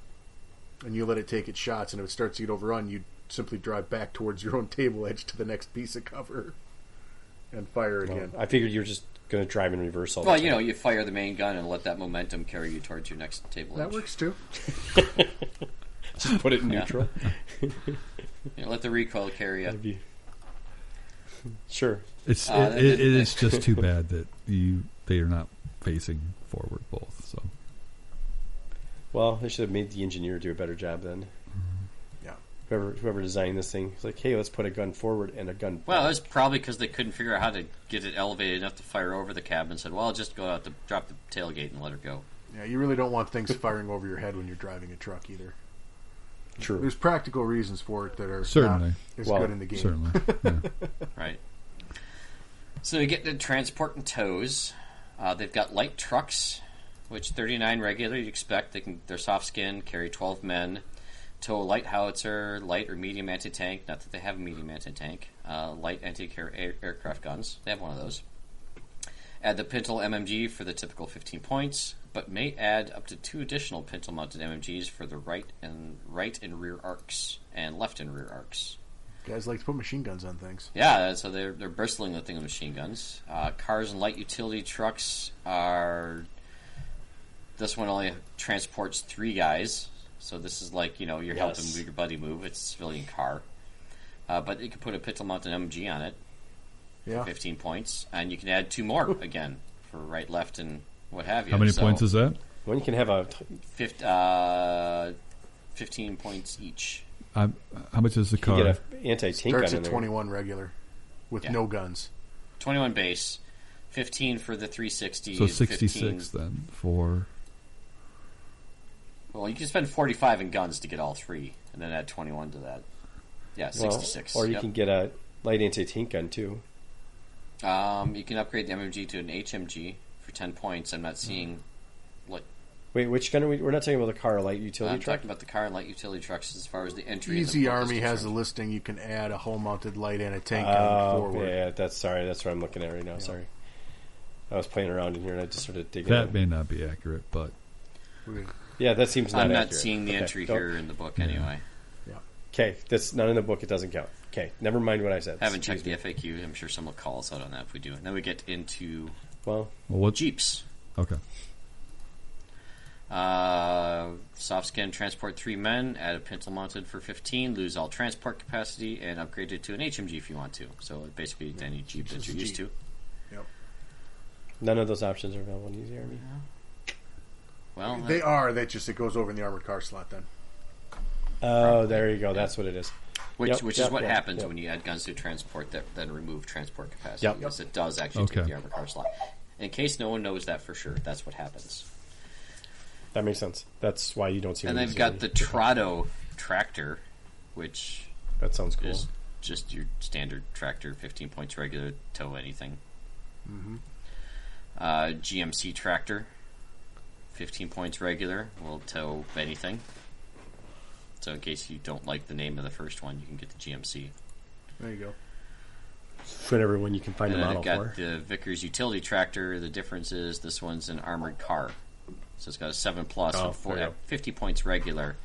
S3: and you let it take its shots. And if it starts to get overrun, you simply drive back towards your own table edge to the next piece of cover, and fire
S7: Well,
S3: again.
S7: I figured you were just going to drive in reverse all
S2: Well,
S7: the time.
S2: you know, you fire the main gun and let that momentum carry you towards your next table.
S3: that
S2: edge.
S3: works too.
S7: just put it in
S2: Yeah.
S7: neutral.
S2: You know, let the recoil carry you.
S7: That'd be- sure.
S4: It's
S2: Uh,
S4: it, it, it is just too bad that you they are not facing forward both. So
S1: Well, they should have made the engineer do a better job then.
S3: Yeah.
S1: Whoever whoever designed this thing, it's like, hey, let's put a gun forward and a gun.
S2: Well,
S1: back.
S2: that's probably because they couldn't figure out how to get it elevated enough to fire over the cab, and said, "Well, just go out the drop the tailgate and let her go."
S3: Yeah, you really don't want things firing over your head when you're driving a truck either.
S1: true.
S3: There's practical reasons for it that are
S4: Certainly.
S3: not as
S1: Well,
S3: good in the game.
S4: Certainly. Yeah.
S2: Right. So we get to transport and tows. Uh, they've got light trucks, which 39 regular you'd expect. They can they're soft skinned, carry 12 men, tow a light howitzer, light or medium anti tank. Not that they have a medium anti tank. Uh, light anti air, aircraft guns. They have one of those. Add the Pintle MMG for the typical 15 points, but may add up to two additional Pintle mounted MMGs for the right and right and rear arcs and left and rear arcs.
S3: Guys like to put machine guns on things.
S2: Yeah, so they're they're bristling the thing with machine guns. Uh, cars and light utility trucks are. This one only transports three guys, so this is like you know you're helping
S1: Yes.
S2: with your buddy move. It's a civilian car, uh, but you can put a pistol mounted MG on it,
S3: Yeah.
S2: fifteen points, and you can add two more again for right, left, and what have you.
S4: How many
S2: So,
S4: points is that?
S1: One can have a
S2: fif- uh, fifteen points each?
S4: i how much is the
S1: you
S4: car?
S1: get an anti tank gun
S3: Starts
S1: in
S3: at
S1: there.
S3: 21 regular with
S2: Yeah.
S3: no guns.
S2: Twenty-one base, fifteen for the three sixty.
S4: so 66 then for
S2: Well, you can spend 45 in guns to get all three, and then add 21 to that. Yeah,
S1: Well,
S2: 66.
S1: or you
S2: yep.
S1: can get a light anti tank gun too.
S2: Um, you can upgrade the MMG to an HMG for 10 points. I'm
S1: Mm.
S2: not seeing.
S1: Wait, which gun are we? We're not talking about the car, light utility
S2: I'm
S1: truck.
S2: talking about the car and light utility trucks as far as the entry. and the
S3: Easy
S2: focus
S3: Army has a
S2: construction.
S3: listing. You can add a hole mounted light and a tank gun
S1: Oh,
S3: forward.
S1: yeah, that's sorry. That's what I'm looking at right now. Sorry, I was playing around in here and I just started digging.
S4: that
S1: in.
S4: may not be accurate, but
S3: We-
S1: yeah, that seems. Not
S2: I'm not
S1: accurate.
S2: seeing the
S1: Okay,
S2: entry
S1: don't-
S2: here in the book anyway.
S1: Okay, that's not in the book. It doesn't count. Okay, never mind what I said.
S2: I haven't checked the
S1: Excuse
S2: FAQ. I'm sure someone will call us out on that if we do. And then we get into
S1: me. Well,
S4: well, what?
S2: Jeeps.
S4: Okay.
S2: Uh, soft skin transport three men, add a pintle mounted for 15, lose all transport capacity, and upgrade it to an HMG if you want to. So basically, any Jeep that
S3: just
S2: you're
S3: a
S2: used to.
S3: Jeep. Yep.
S1: none of those options are available in Easy Army.
S2: Well,
S3: They
S2: uh,
S3: are. That just it goes over in the armored car slot then.
S1: Oh, there you go. That's what it is.
S2: which,
S1: Yep,
S2: which is
S1: yep,
S2: what
S1: yep,
S2: happens
S1: yep.
S2: when you add guns to transport that then remove transport capacity
S1: Yep.
S2: because it does actually take
S4: Okay.
S2: the armor car slot. In case no one knows that for sure, that's what happens.
S1: That makes sense. That's why you don't see.
S2: And
S1: them in
S2: they've
S1: Easy
S2: got
S1: Army.
S2: the Trotto tractor, which
S1: That sounds cool.
S2: is just your standard tractor, 15 points regular, tow anything.
S1: Mm-hmm.
S2: Uh, GMC tractor, 15 points regular, will tow anything. So, in case you don't like the name of the first one, you can get the GMC.
S3: There you go.
S1: Whatever one you can find
S2: And
S1: a
S2: then
S1: model
S2: I've got
S1: for.
S2: the Vickers utility tractor. The difference is this one's an armored car. So, it's got a 7 plus
S1: Oh,
S2: and four,
S1: there you
S2: at
S1: go.
S2: 50 points regular.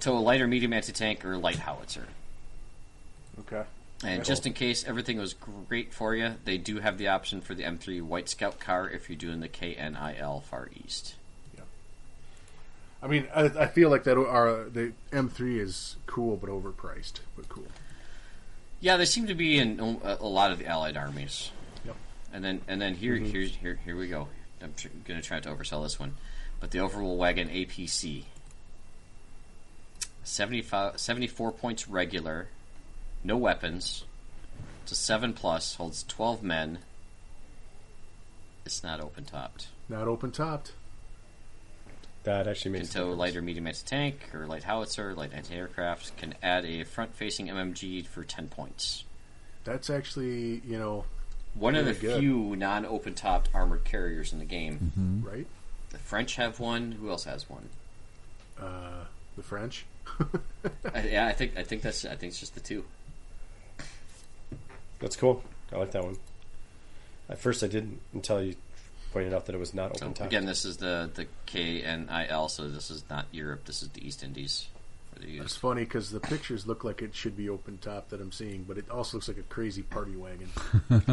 S2: Tow a light or medium anti tank or light howitzer.
S3: Okay.
S2: And just in case everything was great for you, they do have the option for the M3 White Scout car if you're doing the KNIL Far East.
S3: I mean, I, I feel like that are the M3 is cool but overpriced, but cool.
S2: Yeah, they seem to be in a, a lot of the Allied armies.
S3: Yep.
S2: And then and then here here's here here we go. I'm tr- going to try to oversell this one, but the overall wagon APC. 75, 74 points regular, no weapons. It's a seven plus, holds twelve men. It's not open topped.
S3: Not open topped.
S1: That actually
S2: can
S1: makes
S2: tow light or medium anti tank or light howitzer, light anti aircraft, can add a front facing MMG for 10 points.
S3: That's actually you know
S2: One of the
S3: Very good. Mm-hmm.
S2: few non open topped armored carriers in the game.
S3: right.
S2: The French have one. Who else has one?
S3: Uh, the French.
S2: I, yeah, I think I think that's I think it's just the two.
S1: That's cool. I like that one. At first, I didn't until you pointed out that it was not
S2: So
S1: open top.
S2: Oh, again, this is the the KNIL, so this is not Europe. This is the East Indies. where they
S3: It's
S2: use-
S3: funny because the pictures look like it should be open top that I'm seeing, but it also looks like a crazy party wagon.
S2: That's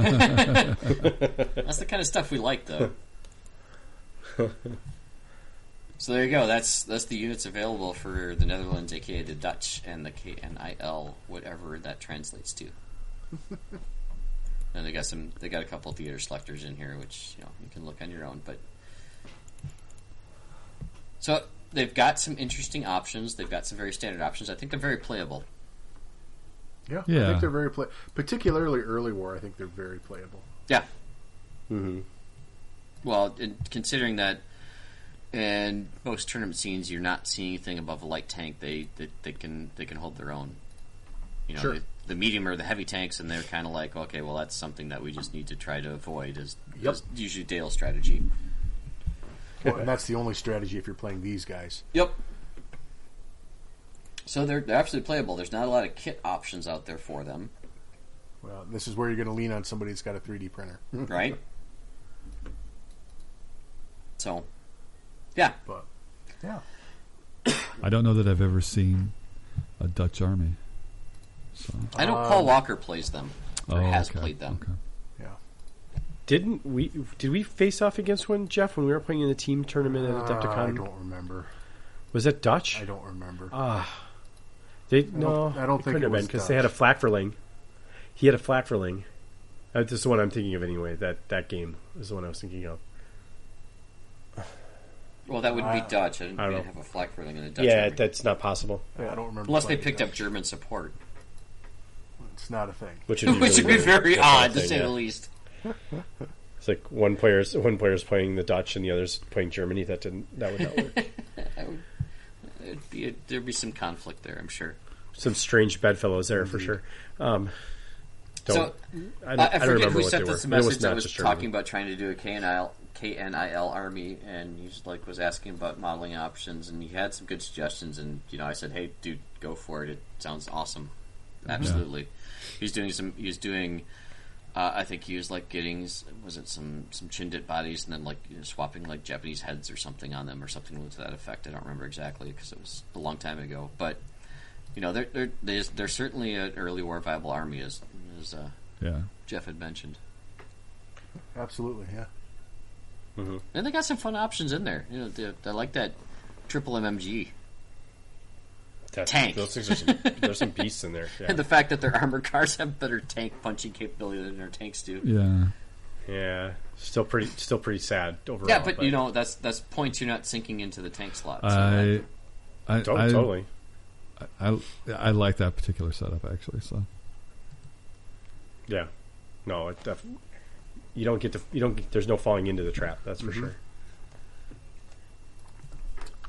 S2: the kind of stuff we like, though. so there you go. That's that's the units available for the Netherlands, aka the Dutch, and the KNIL, whatever that translates to. and they got some. They got a couple theater selectors in here, which you know you can look on your own. But so they've got some interesting options. They've got some very standard options. I think they're very playable.
S3: Yeah, I
S4: Yeah.
S3: think they're very play. Particularly early war, I think they're very playable.
S2: Yeah.
S10: Mm-hmm.
S2: Well, and considering that in most tournament scenes you're not seeing anything above a light tank, they they, they can they can hold their own. You know,
S3: Sure.
S2: the, the medium or the heavy tanks, and they're kind of like, okay, well, that's something that we just need to try to avoid. Is,
S3: Yep.
S2: is usually Dale's strategy.
S3: Well, and that's the only strategy if you're playing these guys.
S2: Yep. So they're they're absolutely playable. There's not a lot of kit options out there for them,
S3: Well, this is where you're going to lean on somebody that's got a 3D printer.
S2: right? so, yeah,
S3: But yeah,
S4: I don't know that I've ever seen a Dutch army. So,
S2: I
S3: Um,
S2: know Paul Walker plays them or has played them.
S4: Oh, Okay.
S3: yeah.
S1: Didn't we? Did we face off against one, Jeff, when we were playing in the team tournament at
S3: Uh, I
S1: Adepticon?
S3: don't remember.
S1: was that Dutch?
S3: I don't remember.
S2: Uh,
S1: Ah, they no.
S3: I don't
S1: it
S3: think
S1: couldn't
S3: it
S1: have been
S3: was
S1: because they had a flatferling. He had a flatferling. Uh, This is the one I'm thinking of anyway. That that game is the one I was thinking of.
S2: Well, that would be
S3: I-
S2: Dutch. I didn't,
S1: I
S2: we
S1: don't
S2: didn't have a flag for them in the Dutch.
S1: yeah,
S2: army.
S1: that's not possible.
S3: I don't remember.
S2: unless they
S3: playing
S2: picked
S3: that.
S2: up German support,
S3: It's not a thing.
S1: Which would be,
S2: which
S1: really
S2: would be
S1: weird.
S2: very
S1: That's what I'm
S2: odd to
S1: saying,
S2: say
S1: yeah.
S2: the least.
S1: It's like one player's one player's playing the Dutch and the other's playing Germany. That didn't. That would not work.
S2: It'd be a, there'd be some conflict there, I'm sure.
S1: Some strange bedfellows there for sure. Um, don't,
S2: Mm-hmm. so
S1: I, don't,
S2: I,
S1: I don't
S2: I forget
S1: remember
S2: who
S1: what they
S2: sent
S1: were.
S2: this
S1: It not
S2: message that was
S1: just Germany.
S2: talking about trying to do a KNIL, KNIL army, and he just like was asking about modeling options, and he had some good suggestions, and you know I said, hey, dude, go for it. It sounds awesome, absolutely. He's doing some. He's doing. Uh, I think he was like getting s- was it some some chindit bodies, and then like you know, swapping like Japanese heads or something on them, or something to that effect. I don't remember exactly because it was a long time ago, but. You know, they're, they're, there's- they're certainly an early war viable army, as, as uh,
S4: Yeah.
S2: Jeff had mentioned.
S3: Absolutely, yeah.
S2: And they got some fun options in there. You know, they, I like that triple MMG
S1: That's-
S2: Tank.
S1: Those things are some, there's some beasts in there. Yeah.
S2: and the fact that their armored cars have better tank punching capability than their tanks do. Yeah,
S4: Yeah.
S1: yeah, still pretty, still pretty sad overall.
S2: but, you know that's that's points you're not sinking into the tank slot. So
S1: Uh,
S4: I, I,
S1: to-
S4: I,
S1: totally.
S4: I, I like that particular setup actually. So
S1: Yeah, no, it def- you don't get to you don't. Get, there's no falling into the trap. That's
S2: Mm-hmm.
S1: for sure.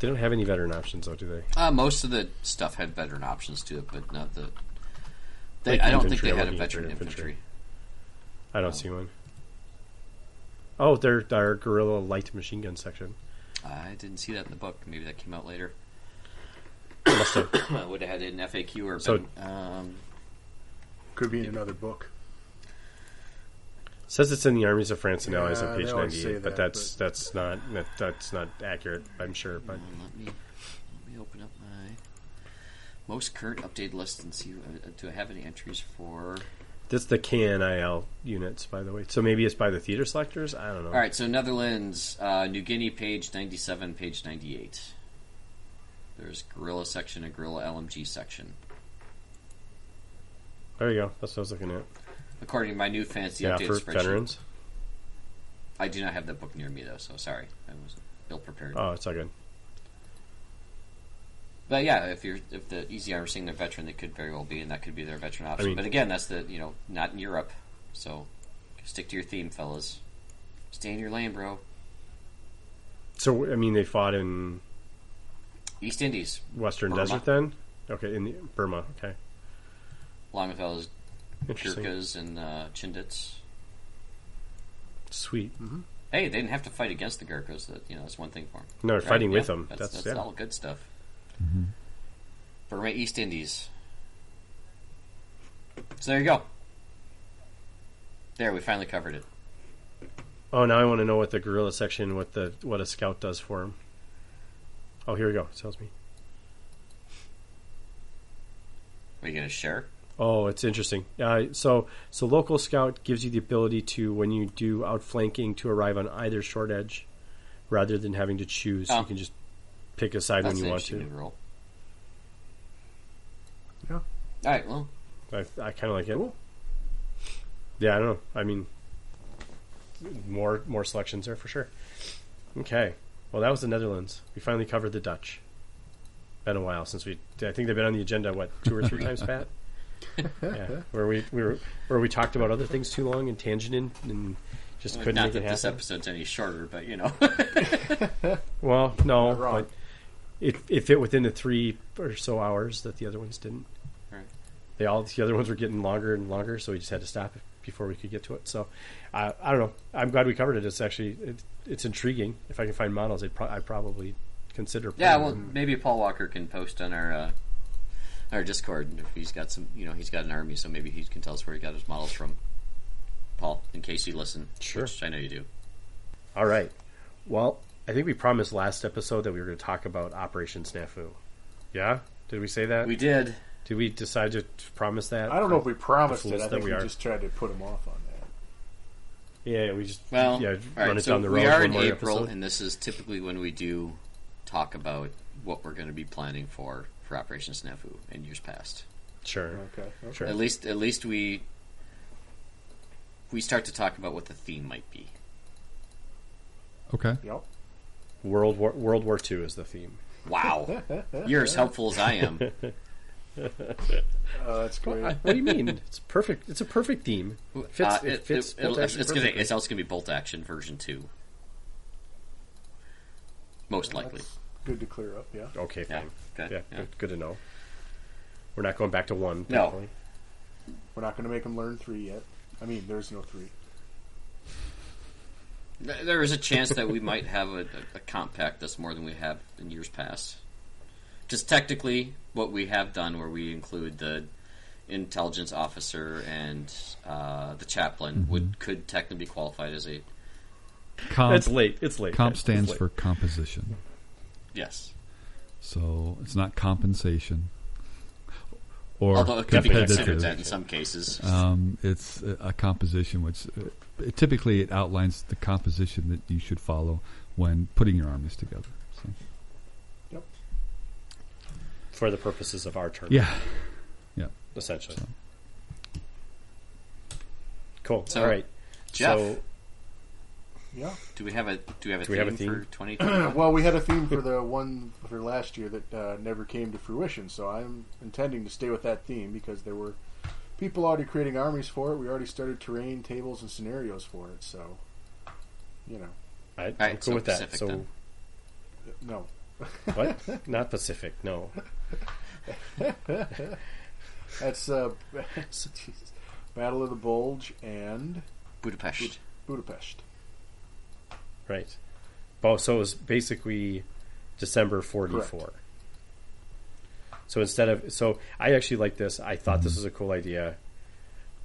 S1: They don't have any veteran options though, do they?
S2: uh, most of the stuff had veteran options to it, but not the. They,
S1: Like
S2: I don't think
S1: infantry,
S2: they
S1: I'm
S2: had a
S1: looking at their
S2: veteran infantry.
S1: infantry. I don't see one. Oh, they're our guerrilla light machine gun section.
S2: I didn't see that in the book. Maybe that came out later.
S1: Must have-
S2: I would have had it in FAQ or
S1: So-
S2: been, um,
S3: Could be in another book.
S1: says it's in the armies of France and allies
S3: Yeah,
S1: on
S3: they
S1: page
S3: always
S1: ninety
S3: say
S1: eight, but
S3: that,
S1: that's that's not that, that's not accurate. I'm sure, but
S2: Let me let me open up my most current update list and see. Uh, do I have any entries for?
S1: that's the KNIL units, by the way. So maybe it's by the theater selectors. I don't know.
S2: All right, so Netherlands, uh, New Guinea, page ninety-seven, page ninety-eight. There's gorilla section and gorilla LMG section.
S1: There you go. That's what I was looking at.
S2: According to my new fancy
S1: Yeah,
S2: update
S1: for
S2: spreadsheet,
S1: veterans.
S2: I do not have that book near me though, so sorry, I was ill prepared.
S1: Oh, it's all good.
S2: But yeah, if you're if the easy armor seeing their veteran, they could very well be, and that could be their veteran option.
S1: mean-
S2: but again, that's the you know not in Europe, so stick to your theme, fellas. Stay in your lane, bro.
S1: So I mean, they fought in
S2: East Indies,
S1: Western
S2: Burma.
S1: Desert then. Okay, in the, Burma. Okay,
S2: Longfellows,
S1: interesting.
S2: Gurkhas, and uh, Chindits.
S1: Sweet.
S2: Hey, they didn't have to fight against the Gurkhas. That you know, that's one thing for them.
S1: No, they're fighting with
S2: yeah,
S1: them.
S2: That's,
S1: That's,
S2: that's,
S1: yeah.
S2: all good stuff. Burma East Indies. So there you go. There, we finally covered it.
S1: Oh, now I want to know what the guerrilla section, what the what a scout does for him. Oh, here we go. It tells me.
S2: Are you going to share?
S1: Oh, it's interesting. Uh, so, so local scout gives you the ability to, when you do outflanking, to arrive on either short edge, rather than having to choose.
S2: Oh.
S1: You can just pick a side
S2: That's
S1: when
S2: an
S1: you want
S2: interesting
S1: to.
S2: new rule.
S3: Yeah.
S2: All right. Well,
S1: I, I kind of like it. Yeah, I don't know. I mean, more more selections there for sure. Okay, Well, that was the Netherlands. We finally covered the Dutch. Been a while since we. I think they've been on the agenda what two or three times, Pat. Yeah, where we, we were where we talked about other things too long and tangented and just couldn't
S2: Not
S1: make it
S2: that
S1: happen.
S2: this episode's any shorter, but you know,
S1: Well, no,
S3: Not wrong.
S1: but it, it fit within the three or so hours that the other ones didn't.
S2: Right.
S1: They all the other ones were getting longer and longer, so we just had to stop before we could get to it. So, I I don't know. I'm glad we covered it. It's actually it, it's intriguing. If I can find models, I'd pro- I probably consider.
S2: yeah.
S1: playing
S2: Well,
S1: them.
S2: maybe Paul Walker can post on our uh, our Discord if he's got some. You know, he's got an army, so maybe he can tell us where he got his models from. Paul, in case you listen,
S1: Sure.
S2: which I know you do.
S1: All right. Well, I think we promised last episode that we were going to talk about Operation Snafu. Yeah, did we say that?
S2: We did.
S1: did we decide to promise that?
S3: I don't know if we promised it.
S1: fools
S3: I
S1: that
S3: think
S1: we
S3: we,
S1: are.
S3: just tried to put him off on that.
S1: Yeah, we just
S2: Well,
S1: yeah
S2: all
S1: run
S2: right,
S1: it
S2: so
S1: down the road.
S2: we are
S1: one
S2: in
S1: more
S2: April,
S1: episode.
S2: and this is typically when we do talk about what we're going to be planning for for Operation Snafu in years past.
S1: Sure.
S3: Okay. okay.
S1: Sure.
S2: At least, at least we we start to talk about what the theme might be.
S4: Okay.
S3: Yep.
S1: World War World War II is the theme.
S2: Wow, you're as helpful as I am.
S3: Uh, that's great.
S1: what do you mean? It's perfect. It's a perfect theme. Fits,
S2: Uh,
S1: it,
S2: it-
S1: fits.
S2: it-
S1: bolt
S2: it'll-
S1: action
S2: it's, gonna,
S1: perfectly.
S2: it's also going to be bolt action version two, most likely.
S3: That's good to clear up. Yeah.
S1: okay,
S2: Yeah.
S1: fine. Yeah,
S2: Okay. yeah.
S1: Good, good to know. We're not going back to one.
S2: No.
S1: thankfully.
S3: We're not going to make him learn three yet. I mean, there's no three.
S2: Th- There is a chance that we might have a, a, a compact that's more than we have in years past. Just technically, what we have done, where we include the intelligence officer and uh, the chaplain,
S1: Mm-hmm.
S2: would could technically be qualified as a
S4: Comp,
S1: It's late. It's late.
S4: Um, comp
S1: guys. It's
S4: stands
S1: late.
S4: for composition,
S2: yes.
S4: so it's not compensation or
S2: Although it could be considered that
S4: competitive.
S2: in some cases.
S1: Uh,
S4: Um, it's a, a composition which uh, it, typically it outlines the composition that you should follow when putting your armies together. So,
S1: for the purposes of our term.
S4: yeah,
S1: essentially. Cool.
S2: So,
S1: All right.
S2: Jeff,
S1: So
S3: Yeah.
S2: do we have a do we have a,
S1: Do
S2: theme,
S1: we have a
S2: for
S1: theme?
S2: twenty?
S3: Well, we had a theme for the one for last year that uh, never came to fruition, so I'm intending to stay with that theme because there were people already creating armies for it. We already started terrain, tables, and scenarios for it, so you know,
S1: I, I'm
S2: right,
S1: cool
S2: so
S1: with that.
S2: Pacific
S1: so
S2: then.
S3: no,
S1: what? Not Pacific. No.
S3: that's uh, Jesus. Battle of the Bulge and
S2: Budapest.
S3: Budapest.
S1: Right. Well, so it was basically December 44. So instead of so I actually like this. I thought this was a cool idea.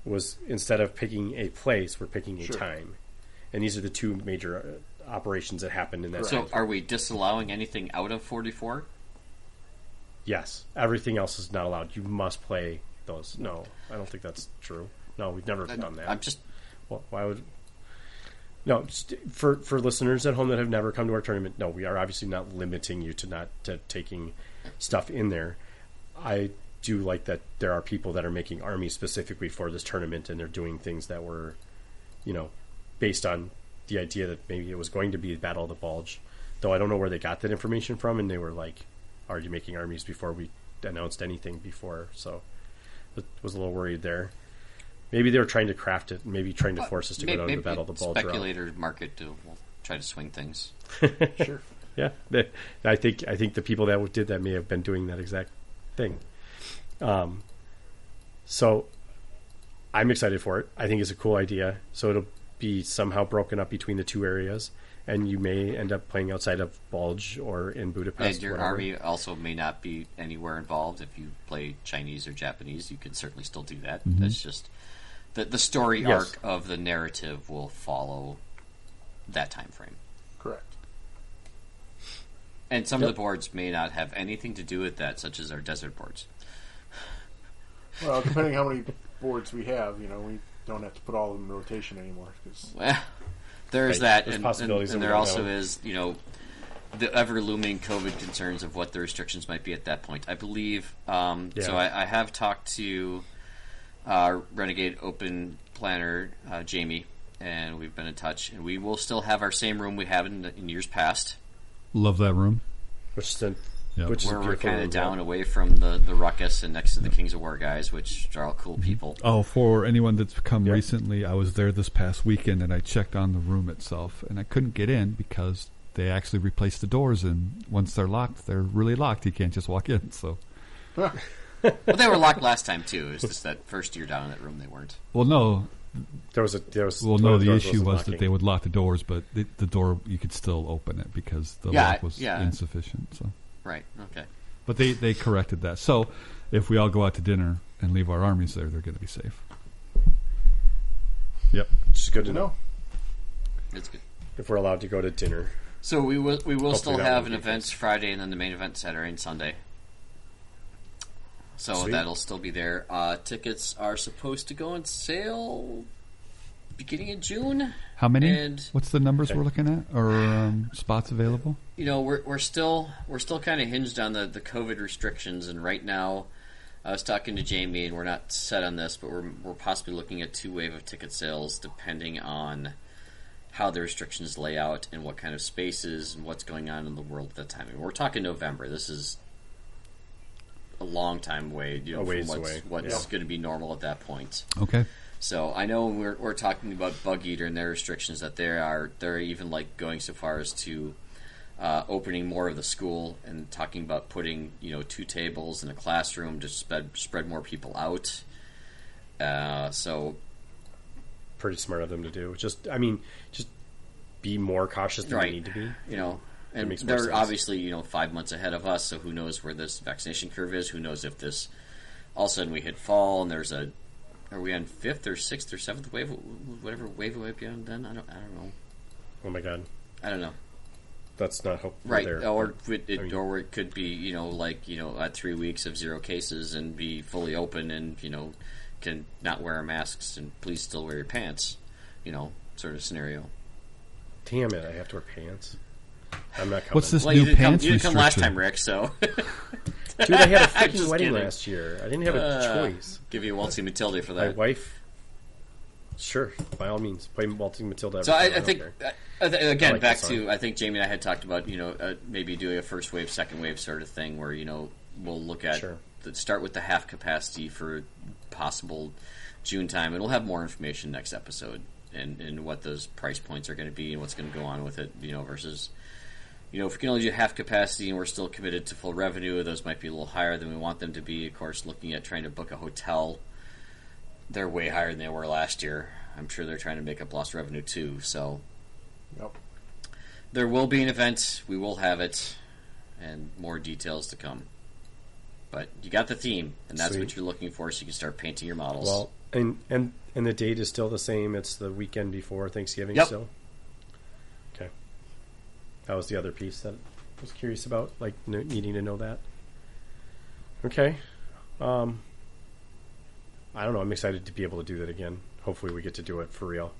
S1: Was instead of picking a place, we're picking a
S3: Sure.
S1: time. And these are the two major uh, operations that happened in that
S2: So,
S1: time.
S2: are we disallowing anything out of forty-four?
S1: Yes. Everything else is not allowed. You must play those. No, I don't think that's true. No, we've never done that.
S2: I'm just
S1: Well, why would? No, just for for listeners at home that have never come to our tournament, no, we are obviously not limiting you to not to taking stuff in there. I do like that there are people that are making armies specifically for this tournament, and they're doing things that were, you know, based on the idea that maybe it was going to be Battle of the Bulge. Though I don't know where they got that information from, and they were like already making armies before we announced anything before, so I was a little worried there. Maybe they were trying to craft it, maybe trying to force us to
S2: Uh, May-
S1: go down
S2: maybe
S1: to Battle of the Bulge. route.
S2: Speculator market to will try to swing things.
S3: Sure.
S1: Yeah, they- I think I think the people that did that may have been doing that exact thing. Um, so I'm excited for it. I think it's a cool idea. So it'll be somehow broken up between the two areas, and you may end up playing outside of Bulge or in Budapest.
S2: and your
S1: whatever.
S2: army also may not be anywhere involved. If you play Chinese or Japanese, you can certainly still do that. That's just the the story
S1: Yes.
S2: arc of the narrative will follow that time frame.
S3: Correct.
S2: And some of the boards may not have anything to do with that, such as our desert boards.
S3: Well, depending how many boards we have, you know, we don't have to put all of them in rotation anymore because
S2: Well, there's
S1: Right,
S2: that,
S1: there's
S2: and,
S1: possibilities
S2: and,
S1: that
S2: and
S1: we
S2: there
S1: don't
S2: also
S1: know.
S2: is you know the ever looming COVID concerns of what the restrictions might be at that point. I believe. Um, So
S1: Yeah.
S2: I, I have talked to uh, Renegade Open Planner uh, Jamie, and we've been in touch, and we will still have our same room we have in, in years past.
S4: Love that room.
S1: which is a,
S4: Yeah.
S1: which is a
S2: Where we're
S1: beautiful
S2: kind of
S1: room.
S2: down away from the, the ruckus and next to the Kings of War guys, which are all cool people.
S4: Oh, for anyone that's come
S1: Yeah.
S4: recently, I was there this past weekend and I checked on the room itself and I couldn't get in because they actually replaced the doors and once they're locked, they're really locked. You can't just walk in. So,
S2: Well, they were locked last time too. It was just that first year down in that room they weren't.
S4: well, no,
S1: There was a there was
S4: well, no.
S1: one of
S4: The
S1: doors
S4: issue
S1: wasn't
S4: was that
S1: locking.
S4: they would lock the doors, but the, the door you could still open it because the
S2: Yeah,
S4: lock was
S2: yeah.
S4: insufficient. So,
S2: Right. Okay.
S4: but they they corrected that. So, if we all go out to dinner and leave our armies there, they're going to be safe. Yep.
S1: Which is good to know
S3: No.
S2: That's good.
S1: if we're allowed to go to dinner.
S2: So we will we will
S1: Hopefully
S2: still
S1: that
S2: have
S1: won't
S2: an
S1: be
S2: event Friday and then the main event Saturday and Sunday. So
S1: Sweet.
S2: that'll still be there. Uh, tickets are supposed to go on sale beginning of June.
S4: How many?
S2: And-
S4: What's the numbers we're looking at or um, spots available?
S2: you know we're we're still we're still kind of hinged on the the COVID restrictions, and right now, I was talking to Jamie, and we're not set on this, but we're we're possibly looking at two wave of ticket sales depending on how the restrictions lay out and what kind of spaces and what's going on in the world at that time. I mean, we're talking November. This is a long time away. You know,
S1: A ways
S2: from what's,
S1: away,
S2: What's
S1: yeah.
S2: going to be normal at that point?
S4: Okay.
S2: So I know we're, we're talking about Bug Eater and their restrictions that there are they're even like going so far as to uh, opening more of the school and talking about putting you know two tables in a classroom to spread spread more people out. Uh, so
S1: Pretty smart of them to do. Just I mean, just be more cautious than
S2: Right.
S1: we need to be.
S2: you know, and
S1: makes more
S2: they're
S1: sense.
S2: obviously you know five months ahead of us. So who knows where this vaccination curve is? Who knows if this all of a sudden we hit fall and there's a are we on fifth or sixth or seventh wave, whatever wave we might be on? Then I don't I don't know.
S1: Oh my god,
S2: I don't know.
S1: that's not hope.
S2: Right, Oh,
S1: there.
S2: or it, it,
S1: I mean-
S2: or it could be you know like you know at three weeks of zero cases and be fully open and you know can not wear masks and please still wear your pants, you know sort of scenario.
S1: Damn it! I have to wear pants. I'm not coming.
S4: What's this
S2: Well,
S4: new
S2: you didn't come,
S4: pants
S2: you didn't come last
S4: restriction?
S2: time, Rick. So
S1: Dude, I had a
S2: I'm
S1: freaking
S2: just
S1: wedding
S2: kidding.
S1: last year. I didn't have a
S2: Uh,
S1: choice.
S2: give you Waltzy Matilda for
S1: My
S2: that.
S1: wife. Sure, by all means, play Waltzing Matilda.
S2: So I,
S1: every
S2: I
S1: time,
S2: think uh,
S1: don't care.
S2: I, I th- again
S1: I like
S2: back
S1: the song.
S2: to I think Jamie and I had talked about you know uh, maybe doing a first wave, second wave sort of thing where you know we'll look at
S1: Sure.
S2: the, start with the half capacity for possible June time, and we'll have more information next episode and and what those price points are going to be and what's going to go on with it, you know, versus. You know, if we can only do half capacity and we're still committed to full revenue, those might be a little higher than we want them to be. Of course, looking at trying to book a hotel they're way higher than they were last year. I'm sure they're trying to make up lost revenue too. So,
S3: Yep.
S2: there will be an event. We will have it, and more details to come. But you got the theme, and that's what
S1: Sweet.
S2: you're looking for, so you can start painting your models.
S1: Well, and and and the date is still the same. It's the weekend before Thanksgiving.
S2: Yep.
S1: Still. Okay. That was the other piece that I was curious about, like kn- needing to know that. Okay. Um. I don't know. I'm excited to be able to do that again. Hopefully, we get to do it for real.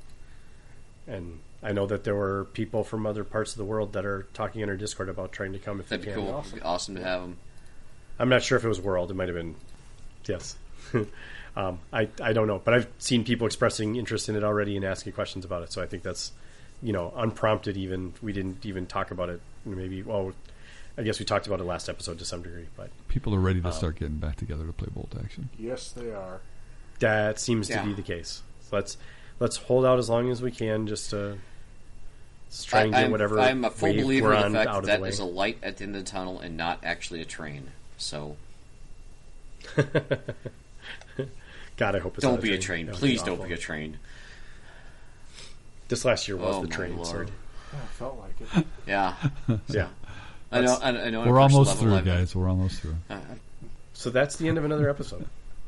S1: And I know that there were people from other parts of the world that are talking in our Discord about trying to come if
S2: That'd
S1: they
S2: be
S1: can.
S2: cool. Awesome. Be awesome to have them.
S1: I'm not sure if it was World. It might have been. Yes. um, I, I don't know. But I've seen people expressing interest in it already and asking questions about it. So I think that's, you know, unprompted even. We didn't even talk about it. Maybe, well, I guess we talked about it last episode to some degree. But
S4: People are
S2: Oh.
S4: ready to start getting back together to play bolt action.
S3: Yes, they are.
S1: that seems
S2: Yeah.
S1: to be the case. So let's let's hold out as long as we can just to let's try and get
S2: I'm,
S1: whatever
S2: I'm a full
S1: wave
S2: believer
S1: we're
S2: in
S1: on
S2: the fact
S1: out
S2: that
S1: of
S2: that
S1: the way.
S2: is a light at the end of the tunnel and not actually a train. So
S1: God, I hope it's
S2: don't
S1: not
S2: be a train.
S1: That would
S2: Please don't
S1: awful.
S2: be a train.
S1: This last year was
S2: Oh,
S1: the
S2: my
S1: train. so-
S2: Lord.
S3: Yeah, it felt like it.
S2: Yeah,
S1: yeah.
S2: I know.
S1: That's-
S2: I, I know. on a
S4: We're
S2: personal
S4: almost
S2: level, Oh.
S4: through,
S2: I've been-
S4: guys. We're almost through.
S1: So that's the end of another episode.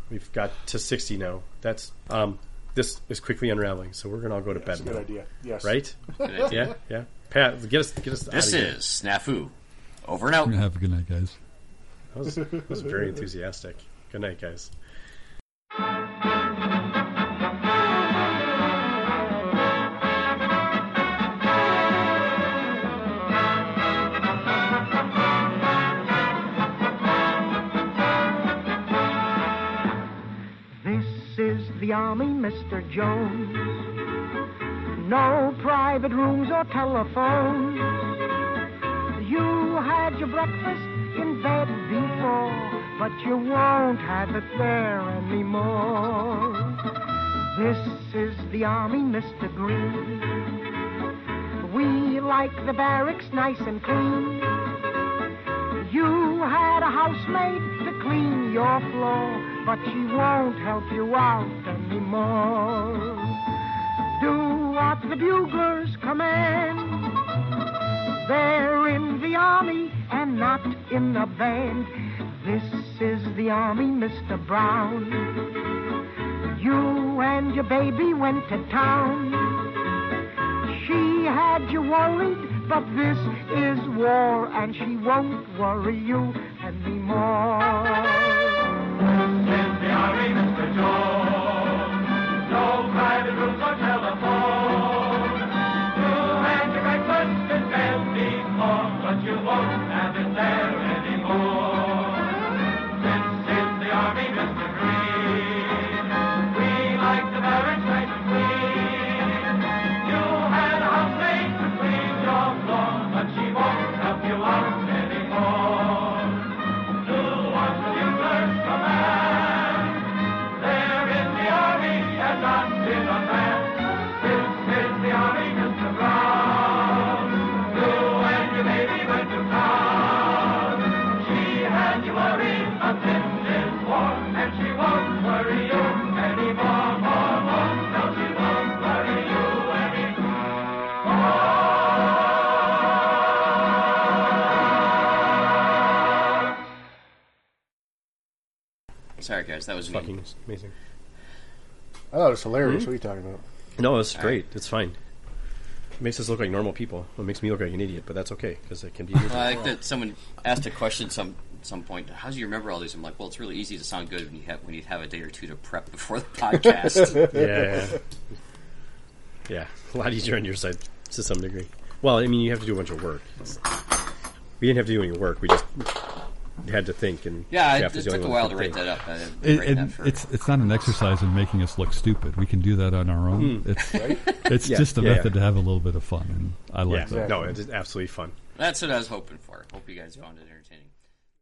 S1: We've got to 60 now. That's um, this is quickly unraveling. So we're gonna all go to
S3: That's a
S1: bed
S3: good
S1: now,
S3: idea. Yes.
S1: right?
S2: Good idea.
S1: Yeah, yeah. Pat, get us, get us.
S2: This
S1: outta here.
S2: is snafu. Over and out.
S4: Have a good night, guys.
S1: That was, that was very enthusiastic. Good night, guys.
S11: This is the Army, Mr. Jones. No private rooms or telephones. You had your breakfast in bed before, but you won't have it there anymore. This is the Army, Mr. Green. We like the barracks nice and clean. You had a housemaid to clean your floor, but she won't help you out anymore. Do what the buglers command. They're in the army and not in the band. This is the army, Mr. Brown. You and your baby went to town. She had you worried, but this is war, and she won't worry you anymore.
S12: Sorry, guys, that was me.
S1: Fucking amazing.
S3: I thought it was Oh, hilarious. What are you talking about?
S1: No, it's great. It's fine. It makes us look like normal people. It makes me look like an idiot, but that's okay because it can be. an idiot.
S12: Well, I think that someone asked a question some some point. How do you remember all these? I'm like, well, it's really easy to sound good when you have when you have a day or two to prep before the podcast.
S1: yeah, yeah. yeah. A lot easier on your side to some degree. Well, I mean, you have to do a bunch of work. We didn't have to do any work. We just had to think and
S12: yeah,
S1: Jeff
S12: it, it
S1: is the
S12: took
S1: only
S12: a
S1: one
S12: while
S1: who
S12: to
S1: could
S12: write
S1: think.
S12: that up. I didn't
S4: It,
S12: write
S4: it-
S12: that for-
S4: it's it's not an exercise in making us look stupid. We can do that on our own. It's it's
S1: Yeah,
S4: just a
S1: Hmm. yeah, yeah.
S4: method to have a little bit of fun, and I
S1: Yeah,
S4: like that.
S1: no, it's absolutely fun.
S12: That's what I was hoping for. Hope you guys found it entertaining.